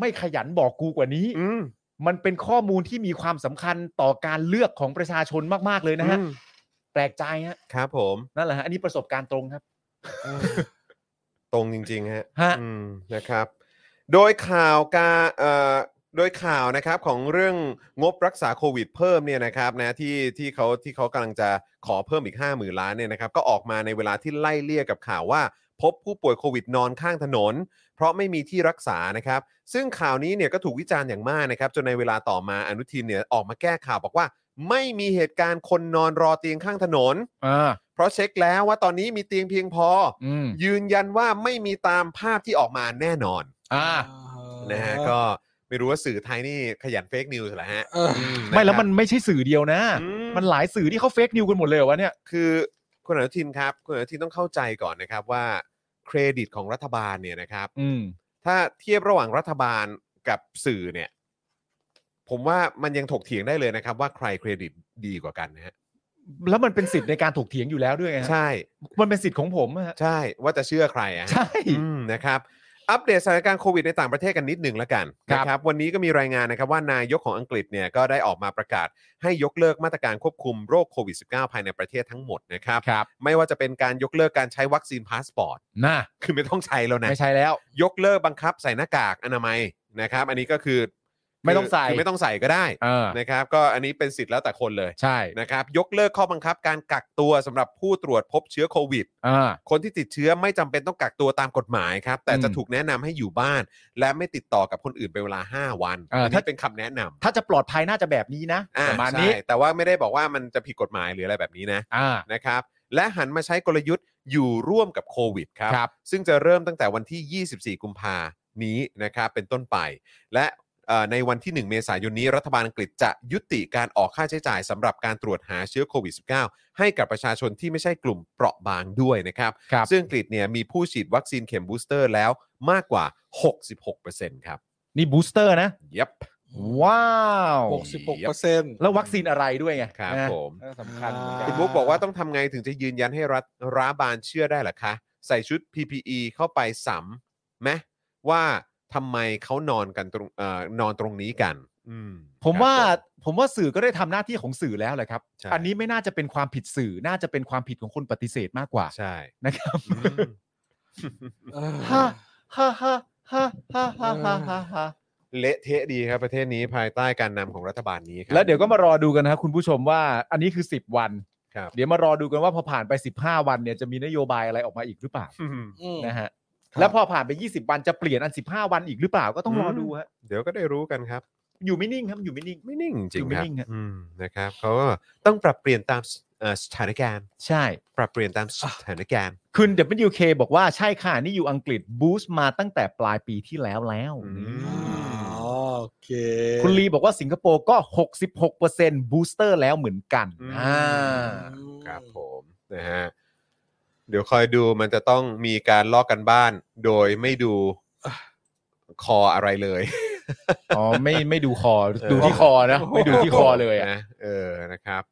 S2: ไม่ขยันบอกกูกว่านี้
S1: อืม
S2: มันเป็นข้อมูลที่มีความสำคัญต่อการเลือกของประชาชนมากๆเลยนะฮะ
S1: อืม
S2: แปลกใจฮะ
S1: ครับผม
S2: นั่นแหละฮะอันนี้ประสบการณ์ตรงครับ
S1: ตรงจริงๆฮะ
S2: ฮะ
S1: อืมนะครับ โดยข่าวการเอ่อโดยข่าวนะครับของเรื่องงบรักษาโควิดเพิ่มเนี่ยนะครับนะที่ที่เขาที่เขากำลังจะขอเพิ่มอีก 5 0,000ล้านเนี่ยนะครับก็ออกมาในเวลาที่ไล่เลี่ยกับข่าวว่า พบผู้ป่วยโควิดนอนข้างถนน เพราะไม่มีที่รักษานะครับ ซึ่งข่าวนี้เนี่ยก็ถูกวิจารณ์อย่างมากนะครับ จนในเวลาต่อมาอนุทินเนี่ยออกมาแก้ข่าวบอกว่า ไม่มีเหตุการณ์คนนอนรอเตียงข้างถนน
S2: อ่า
S1: เพราะเช็คแล้วว่าตอนนี้มีเตียงเพียงพอ
S2: อืม
S1: ยืนยันว่าไม่มีตามภาพที่ออกมาแน่นอน
S2: อ่า
S1: นะฮะก็ไม่รู้ว่าสื่อไทยนี่ขยันเฟกนิวส์เหรอฮะ
S3: เออ
S1: อืะ
S2: ไม่แล้ว
S1: ครับ
S2: มันไม่ใช่สื่อเดียวนะ
S1: อืม
S2: มันหลายสื่อที่เขาเฟกนิวกันหมดเลยเหรอวะเนี่ย
S1: คือคุณอนุทินครับคุณอนุทินต้องเข้าใจก่อนนะครับว่าเครดิตของรัฐบาลเนี่ยนะครับ
S2: อืม
S1: ถ้าเทียบระหว่างรัฐบาลกับสื่อเนี่ย ผมว่ามันยังถกเถียงได้เลยนะครับ ว่าใครเครดิตดีกว่ากันนะฮะ
S2: แล้วมันเป็นสิทธิ์ในการถกเถียงอยู่แล้วด้วยไงฮะ
S1: ใช่
S2: มันเป็นสิทธิ์ของผมอะฮะ
S1: ใช่ว่าจะเชื่อใครอะฮะ
S2: ใช่
S1: อืมนะครับอัปเดตสถานการณ์โควิดในต่างประเทศกันนิดหนึ่งละกัน
S2: ครับ
S1: นะครับวันนี้ก็มีรายงานนะครับว่านายกของอังกฤษเนี่ยก็ได้ออกมาประกาศ ให้ยกเลิกมาตรการควบคุมโรคโควิด -19 ภายในประเทศทั้งหมดนะครับ
S2: ครับ
S1: ไม่ว่าจะเป็นการยกเลิกการใช้วัคซีนพาสปอร์ต
S2: น่ะ
S1: คือไม่ต้องใช้แล้วนะ
S2: ไม่ใช่แล้ว
S1: ยกเลิกบังคับใส่หน้ากากอนามัยนะครับอันนี้ก็คือ
S2: ไม่ต้องใส่
S1: คือไม่ต้องใส่ก็ได้
S2: เออ
S1: นะครับก็อันนี้เป็นสิทธิ์แล้วแต่คนเลย
S2: ใช่
S1: นะครับยกเลิกข้อบังคับการกักตัวสำหรับผู้ตรวจพบเชื้อโควิด
S2: อ่า
S1: คนที่ติดเชื้อไม่จำเป็นต้องกักตัวตามกฎหมายครับ แต่
S2: อืม
S1: จะถูกแนะนำให้อยู่บ้าน และไม่ติดต่อกับคนอื่นเป็นเวลา 5 วัน
S2: เออ
S1: อันนี้
S2: ถ้า
S1: เป็นคำแนะนำ
S2: ถ้าจะปลอดภัยน่าจะแบบนี้นะ
S1: อ่า
S2: ประมาณ
S1: ใช่
S2: นี้
S1: แต่ว่าไม่ได้บอกว่ามันจะผิดกฎหมายหรืออะไรแบบนี้นะ
S2: อ่า
S1: นะครับ และหันมาใช้กลยุทธ์อยู่ร่วมกับโควิดครับ
S2: ครับ
S1: ซึ่งจะเริ่มตั้งแต่วันที่ 24 กุมภานี้นะครับ เป็นต้นไป และเอ่อในวันที่ 1 เมษายนนี้รัฐบาลอังกฤษจะยุติการออกค่าใช้จ่ายสำหรับการตรวจหาเชื้อโควิด -19 ให้กับประชาชนที่ไม่ใช่กลุ่มเปราะบางด้วยนะครับ
S2: ครับ
S1: ซึ่งอังกฤษเนี่ยมีผู้ฉีดวัคซีนเข็มบูสเตอร์แล้วมากกว่า 66%ครับ
S2: นี่บูสเตอร์นะ
S1: เย็บ
S2: ว้าว
S3: หกสิบหกเปอร์เซ็นต์
S2: แล้ววัคซีนอะไรด้วยไง
S1: ครับ
S2: นะ
S1: ผม
S2: สำคัญเหมือนกัน
S1: คุณบุ๊กบอกว่าต้องทำไงถึงจะยืนยันให้รัฐร้าบานเชื่อได้เหรอคะ ใส่ชุด PPE เข้าไปสำไหมว่า ทำไมเขานอนกันตรงเอ่อนอนตรงนี้กัน อืม
S2: ผมว่า
S1: ครับ
S2: ผมว่าสื่อก็ได้ทำหน้าที่ของสื่อแล้วแหละครับ
S1: ใช่
S2: อันนี้ไม่น่าจะเป็นความผิดสื่อน่าจะเป็นความผิดของคนปฏิเสธมากกว่า
S1: ผมใช่
S2: นะครับ
S1: อืม
S2: ฮ่าฮ่าฮ่าฮ่าฮ่าฮ่าฮ่าฮ่าฮ่า
S1: เละเทะดีครับประเทศนี้ภายใต้การนำของรัฐบาลนี้ครั
S2: แล้วเดี๋ยวก็มารอดูกันนะครับคุณผู้ชมว่าอันนี้คือ 10 วัน
S1: ครับ
S2: เดี๋ยวมารอดูกันว่าพอผ่านไป 15 วันเนี่ยจะมีนโยบายอะไรออกมาอีกหรือเปล่า
S1: อืม
S3: อืม
S2: นะฮะ
S3: ครับ
S2: แล้วพอผ่านไป 20 วันจะเปลี่ยนอัน 15 วันอีกหรือเปล่าก็ต้องรอดูฮะ
S1: เดี๋ยวก็ได้รู้กันครับ
S2: อยู่ไม่นิ่งครับอยู่ไม่นิ่ง
S1: ไม่นิ่งจริ
S2: อง ยู่
S1: ค
S2: ไม่
S1: รับ
S2: นิ่งฮะ
S1: อืมนะครับเขาก็ต้องปรับเปลี่ยนตามสเอ่อสถานการณ์
S2: ใช่
S1: ปรับเปลี่ยนตามสถานการณ์
S2: คุณ WK บอกว่าใช่ค่ะ นี่อยู่อังกฤษบูสต์มาตั้งแต่ปลายปีที่แล้วแล้ว
S1: อื
S3: อ๋
S1: ม
S3: อโอเค
S2: คุณลีบอกว่าสิงคโปร์ก็ 66%บูสเตอร์แล้วเหมือนกันอ่า
S3: อืม
S1: ครับผมนะฮะเดี๋ยวคอยดูมันจะต้องมีการลอกกันบ้าน โดยไม่ดูคออะไรเลย
S2: อ๋อไม่ไม่ดูคอดูที่คอนะ ไม่ดูที่คอเลยอ่ะ
S1: นะเออนะครับ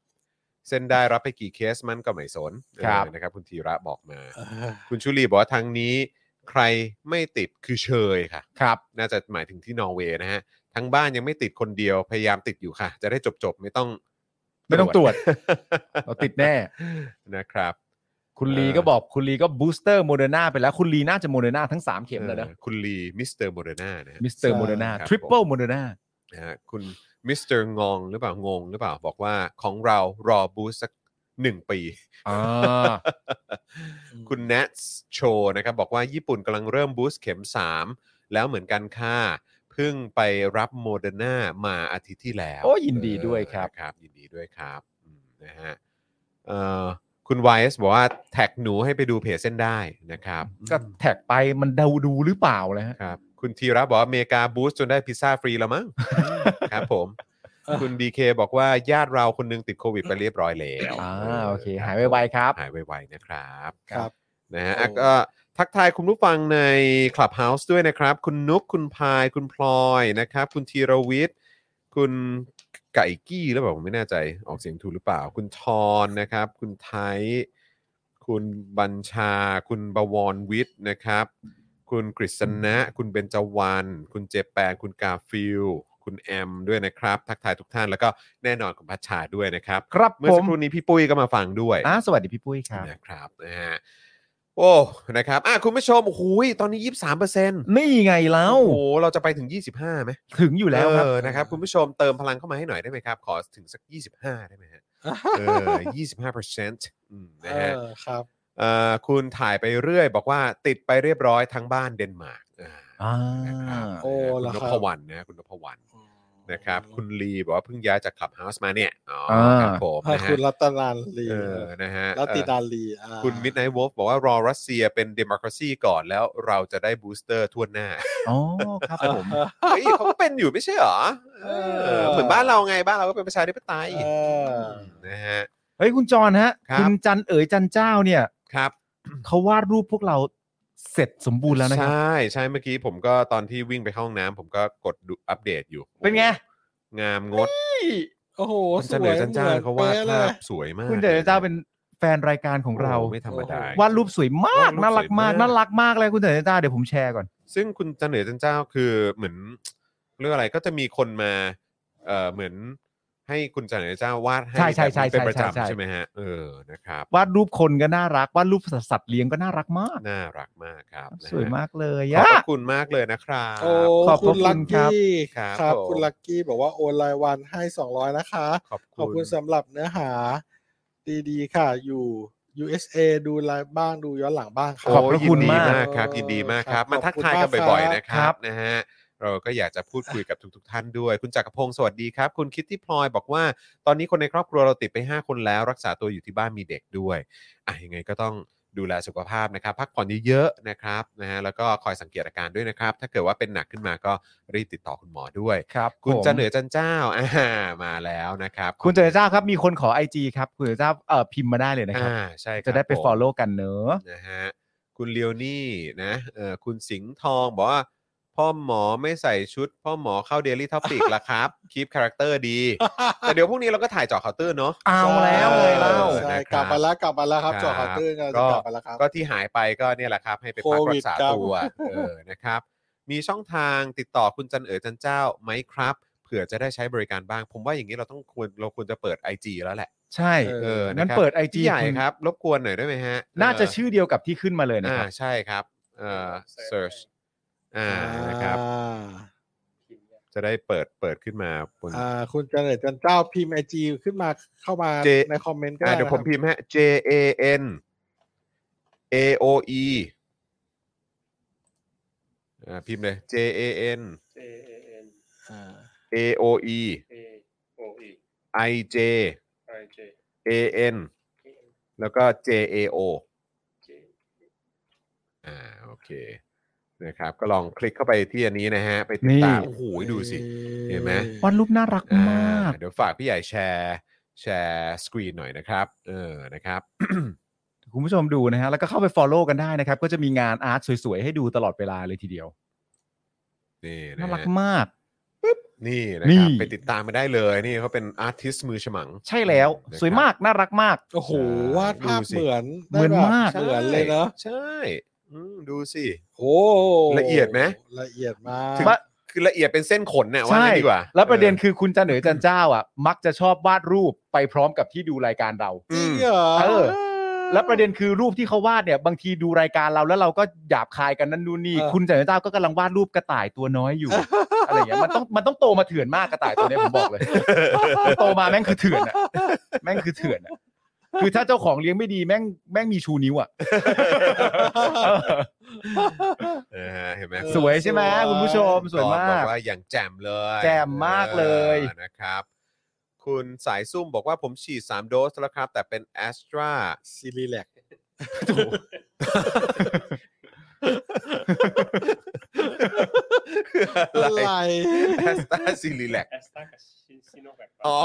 S1: เส้นได้รับไปกี่เคสมันก็ไม่สน
S2: ครับ
S1: เออนะครับ คุณธีระบอกมา
S3: เออ
S1: คุณชุลีบอกว่าทางนี้ใครไม่ติดคือเชยค่ะ
S2: ครับ
S1: น่าจะหมายถึงที่นอร์เวย์นะฮะ ทั้งบ้านยังไม่ติดคนเดียวพยายามติดอยู่ค่ะ จะได้จบๆ ไม่ต้อง
S2: ไม่ต้องตรวจ เราติดแน่
S1: นะครับ
S2: คุณ
S1: เออ
S2: ลีก็บอกคุณลีก็บูสเตอร์โมเดอร์นาไปแล้วคุณลีน่าจะโมเดอร์นาทั้ง 3 เข็มแล้วนะ
S1: เออคุณลีมิสเตอร์โมเดอร์นานะฮะ
S2: มิสเตอร์โมเดอร์นา
S1: ครับ
S2: ทริปเปิลโมเดอร์นา
S1: นะฮะคุณมิสเตอร์งองหรือเปล่างงหรือเปล่า บอกว่าของเรารอบูสต์สักหนึ่งปี
S2: อ่า
S1: คุณแนทโชนะครับบอกว่าญี่ปุ่นกำลังเริ่มบูสต์เข็ม 3 แล้วเหมือนกันค่ะเพิ่งไปรับโมเดอร์นามาอาทิตย์ที่แล้ว
S2: โอ้ยินดีด้วยครับ
S1: เออนะครับ ยินดีด้วยครับอืมนะฮะเอ่อคุณ YS บอกว่าแท็กหนูให้ไปดูเพจเส้นได้นะครับ
S2: ก็แท็กไปมันเดาดูหรือเปล่านะฮะ
S1: ครับ คุณธีระบอกว่าอเมริกาบูสต์จนได้พิซซ่าฟรีแล้ว มั้งครับผม คุณดีเคบอกว่าญาติเราคนหนึงติดโควิดไปเรียบร้อยแล้ว
S2: อ่าโอเคหายไวๆครับ
S1: หายไวๆนะครับ
S3: ครับ
S1: นะฮะ
S3: โอ้
S1: อ่ะก็ทักทายคุณผู้ฟังใน Clubhouse ด้วยนะครับ คุณนุกคุณพาย คุณพลอยนะครับ คุณธีรวิทย์ คุณไก่กี้หรือเปล่าผมไม่แน่ใจออกเสียงถูกหรือเปล่า คุณทอนนะครับ คุณไทย คุณบัญชา คุณบวรวิทย์นะครับ คุณกฤษณะ คุณเบญจวรรณคุณเจแปนคุณกาฟิลคุณแอมด้วยนะครับ ทักทายทุกท่านแล้วก็แน่นอนคุณพัชชาด้วยนะครับ
S2: ครับ
S1: เมื่อ
S2: ผ
S1: สัก
S2: ม
S1: ครู่นี้พี่ปุ้ยก็มาฟังด้วย
S2: อ่าสวัสดีพี่ปุ้ยครับ
S1: นะครับนะฮะโอ้นะครับอ่ะคุณผู้ชมโอ้โหยตอนนี้ 23เปอร์เซ็นต์
S2: นี่ไงแล้
S1: โอ้
S2: ว
S1: โหเราจะไปถึง 25ไหม
S2: ถึงอยู่แล้วครับ
S1: เออนะครับคุณผู้ชมเติมพลังเข้ามาให้หน่อยได้ไหมครับ ขอถึงสัก 25 ได้ไหมฮะเออ25เปอร์เซ็นต์นะฮะ
S3: เออครับ
S1: เอ่อคุณถ่ายไปเรื่อย บอกว่าติดไปเรียบร้อยทั้งบ้านเดนมาร์กอ่า
S2: อ่า
S1: นะครับ
S3: โอ้
S1: นะฮะ
S3: เหรอค
S1: คุณน
S3: รับ
S1: พวรรณนะคุณนพวรรณนะครับ คุณลีบอกว่าเพิ่งย้ายจากคลับเฮาส์มาเนี่ยอ๋อครับผม
S3: อ่า
S1: นะฮะ
S3: คุณรัตนานลี
S1: เออนะฮะ
S3: รัตินานลีอ่า
S1: คุณมิดไนท์วอลบอกว่ารอรัสเซียเป็นเดโมคราซีก่อนแล้วเราจะได้บูสเตอร์ทั่วหน้า
S2: อ๋อครับผม
S1: เฮ้ยเขาก็เป็นอยู่ไม่ใช่เหรอเออเหมือนบ้านเราไงบ้านเราก็เป็นประชาธิปไตย
S3: เออ
S1: นะฮะ
S2: เฮ้ยคุณจรฮะ
S1: ครับ
S2: ณจันเอ๋ยจันเจ้าเนี่ย
S1: ครับ
S2: เขาวาดรูปพวกเราเสร็จสมบูรณ์แล้วนะ
S1: ใช
S2: ครับ
S1: ่ใช่เมื่อกี้ผมก็ตอนที่วิ่งไปเข้าห้องน้ำผมก็กดดูอัปเดตอยู่
S2: เป็นไง
S1: งามงด
S3: โอ้โห
S1: คุณ
S3: ส
S1: จัน
S3: ว
S1: เด
S3: ย
S1: ชจันเจ้า
S3: หมือน
S1: เขาวาด
S3: ป๊ะล
S1: ภาย พสวยมาก
S2: คุณจันเอ๋ยจันเจ้าเป็นแฟนรายการของเรา
S1: โไม่ธรรมดา
S3: โอ้โห
S2: วาดรูปสวยมาก
S1: วาดรูป
S2: น่ารักมาก
S1: สวยมาก
S2: น่ารักมากเลยคุณจันเอ๋ยจันเจ้าเดี๋ยวผมแชร์ก่อน
S1: ซึ่งคุณจันเหนือจันเจ้าคือเหมือนเรื่องอะไรก็จะมีคนมาเอ่อเหมือนให้คุณจันเหนือเจ้าวาดให้
S2: ใช่ใช่ใช่
S1: แบบนี้เป็นประ
S2: ใช่ใช่
S1: จำใช่ไหมฮะเออนะครับ
S2: วาดรูปคนก็น่ารักวาดรูปสัตว์เลี้ยงก็น่ารักมาก
S1: น่ารักมากครับนะฮะ
S2: สวยมากเลย
S1: ขอบ
S2: อะ
S1: พระคุณมากเลยนะครับ
S3: โอ้
S2: ขอบพระ
S3: คุณลัก
S2: คุณครับ
S3: กี้
S1: ครับ
S3: ครับ
S1: ผม
S3: คุณลักกี้บอกว่าโอนรายวันให้สองร้อยนะคะ
S1: ขอบ
S3: ขอบคุณสำหรับเนื้อหาดีๆค่ะอยู่ USA ดูไลฟ์บ้างดูย้อนหลังบ้างครั
S1: โอ้
S2: ขอบพระคุณ
S1: ยินดี
S2: มาก
S1: ครับ ยินดีมากครับ มาทัก
S3: ขอบคุณ
S1: ทายกันบ่อยๆ
S3: มาก
S1: นะครั
S2: ครับ บ
S1: นะฮะเราก็อยากจะพูดคุยกับทุก ๆ ท่านด้วย คุณจักรพงศ์สวัสดีครับ คุณคิตที่พลอยบอกว่า ตอนนี้คนในครอบครัวเราติดไป 5 คนแล้ว รักษาตัวอยู่ที่บ้านมีเด็กด้วยอ่ะยังไงก็ต้องดูแลสุขภาพนะครับ พักผ่อนเยอะๆนะครับนะฮะแล้วก็คอยสังเกตอาการด้วยนะครับ ถ้าเกิดว่าเป็นหนักขึ้นมาก็รีบติดต่อคุณหมอด้วย
S2: ครับ
S1: คุณ
S2: ผม
S1: จันเหนือจันเจ้าอ่ามาแล้วนะครับ
S2: คุณจันเอ๋ยจันเจ้าครับมีคนขอไอจีครับคุณจันเอ๋ยจันเจ้าเอ่อพิมพ์มาได้เลยนะครับ
S1: อ่าใช่ครับ
S2: จะได้ไป
S1: ผม
S2: follow กันเนอะ
S1: นะฮะคุณเลียวนี่นะเออคุณสิงห์ทองบอกว่า พ่อหมอไม่ใส่ชุด พ่อหมอเข้า Daily Topic ละครับ คีปคาแรคเตอร์ดี แต่เดี๋ยวพรุ่งนี้เราก็ถ่ายเจอข่าวตื้นเนาะ
S2: เอาแล้วเลยเล่า
S1: ออ
S3: ใช่
S1: นะครับ
S3: กลับมาแล้วกลับมาแล้วครับ
S1: ครับ
S3: จอข่าวตื้นกัน
S1: ก็
S3: กลับมาแล้วครับ
S1: ก็ที่หายไปก็เนี่ยแหละครับ ให้ไปพัก
S3: โควิ
S1: รั
S3: ด
S1: กษา
S3: ครับ
S1: ตัวเออนะครับ มีช่องทางติดต่อคุณจันเอ๋อจันเจ้าไหมครับเผื่อจะได้ใช้บริการบ้าง ผมว่าอย่างนี้เราต้องควรเราควรจะเปิด IG แล้วแหละ
S2: ใช่
S3: เออ
S1: เออ
S2: งั้
S1: นะ
S2: น
S1: ครับ
S2: เปิดไอจี
S1: พี่ใหญ่ครับ รบกวนหน่อยได้ไหมฮะ
S2: น่าจะ
S1: เ
S2: ชื่อเดียวกับที่ขึ้นมาเลยนะ
S1: อ่า
S2: ครับ
S1: ใช่ครับเอ่อ search อ่านะครับ
S3: อ่า
S1: จะได้เปิดเปิดขึ้นมาบน
S3: อ่าคุณจันเอ๋จันเจ้าพิมพ์ไอจีขึ้นมาเข้ามา
S1: เจ
S3: ในคอมเมนต์ก็
S1: อ่า
S3: ได้
S1: เดี๋ยวผม
S3: นะครับ
S1: พิมพ์ฮะ J A N A O E อ่าพิมพ์เลย J A N
S4: J A N
S3: อ่า
S1: A O E
S4: A O E
S1: I J
S4: I J
S1: A N แล้วก็ J A O
S4: J
S1: อ่าโอเคนะครับ ก็ลองคลิกเข้าไปที่อันนี้นะฮะ ไปติดตาม
S2: นี่
S1: โอ้โหดูสิ เห็นไหม
S2: วาดรูปน่ารัก
S1: อ่าม
S2: าก
S1: เดี๋ยวฝากพี่ใหญ่แชร์แชร์สกรีนหน่อยนะครับ เออนะครับ
S2: คุณผู้ชมดูนะฮะ แล้วก็เข้าไป Follow กันได้นะครับ ก็จะมีงานอาร์ตสวยๆ ให้ดูตลอดเวลาเลยทีเดียว
S1: นี่นะ
S2: น่ารัก
S1: ฮะ
S2: มาก
S1: นี่นะครับ
S2: นี่
S1: ไปติดตามมาได้เลยนี่เขาเป็นอาร์ติสมือฉมัง
S2: ใช่แล้ว
S1: นะครับ
S2: สวยมาก น่ารักมาก
S3: โอ้โห
S1: ใช่
S3: วาดภาพ
S1: ดูสิ
S3: เหมือ
S2: เหมือ
S3: น
S2: น
S3: ได้แบบ
S2: มาก
S1: ใช่
S3: เหมือนเลยเนาะ
S1: ใช่อืมดูสิ
S3: โอ้
S1: ละเอียดไหม
S3: ละเอียดมาก
S1: ถึงคือละเอียดเป็นเส้นขนเนี่ยว่า
S2: ใช่
S1: งั้นดีกว่า
S2: แล้วประเด็นคือคุณจันเหนือจันเจ้า อ่ะ มักจะชอบวาดรูปไปพร้อมกับที่ดูรายการเรา
S3: จริง
S1: ม
S3: เหรอ
S2: เออ แล้วประเด็นคือรูปที่เขาวาดเนี่ย บางทีดูรายการเราแล้วเราก็หยาบคายกันนั่นนู่นนี่ คุณจันเหนือเจ้าก็กำลังวาดรูปกระต่ายตัวน้อยอยู่ อะไรอย่างเงี้ย มันต้องมันต้องโตมาเถื่อนมากกระต่ายตัวเนี้ยผมบอกเลย โตมาแม่งคือเถื่อนอะแม่งคือเถื่อนอะคือถ้าเจ้าของเลี้ยงไม่ดีแม่งแม่งมีชูนิ้วอะ
S1: เออเห็นไหม
S2: สวยใช่ไหมคุณผู้ชมสวย
S1: บอ
S2: มาก
S1: ว่าอย่างแจ่มเลย
S2: แจ่มมากเลย
S1: ออนะครับ คุณสายซุ่มบอกว่าผมฉีด 3 โดสแล้วครับ แต่เป็นแอสตรา
S3: ซีรีแลก
S1: อะ
S3: อะไร
S1: ไรแอสตราซิลิแลก
S4: แอสตากับซิโนแวค
S1: อ๋อ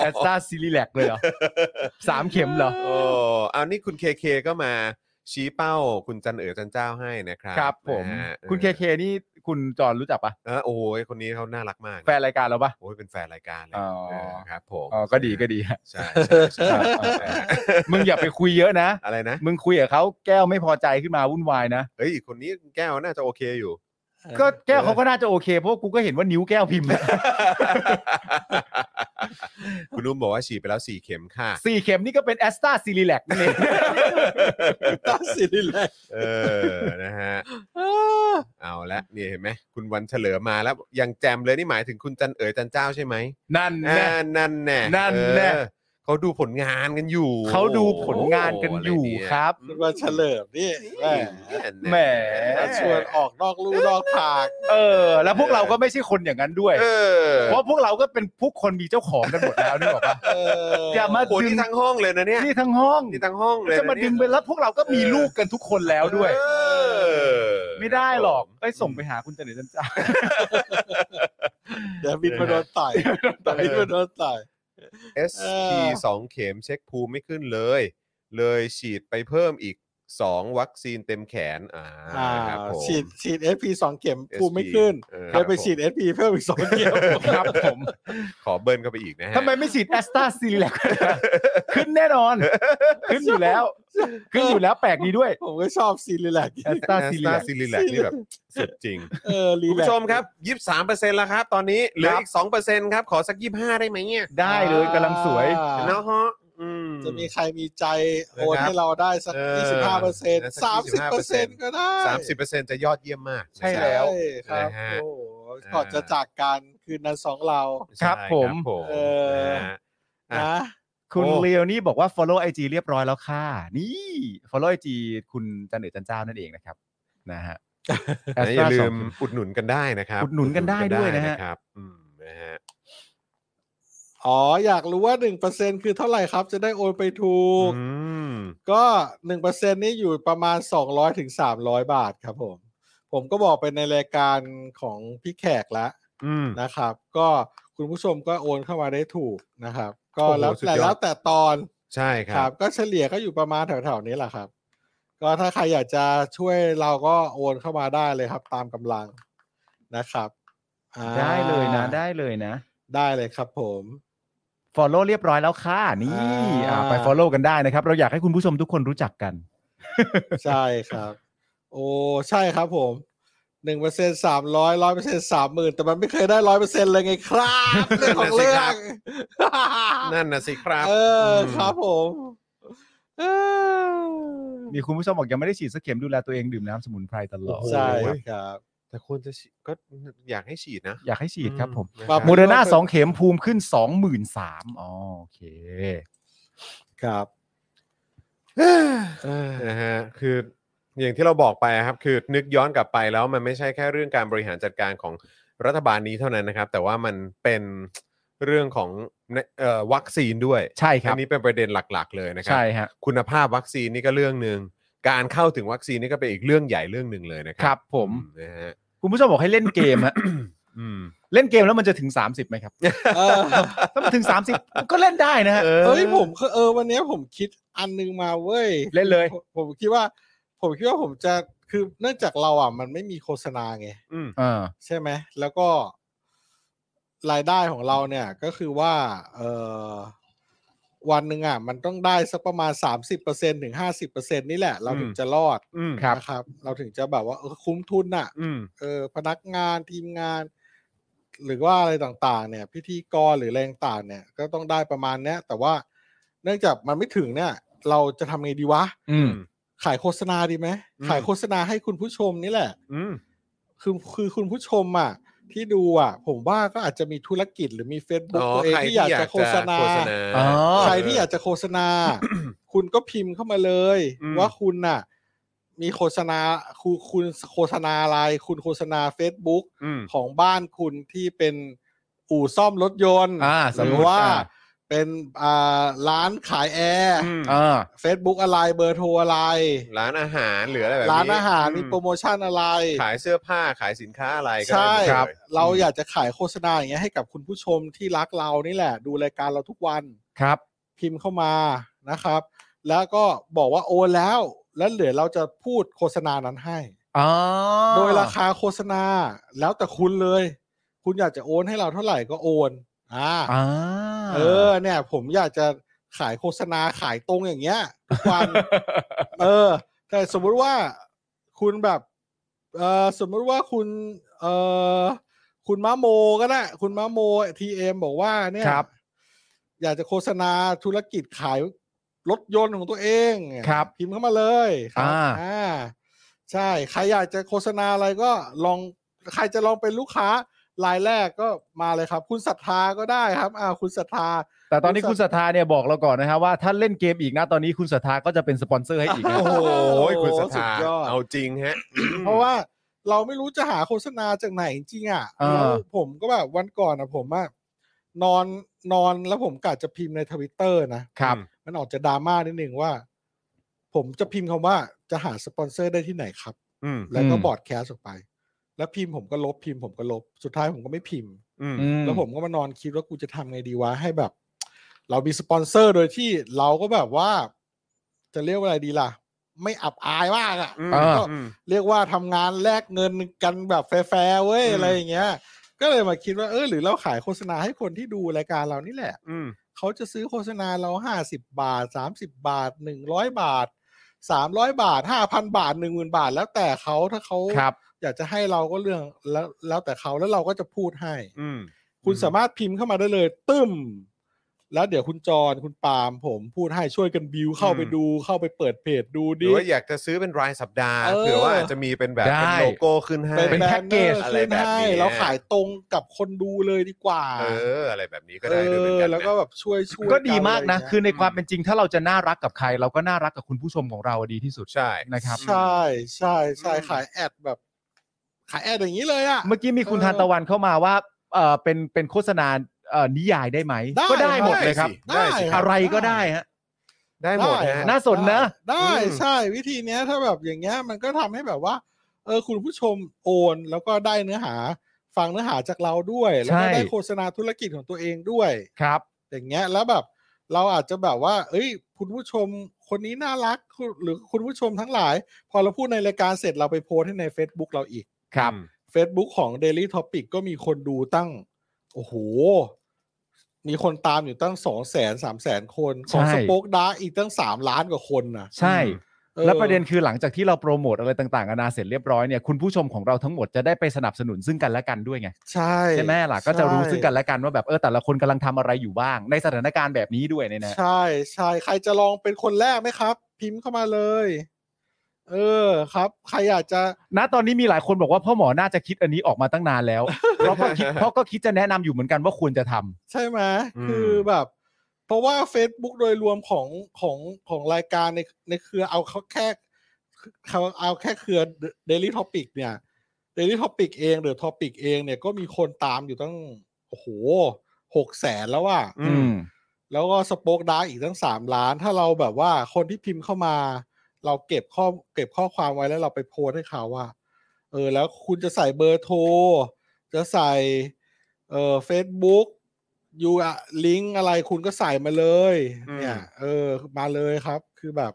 S2: แอสตาซิลิแลกเลยเหรอสามเข็มเหรอ
S1: โอ้เอานี่คุณเคเคก็มาชี้เป้าคุณจันเอ๋อจันเจ้าให้นะครับ
S2: ครับผม
S1: นะฮะ
S2: คุณเคเคนี่คุณจอนรู้จักปะ
S1: เออโอ้ยคนนี้เขาน่ารักมากนะ
S2: แฟนรายการเราปะ
S1: โอ้ยเป็นแฟนรายการเลย
S2: อ๋อ
S1: เออครับผม
S2: อ๋อก็ดีก็ดี
S1: ใช่ใช่ใช่ใช่
S2: มึงอย่าไปคุยเยอะนะ
S1: อะไรนะ
S2: มึงคุยกับเขาแก้วไม่พอใจขึ้นมาวุ่นวายนะ
S1: เฮ้ย คนนี้แก้วน่าจะโอเค อยู่
S2: ก็แก้วเขาก็น่าจะโอเค เพราะว่ากูก็เห็นว่านิ้วแก้วพิมพ์ อะ
S1: คุณนุ่มบอกว่าฉีดไปแล้วสี่เข็มค่ะ
S2: สี่เข็มนี่ก็เป็นแอสตาซิลิแลกนั่นเอง
S3: ตาซีรีแลก
S1: เออ นะฮะ เอาละนี่เห็นไหม คุณวันเฉลิมมาแล้ว ยังแจมเลยนี่หมายถึงคุณจันเอ๋ยจันเจ้าใช่ไหม
S2: นั่น
S1: อ่า
S2: แน่
S1: นั่นแน่
S2: นั่นแน่
S1: เออเขาดูผลงานกันอยู่
S2: เขาดูผลงานกันอยู่
S1: โโหะไเนี่
S2: ครับ
S1: อืม
S3: ว่าเฉลิมนี่แหม่
S2: แหม
S1: น่
S3: ชวนออกนอกลู่นอกทาง
S2: เออ แล้วพวกเราก็ไม่ใช่คนอย่างนั้นด้วย
S1: เออ
S2: เพราะพวกเราก็เป็นพวกคนมีเจ้าของกันหมดแล้วนึกออกปะ
S3: เออ
S2: อย่ามา
S1: โหนี่ทั้งห้องเลยนะเนี่ย
S2: นี่ทั้งห้อง
S1: นี่ทั้งห้องเลยน
S2: จะมาดึงไปแล้วพวกเราก็มีลูกกันทุกคนแล้วด้วย
S1: เออ
S2: ไม่ได้หรอกไปส่งไปหาคุณจันเดชจันจ้า
S3: เดี๋ยวบินมาโดนต่อยเดี๋ยวบินมาโดนต่อย
S1: เอสพีสองเข็มเช็คภูมิไม่ขึ้นเลย เลยฉีดไปเพิ่มอีกสองวัคซีนเต็มแขนอ่า
S3: อ่า
S1: ครับผม
S3: ฉีดฉีด SP สองเข็ม
S1: SP
S3: ภูมิไม่ขึ้น
S1: เออ
S3: เลยไปฉีด SP เพิ่มอีกสองเข็ม
S2: ครับผม
S1: ขอเบิร์นเข้าไปอีกนะฮะ
S2: ทำไมไม่ฉีดแอสตาซีแลกขึ้นแน่นอน ขึ้นอยู่แล้ว ขึ้นอยู่แล้วแปลกดีด้วย
S3: ผมก็ชอบซีรีแลก
S2: แอสตาซีแลก
S1: ซิลิแลกนี่แบบสุดจริง
S3: เออรี
S1: คุณ
S3: แลก
S1: ผู้ชมครับยี่สามเปอร์เซ็นต์แล้วครับ ตอนนี้เหลืออีกสองเปอร์เซ็นต์ครับ ขอสักยี่ห้าได้ไหมเนี่ย
S2: ได้เลยกำลังสวย
S1: เนาะฮะอืม
S3: จะมีใครมีใจโอน
S1: นะครับ
S3: ให้เราได้สัก
S1: เออ
S3: 25เปอร์เซ็นต์
S1: สัก
S3: 30เปอร์เซ็
S1: 25%
S3: นต์ก็ได้
S1: สามสิบเปอร์เซ็นต์จะยอดเยี่ยมมาก
S2: ใช่แล้ว
S3: ใช่ครับ
S1: นะฮะ
S3: โอ้โหก่อนจะจากกันคืนนั้นสองเรา
S1: ใช่
S2: ครับผม
S3: เออ
S1: นะฮะ อ่ะ
S3: นะ
S2: คุณ
S1: โอ้
S2: เลโอนี่บอกว่า follow IG เรียบร้อยแล้วค่ะ นี่ follow IG คุณจันเดชจันเจ้านั่นเองนะครับนะฮะ
S1: นะอย่า
S2: Astra
S1: ลื
S2: สง
S1: ม
S2: เข็
S1: อุดหนุนกันได้นะครับ
S2: อุดหนุนกันได้ด้วยนะฮะ
S1: ครับอืมนะฮะ
S3: อ๋ออยากรู้ว่า 1%คือเท่าไหร่ครับ จะได้โอนไปถูก
S1: อืม
S3: ก็ 1%นี่อยู่ประมาณ 200ถึง300 บาทครับผม ผมก็บอกไปในรายการของพี่แขกแล้ว
S1: อืม
S3: นะครับ ก็คุณผู้ชมก็โอนเข้ามาได้ถูกนะครับ ก็
S1: โอ้โห
S3: แล้ว
S1: สุดย
S3: แต่
S1: อด
S3: แล้วแต่ตอน
S1: ใช่ค
S3: ค
S1: รั
S3: รับ บ ก็เฉลี่ยก็อยู่ประมาณแถวๆนี้แหละครับ ก็ถ้าใครอยากจะช่วยเราก็โอนเข้ามาได้เลยครับ ตามกำลังนะครับอ่า
S2: ได้เลยนะได้เลยนะ
S3: ได้เลยครับผม
S2: follow เรียบร้อยแล้วค่ะ นี่
S3: อ่า
S2: อ่าไป follow กันได้นะครับ เราอยากให้คุณผู้ชมทุกคนรู้จักกัน
S3: ใช่ครับ โอ้ใช่ครับผม หนึ่งเปอร์เซ็นสามร้อยร้อยเปอร์เซ็นสามหมื่นแต่มันไม่เคยได้ร้อยเปอร์เซ็นเลยไงครับเรื่องของเรื่อง
S1: นั่นนะสิครับ
S3: เออ
S1: ม
S3: ครับผมเออ
S2: มีคุณผู้ชมบอกยังไม่ได้ฉีดสักเข็มดูแลตัวเองดื่มน้ำสมุนไพรตลอด
S3: ใช่ครับ
S1: แต่ควรจะฉีดก็อยากให้ฉีดนะ
S2: อยากให้ฉีดครับผม
S1: อื
S3: า
S1: นะ
S2: โมเดอร์นาสองเข็มภูมิขึ้นสองหมื่นสามอ๋อโอเค
S3: ครับเออ
S1: นะฮะคืออย่างที่เราบอกไปครับ คือนึกย้อนกลับไปแล้วมันไม่ใช่แค่เรื่องการบริหารจัดการของรัฐบาลนี้เท่านั้นนะครับ แต่ว่ามันเป็นเรื่องของเอ่อวัคซีนด้วย
S2: ใช่ครั
S1: อั
S2: บ
S1: นนี้เป็นประเด็นหลัก ๆ เลยนะครั
S2: ใช่ฮะ
S1: คุณภาพวัคซีนนี่ก็เรื่องหนึ่งการเข้าถึงวัคซีนนี่ก็เป็นอีกเรื่องใหญ่เรื่องหนึ่งเลยนะค
S2: ค
S1: รั
S2: รั
S1: บบ
S2: ผม
S1: นะฮะ
S2: คุณผู้ชมบอกให้เล่นเก มฮะ
S1: อืม
S2: เล่นเกมแล้วมันจะถึง 30ไหมครับ
S3: เออ
S2: ถ้ามันถึง 30 ก็เล่นได้นะฮะ
S3: เฮ้ยผมเออวันเนี้ยผมคิดอันนึงมาเว้ย
S2: เล่นเลย
S3: ผมผมคิดว่า ผมคิดว่าผมจะคือเนื่องจากเราอ่ะมันไม่มีโฆษณาไง
S1: อืม
S2: เออ
S3: ใช่ไหม แล้วก็รายได้ของเราเนี่ยก็คือว่า เออวันหนึ่งอ่ะ มันต้องได้สักประมาณ 30%ถึง 50%นี่แหละ เราถึงจะรอด
S1: อืม
S2: ครับ
S3: นะครับ เราถึงจะแบบว่าเออคุ้มทุนอ่ะ
S1: อืม
S3: เออพนักงานทีมงาน หรือว่าอะไรต่างๆ เนี่ย พิธีกรหรืออะไรต่างๆเนี่ย ก็ต้องได้ประมาณเนี้ยแต่ว่าเนื่องจากมันไม่ถึงเนี่ย เราจะทำไงดีวะ
S2: อืม
S3: ขายโฆษณาดีไหมขายโฆษณาให้คุณผู้ชมนี่แหละ
S1: อืม
S3: คือคือคุณผู้ชมอ่ะ ที่ดูอ่ะ ผมว่าก็อาจจะมีธุรกิจหรือมี Facebook ตัวเองที่อยากจะโฆษณา
S2: อ๋อ
S3: ใครที่อยากจะโฆษ ณา คุณก็พิมพ์เข้ามาเลย
S1: อืม
S3: ว่าคุณน่ะ มีโฆษณาคุณคุณโฆษณาอะไรคุณโฆษณา Facebook
S1: อืม
S3: ของบ้านคุณที่เป็นอู่ซ่อมรถยนต์
S2: อ่าสม
S3: ห
S2: มุ
S3: รื
S2: ติ
S3: อว่า
S2: อ่า
S3: เป็นอ่าร้านขายแอร์
S1: อืม
S2: อ่า
S3: Facebook อะไรเบอร์โทรอะไร
S1: ร้านอาหารหรืออะไรแบบนี้
S3: ร้านอาหาร
S1: อื
S3: มีโปรโมชั่นอะไร
S1: ขายเสื้อผ้าขายสินค้าอะไรก็
S3: ใช่
S1: ได้หมดลย
S3: เราอยากจะขายโฆษณาอย่างเงี้ยให้กับคุณผู้ชมที่รักเรานี่แหละ ดูรายการเราทุกวัน
S2: ครับ
S3: พิมพ์เข้ามานะครับ แล้วก็บอกว่าโอนแล้ว แล้วเหลือเราจะพูดโฆษณานั้นให้
S2: อ๋อ
S3: โดยราคาโฆษณาแล้วแต่คุณเลย คุณอยากจะโอนให้เราเท่าไหร่ก็โอนอ่า
S2: อ่า
S3: เออเนี่ย ผมอยากจะขายโฆษณาขายตรงอย่างเงี้ยทุกวัน เออ แต่สมมุติว่าคุณแบบเออสมมุติว่าคุณเออคุณมะโมก็ได้ คุณมะโมทีเอ็มบอกว่าเนี่ย
S2: ครับ
S3: อยากจะโฆษณาธุรกิจขายรถยนต์ของตัวเอง
S2: ครับ
S3: พิมพ์เข้ามาเลยครั
S2: อ่า
S3: อ่าใช่ ใครอยากจะโฆษณาอะไรก็ลองใครจะลองเป็นลูกค้ารายแรกก็มาเลยครับ คุณศรัทธาก็ได้ครับอ่าคุณศรัทธา
S2: แต่ตอนนี้คุณศรัทธาเนี่ยบอกเราก่อนนะครับว่าถ้าเล่นเกมอีกนะตอนนี้คุณศรัทธาก็จะเป็นสปอนเซอร์ให้อีกนะ
S3: โอ้
S1: โอ้โห
S3: โห
S1: คุณส
S3: สุ
S1: ถา
S3: ดยอด
S1: เอาจริงฮะ
S3: เพราะว่าเราไม่รู้จะหาโฆษณาจากไหนจริงๆอ่ะ
S2: เอ
S3: แล้ว
S2: อ
S3: ผมก็แบบวันก่อนอะผมอะนอนนอนแล้วผมกะจะพิมพ์ในทวิตเตอร์นะครับ มันออกจะดราม่านิดนึงว่า ผมจะพิมพ์คำว่าจะหาสปอนเซอร์ได้ที่ไหนครับ
S1: อืม
S3: แล้วก็
S2: อืม
S3: บอร์ดแคสต์ออกไป แล้วพิมพ์ผมก็ลบพิมพ์ผมก็ลบสุดท้ายผมก็ไม่พิมพ์
S1: อืม
S2: อื
S3: แล้วผมก็มานอนคิดว่ากูจะทำไงดีวะให้แบบ เรามีสปอนเซอร์โดยที่เราก็แบบว่า จะเรียกว่าอะไรดีล่ะ ไม่อับอายมากอ่ะ
S1: อืม
S3: แล้วก็
S1: อืม
S3: เรียกว่าทำงานแลกเงินกันแบบแฟร์ๆเว้ย
S1: อืม
S3: อะไรอย่างเงี้ย ก็เลยมาคิดว่าเออหรือเราขายโฆษณาให้คนที่ดูรายการเรานี่แหละ
S1: อืม
S3: เขาจะซื้อโฆษณาเราห้าสิบบาทสามสิบบาทหนึ่งร้อยบาทสามร้อยบาทห้าพันบาทหนึ่งหมื่นบาท แล้วแต่เขาถ้าเขา
S2: ครับ
S3: อยากจะให้เราก็เรื่องแล้วแล้วแต่เขาแล้วเราก็จะพูดให้
S1: อืม
S3: คุณ
S1: อืม
S3: สามารถพิมพ์เข้ามาได้เลย ตึ้ม แล้วเดี๋ยวคุณจรคุณปาล์มผมพูดให้ช่วยกันบิวเข้าไปดูเข้าไปเปิดเพจดู
S1: ห
S3: ดิ
S1: รือว่าอยากจะซื้อเป็นรายสัปดาห์
S3: เออ
S1: เผื่อว่าอาจจะมีเป็นแบบเป็น
S2: ได้
S1: โลโก้ขึ้นให้
S3: เป็น
S2: เป็น
S3: แพ็
S2: แพ็
S3: ก
S2: ก
S3: เก
S2: เก
S3: จ
S2: จ
S3: อะไร
S1: อะไร
S3: แบบ
S1: แบบนี้
S3: นี้เราขายตรงกับคนดูเลยดีกว่า
S1: เออ อะไรแบบนี้ก็ได้ด้วยเหมือนกันนะ
S3: เออแล้วก็แบบช่วยช่วย
S2: ก็ดีมากนะ
S3: อะไร
S2: คือในความเป็นจริงถ้าเราจะน่ารักกับใคร เราก็น่ารักกับคุณผู้ชมของเราดีที่สุด
S1: ใช่
S2: นะครับ
S3: ใช่ใช่ใช่
S1: อืม
S3: ขายแอดแบบ ขายแอดอย่างนี้เลยอ่ะ
S2: เมื่อกี้มีคุณ
S3: เออ
S2: ทานตะวันเข้ามาว่าเออเป็นเป็นโฆษณาเอ่อนิยายได้ไหม
S3: ได้
S2: ก็ได้หมดเลยครับ
S1: ได้สิค
S3: ได้
S1: รั
S2: อะ
S1: บ
S2: ไรก็ได้ฮะ
S1: ได้หมด
S3: ได้
S1: ฮะ
S3: ครับ
S2: น่าสนนะ
S3: ได้ได้
S1: อืม
S3: ใช่วิธีเนี้ยถ้าแบบอย่างเงี้ยมันก็ทำให้แบบว่า เออคุณผู้ชมโอนแล้วก็ได้เนื้อหาฟังเนื้อหาจากเราด้วย แล้วก็ได้
S2: ใช่
S3: โฆษณาธุรกิจของตัวเองด้วย
S2: ครับ
S3: อย่างเงี้ยแล้วแบบเราอาจจะแบบว่า เอ้ย คุณผู้ชมคนนี้น่ารักคุณหรือคุณผู้ชมทั้งหลาย พอเราพูดในรายการเสร็จเราไปโพสต์ให้ใน Facebook เราอีก
S2: ครับ
S3: Facebook ของ Daily Topic ก็มีคนดูตั้ง โอ้โห มีคนตามอยู่ตั้งสองแสนสามแสนคน ของ
S2: ใช่
S3: สป็อกดาร์อีกตั้งสามล้านกว่าคนนะ
S2: ใช่
S1: อืม
S3: เ ออ
S2: และประเด็นคือหลังจากที่เราโปรโมทอะไรต่างๆนานาเสร็จเรียบร้อยเนี่ยคุณผู้ชมของเราทั้งหมดจะได้ไปสนับสนุนซึ่งกันและกันด้วยไง
S3: ใช่
S2: ใช่ไหมล่ะก็จะรู้ซึ่งกัน
S3: ใช่
S2: และกันว่าแบบเออแต่ละคนกำลังทำอะไรอยู่บ้าง ในสถานการณ์แบบนี้ด้วยเนี่ยนะ
S3: ใช่ใช่ใครจะลองเป็นคนแรกไหมครับ พิมพ์เข้ามาเลย เออครับ ใครอยากจะ
S2: ณตอนนี้มีหลายคนบอกว่าพ่อหมอน่าจะคิดอันนี้ออกมาตั้งนาน แล้ว เพราะก็คิดเพราะก็คิดจะแนะนำอยู่เหมือนกันว่าควรจะทำ
S3: ใช่ไหม
S1: อืม
S3: คือแบบ เพราะว่า Facebook โดยรวมของของของรายการในในเครือเอาเขาแค่เขาเอาแค่เครือ Daily Topic เนี่ย Daily Topic เองหรือ Topic เองเนี่ยก็มีคนตามอยู่ตั้ง โอ้โหหกแสนแล้วอะ
S1: อืม
S3: แล้วก็สป็อกดาอีกตั้งสามล้าน ถ้าเราแบบว่าคนที่พิมพ์เข้ามา เราเก็บข้อเก็บข้อความไว้แล้วเราไปโพสต์ให้เขาว่า เออ แล้วคุณจะใส่เบอร์โทร จะใส่เอ่อ Facebook ยูลิงก์อะไรคุณก็ใส่มาเลย
S1: อืม
S3: เนี่ย เออ มาเลยครับ คือแบบ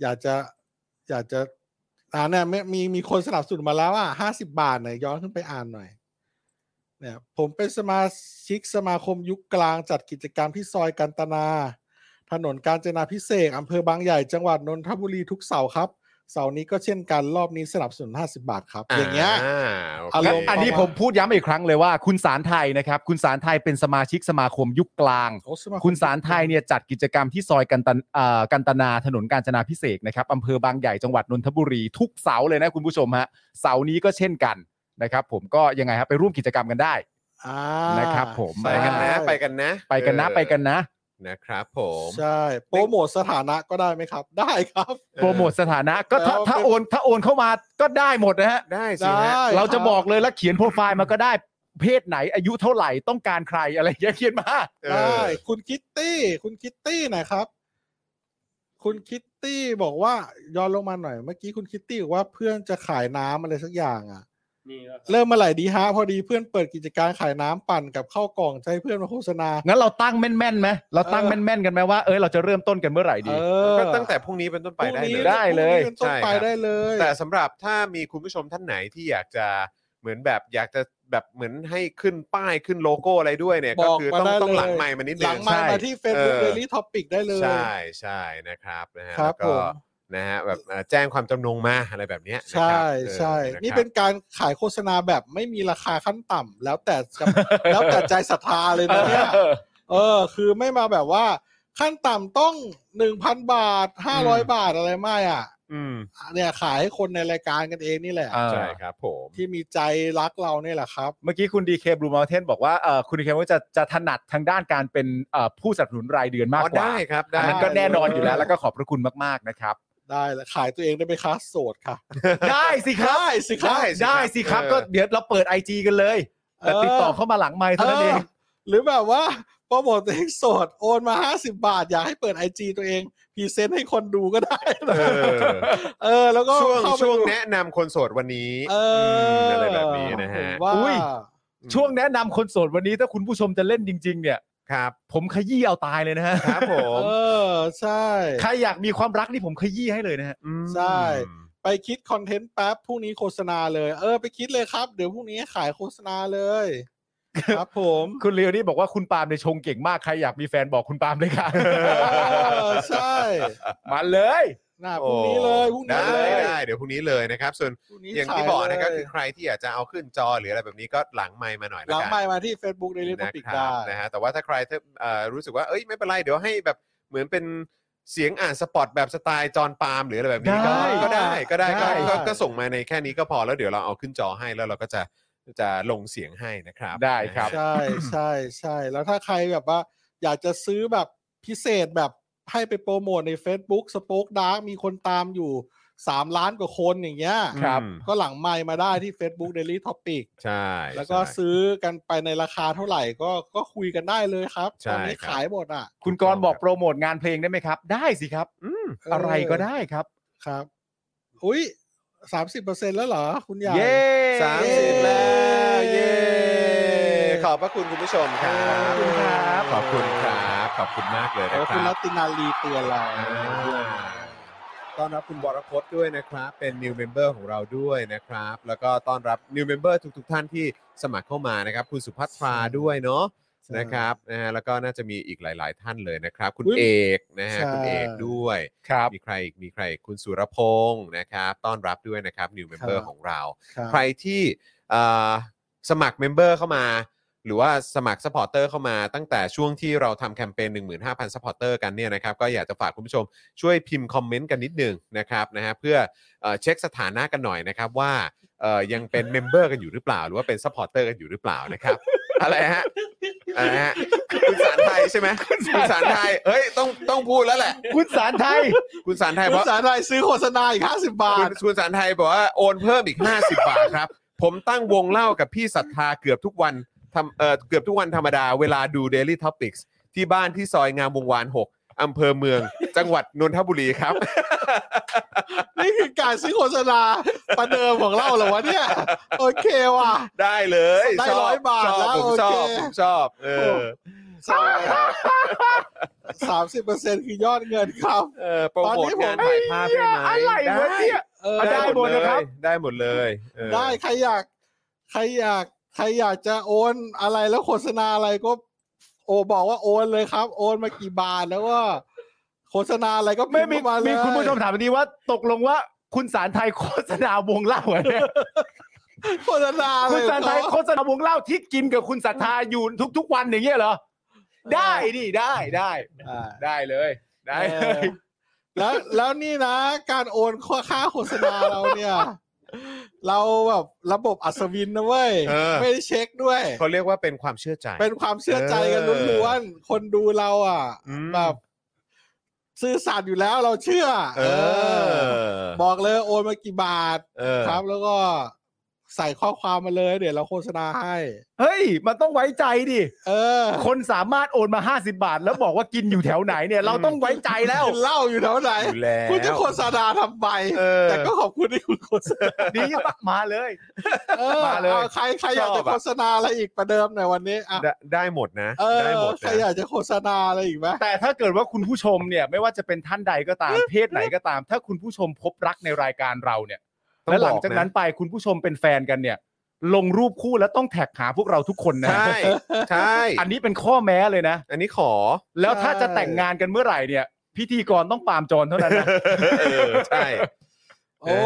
S3: อยากจะ อยากจะอ่านเนี่ยไม่มีมีคนสนับสนุนมาแล้วอ่ะห้าสิบาทหน่อยย้อนขึ้นไปอ่านหน่อย เนี่ย ผมเป็นสมาชิกสมาคมยุคกลางจัดกิจกรรมที่ซอยกันตนา ถนนกาญจนาพิเศษกอำเภอบางใหญ่จังหวัดนนทบุรีทุกเสาร์ครับ เสาร์นี้ก็เช่นกันรอบนี้สนับสนุน 50 บาทครับ อย่างเงี้ย
S1: โเค
S3: อารมณ์
S2: อันนี้
S3: ประมาณ
S2: ผมพูดย้ำอีกครั้งเลยว่า คุณสารไทยนะครับ คุณสารไทยเป็นสมาชิกสมาคมยุคกลาง
S3: โอ้ม
S2: คุณสารไทยเนี่ยจัดกิจกรรมที่ซอยกันตันเอ่อกันตนาถนนกาญจนาพิเศษกนะครับอำเภอบางใหญ่จังหวัดนนทบุรีทุกเสาร์เลยนะคุณผู้ชมฮะเสาร์นี้ก็เช่นกันนะครับ ผมก็ยังไงครับไปร่วมกิจกรรมกันได้
S3: อ่า
S2: นะครับผม
S1: ไปกันนะ ไปกันนะ
S2: ไปกันนะ
S1: เออ
S2: ไปกันนะ
S1: นะครับผม
S3: ใช่ โปรโมทสถานะก็ได้ไหมครับ ได้ครับ
S2: โปรโมทสถานะก็ถ้า
S3: แล้ว
S2: ถ้าโอนถ้าโอนเข้ามาก็ได้หมดนะฮะ
S1: ได้สิ
S3: ได้
S1: ฮะ
S2: เราจะบอกเลยแล้วเขียนโปรไฟล์มาก็ได้เพศไหนอายุเท่าไหร่ต้องการใครอะไรอย่างเงี้ยเขียนมา
S1: เอ
S3: ได้
S1: อ
S3: คุณคิตตี้ คุณคิตตี้หนะครับ คุณคิตตี้บอกว่าย้อนลงมาหน่อย เมื่อกี้คุณคิตตี้บอกว่าเพื่อนจะขายน้ำอะไรสักอย่างอ่ะ
S4: นี่ก็
S3: เริ่มเมื่อไหร่ดีฮะ พอดีเพื่อนเปิดกิจการขายน้ำปั่นกับข้าวกล่องจะให้เพื่อนมาโฆษณา
S2: งั้นเราตั้งแม่นๆไหมเราตั้ง
S3: เออ
S2: แม่นๆกันไหมว่า เอ้ยเราจะเริ่มต้นกันเมื่อไหร่ดี
S3: เออ
S1: ก็ตั้งแต่พรุ่งนี้เป็นต้นไปได้
S3: พรุ่ง
S1: เล
S3: นี้
S1: ย
S2: ได้เลย
S3: พรุ่งนี้ป็นต้น
S1: ใช่ค
S3: ไป
S1: รับ
S3: ได้เลย
S1: แต่สำหรับถ้ามีคุณผู้ชมท่านไหนที่อยากจะเหมือนแบบอยากจะแบบเหมือนให้ขึ้นป้ายขึ้นโลโก้อะไรด้วยเนี่ย
S3: บ
S1: ก็
S3: อก
S1: คือต้อง
S3: มาได้
S1: ต้องหลัง
S3: เลย
S1: ไมค์มานิดนึ
S3: หลังไมค์มาที่ Facebook
S1: ออ
S3: Daily Topic ได้เลย
S1: ใช่ใช่นะครับนะฮะ
S3: ครั
S1: แล้วก็
S3: บผม
S1: นะฮะแบบเอ่อแจ้งความจำนงมาอะไรแบบเนี้ยนะครั
S3: ใช่
S1: บเออ
S3: ใช่
S1: ะ
S3: นี่
S1: ครับ
S3: เป็นการขายโฆษณาแบบไม่มีราคาขั้นต่ำแล้วแต่ จะ แล้วแต่ใจศรัทธาเลยนะเนี่ยเออ คือไม่มาแบบว่าขั้นต่ำต้องหนึ่งพันบาทห้าร้อยบาทอะไรไม่อ่ะ
S1: อืม
S3: เนี่ยขายให้คนในรายการกันเองนี่แหละ
S2: เออ
S1: ใช่ครับผม
S3: ที่มีใจรักเราเนี่ยแหละครับ
S2: เมื่อกี้คุณดีเคบลูม t เทนบอกว่าเอ่อคุณดีเคว่าจะจะถนัดทางด้านการเป็นเอ่อผู้สนับสนุนรายเดือนมาก
S1: อ๋อก
S2: ว่า
S1: ได้ครับ
S2: อั
S1: ได้
S2: นนั้นก็แน่นอนอยู่แล้ว
S3: เออ
S2: แล้วก็ขอบพระคุณมากๆนะครับ
S3: ได้แล้วขายตัวเองได้ไหมคะโสดค่ะ
S2: ได้สิครับ
S3: ได้สิครับ
S2: ได้สิครับก็เดี๋ยวเราเปิด IG กันเลย แต่ติดต่อเข้ามาหลังไมค์เท่านั้นเอง
S3: เออหรือแบบว่าโปรโมทตัวเองโสดโอนมา 50 บาท อยากให้เปิดไอจตัวเองพรีเซนต์ให้คนดูก็ได้
S1: เอ
S3: นะ
S1: อ
S3: เออ แล้วก็
S1: ช่วง
S3: เข้าไป
S1: ช่วง
S3: ดู
S1: แนะนำคนโสดวันนี้
S3: เอ
S1: ม
S3: อ
S1: อะ
S3: อะไร
S1: แบบนี้นะฮะ
S3: ว่า
S2: อุ้ย ช่วงแนะนำคนโสดวันนี้ถ้าคุณผู้ชมจะเล่นจริง ๆ เนี่ย
S1: ครับ
S2: ผมขยี้เอาตายเลยนะฮะ
S1: ครับผม
S3: เออ ใช่
S2: ใครอยากมีความรักนี่ผมขยี้ให้เลยนะฮะ
S1: อืม
S3: ใช่ ไปคิดคอนเทนต์แป๊บพรุ่งนี้โฆษณาเลย เออ ไปคิดเลยครับ เดี๋ยวพรุ่งนี้ขายโฆษณาเลย ครับผม
S2: คุณเลียวนี่บอกว่าคุณปาล์มในยชงเก่งมากใครอยากมีแฟนบอกคุณปาล์มเลยค่ะ
S3: เออ ใช่
S2: มาเลย
S3: น่ะพรุ่งนี้เลยพรุ่งนี้
S1: ได้
S3: เลย
S1: ได้เดี๋ยวพรุ่งนี้เลยนะครับ ส่วน
S3: พรุ่งนี้
S1: อย่าง
S3: ข
S1: ที่บอกนะครับ
S3: เลย
S1: คือใครที่อยากจะเอาขึ้นจอหรืออะไรแบบนี้ก็หลังไมค์มาหน่อย
S3: ห
S1: ละ
S3: ลัง
S1: กัน
S3: ไมค์มาที่ Facebook Daily
S1: นะ
S3: Topic
S1: ครั
S3: ได้
S1: บนะฮะแต่ว่าถ้าใครถ้าเอ่อรู้สึกว่าเอ้ยไม่เป็นไรเดี๋ยวให้แบบเหมือนเป็นเสียงอ่านสปอตแบบสไตล์จอห์นปาล์มหรืออะไรแบบนี้ก็ก็ได้ก็ได้ก็ก็ก็ส่งมาในแค่นี้ก็พอแล้วเดี๋ยวเราเอาขึ้นจอให้แล้วเราก็จะจะลงเสียงให้นะครับ
S2: ได้ครับ
S3: ใช่ใช่ใช่แล้วถ้าใครแบบว่า อยากจะซื้อแบบพิเศษแบบให้ไปโปรโมทใน Facebook Spoke Dark มีคนตามอยู่ 3 ล้านกว่าคนอย่างเงี้ย
S2: ครับ
S1: อืม
S3: ก็หลังไมค์มาได้ที่ Facebook Daily Topic
S1: ใช่
S3: แล้วก็
S1: ใช่
S3: ซื้อกันไปในราคาเท่าไหร่ก็ก็คุยกันได้เลยครับ
S1: ใช่
S3: ตอนนี้
S1: ครับ
S3: ขายหมดอ่ะ
S2: คุณกรณ์บอกโปรโมทงานเพลงได้ไหมครับ ได้สิครับ
S1: อืม
S3: เ
S2: อะไรก็ได้ครับ
S3: ครับ อุ้ยสามสิบเปอร์เซ็นแล้วเหรอ คุณใหญ่
S2: เย้
S1: สามสิบแล้วเย้ขอบพระคุณคุณผู้ชมครับ
S3: ขอบคุณค
S1: ขอบคุณค
S3: รับ
S1: รับ ขอบคุณมากเลย
S3: ข
S1: นะ
S3: อบ
S1: ค
S3: คุณ
S1: รั
S3: รับ ตินาลีเตือนเรา
S1: อ่าต้อนรับคุณวรพจน์ด้วยนะครับ เป็น new member ของเราด้วยนะครับ แล้วก็ต้อนรับ new member ทุกๆท่านที่สมัครเข้ามานะครับ คุณสุภัทราด้วยเนาะ
S3: ใช่
S1: นะครับนะฮะแล้วก็น่าจะมีอีกหลาย ๆ ท่านเลยนะครับ คุณ
S3: อุ๊ย
S1: เอกนะฮะคุณ
S3: ใช่
S1: เอกด้วย
S2: ครับ
S1: มีใครอีกมีใครอีกคุณสุรพงศ์นะครับ ต้อนรับด้วยนะครับ new member
S3: ครับ
S1: ของเรา
S3: ครับ
S1: ใครที่เอ่อสมัครเมมเบอร์เข้ามา หรือว่าสมัครสปอร์เตอร์เข้ามาตั้งแต่ช่วงที่เราทำแคมเปญ15,000สปอร์เตอร์กันเนี่ยนะครับ ก็อยากจะฝากคุณผู้ชมช่วยพิมพ์คอมเมนต์กันนิดหนึ่งนะครับนะฮะเพื่อเอ่อเช็คสถานะกันหน่อยนะครับ ว่าเอ่อยังเป็นเมมเบอร์กันอยู่หรือเปล่า หรือว่าเป็นสปอร์เตอร์กันอยู่หรือเปล่านะครับ อะไรฮะอะไรฮะคุณสารไทยใช่ไหมคุณสารไทยเอ้ยต้องต้องพูดแล้วแหละ
S2: คุณสารไทย
S1: คุณสารไทย
S3: คุ
S1: บ
S3: ณ
S1: อก
S3: สารไทยซื้อโฆษณาอีกห้าสิบบา
S1: คุณ
S3: ท
S1: คุณสารไทยบอกว่าโอนเพิ่มอีก 50 บาทครับ ผมตั้งวงเล่ากับพี่ศรัทธาเกือบทุกวันทำเอ่อเกือบทุกวันธรรมดาเวลาดู Daily Topics ที่บ้านที่ซอยงามวงวาน 6 อำเภอเมือง จังหวัดนนทบุรีครับ
S3: นี่คือการซื้อโฆษณาประเดิมของเราเหรอวะเนี่ย โอเคว่ะ
S1: ได้เลย
S3: ได้
S1: ช
S3: ร้อยบาท
S1: ชอ
S3: แล้ว
S1: ผมชอบ
S3: โอเค
S1: ผมชอบเออ
S3: สามสิบเปอร์เซ็นต์คือยอดเงินครับ
S1: เออโปรโมท
S3: ตอนนี้ผม
S1: งานถ่ายภาพได้ไหม
S2: อะไรวะเนี่ย
S3: เออ
S2: ได้หมดนะครับ
S1: ได้หมดเลยเออ
S3: ได้ใครอยากใครอยากใครอยากจะโอนอะไรแล้วโฆษณาอะไรก็ โอบอกว่าโอนเลยครับ โอนมากี่บาทแล้วก็โฆษณาอะไรก็
S2: ไม่
S3: พิพ์
S2: มีมี
S3: เข้าาเลย
S2: คุณผู้ชมถามวันนี้ว่าตกลงว่าคุณสารไทยโฆษณาวงเล่าเหรอเนี่ย
S3: โฆษณาอะไร
S2: คุณสารไทยโฆษณาวงเล่าที่กินกับคุณศรัทธาอยู่ทุก ๆ วันอย่างเงี้ยเหรอ ได้ดิได้ได้
S3: อ่า
S2: ได้เลยได้
S3: เอ
S2: เล
S3: อย แล้วแล้วนี่นะ การโอนค่าค่าโฆษณาเราเนี่ย เราแบบระบบอัศวินนะเว้ย
S1: เออ
S3: ไม่ได้เช็คด้วย
S1: เขาเรียกว่าเป็นความเชื่อใจ
S3: เป็นความเชื่อใจกัน
S1: เออ
S3: ล้วนๆคนดูเราอ่ะ
S1: อืม
S3: แบบซื่อสัตย์อยู่แล้วเราเชื่อ
S1: เออ
S3: บอกเลยโอนมากี่บาท
S1: เออ
S3: ครับ แล้วก็ใส่ข้อความมาเลย เดี๋ยวเราโฆษณาให้
S2: เฮ้ย มันต้องไว้ใจดิ
S3: เออ
S2: คนสามารถโอนมา 50 บาท แล้วบอกว่ากินอยู่แถวไหนเนี่ย เราต้องไว้ใจแล้ว
S3: กินเหล้าอยู่แถวไหน
S1: อยู่แล้ว
S3: คุณจะโฆษณาทำไม
S1: เออ
S3: แต่ก็ขอบคุณที่คุณโฆษณา
S2: นี่ปักมาเลย
S3: เออ
S2: มาเลย
S3: อใครใครอยาก
S1: ชอ
S3: จะ
S1: บอะ
S3: โฆษณาอะไรอีกประเดิมหน่อยวันนี้อ่ะ
S1: ได้ได้หมดนะ
S3: เอ
S1: ได้หม
S3: อ
S1: ด
S3: ใคร
S1: นะ
S3: อยากจะโฆษณาอะไรอีกไหม
S2: แต่ถ้าเกิดว่าคุณผู้ชมเนี่ย ไม่ว่าจะเป็นท่านใดก็ตาม เพศไหนก็ตาม ถ้าคุณผู้ชมพบรักในรายการเราเนี่ย
S1: ต้อง
S2: และหลั
S1: บ
S2: ง
S1: อกนะ
S2: จากนั้นไปคุณผู้ชมเป็นแฟนกันเนี่ย ลงรูปคู่แล้วต้องแท็กหาพวกเราทุกคนนะ
S1: ใช่ ใช่
S2: อันนี้เป็นข้อแม้เลยนะ
S1: อันนี้ขอ
S2: แล้วถ้าจะแต่งงานกันเมื่อไหร่เนี่ย พิธีกรต้องปาล์มจรเท่านั้นนะ
S1: เออ ใช่
S3: โอ้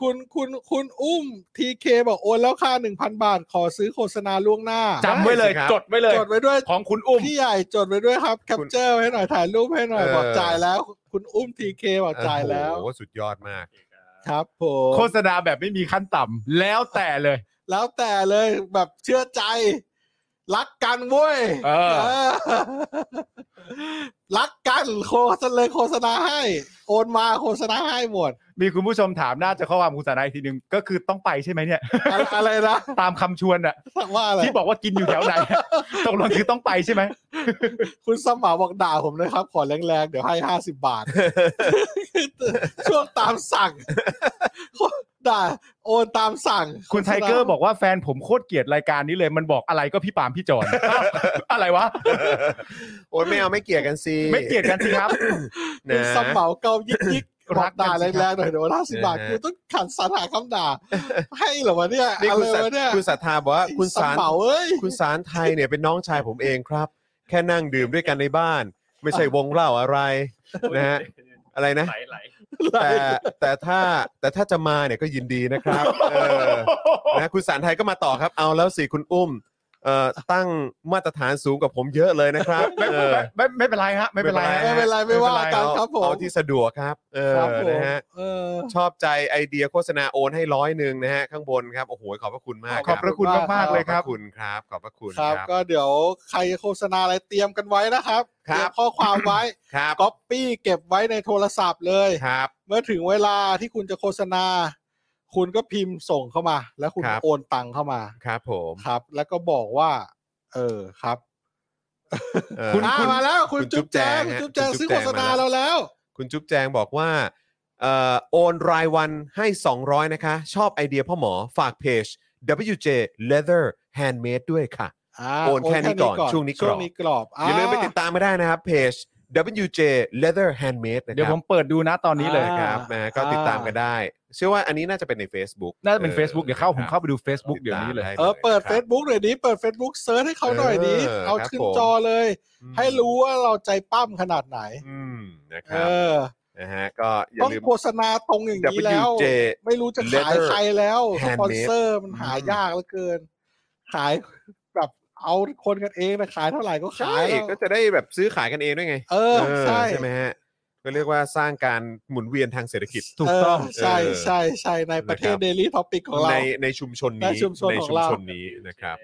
S3: คุณคุณคุณอุ้มทีเคบอกโอนแล้วค่าหนึ่งพันบาท ขอซื้อโฆษณาล่วงหน้า
S2: จำไว้เลย
S1: ได้สิครับ
S2: จดไว้เลย
S3: จดไว้ด้วย
S2: ของคุณอุ้ม
S3: พี่ใหญ่จดไว้ด้วยครับแคปเจอร์ให้หน่อยถ่ายรูปให้หน่อย
S1: เออ
S3: บอกจ่ายแล้ว คุณอุ้มทีเคบอกจ่ายแล้ว
S1: โอ้โหสุดยอดมาก
S3: ครับผ
S2: โฆ
S3: ม
S2: ษณาแบบไม่มีขั้นต่ำแล้วแต่เลย
S3: แล้วแต่เลยแบบเชื่อใจ รักกันเว้ย
S2: เออ
S3: เออรักกันโฆษณาเลยโฆษณาให้ โอนมาโฆษณาให้หมด
S2: มีคุณผู้ชมถามน่าจะข้อความคุณสานาอีกทีหนึ่งก็คือต้องไปใช่ไหมเนี่ย
S3: อะอะไรนะ
S2: ตามคำชวนอะ
S3: ว่าอะไร
S2: ที่บอกว่ากินอยู่แถวไหน ตกลงคือต้องไปใช่ไหม
S3: คุณสมาบอกด่าผมเลยครับ ขอแรงๆ เดี๋ยวให้ห้าสิบบาท ช่วงตามสั่งด่าโอนตามสั่ง
S2: คุณไทเกอร์บอกว่าแฟนผมโคตรเกลียดรายการนี้เลย มันบอกอะไร ก็พี่ปาล์มพี่จอน อะไรวะ
S1: โอ้ยไม่เอาไม่เกลียดกันสิ
S2: ไม่เกลียดกันสิครับ
S1: นะ
S3: สมเหมาเกายิกยิก
S2: รั
S3: รั
S2: ก
S3: ก
S2: กัน
S3: ด่า
S2: สิครับ
S3: แรงๆหน่อยเดี๋ยวละสิบบาทกูต้องขันสรรหาคำด่า ให้เหรอวะเนี่ย
S1: นี่
S3: อะ
S1: คุณ
S3: ไร
S1: สัท
S3: วะเนี่ย
S1: คุณสัทธาบอกว่าคุณสาร
S3: เหมาเอ้ย
S1: คุณสารไทยเนี่ยเป็นน้องชายผมเองครับ แค่นั่งดื่มด้วยกันในบ้าน ไม่ใช่วงเล่าอะไร นะฮะ อะไรนะ
S4: ไหลไหล
S1: แต่แต่ถ้าแต่ถ้าจะมาเนี่ยก็ยินดีนะครับเออ นะคุณสารไทยก็มาต่อครับ เอาแล้วสิคุณอุ้มเอ่อตั้งมาตรฐานสูงกว่าผมเยอะเลยนะครับ
S2: ไม่
S1: เออ
S2: ไม่ไม่ไม่เป็นไรฮะไม่เป็นไร
S1: ไม่
S2: ฮะ
S1: เป็น
S3: ไม่เป็นไรไม่ว่ากันครับผม
S1: เอาที่สะดวกครับ เออ
S3: ครับผม
S1: นะฮะ
S3: เออ
S1: ชอบใจไอเดียโฆษณาโอนให้ร้อยหนึ่งนะฮะข้างบนครับโอ้โหขอบพระคุณมาก
S2: ขอบพระคุณมากๆเลยครั
S1: ข
S2: บ
S1: อบพะคุณครับ ขอบพระคุณ
S3: ค
S1: ค
S3: รั
S1: รั
S3: บบ ก็เดี๋ยวใครโฆษณาอะไรเตรียมกันไว้นะครับ
S1: ครับ
S3: เตยมข้อความไว้
S1: ค รับ
S3: ก๊อปปี้เก็บไว้ในโทรศัพท์เลย
S1: ครับ
S3: เมื่อถึงเวลาที่คุณจะโฆษณา คุณก็พิมพ์ส่งเข้ามา แล้วคุณ
S1: ครับ
S3: โอนตังเข้ามา
S1: ครับผม
S3: ครับ แล้วก็บอกว่า เออครับ
S1: เอ่อ
S3: คุณมาแล้วคุณ
S1: คุณจุ๊
S3: จุ๊
S1: บบ แจ
S3: แจ
S1: ง
S3: ง
S1: ฮะ
S3: จุ๊บแจง
S1: คุณจุ๊
S3: ซื้
S1: บ
S3: อ
S1: แจ
S3: โฆ
S1: ง
S3: ษ
S1: มา
S3: ณา
S1: แล้ว
S3: เราแล้ว
S1: คุณจุ๊บแจงบอกว่าเอ่อโอนรายวันให้ 200 นะคะ ชอบไอเดียพ่อหมอฝากเพจ WJ Leather Handmade ด้วยค่ะ
S3: อ่า
S1: โอนแค่นี้ก่อนช่วงนี้กรอบ
S3: ช่วงนี้กรอบ
S1: อย่าลืมไปติดตามไม่ได้นะครับเพจ WJ Leather Handmade นะ
S2: เดี๋ยว
S1: ค
S2: ผ
S1: รับ
S2: มเปิดดูนะตอนนี้เลย
S3: อ่า
S1: ครับนะก็ติดตามกันได้ เชื่อว่าอันนี้น่าจะเป็นใน Facebook
S2: น่าจะเป็น Facebook เดี๋ยวเข้าผม
S1: ครับ
S2: เข้าไปดู Facebook เดี๋ยวนี้เลย
S1: ติตามไ
S3: เออเปิด
S1: ครับ
S3: Facebook หน่อยดิเปิด Facebook เซิร์ชให้เขาหน่อยดิ
S1: เออ
S3: เอา
S1: ครับ
S3: ขึ้น
S1: ผม
S3: จอเลย
S1: อืม
S3: ให้รู้ว่าเราใจปั้มขนาดไหน
S1: อืมนะค
S3: เอ
S1: รับ
S3: อ
S1: นะฮะก็อย่า
S3: ต้อง
S1: ลืม
S3: โฆษณาตรงอย่างนี้แล้ว
S1: WJ
S3: ไม่รู้จะขาย
S1: Leather
S3: ใครแล้วส
S1: Handmade
S3: ปอนเซอร์มันหายากเหลือเกิน ขายแบบเอาคนกันเองนะขายเท่าไหร่ก็ขา
S1: ใช่
S3: ยแล้ว
S1: ก็จะได้แบบซื้อขายกันเองด้วยไง
S3: เออ ใช่
S1: ใช่ไหมฮะก็เรียกว่าสร้างการหมุนเวียนทางเศรษฐกิจ
S2: ถูกต้อง
S3: เใช่ใช่ใช่ในประเทศ
S1: นะครับ
S3: เดลี่ท็อปิกของเรา
S1: ในในชุมชนนี้
S3: ในชุมชน
S1: ใน
S3: ของ
S1: ชุม
S3: เรา
S1: ชนนี้นะครับ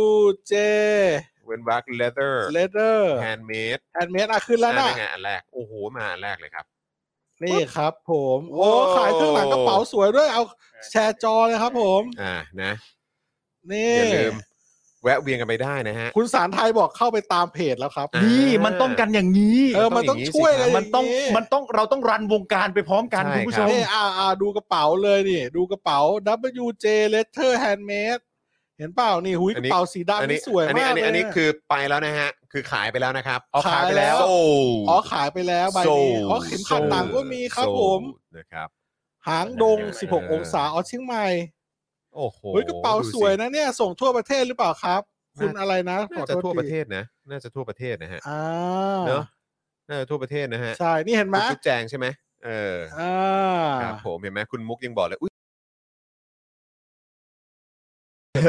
S3: WJ
S1: เวนวักเลเ e อร์
S3: Leather
S1: แฮนด์เมด
S3: Handmade อ่ะขึ้นแล้ว
S1: นั่
S3: นะ
S1: นไงอันแรก โอ้โห มาอันแรกเลยครับ
S3: นี่ครับผมโอ้
S1: โอ้
S3: ขายเครื่องหลังกระเป๋าสวยด้วยเอาแชร์จอเลยครับผม
S1: อ่านะ
S3: นี่
S1: อย่าลืมแวะเวียนกันไปได้นะฮะ
S3: คุณสารไทยบอกเข้าไปตามเพจแล้วครับ
S1: อ่ะ
S2: นี่มันต้องกันอย่างนี้
S3: เออมันต้องช่วยเลย
S2: มันต้อง
S3: ย่า
S2: มันต้องเราต้องรันวงการไปพร้อมกัน
S1: ใช่
S2: คุณผู้
S1: ค
S2: ช
S1: รับ
S2: ม
S3: นี่อ่าอ่าดูกระเป๋าเลยนี่ ดูกระเป๋า WJ Letter Handmade เห็นเปล่านี่หุย
S1: อัน
S3: กระ
S1: นี้
S3: เป๋าสีดำ
S1: อั
S3: นี่สวย
S1: อั
S3: มาก
S1: อั
S3: เลย
S1: อันนี้คือไปแล้วนะฮะ คือขายไปแล้วนะครับ
S3: อ๋อขายไปแล้ว
S1: โซ่
S3: อ๋อขายไปแล้วใบ
S1: โซ่
S3: นี้อ๋อเข็มขัดต่างก็มีครับ
S1: โซ่
S3: ผม
S1: นะครับ
S3: หางดง
S1: เออ
S3: 16 องศาอ๋อเชียงใหม่
S1: โอ้โห
S3: หุยกระเป๋า
S1: ดู
S3: สวยนะเนี่ย ส่งทั่วประเทศหรือเปล่าครับ คุณ
S1: น่า
S3: อะไรนะขอ
S1: น่า
S3: โท
S1: จะ
S3: ษ
S1: ทั่ว
S3: ที
S1: ประเทศนะ น่าจะทั่วประเทศนะฮะ
S3: อ่า
S1: เนอะน่าจะทั่วประเทศนะฮะ
S3: ใช่ นี่เห็นไหม
S1: คุณจุ๊บแจงใช่ไหมเออ
S3: อ่า
S1: ครับผมเห็นไหมคุณมุกยังบอกเลยอุ๊ย
S3: เ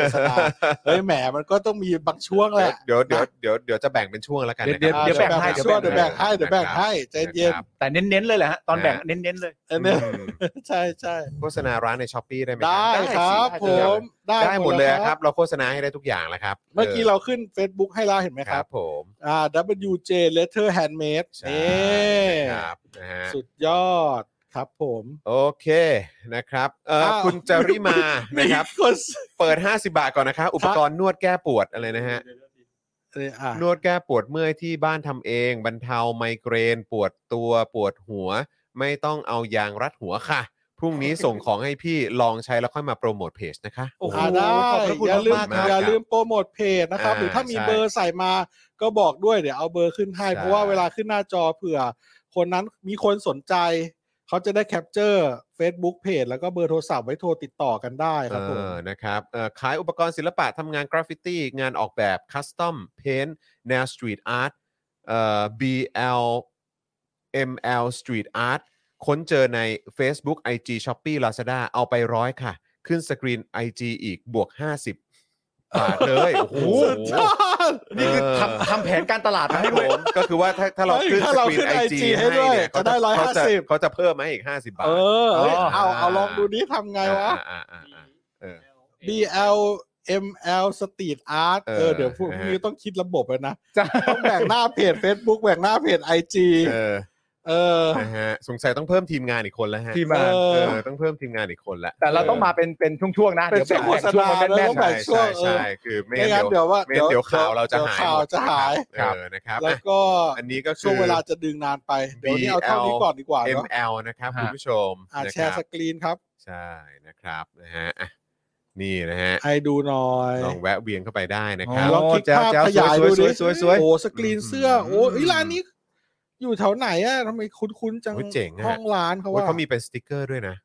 S3: ฮ้ยแหมมันก็ต้องมีบางช่วงแหละ
S1: เดี๋ยวเดี๋ยวเดี๋ยวเดี๋ยวจะแบ่งเป็นช่วงแล้วกัน
S2: เดี๋ยว
S1: นะครับ
S2: เดี๋ยวแบ่งให้
S1: นะครับ
S3: ช่วงเดี๋ยวแบ่งให้เดี๋ยวแบ่งให้ใจเย็น
S1: นะครับ
S2: แต่เน้นๆเลยแหละฮะตอนแบ่งเน้นๆเลย
S3: เออเนี่ย
S1: อืม
S3: ใช่ใช่
S1: โฆษณาร้านในช้อปปีได้ไหม
S3: ได้ครับ
S1: ได้
S3: ผ
S1: สิได้
S3: มได้
S1: ได้หมดเลย
S3: แว
S1: ครับ เราโฆษณาให้ได้ทุกอย่างแล้วครับ
S3: เมื่อกี้เราขึ้น Facebook ให้เราเห็นไหม
S1: ค
S3: ค
S1: รั
S3: รั
S1: บบ ผม
S3: อ่า WJ Letter Handmade
S1: ใช่
S3: นี่
S1: ครับนะฮะ
S3: สุดยอดครับผม
S1: โอเคนะครับเอออคุณจริมานะครับ
S3: มีคน
S1: เปิด 50 บาทก่อนนะครับอุปกรณ์นวดแก้ปวดอะไรนะฮะ
S3: เอออ่ะ
S1: นวดแก้ปวดเมื่อยที่บ้านทำเอง บรรเทาไมเกรน ปวดตัวปวดหัว ไม่ต้องเอายางรัดหัวค่ะ พรุ่งนี้ส่งของให้พี่ลองใช้แล้วค่อยมาโปรโมทเพจนะคะ
S2: โอ้โห
S3: อ่าได้
S2: ขอบพระคุณ
S3: อย่าลืม
S2: มากครับ
S3: อย่าลืมโปรโมทเพจนะครับ
S1: อ่า
S3: หรือถ้ามี
S1: ใช่
S3: เบอร์ใส่มาก็บอกด้วยเดี๋ยวเอาเบอร์ขึ้นให้
S1: ใช่
S3: เพราะว่าเวลาขึ้นหน้าจอเผื่อ คนนั้นมีคนสนใจ เขาจะได้แคปเจอร์ Facebook เพจแล้วก็เบอร์โทรศัพท์ไว้โทรติดต่อกันได้
S1: เอ
S3: ครับผม
S1: อนะครับเอ่อขายอุปกรณ์ศิลปะทำงานกราฟฟิตี้ งานออกแบบคัสตอมเพนแนวสตรีทอาร์ตเอ่อ BL ML Street Art ค้นเจอใน Facebook IG Shopee Lazada เอาไปร้อยค่ะ ขึ้นสกรีน IG อีกบวก 50 บาทเลย โอ้โห
S3: สุดยอด
S2: นี่คือทำทำแผนการตลาดมาให้ด้วย
S1: ผมก็คือว่าถ้าถ้าเรา
S3: เฮ้ย
S1: ขึ้น
S3: ถ้า
S1: ส
S3: เรา
S1: กรีน
S3: ขึ้น
S1: ไอ
S3: IG
S1: จี
S3: ให้
S1: ให้
S3: ด้วย
S1: เนี่ย
S3: จะได้
S1: เขาจะ
S3: 150
S1: เขาจะเพิ่มมาให้อีก 50 บาท
S3: เออเฮ้ย
S1: อ๋อ
S3: เอา
S1: อ่า
S3: เอาลองดูนี้ทำไงวะ
S1: อ่าอ่าอ่า เออ
S3: BL ML Street Art
S1: เออ
S3: เออเดี๋ยวพวก
S1: นะฮะ
S3: นี้ต้องคิดระบบแล้วนะ
S2: จ้ะ
S3: ต้องแบ่งหน้าเพจ Facebook แบ่งหน้าเพจ IG
S1: เออ
S3: เออ
S1: นะฮะสงสัยต้องเพิ่มทีมงานอีกคนแล้วฮะ
S2: ทีมงาน
S1: เออต้องเพิ่มทีมงานอีกคนละ
S2: แต่เราต้องมาเป็นเป็นช่วงๆนะ
S3: เป็น
S2: ดี๋ยวแบ่งช่วงกัน
S3: โฆษณาแล้ว
S2: แม่น
S3: ต้
S2: ๆ
S3: อง
S2: หน่อง
S3: แบ่
S2: ย
S1: ใช่
S3: ช่ว
S1: ใช่
S3: งเออ
S1: ใช่คือไม่
S3: ไม่งั้
S1: งั้
S3: น
S1: นเดี๋
S3: เดี๋
S1: ยว
S3: ยวว่า
S1: ไม่งั้นเดี๋ยวข่าวเราจะหาย
S3: ดี๋วข่าวจะหาย
S1: เออนะครับ
S3: แล้ว
S1: อ่ะ
S3: ก็
S1: อันนี้ก็คือ
S3: ช่วงเวลาจะดึงนานไป เดี๋ยวนี้เอาเท่านี้ก่อนดีกว่าเนาะ
S1: ML นะครับ
S2: ฮะ
S1: คุณผู้ชม
S3: อ่ะ
S1: นะ
S3: แช
S1: ครั
S3: ร์ส
S1: บ
S3: กรีนครับ
S1: ใช่นะครับนะฮะอ่ะนี่นะฮะ
S3: ให้ดูหน่อย
S1: ลองแวะเวียนเข้าไปได้นะครับ
S3: ลองคลิก
S2: แจ๋ว
S3: ภาพ
S2: แจ๋ว
S3: ขยาย
S2: สว
S3: ดูดิ
S2: สวยสวย
S3: โอ้สกรีนเสื้อ โอ้ยร้านนี้ อยู่แถวไหนอะทำไมคุ้นๆจัง
S1: โอ้ยเจ๋งอะ
S3: ห้องร้านเขา
S1: โอ้ย
S3: ว่า
S1: เขามีเป็นสติกเกอร์ด้วยนะ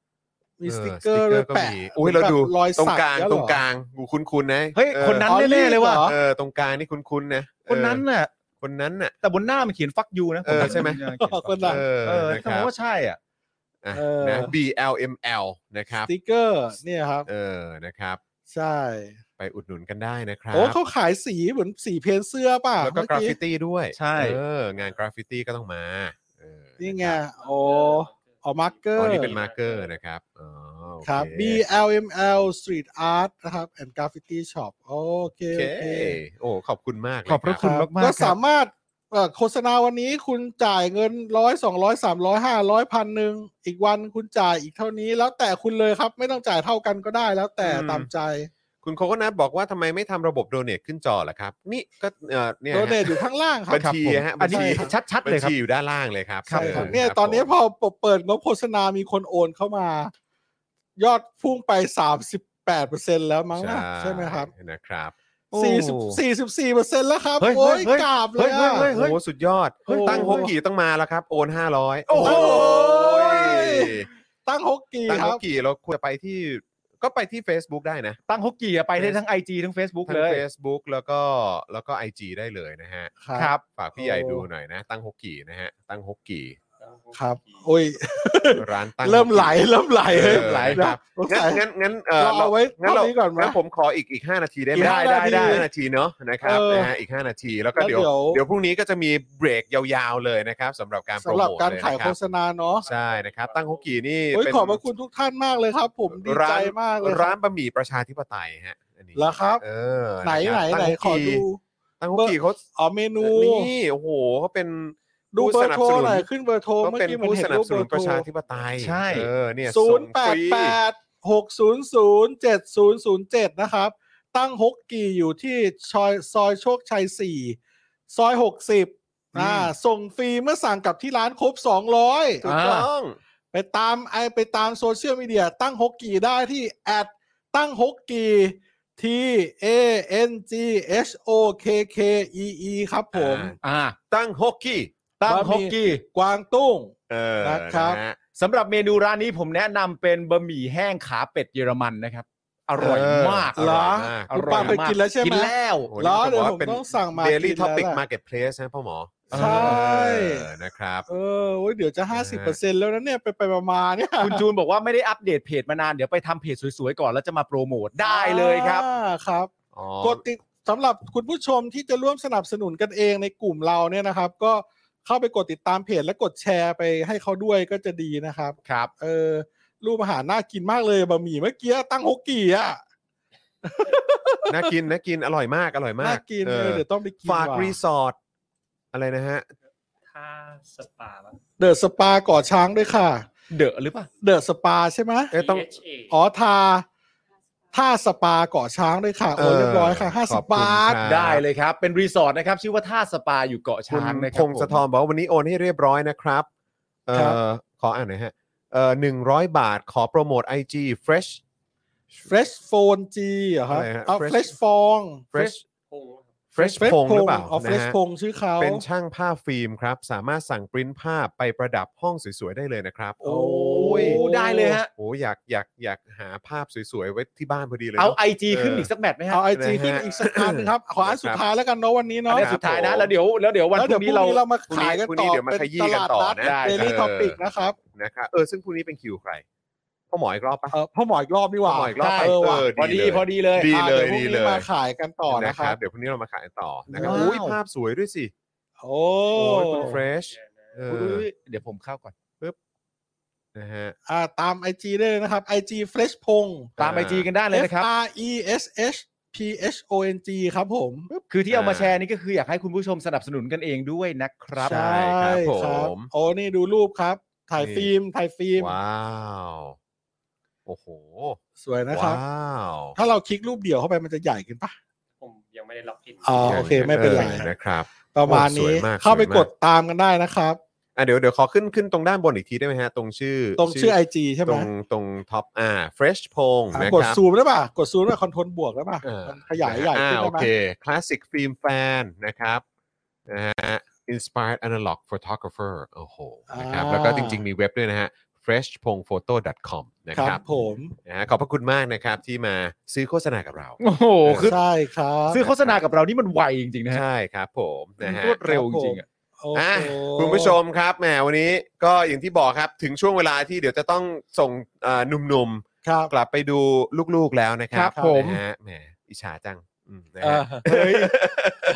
S3: มีสติกเกอร์ด้วยแปะ
S1: โอ้ยเราดู
S3: แบบรอย
S1: ตรง
S3: สัก
S1: กลาง
S3: แล้วเห
S1: ต
S3: อ
S1: รงกลางกูคุ้นๆนะ
S2: เฮ้ย
S1: ออ
S2: คนนั้น แเลยว่ะ
S1: เออตรงกลางนี่คุ้นๆนะ
S2: คนนั้น
S1: เออ
S2: น่ะ
S1: คนนั้นน่ะ
S2: แต่บนหน้ามันเขียนฟักยูนะ
S1: เออใช่ไหม
S3: คนนั้น
S1: เออ
S2: เออ
S1: นะค
S2: ทำไม
S1: รับ
S2: ว่าใช่อ่ะ
S1: อ่ะ
S3: เออ
S1: นะ BLML นะค
S3: ส
S1: รับ
S3: ติกเกอร์เนี่ยครับ
S1: เออนะครับ
S3: ใช่
S1: ไปอุดหนุนกันได้นะครับ
S3: โอ้เขาขายสีเหมือนสีเพนเสื้อป่ะ
S1: แล้วก็กราฟ
S3: เมื่อ
S1: ฟิตี้ด้วย
S2: ใช่
S1: เอองานกราฟฟิตี้ก็ต้องมาเออ
S3: นี่ไง
S1: ะ
S3: โอ้ออมาร์เก
S1: ค
S3: อ
S1: รับอ๋อ
S3: ร์
S1: นี่เป็นมาร์เกอร์นะครับอ๋อโอเ
S3: ครับ BLML Street Art นะครับ and Graffiti Shop โอเค
S1: โอ
S3: โอ
S1: เค
S3: เค
S1: โอ้ขอบคุณมากเลย
S2: ขอบพระ
S1: ค
S2: คุณ
S3: รับ
S2: มากๆค
S3: ก็
S2: รับ
S3: สามารถเอ่อโฆษณาวันนี้คุณจ่ายเงินร้อยสองร้อยสามร้อยห้าร้อยพันหนึ่งอีกวันคุณจ่ายอีกเท่านี้ แล้วแต่คุณเลยครับ ไม่ต้องจ่ายเท่ากันก็ได้แล้วแต่ตามใจ
S1: คุณโคโคนัทบอกว่าทำไมไม่ทำระบบโดเนทขึ้นจอล่ะครับ นี่ก็เออเนี่ย
S3: โด
S1: ฮะ
S3: เนทอยู่ข้างล่างครับ
S1: ัญชีฮะ
S2: อันนี้
S1: บัญชี
S2: ชัดๆเลยครั
S1: ญ
S2: บ
S1: ชีอยู่ด้านล่างเลยครับ
S2: ครับ
S3: ใช่ครับ
S1: ออ
S3: เนี่ยตอนนี้
S1: ผม
S3: พอเปิดงบโฆษณามีคนโอนเข้ามา ยอดพุ่งไปสามสิบแปดเปอร์เซ็นแล้วมั้งนะใช่ไหมครับ
S1: นะครับ
S2: โอ้
S3: สี่สิบสี่สิบสี่เปอร์เซ็นต์แล้วครับ
S2: เฮ้ย
S3: โอ้ย
S2: เฮ้ย
S3: กราบเล
S2: เฮ้
S3: ย
S2: ย
S3: อะ
S2: เฮ้ยเฮ้ย
S1: โอ้โหสุดยอด
S2: เฮ้ย
S1: ตั้งฮกกี่ต้องมาแล้วครับ โอน 500
S2: โอ้โห
S3: ตั้งฮกกี
S1: ตั้ง
S3: ค
S1: ฮ
S3: รั
S1: ก
S3: บ
S1: กี่เราควรจะไปที่ก็ไปที่ Facebook ได้นะ
S2: ตั้งฮกกี้อะไปได้ทั้ง IG ทั้ง Facebook
S1: ทั้
S2: เล
S1: ง
S2: ย
S1: Facebook แล้วก็แล้วก็ IG ได้เลยนะฮะ
S2: ครับ
S1: ฝากพี่ใหญ่ดูหน่อยนะ ตั้งฮกกี่นะฮะ ตั้งฮก กี่
S3: ครับ โอ้ย
S1: ร้านตั้งฮกกี่
S3: เริ่มไหลเริ่มไหล
S1: เริ่
S3: เริ่
S1: ม
S3: ม
S1: ไห
S3: ไห
S1: ล
S3: ล
S1: ค
S3: ค
S1: รั
S3: รั
S1: บบ งั้นงั้นงั้นเออ
S3: เราเอาไว้
S1: งั้น
S3: ร
S1: เรา
S3: อบนี้ก่อนไหม
S1: งั้นผมขออีกอีก 5 นาทีได้ไหม
S3: อีกห้า
S1: ได้ได้
S3: นาที
S1: ห้านาทีเนาะนะครับ
S3: เออ
S1: นะฮะอีก 5 นาทีแล้วก็
S3: แล้ว
S1: เดี๋ยว
S3: เดี๋ยว
S1: เดี๋ยวพรุ่งนี้ก็จะมีเบรกยาวๆเลยนะครับสำหรับการโปร
S3: สำหรับ
S1: โมท
S3: การ
S1: เลย
S3: ขาย
S1: นะค
S3: โฆ
S1: รับ
S3: ษณาเนาะ
S1: ใช่นะครับ ตั้งฮกกี่นี่
S3: โอ้ย
S1: เป็น
S3: ขอบพระคุณทุกท่านมากเลยครับ ผมดีใจมากเลยค
S1: ร้า
S3: รั
S1: น
S3: บ
S1: บะหมี่ประชาธิปไตยฮะอันนี้
S3: เหรอครับ
S1: เออ
S3: ไหนะ
S1: ครับ
S3: ไหนไหน
S1: ตั้งฮก
S3: ขอดู
S1: กี่ตั้งฮกกี่เขา
S3: อ๋อเมนู
S1: นี่โอ้โหเขาเป็น
S3: ดู
S1: ผู้
S3: เบอ
S1: ส
S3: ร์
S1: นับ
S3: โทร
S1: สนุน
S3: หน่อยขึ้นเบอร์โทร
S1: เขา
S3: เมื่อ
S1: เป็น
S3: กี้เหมัน
S1: ผู้
S3: เห็
S1: ส
S3: น
S1: นับ
S3: รูป
S1: ส
S3: เบ
S1: นุ
S3: อน ร์โท
S1: ป
S3: ร
S1: ระชาธิปไตย
S2: ใช่
S1: เออเนี่ย
S3: ศู
S1: ส่
S3: น
S1: ง
S3: ย์แป
S1: ฟ
S3: ด
S1: รี
S3: แปดหกศูนย์ศูนย์เจ็ดศูนย์ศูนย์เจ็ดนะครับ ตั้งฮกกี่อยู่ที่ซอยซอยโชคชัยสี่ซอยหกสิบอ่าส่งฟรีเมื่อสั่งกลับที่ร้านครบสองร้อย
S1: ถูกต้อง
S3: ไปตามไอไปตามโซเชียลมีเดียตั้งฮกกี่ได้ที่แอดตั้งฮกกี่ T A N G H O K K E E ครับผม
S1: อ่า
S2: อ่า
S1: ตั้งฮกกี้
S2: ตั้งฮกกี้
S3: กวางตุ้ง
S1: เออ
S3: นะครับ
S1: นะฮะ
S2: สำหรับเมนูร้านนี้ผมแนะนำเป็นบะหมี่แห้งขาเป็ดเยอรมันนะครับ อร่อย
S1: เออ
S2: มาก
S3: เหรอ
S1: อ
S2: อ
S1: ร่
S2: ร่
S1: อยมาก
S2: อย
S3: ปาไป
S2: มา
S3: กินแล้วใช่ไหม
S2: กินแล้ว
S1: โอ้โห
S3: เหรอ
S1: นี่ขาบกว่า
S3: เดี๋ยวผมต้องสั่งมา
S1: เป็น Daily
S3: กินแล้ว
S1: Topic
S3: ล่ะ
S1: Marketplace นะพ่อหมอ
S3: ใช่
S1: เออนะครับ
S3: เออโอ้ยเดี๋ยวจะ
S1: นะฮะ
S3: 50%แล้วนะเนี่ย ไปไปๆมาๆเนี่ย
S2: คุณจูนบอกว่าไม่ได้อัปเดตเพจมานาน เดี๋ยวไปทำเพจสวยๆก่อนแล้วจะมาโปรโมทได้เลยครับ
S3: อ่าครับ
S1: อ๋อก
S3: ดติดสำหรับคุณผู้ชมที่จะร่วมสนับสนุนกันเองในกลุ่มเราเนี่ยนะครับ ก็เข้าไปกดติดตามเพจและกดแชร์ไปให้เขาด้วยก็จะดีนะครับ
S2: ครับ
S3: เออรูปอาหารน่ากินมากเลยบะหมี่เมื่อกี้ตั้งฮกกี่อ่ะ
S1: น่ากินน่ากินอร่อยมากอร่อยมา
S3: น่าก กิน
S1: เอ
S3: เออ
S1: อ
S3: เดี๋ยวต้องไปกิน
S1: ฝาก
S3: ว่ะ
S1: รีสอร์ทอะไรนะฮะ
S4: ถ้าสปาปะ
S3: เดอะสปาก่อช้างด้วยค่ะ
S2: เดอะหรือเปล่า
S3: เดอะสปาใช่ไหม
S1: เอ๊ะต้อง
S4: THA
S3: อ๋อทาท่าสปาเกาะช้างด้วยค่ะโอ้เรียบร้อยค่ะห้า
S1: ข
S3: สิ
S1: อ
S3: บบ
S1: คุณ
S3: บาท
S1: ครับ
S2: ได้เลยครับ เป็นรีสอร์ทนะครับ ชื่อว่าท่าสปาอยู่เกาะ
S1: คุณ
S2: ช้างนะค
S1: พ
S2: รับ
S1: งศธรบอกว่าวันนี้โอนให้เรียบร้อยนะครับเอ่
S3: ครับ
S1: อขออ่านหน่อยฮะเอ่อหนึ่งร้อยบาทขอโปรโมท IG Fresh
S3: Fresh p h o n e G เหรอฮะ
S1: อะไรฮะ
S3: เอา
S1: Fresh
S3: Fresh Fong
S1: Fresh
S4: พง
S1: Fresh พงหรือเปล่า
S3: อ๋อ
S1: นะ
S3: Fresh
S1: ฮะ
S3: พงชื่อเขา
S1: เป็นช่างภาพฟิล์มครับ สามารถสั่งปริ้นภาพไปประดับห้องสวยๆ ได้เลยนะครับ
S2: โอ้ย
S1: โอ้
S2: ได้เลยฮะ
S1: โอ้อยากอยากอยากหาภาพสวยๆ ไว้ที่บ้านพอดีเลย
S2: เอา
S1: นะ
S2: ไอจี
S1: เออ
S2: ขึ้นอีกสักแมตช์ไหมฮะ
S3: เอาไอจี
S1: นะฮะ
S3: ขึ้นอีกสักอันนะครับ ขออันสุด
S1: นะครับ
S3: ท้ายแล้วกันเนาะวันนี้
S2: อัน
S3: เนาะ
S2: นี้สุดท้ายนะ แล้วเดี๋ยวแล้วเดี๋ยววัน
S3: แล้
S2: พ
S3: วเดี๋ย
S2: รุ่ง
S3: วพ
S2: นี้
S3: รุ่ง
S2: เรา
S3: นี้เรามา
S1: พรุ่ง
S3: ขาย
S1: นี้
S3: กัน
S1: พรุ่ง
S3: ต่
S1: นี้เดี๋
S3: อ
S1: ยวมาข
S3: เป็น
S1: ยี้
S3: ต
S1: กัน
S3: ลาด
S1: ต่อ
S3: นัด
S1: นะ
S2: ได้
S3: Daily
S1: เออ
S3: Topic นะครับ
S1: นะครับเออซึ่งพรุ่งนี้เป็นคิวใครพ่อหมออีกรอบปะ
S3: เออพ่อหมออีกรอบนี่หว่า
S1: พ่อหมออีกรอบ
S3: เออว่ะ
S1: เออ
S2: พอดีพอดีเลย
S1: ดี
S3: อ่ะ
S1: เลย
S3: ดี๋วพรุ่ง
S1: ดี
S3: นี้
S1: เลย
S3: มาขายกันต่อนะครับ
S1: เดี๋ยวพรุ่งนี้เรามาขายต่อนะครับ
S2: ว้าว
S1: อุ้ยภาพสวยด้วยสิ
S3: โอ้
S1: โอ้ยคุณเฟรชเออ
S2: อุ๊ยอุ๊ยเดี๋ยวผมเข้าก่อน
S1: นะฮะ
S3: อ่าตามไอจีได้เลยนะครับไอจี Fresh พง
S2: ตามไอจีกันได้เลยนะครับ
S3: F R E S H P H O N G ครับผม
S2: คือที่เอามา
S1: อ่า
S2: แชร์นี่ก็คืออยากให้คุณผู้ชมสนับสนุนกันเองด้วยนะครับ
S1: ใช่ ครับผม
S3: โอ้ นี่ดูรูปครับ ถ่าย
S1: นี่
S3: ฟิล์ม ถ่ายฟิล์ม
S1: ว้าว โอ้โห
S3: สวยนะครับ
S1: ว้าว
S3: ถ้าเราคลิกรูปเดี่ยวเข้าไปมันจะใหญ่ขึ้นปะ
S4: ผมยังไม่ได้ล็อกอิน
S3: อ๋อ โเคไม่เป็นไร
S1: ออนะครับ
S3: ประมาณ
S1: โอ้สว
S3: นี้
S1: ยมาก
S3: เข้าไป
S1: สวยมาก
S3: กดตามกันได้นะครับ
S1: อ่ะเดี๋ยวเดี๋ยวขอขึ้นขึ้นตรงด้านบนอีกทีได้ไหมฮะ ตรงชื่อ
S3: ตรงชื่อไอจีใช่ไห
S1: ต
S3: ม
S1: รงตรงท็อปอ่า fresh พง
S3: อ่ะ
S1: นะ
S3: กด
S1: ครับ
S3: ซูมได้ป่ะ กดซูมได้คอนโทรลบวกได้ป่ะ
S1: เออ
S3: มันขยายใหญ่
S1: อ่า
S3: ขึ้น
S1: โอ
S3: ได้ไหม
S1: เค classic film fan นะครับนะฮะ inspired analog photographer โอ้โหนะครับแล้วก็จริง ๆ มีเว็บด้วยนะฮะ freshpongphoto.com นะค
S3: ครั
S1: รั
S3: บบ ผม
S1: นะฮะขอบพระคุณมากนะครับที่มาซื้อโฆษณากับเรา
S2: โอ้โหคือ
S3: ใช่ครับ
S2: ซื้อโฆษณากับเรานี่มันไวจริงๆนะฮะ
S1: ใช่ครับผมนะฮะ
S2: รวดเร็วจริงๆอะ
S3: โอ้โห
S1: อ่ะคุณผู้ชมครับแหมวันนี้ก็อย่างที่บอกครับถึงช่วงเวลาที่เดี๋ยวจะต้องส่งเอ่อหนุ่ม
S3: ครับ
S1: ๆ กลับไปดูลูกๆแล้วนะครั
S2: ครับ บผม
S1: นะฮะแหมอิจฉาจังอืมนะ
S3: เอ
S1: ฮะ
S3: อ
S2: เฮ้ย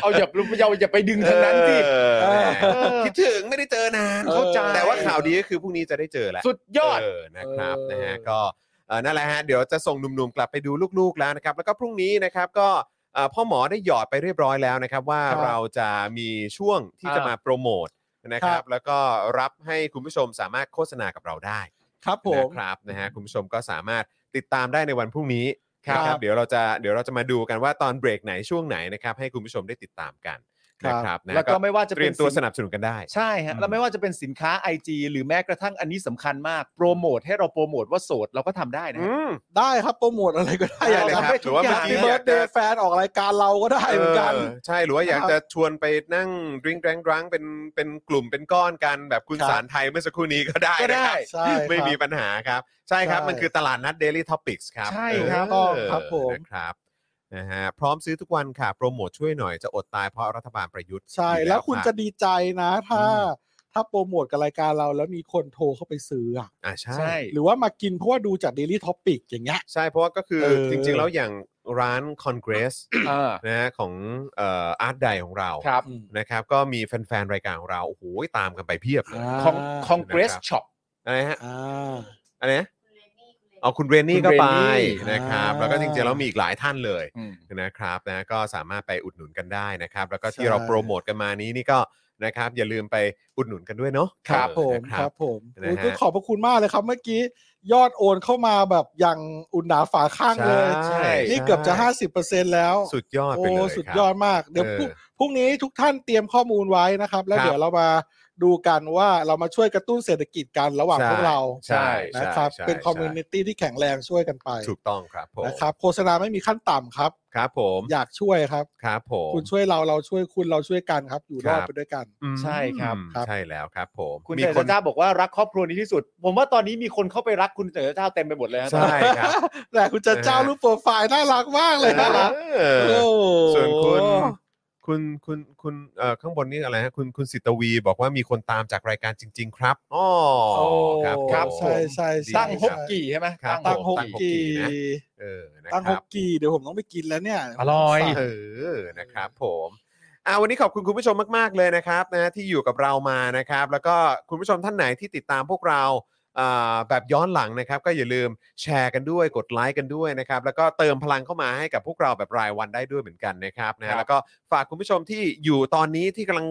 S2: เอาอย่าเราอย่าไปดึงทางนั้นสิ
S1: เออ
S3: เออ
S1: แหมคิดถึงไม่ได้เจอนาน
S3: เข้าใจ
S1: แต่ว่าข่าวดีก็คือพรุ่งนี้จะได้เจอแล้ว
S2: สุดยอด
S1: เนะครับ
S3: เออ
S1: นะฮะก็เอ่อนั่นแหละฮะเดี๋ยวจะส่งหนุ่มๆกลับไปดูลูกๆแล้วนะครับ แล้วก็พรุ่งนี้นะครับก็เอ่อพ่อหมอได้หยอดไปเรียบร้อยแล้วนะครับ ว่า
S3: ครับ
S1: เราจะมีช่วงที่
S2: อ่า
S1: จะมาโปรโมทนะครั
S3: ครับ บ
S1: แล้วก็รับให้คุณผู้ชมสามารถโฆษณากับเราได้
S3: ครับผม
S1: นะครับนะฮะคุณผู้ชมก็สามารถติดตามได้ในวันพรุ่งนี้
S3: ครับ
S1: นะเดี๋ยวเราจะเดี๋ยวเราจะมาดูกันว่าตอนเบรกไหนช่วงไหนนะครับให้คุณผู้ชมได้ติดตามกัน
S3: ครับ
S1: นะครับนะ
S2: แล้วก็ไม่ว่าจะ
S1: เตรี
S2: เป็
S1: ย
S2: น
S1: มตัว
S2: สิ
S1: สนับสนุนกันได้
S2: ใช่ฮะแล้วไม่ว่าจะเป็นสินค้า IG หรือแม้กระทั่งอันนี้สำคัญมากโปรโมทให้เราโปรโมทว่าโสดเราก็ทำได้นะ
S1: อื
S2: ฮะ
S1: ม
S3: ได้ครับโปรโมทอะไรก็ได้
S1: ได้เลยค
S3: ครั
S1: รั
S3: บบ
S2: ทำให้
S1: หรือว่า
S2: ทุกอ
S1: เมื่อง
S2: ย่า
S1: กี้
S3: มี
S1: อ
S3: เบิ
S1: ยาก
S3: ร์ดเด
S1: จะ
S3: ย์แฟนออกรายการเราก็ได้เหมือนกัน
S1: เออใช่หรือว่าอยาก
S3: ครับ
S1: จะชวนไปนั่งริ้งแรงรังเป็นเป็นกลุ่มเป็นก้อนกันแบบคุณ
S3: ครับ
S1: สารไทยเมื่อสักครู่นี้ก็ได้
S2: ก็
S1: นะ
S2: ได้
S1: ครับ
S3: ใช่ครับ
S1: ไม่มีปัญหาครับ ใช่ครับ
S3: ใช่
S1: มันคือตลาดนัด Daily Topics ครับ
S2: ใช่ครับ
S1: เออ
S3: ครับผม
S1: นะครับนะฮะพร้อมซื้อทุกวันค่ะ โปรโมทช่วยหน่อยจะอดตายเพราะรัฐบาลประยุทธ์
S3: ใช่
S1: อยู่
S3: แล้วคุณจะ
S1: รับ
S3: ดีใจนะ ถ้า ถ้าโปรโมทกับรายการเราแล้วมีคนโทรเข้าไปซื้ออะ
S1: อ่าใช่
S2: ใช่
S3: หรือว่ามากินเพราะว่าดูจาก Daily Topic อย่างเงี้ย
S1: ใช่เพราะว่าก็คือ
S3: เออ
S1: จริง ๆ แล้วอย่างร้าน Congress
S2: เออ
S1: นะฮะของเอ่ออาร์ตไดของเรา
S2: ครับ
S3: อืม
S1: นะครับ ก็มีแฟนๆรายการของเราโอ้โหตามกันไปเพียบเลย
S2: ของ
S3: า
S2: ของเกรส
S1: นะครับ
S2: ช็อป
S1: อะไรฮะ
S3: อ่า
S1: อะไรนะเอาคุณเรนนี่ก็
S2: คุณ
S1: ไป
S2: เรนนี่
S1: นะครับ
S3: อ่า
S1: แล้วก็จริงๆแล้วมีอีกหลายท่านเลยนะครับนะก็สามารถไปอุดหนุนกันได้นะครับ แล้วก็ที่
S3: ใช่
S1: เราโปรโมทกันมานี้นี่ก็นะครับอย่าลืมไปอุดหนุนกันด้วยเนาะ
S3: ครับ
S1: เอ
S3: ผ
S1: อ
S3: ม
S1: นะ
S3: ครับผม
S1: นะฮะ
S3: โอ้ยก็ขอบพระคุณมากเลยครับเมื่อกี้ยอดโอนเข้ามาแบบอย่างอุ่นหนาฝาข้างเลย
S1: ใช่
S3: นี่เกือบจะ
S1: ใช่
S3: 50%แล้ว
S1: สุดยอดไป
S3: โอ้
S1: เลย
S3: สุด
S1: ครับ
S3: ยอดมาก เดี๋ยว
S1: เออ
S3: พรุ่งพรุ่งนี้ทุกท่านเตรียมข้อมูลไว้นะครับ แล้
S1: ค
S3: ว
S1: รับ
S3: เดี๋ยวเรามาดูกันว่าเรามาช่วยกระตุ้นเศรษฐกิจกันระหว่างพวกเรา
S1: ใช่ใช่
S3: นะครับ
S1: ใช่
S3: เป็นคอมมูนิตี้ที่แข็งแรงช่วยกันไป
S1: ถูกต้องครับผม
S3: นะครับ โฆษณาไม่มีขั้นต่ำครับ
S1: ครับผม
S3: อยากช่วยครับ
S1: ครับผม
S3: คุณช่วยเราเราช่วยคุณเราช่วยกันครับ อยู่ร
S1: ค
S3: อด
S1: รับ
S3: ไปด้วยกัน
S1: อืม
S2: ใช่ครับ
S3: ครับ
S1: ใช่แล้วครับผม
S2: คุณ
S1: มี
S2: เต๋อ
S1: คน
S2: เจ้าบอกว่ารักครอบครัวนี้ที่สุด ผมว่าตอนนี้มีคนเข้าไปรักคุณเต๋อเจ้าเต็มไปหมดเลยฮะ
S1: ใช่ครับ
S3: แต่คุณจะเจ้า
S1: นะฮะ
S3: รูปโปรไฟล์น่ารักมากเลยนะ
S1: เออ
S3: โอ้โห
S1: ส่วนคุณคุณคุณคุณเอ่อข้างบนนี่อะไรฮะคุณคุณสิตวีบอกว่ามีคนตามจากรายการจริง ๆ ครับอ๋อ
S3: โอ้
S1: ครับ
S2: ครับ
S1: ผม
S2: ผม
S3: ใช่ใช่ใช่
S2: ตั้งฮก
S3: ใช่
S2: กี่ใช่ไหม
S1: ครับ
S3: ตั้ง
S1: ผ
S3: ฮ
S1: ม
S3: ก
S1: ตั้ง
S3: กี
S1: ฮกกี่นะ เออนะ
S3: ตั้ง
S1: ค
S3: ฮ
S1: รับ
S3: กกีเดี๋ยวผมต้องไปกินแล้วเนี่ย
S2: อร่อย
S1: เออนะครับผมอ่าวันนี้ขอบคุณคุณผู้ชมมากๆเลยนะครับนะที่อยู่กับเรามานะครับ แล้วก็คุณผู้ชมท่านไหนที่ติดตามพวกเราอ่าแบบย้อนหลังนะครับ ก็อย่าลืมแชร์กันด้วยกดไลค์กันด้วยนะครับแล้วก็เติมพลังเข้ามาให้กับพวกเราแบบรายวันได้ด้วยเหมือนกันนะครับนะ
S2: ครั
S1: ฮะ
S2: บ
S1: แล้วก็ฝากคุณผู้ชมที่อยู่ตอนนี้ที่กำลัง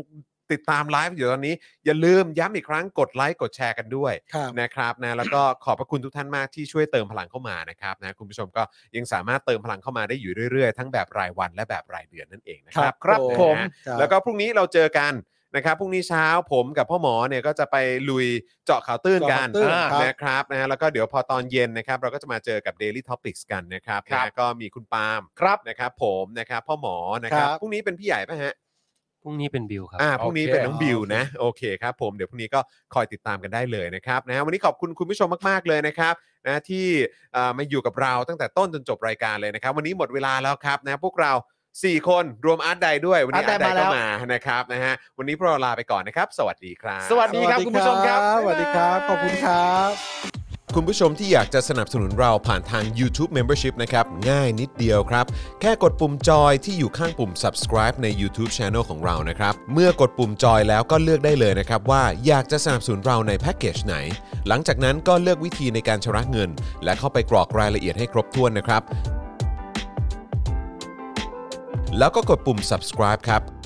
S1: ติดตามไลฟ์อยู่ตอนนี้ อย่าลืมย้ำอีกครั้งกดไลค์กดแชร์กันด้วย
S3: ครับ
S1: นะครับนะแล้วก็ขอบพระคุณทุกท่านมากที่ช่วยเติมพลังเข้ามานะครับนะคุณผู้ชมก็ยังสามารถเติมพลังเข้ามาได้อยู่เรื่อยๆ ทั้งแบบรายวันและแบบรายเดือนนั่นเองนะครั
S3: ครับ บครับ
S1: นะฮะ
S3: ผม
S1: แล้วก็พรุ่งนี้เราเจอกันนะครับพรุ่งนี้เช้าผมกับพ่อหมอเนี่ยก็จะไปลุยเจาะข่าวตื้นกัน
S3: เจาะข่าวตื้น
S1: อ่า
S3: ครับ
S1: นะครับนะฮะแล้วก็เดี๋ยวพอตอนเย็นนะครับ เราก็จะมาเจอกับ Daily Topics กันนะครับ
S2: ครับ
S1: นะก็มีคุณปาล์ม
S2: ครับ
S1: นะครับ ผมนะครับพ่อหมอนะครับ
S3: ครับ
S1: พรุ่งนี้เป็นพี่ใหญ่ป่ะฮะ
S4: พรุ่งนี้เป็นบิวครับ
S1: อ่าพรุ่งนี้เป็นน้อง
S3: โอเค
S1: บิว
S3: โอเค
S1: นะโอเคครับผมเดี๋ยวพรุ่งนี้ก็คอยติดตามกันได้เลยนะครับนะวันนี้ขอบคุณคุณผู้ชมมากๆเลยนะครับนะที่เอ่อมาอยู่กับเราตั้งแต่ต้นจนจบรายการเลยนะครับ วันนี้หมดเวลาแล้วครับนะพวกเรา 4 คนรวมอาร์ตไดด้วยวันนี้อาร์ตไดก็มานะครับนะฮะวันนี้พวกเราลาไปก่อนนะครับ สวัสดีครับ
S2: สวัสดีครับคุณผู้ชมครับ
S3: สวัสดีครับ ขอบคุณครับ
S1: คุณผู้ชมที่อยากจะสนับสนุนเราผ่านทาง YouTube Membership นะครับ ง่ายนิดเดียวครับ แค่กดปุ่มจอยที่อยู่ข้างปุ่ม subscribe ใน YouTube Channel ของเรานะครับ เมื่อกดปุ่มจอยแล้วก็เลือกได้เลยนะครับ ว่าอยากจะสนับสนุนเราในแพ็กเกจไหน หลังจากนั้นก็เลือกวิธีในการชำระเงิน และเข้าไปกรอกรายละเอียดให้ครบถ้วนนะครับ แล้วก็กดปุ่ม subscribe ครับ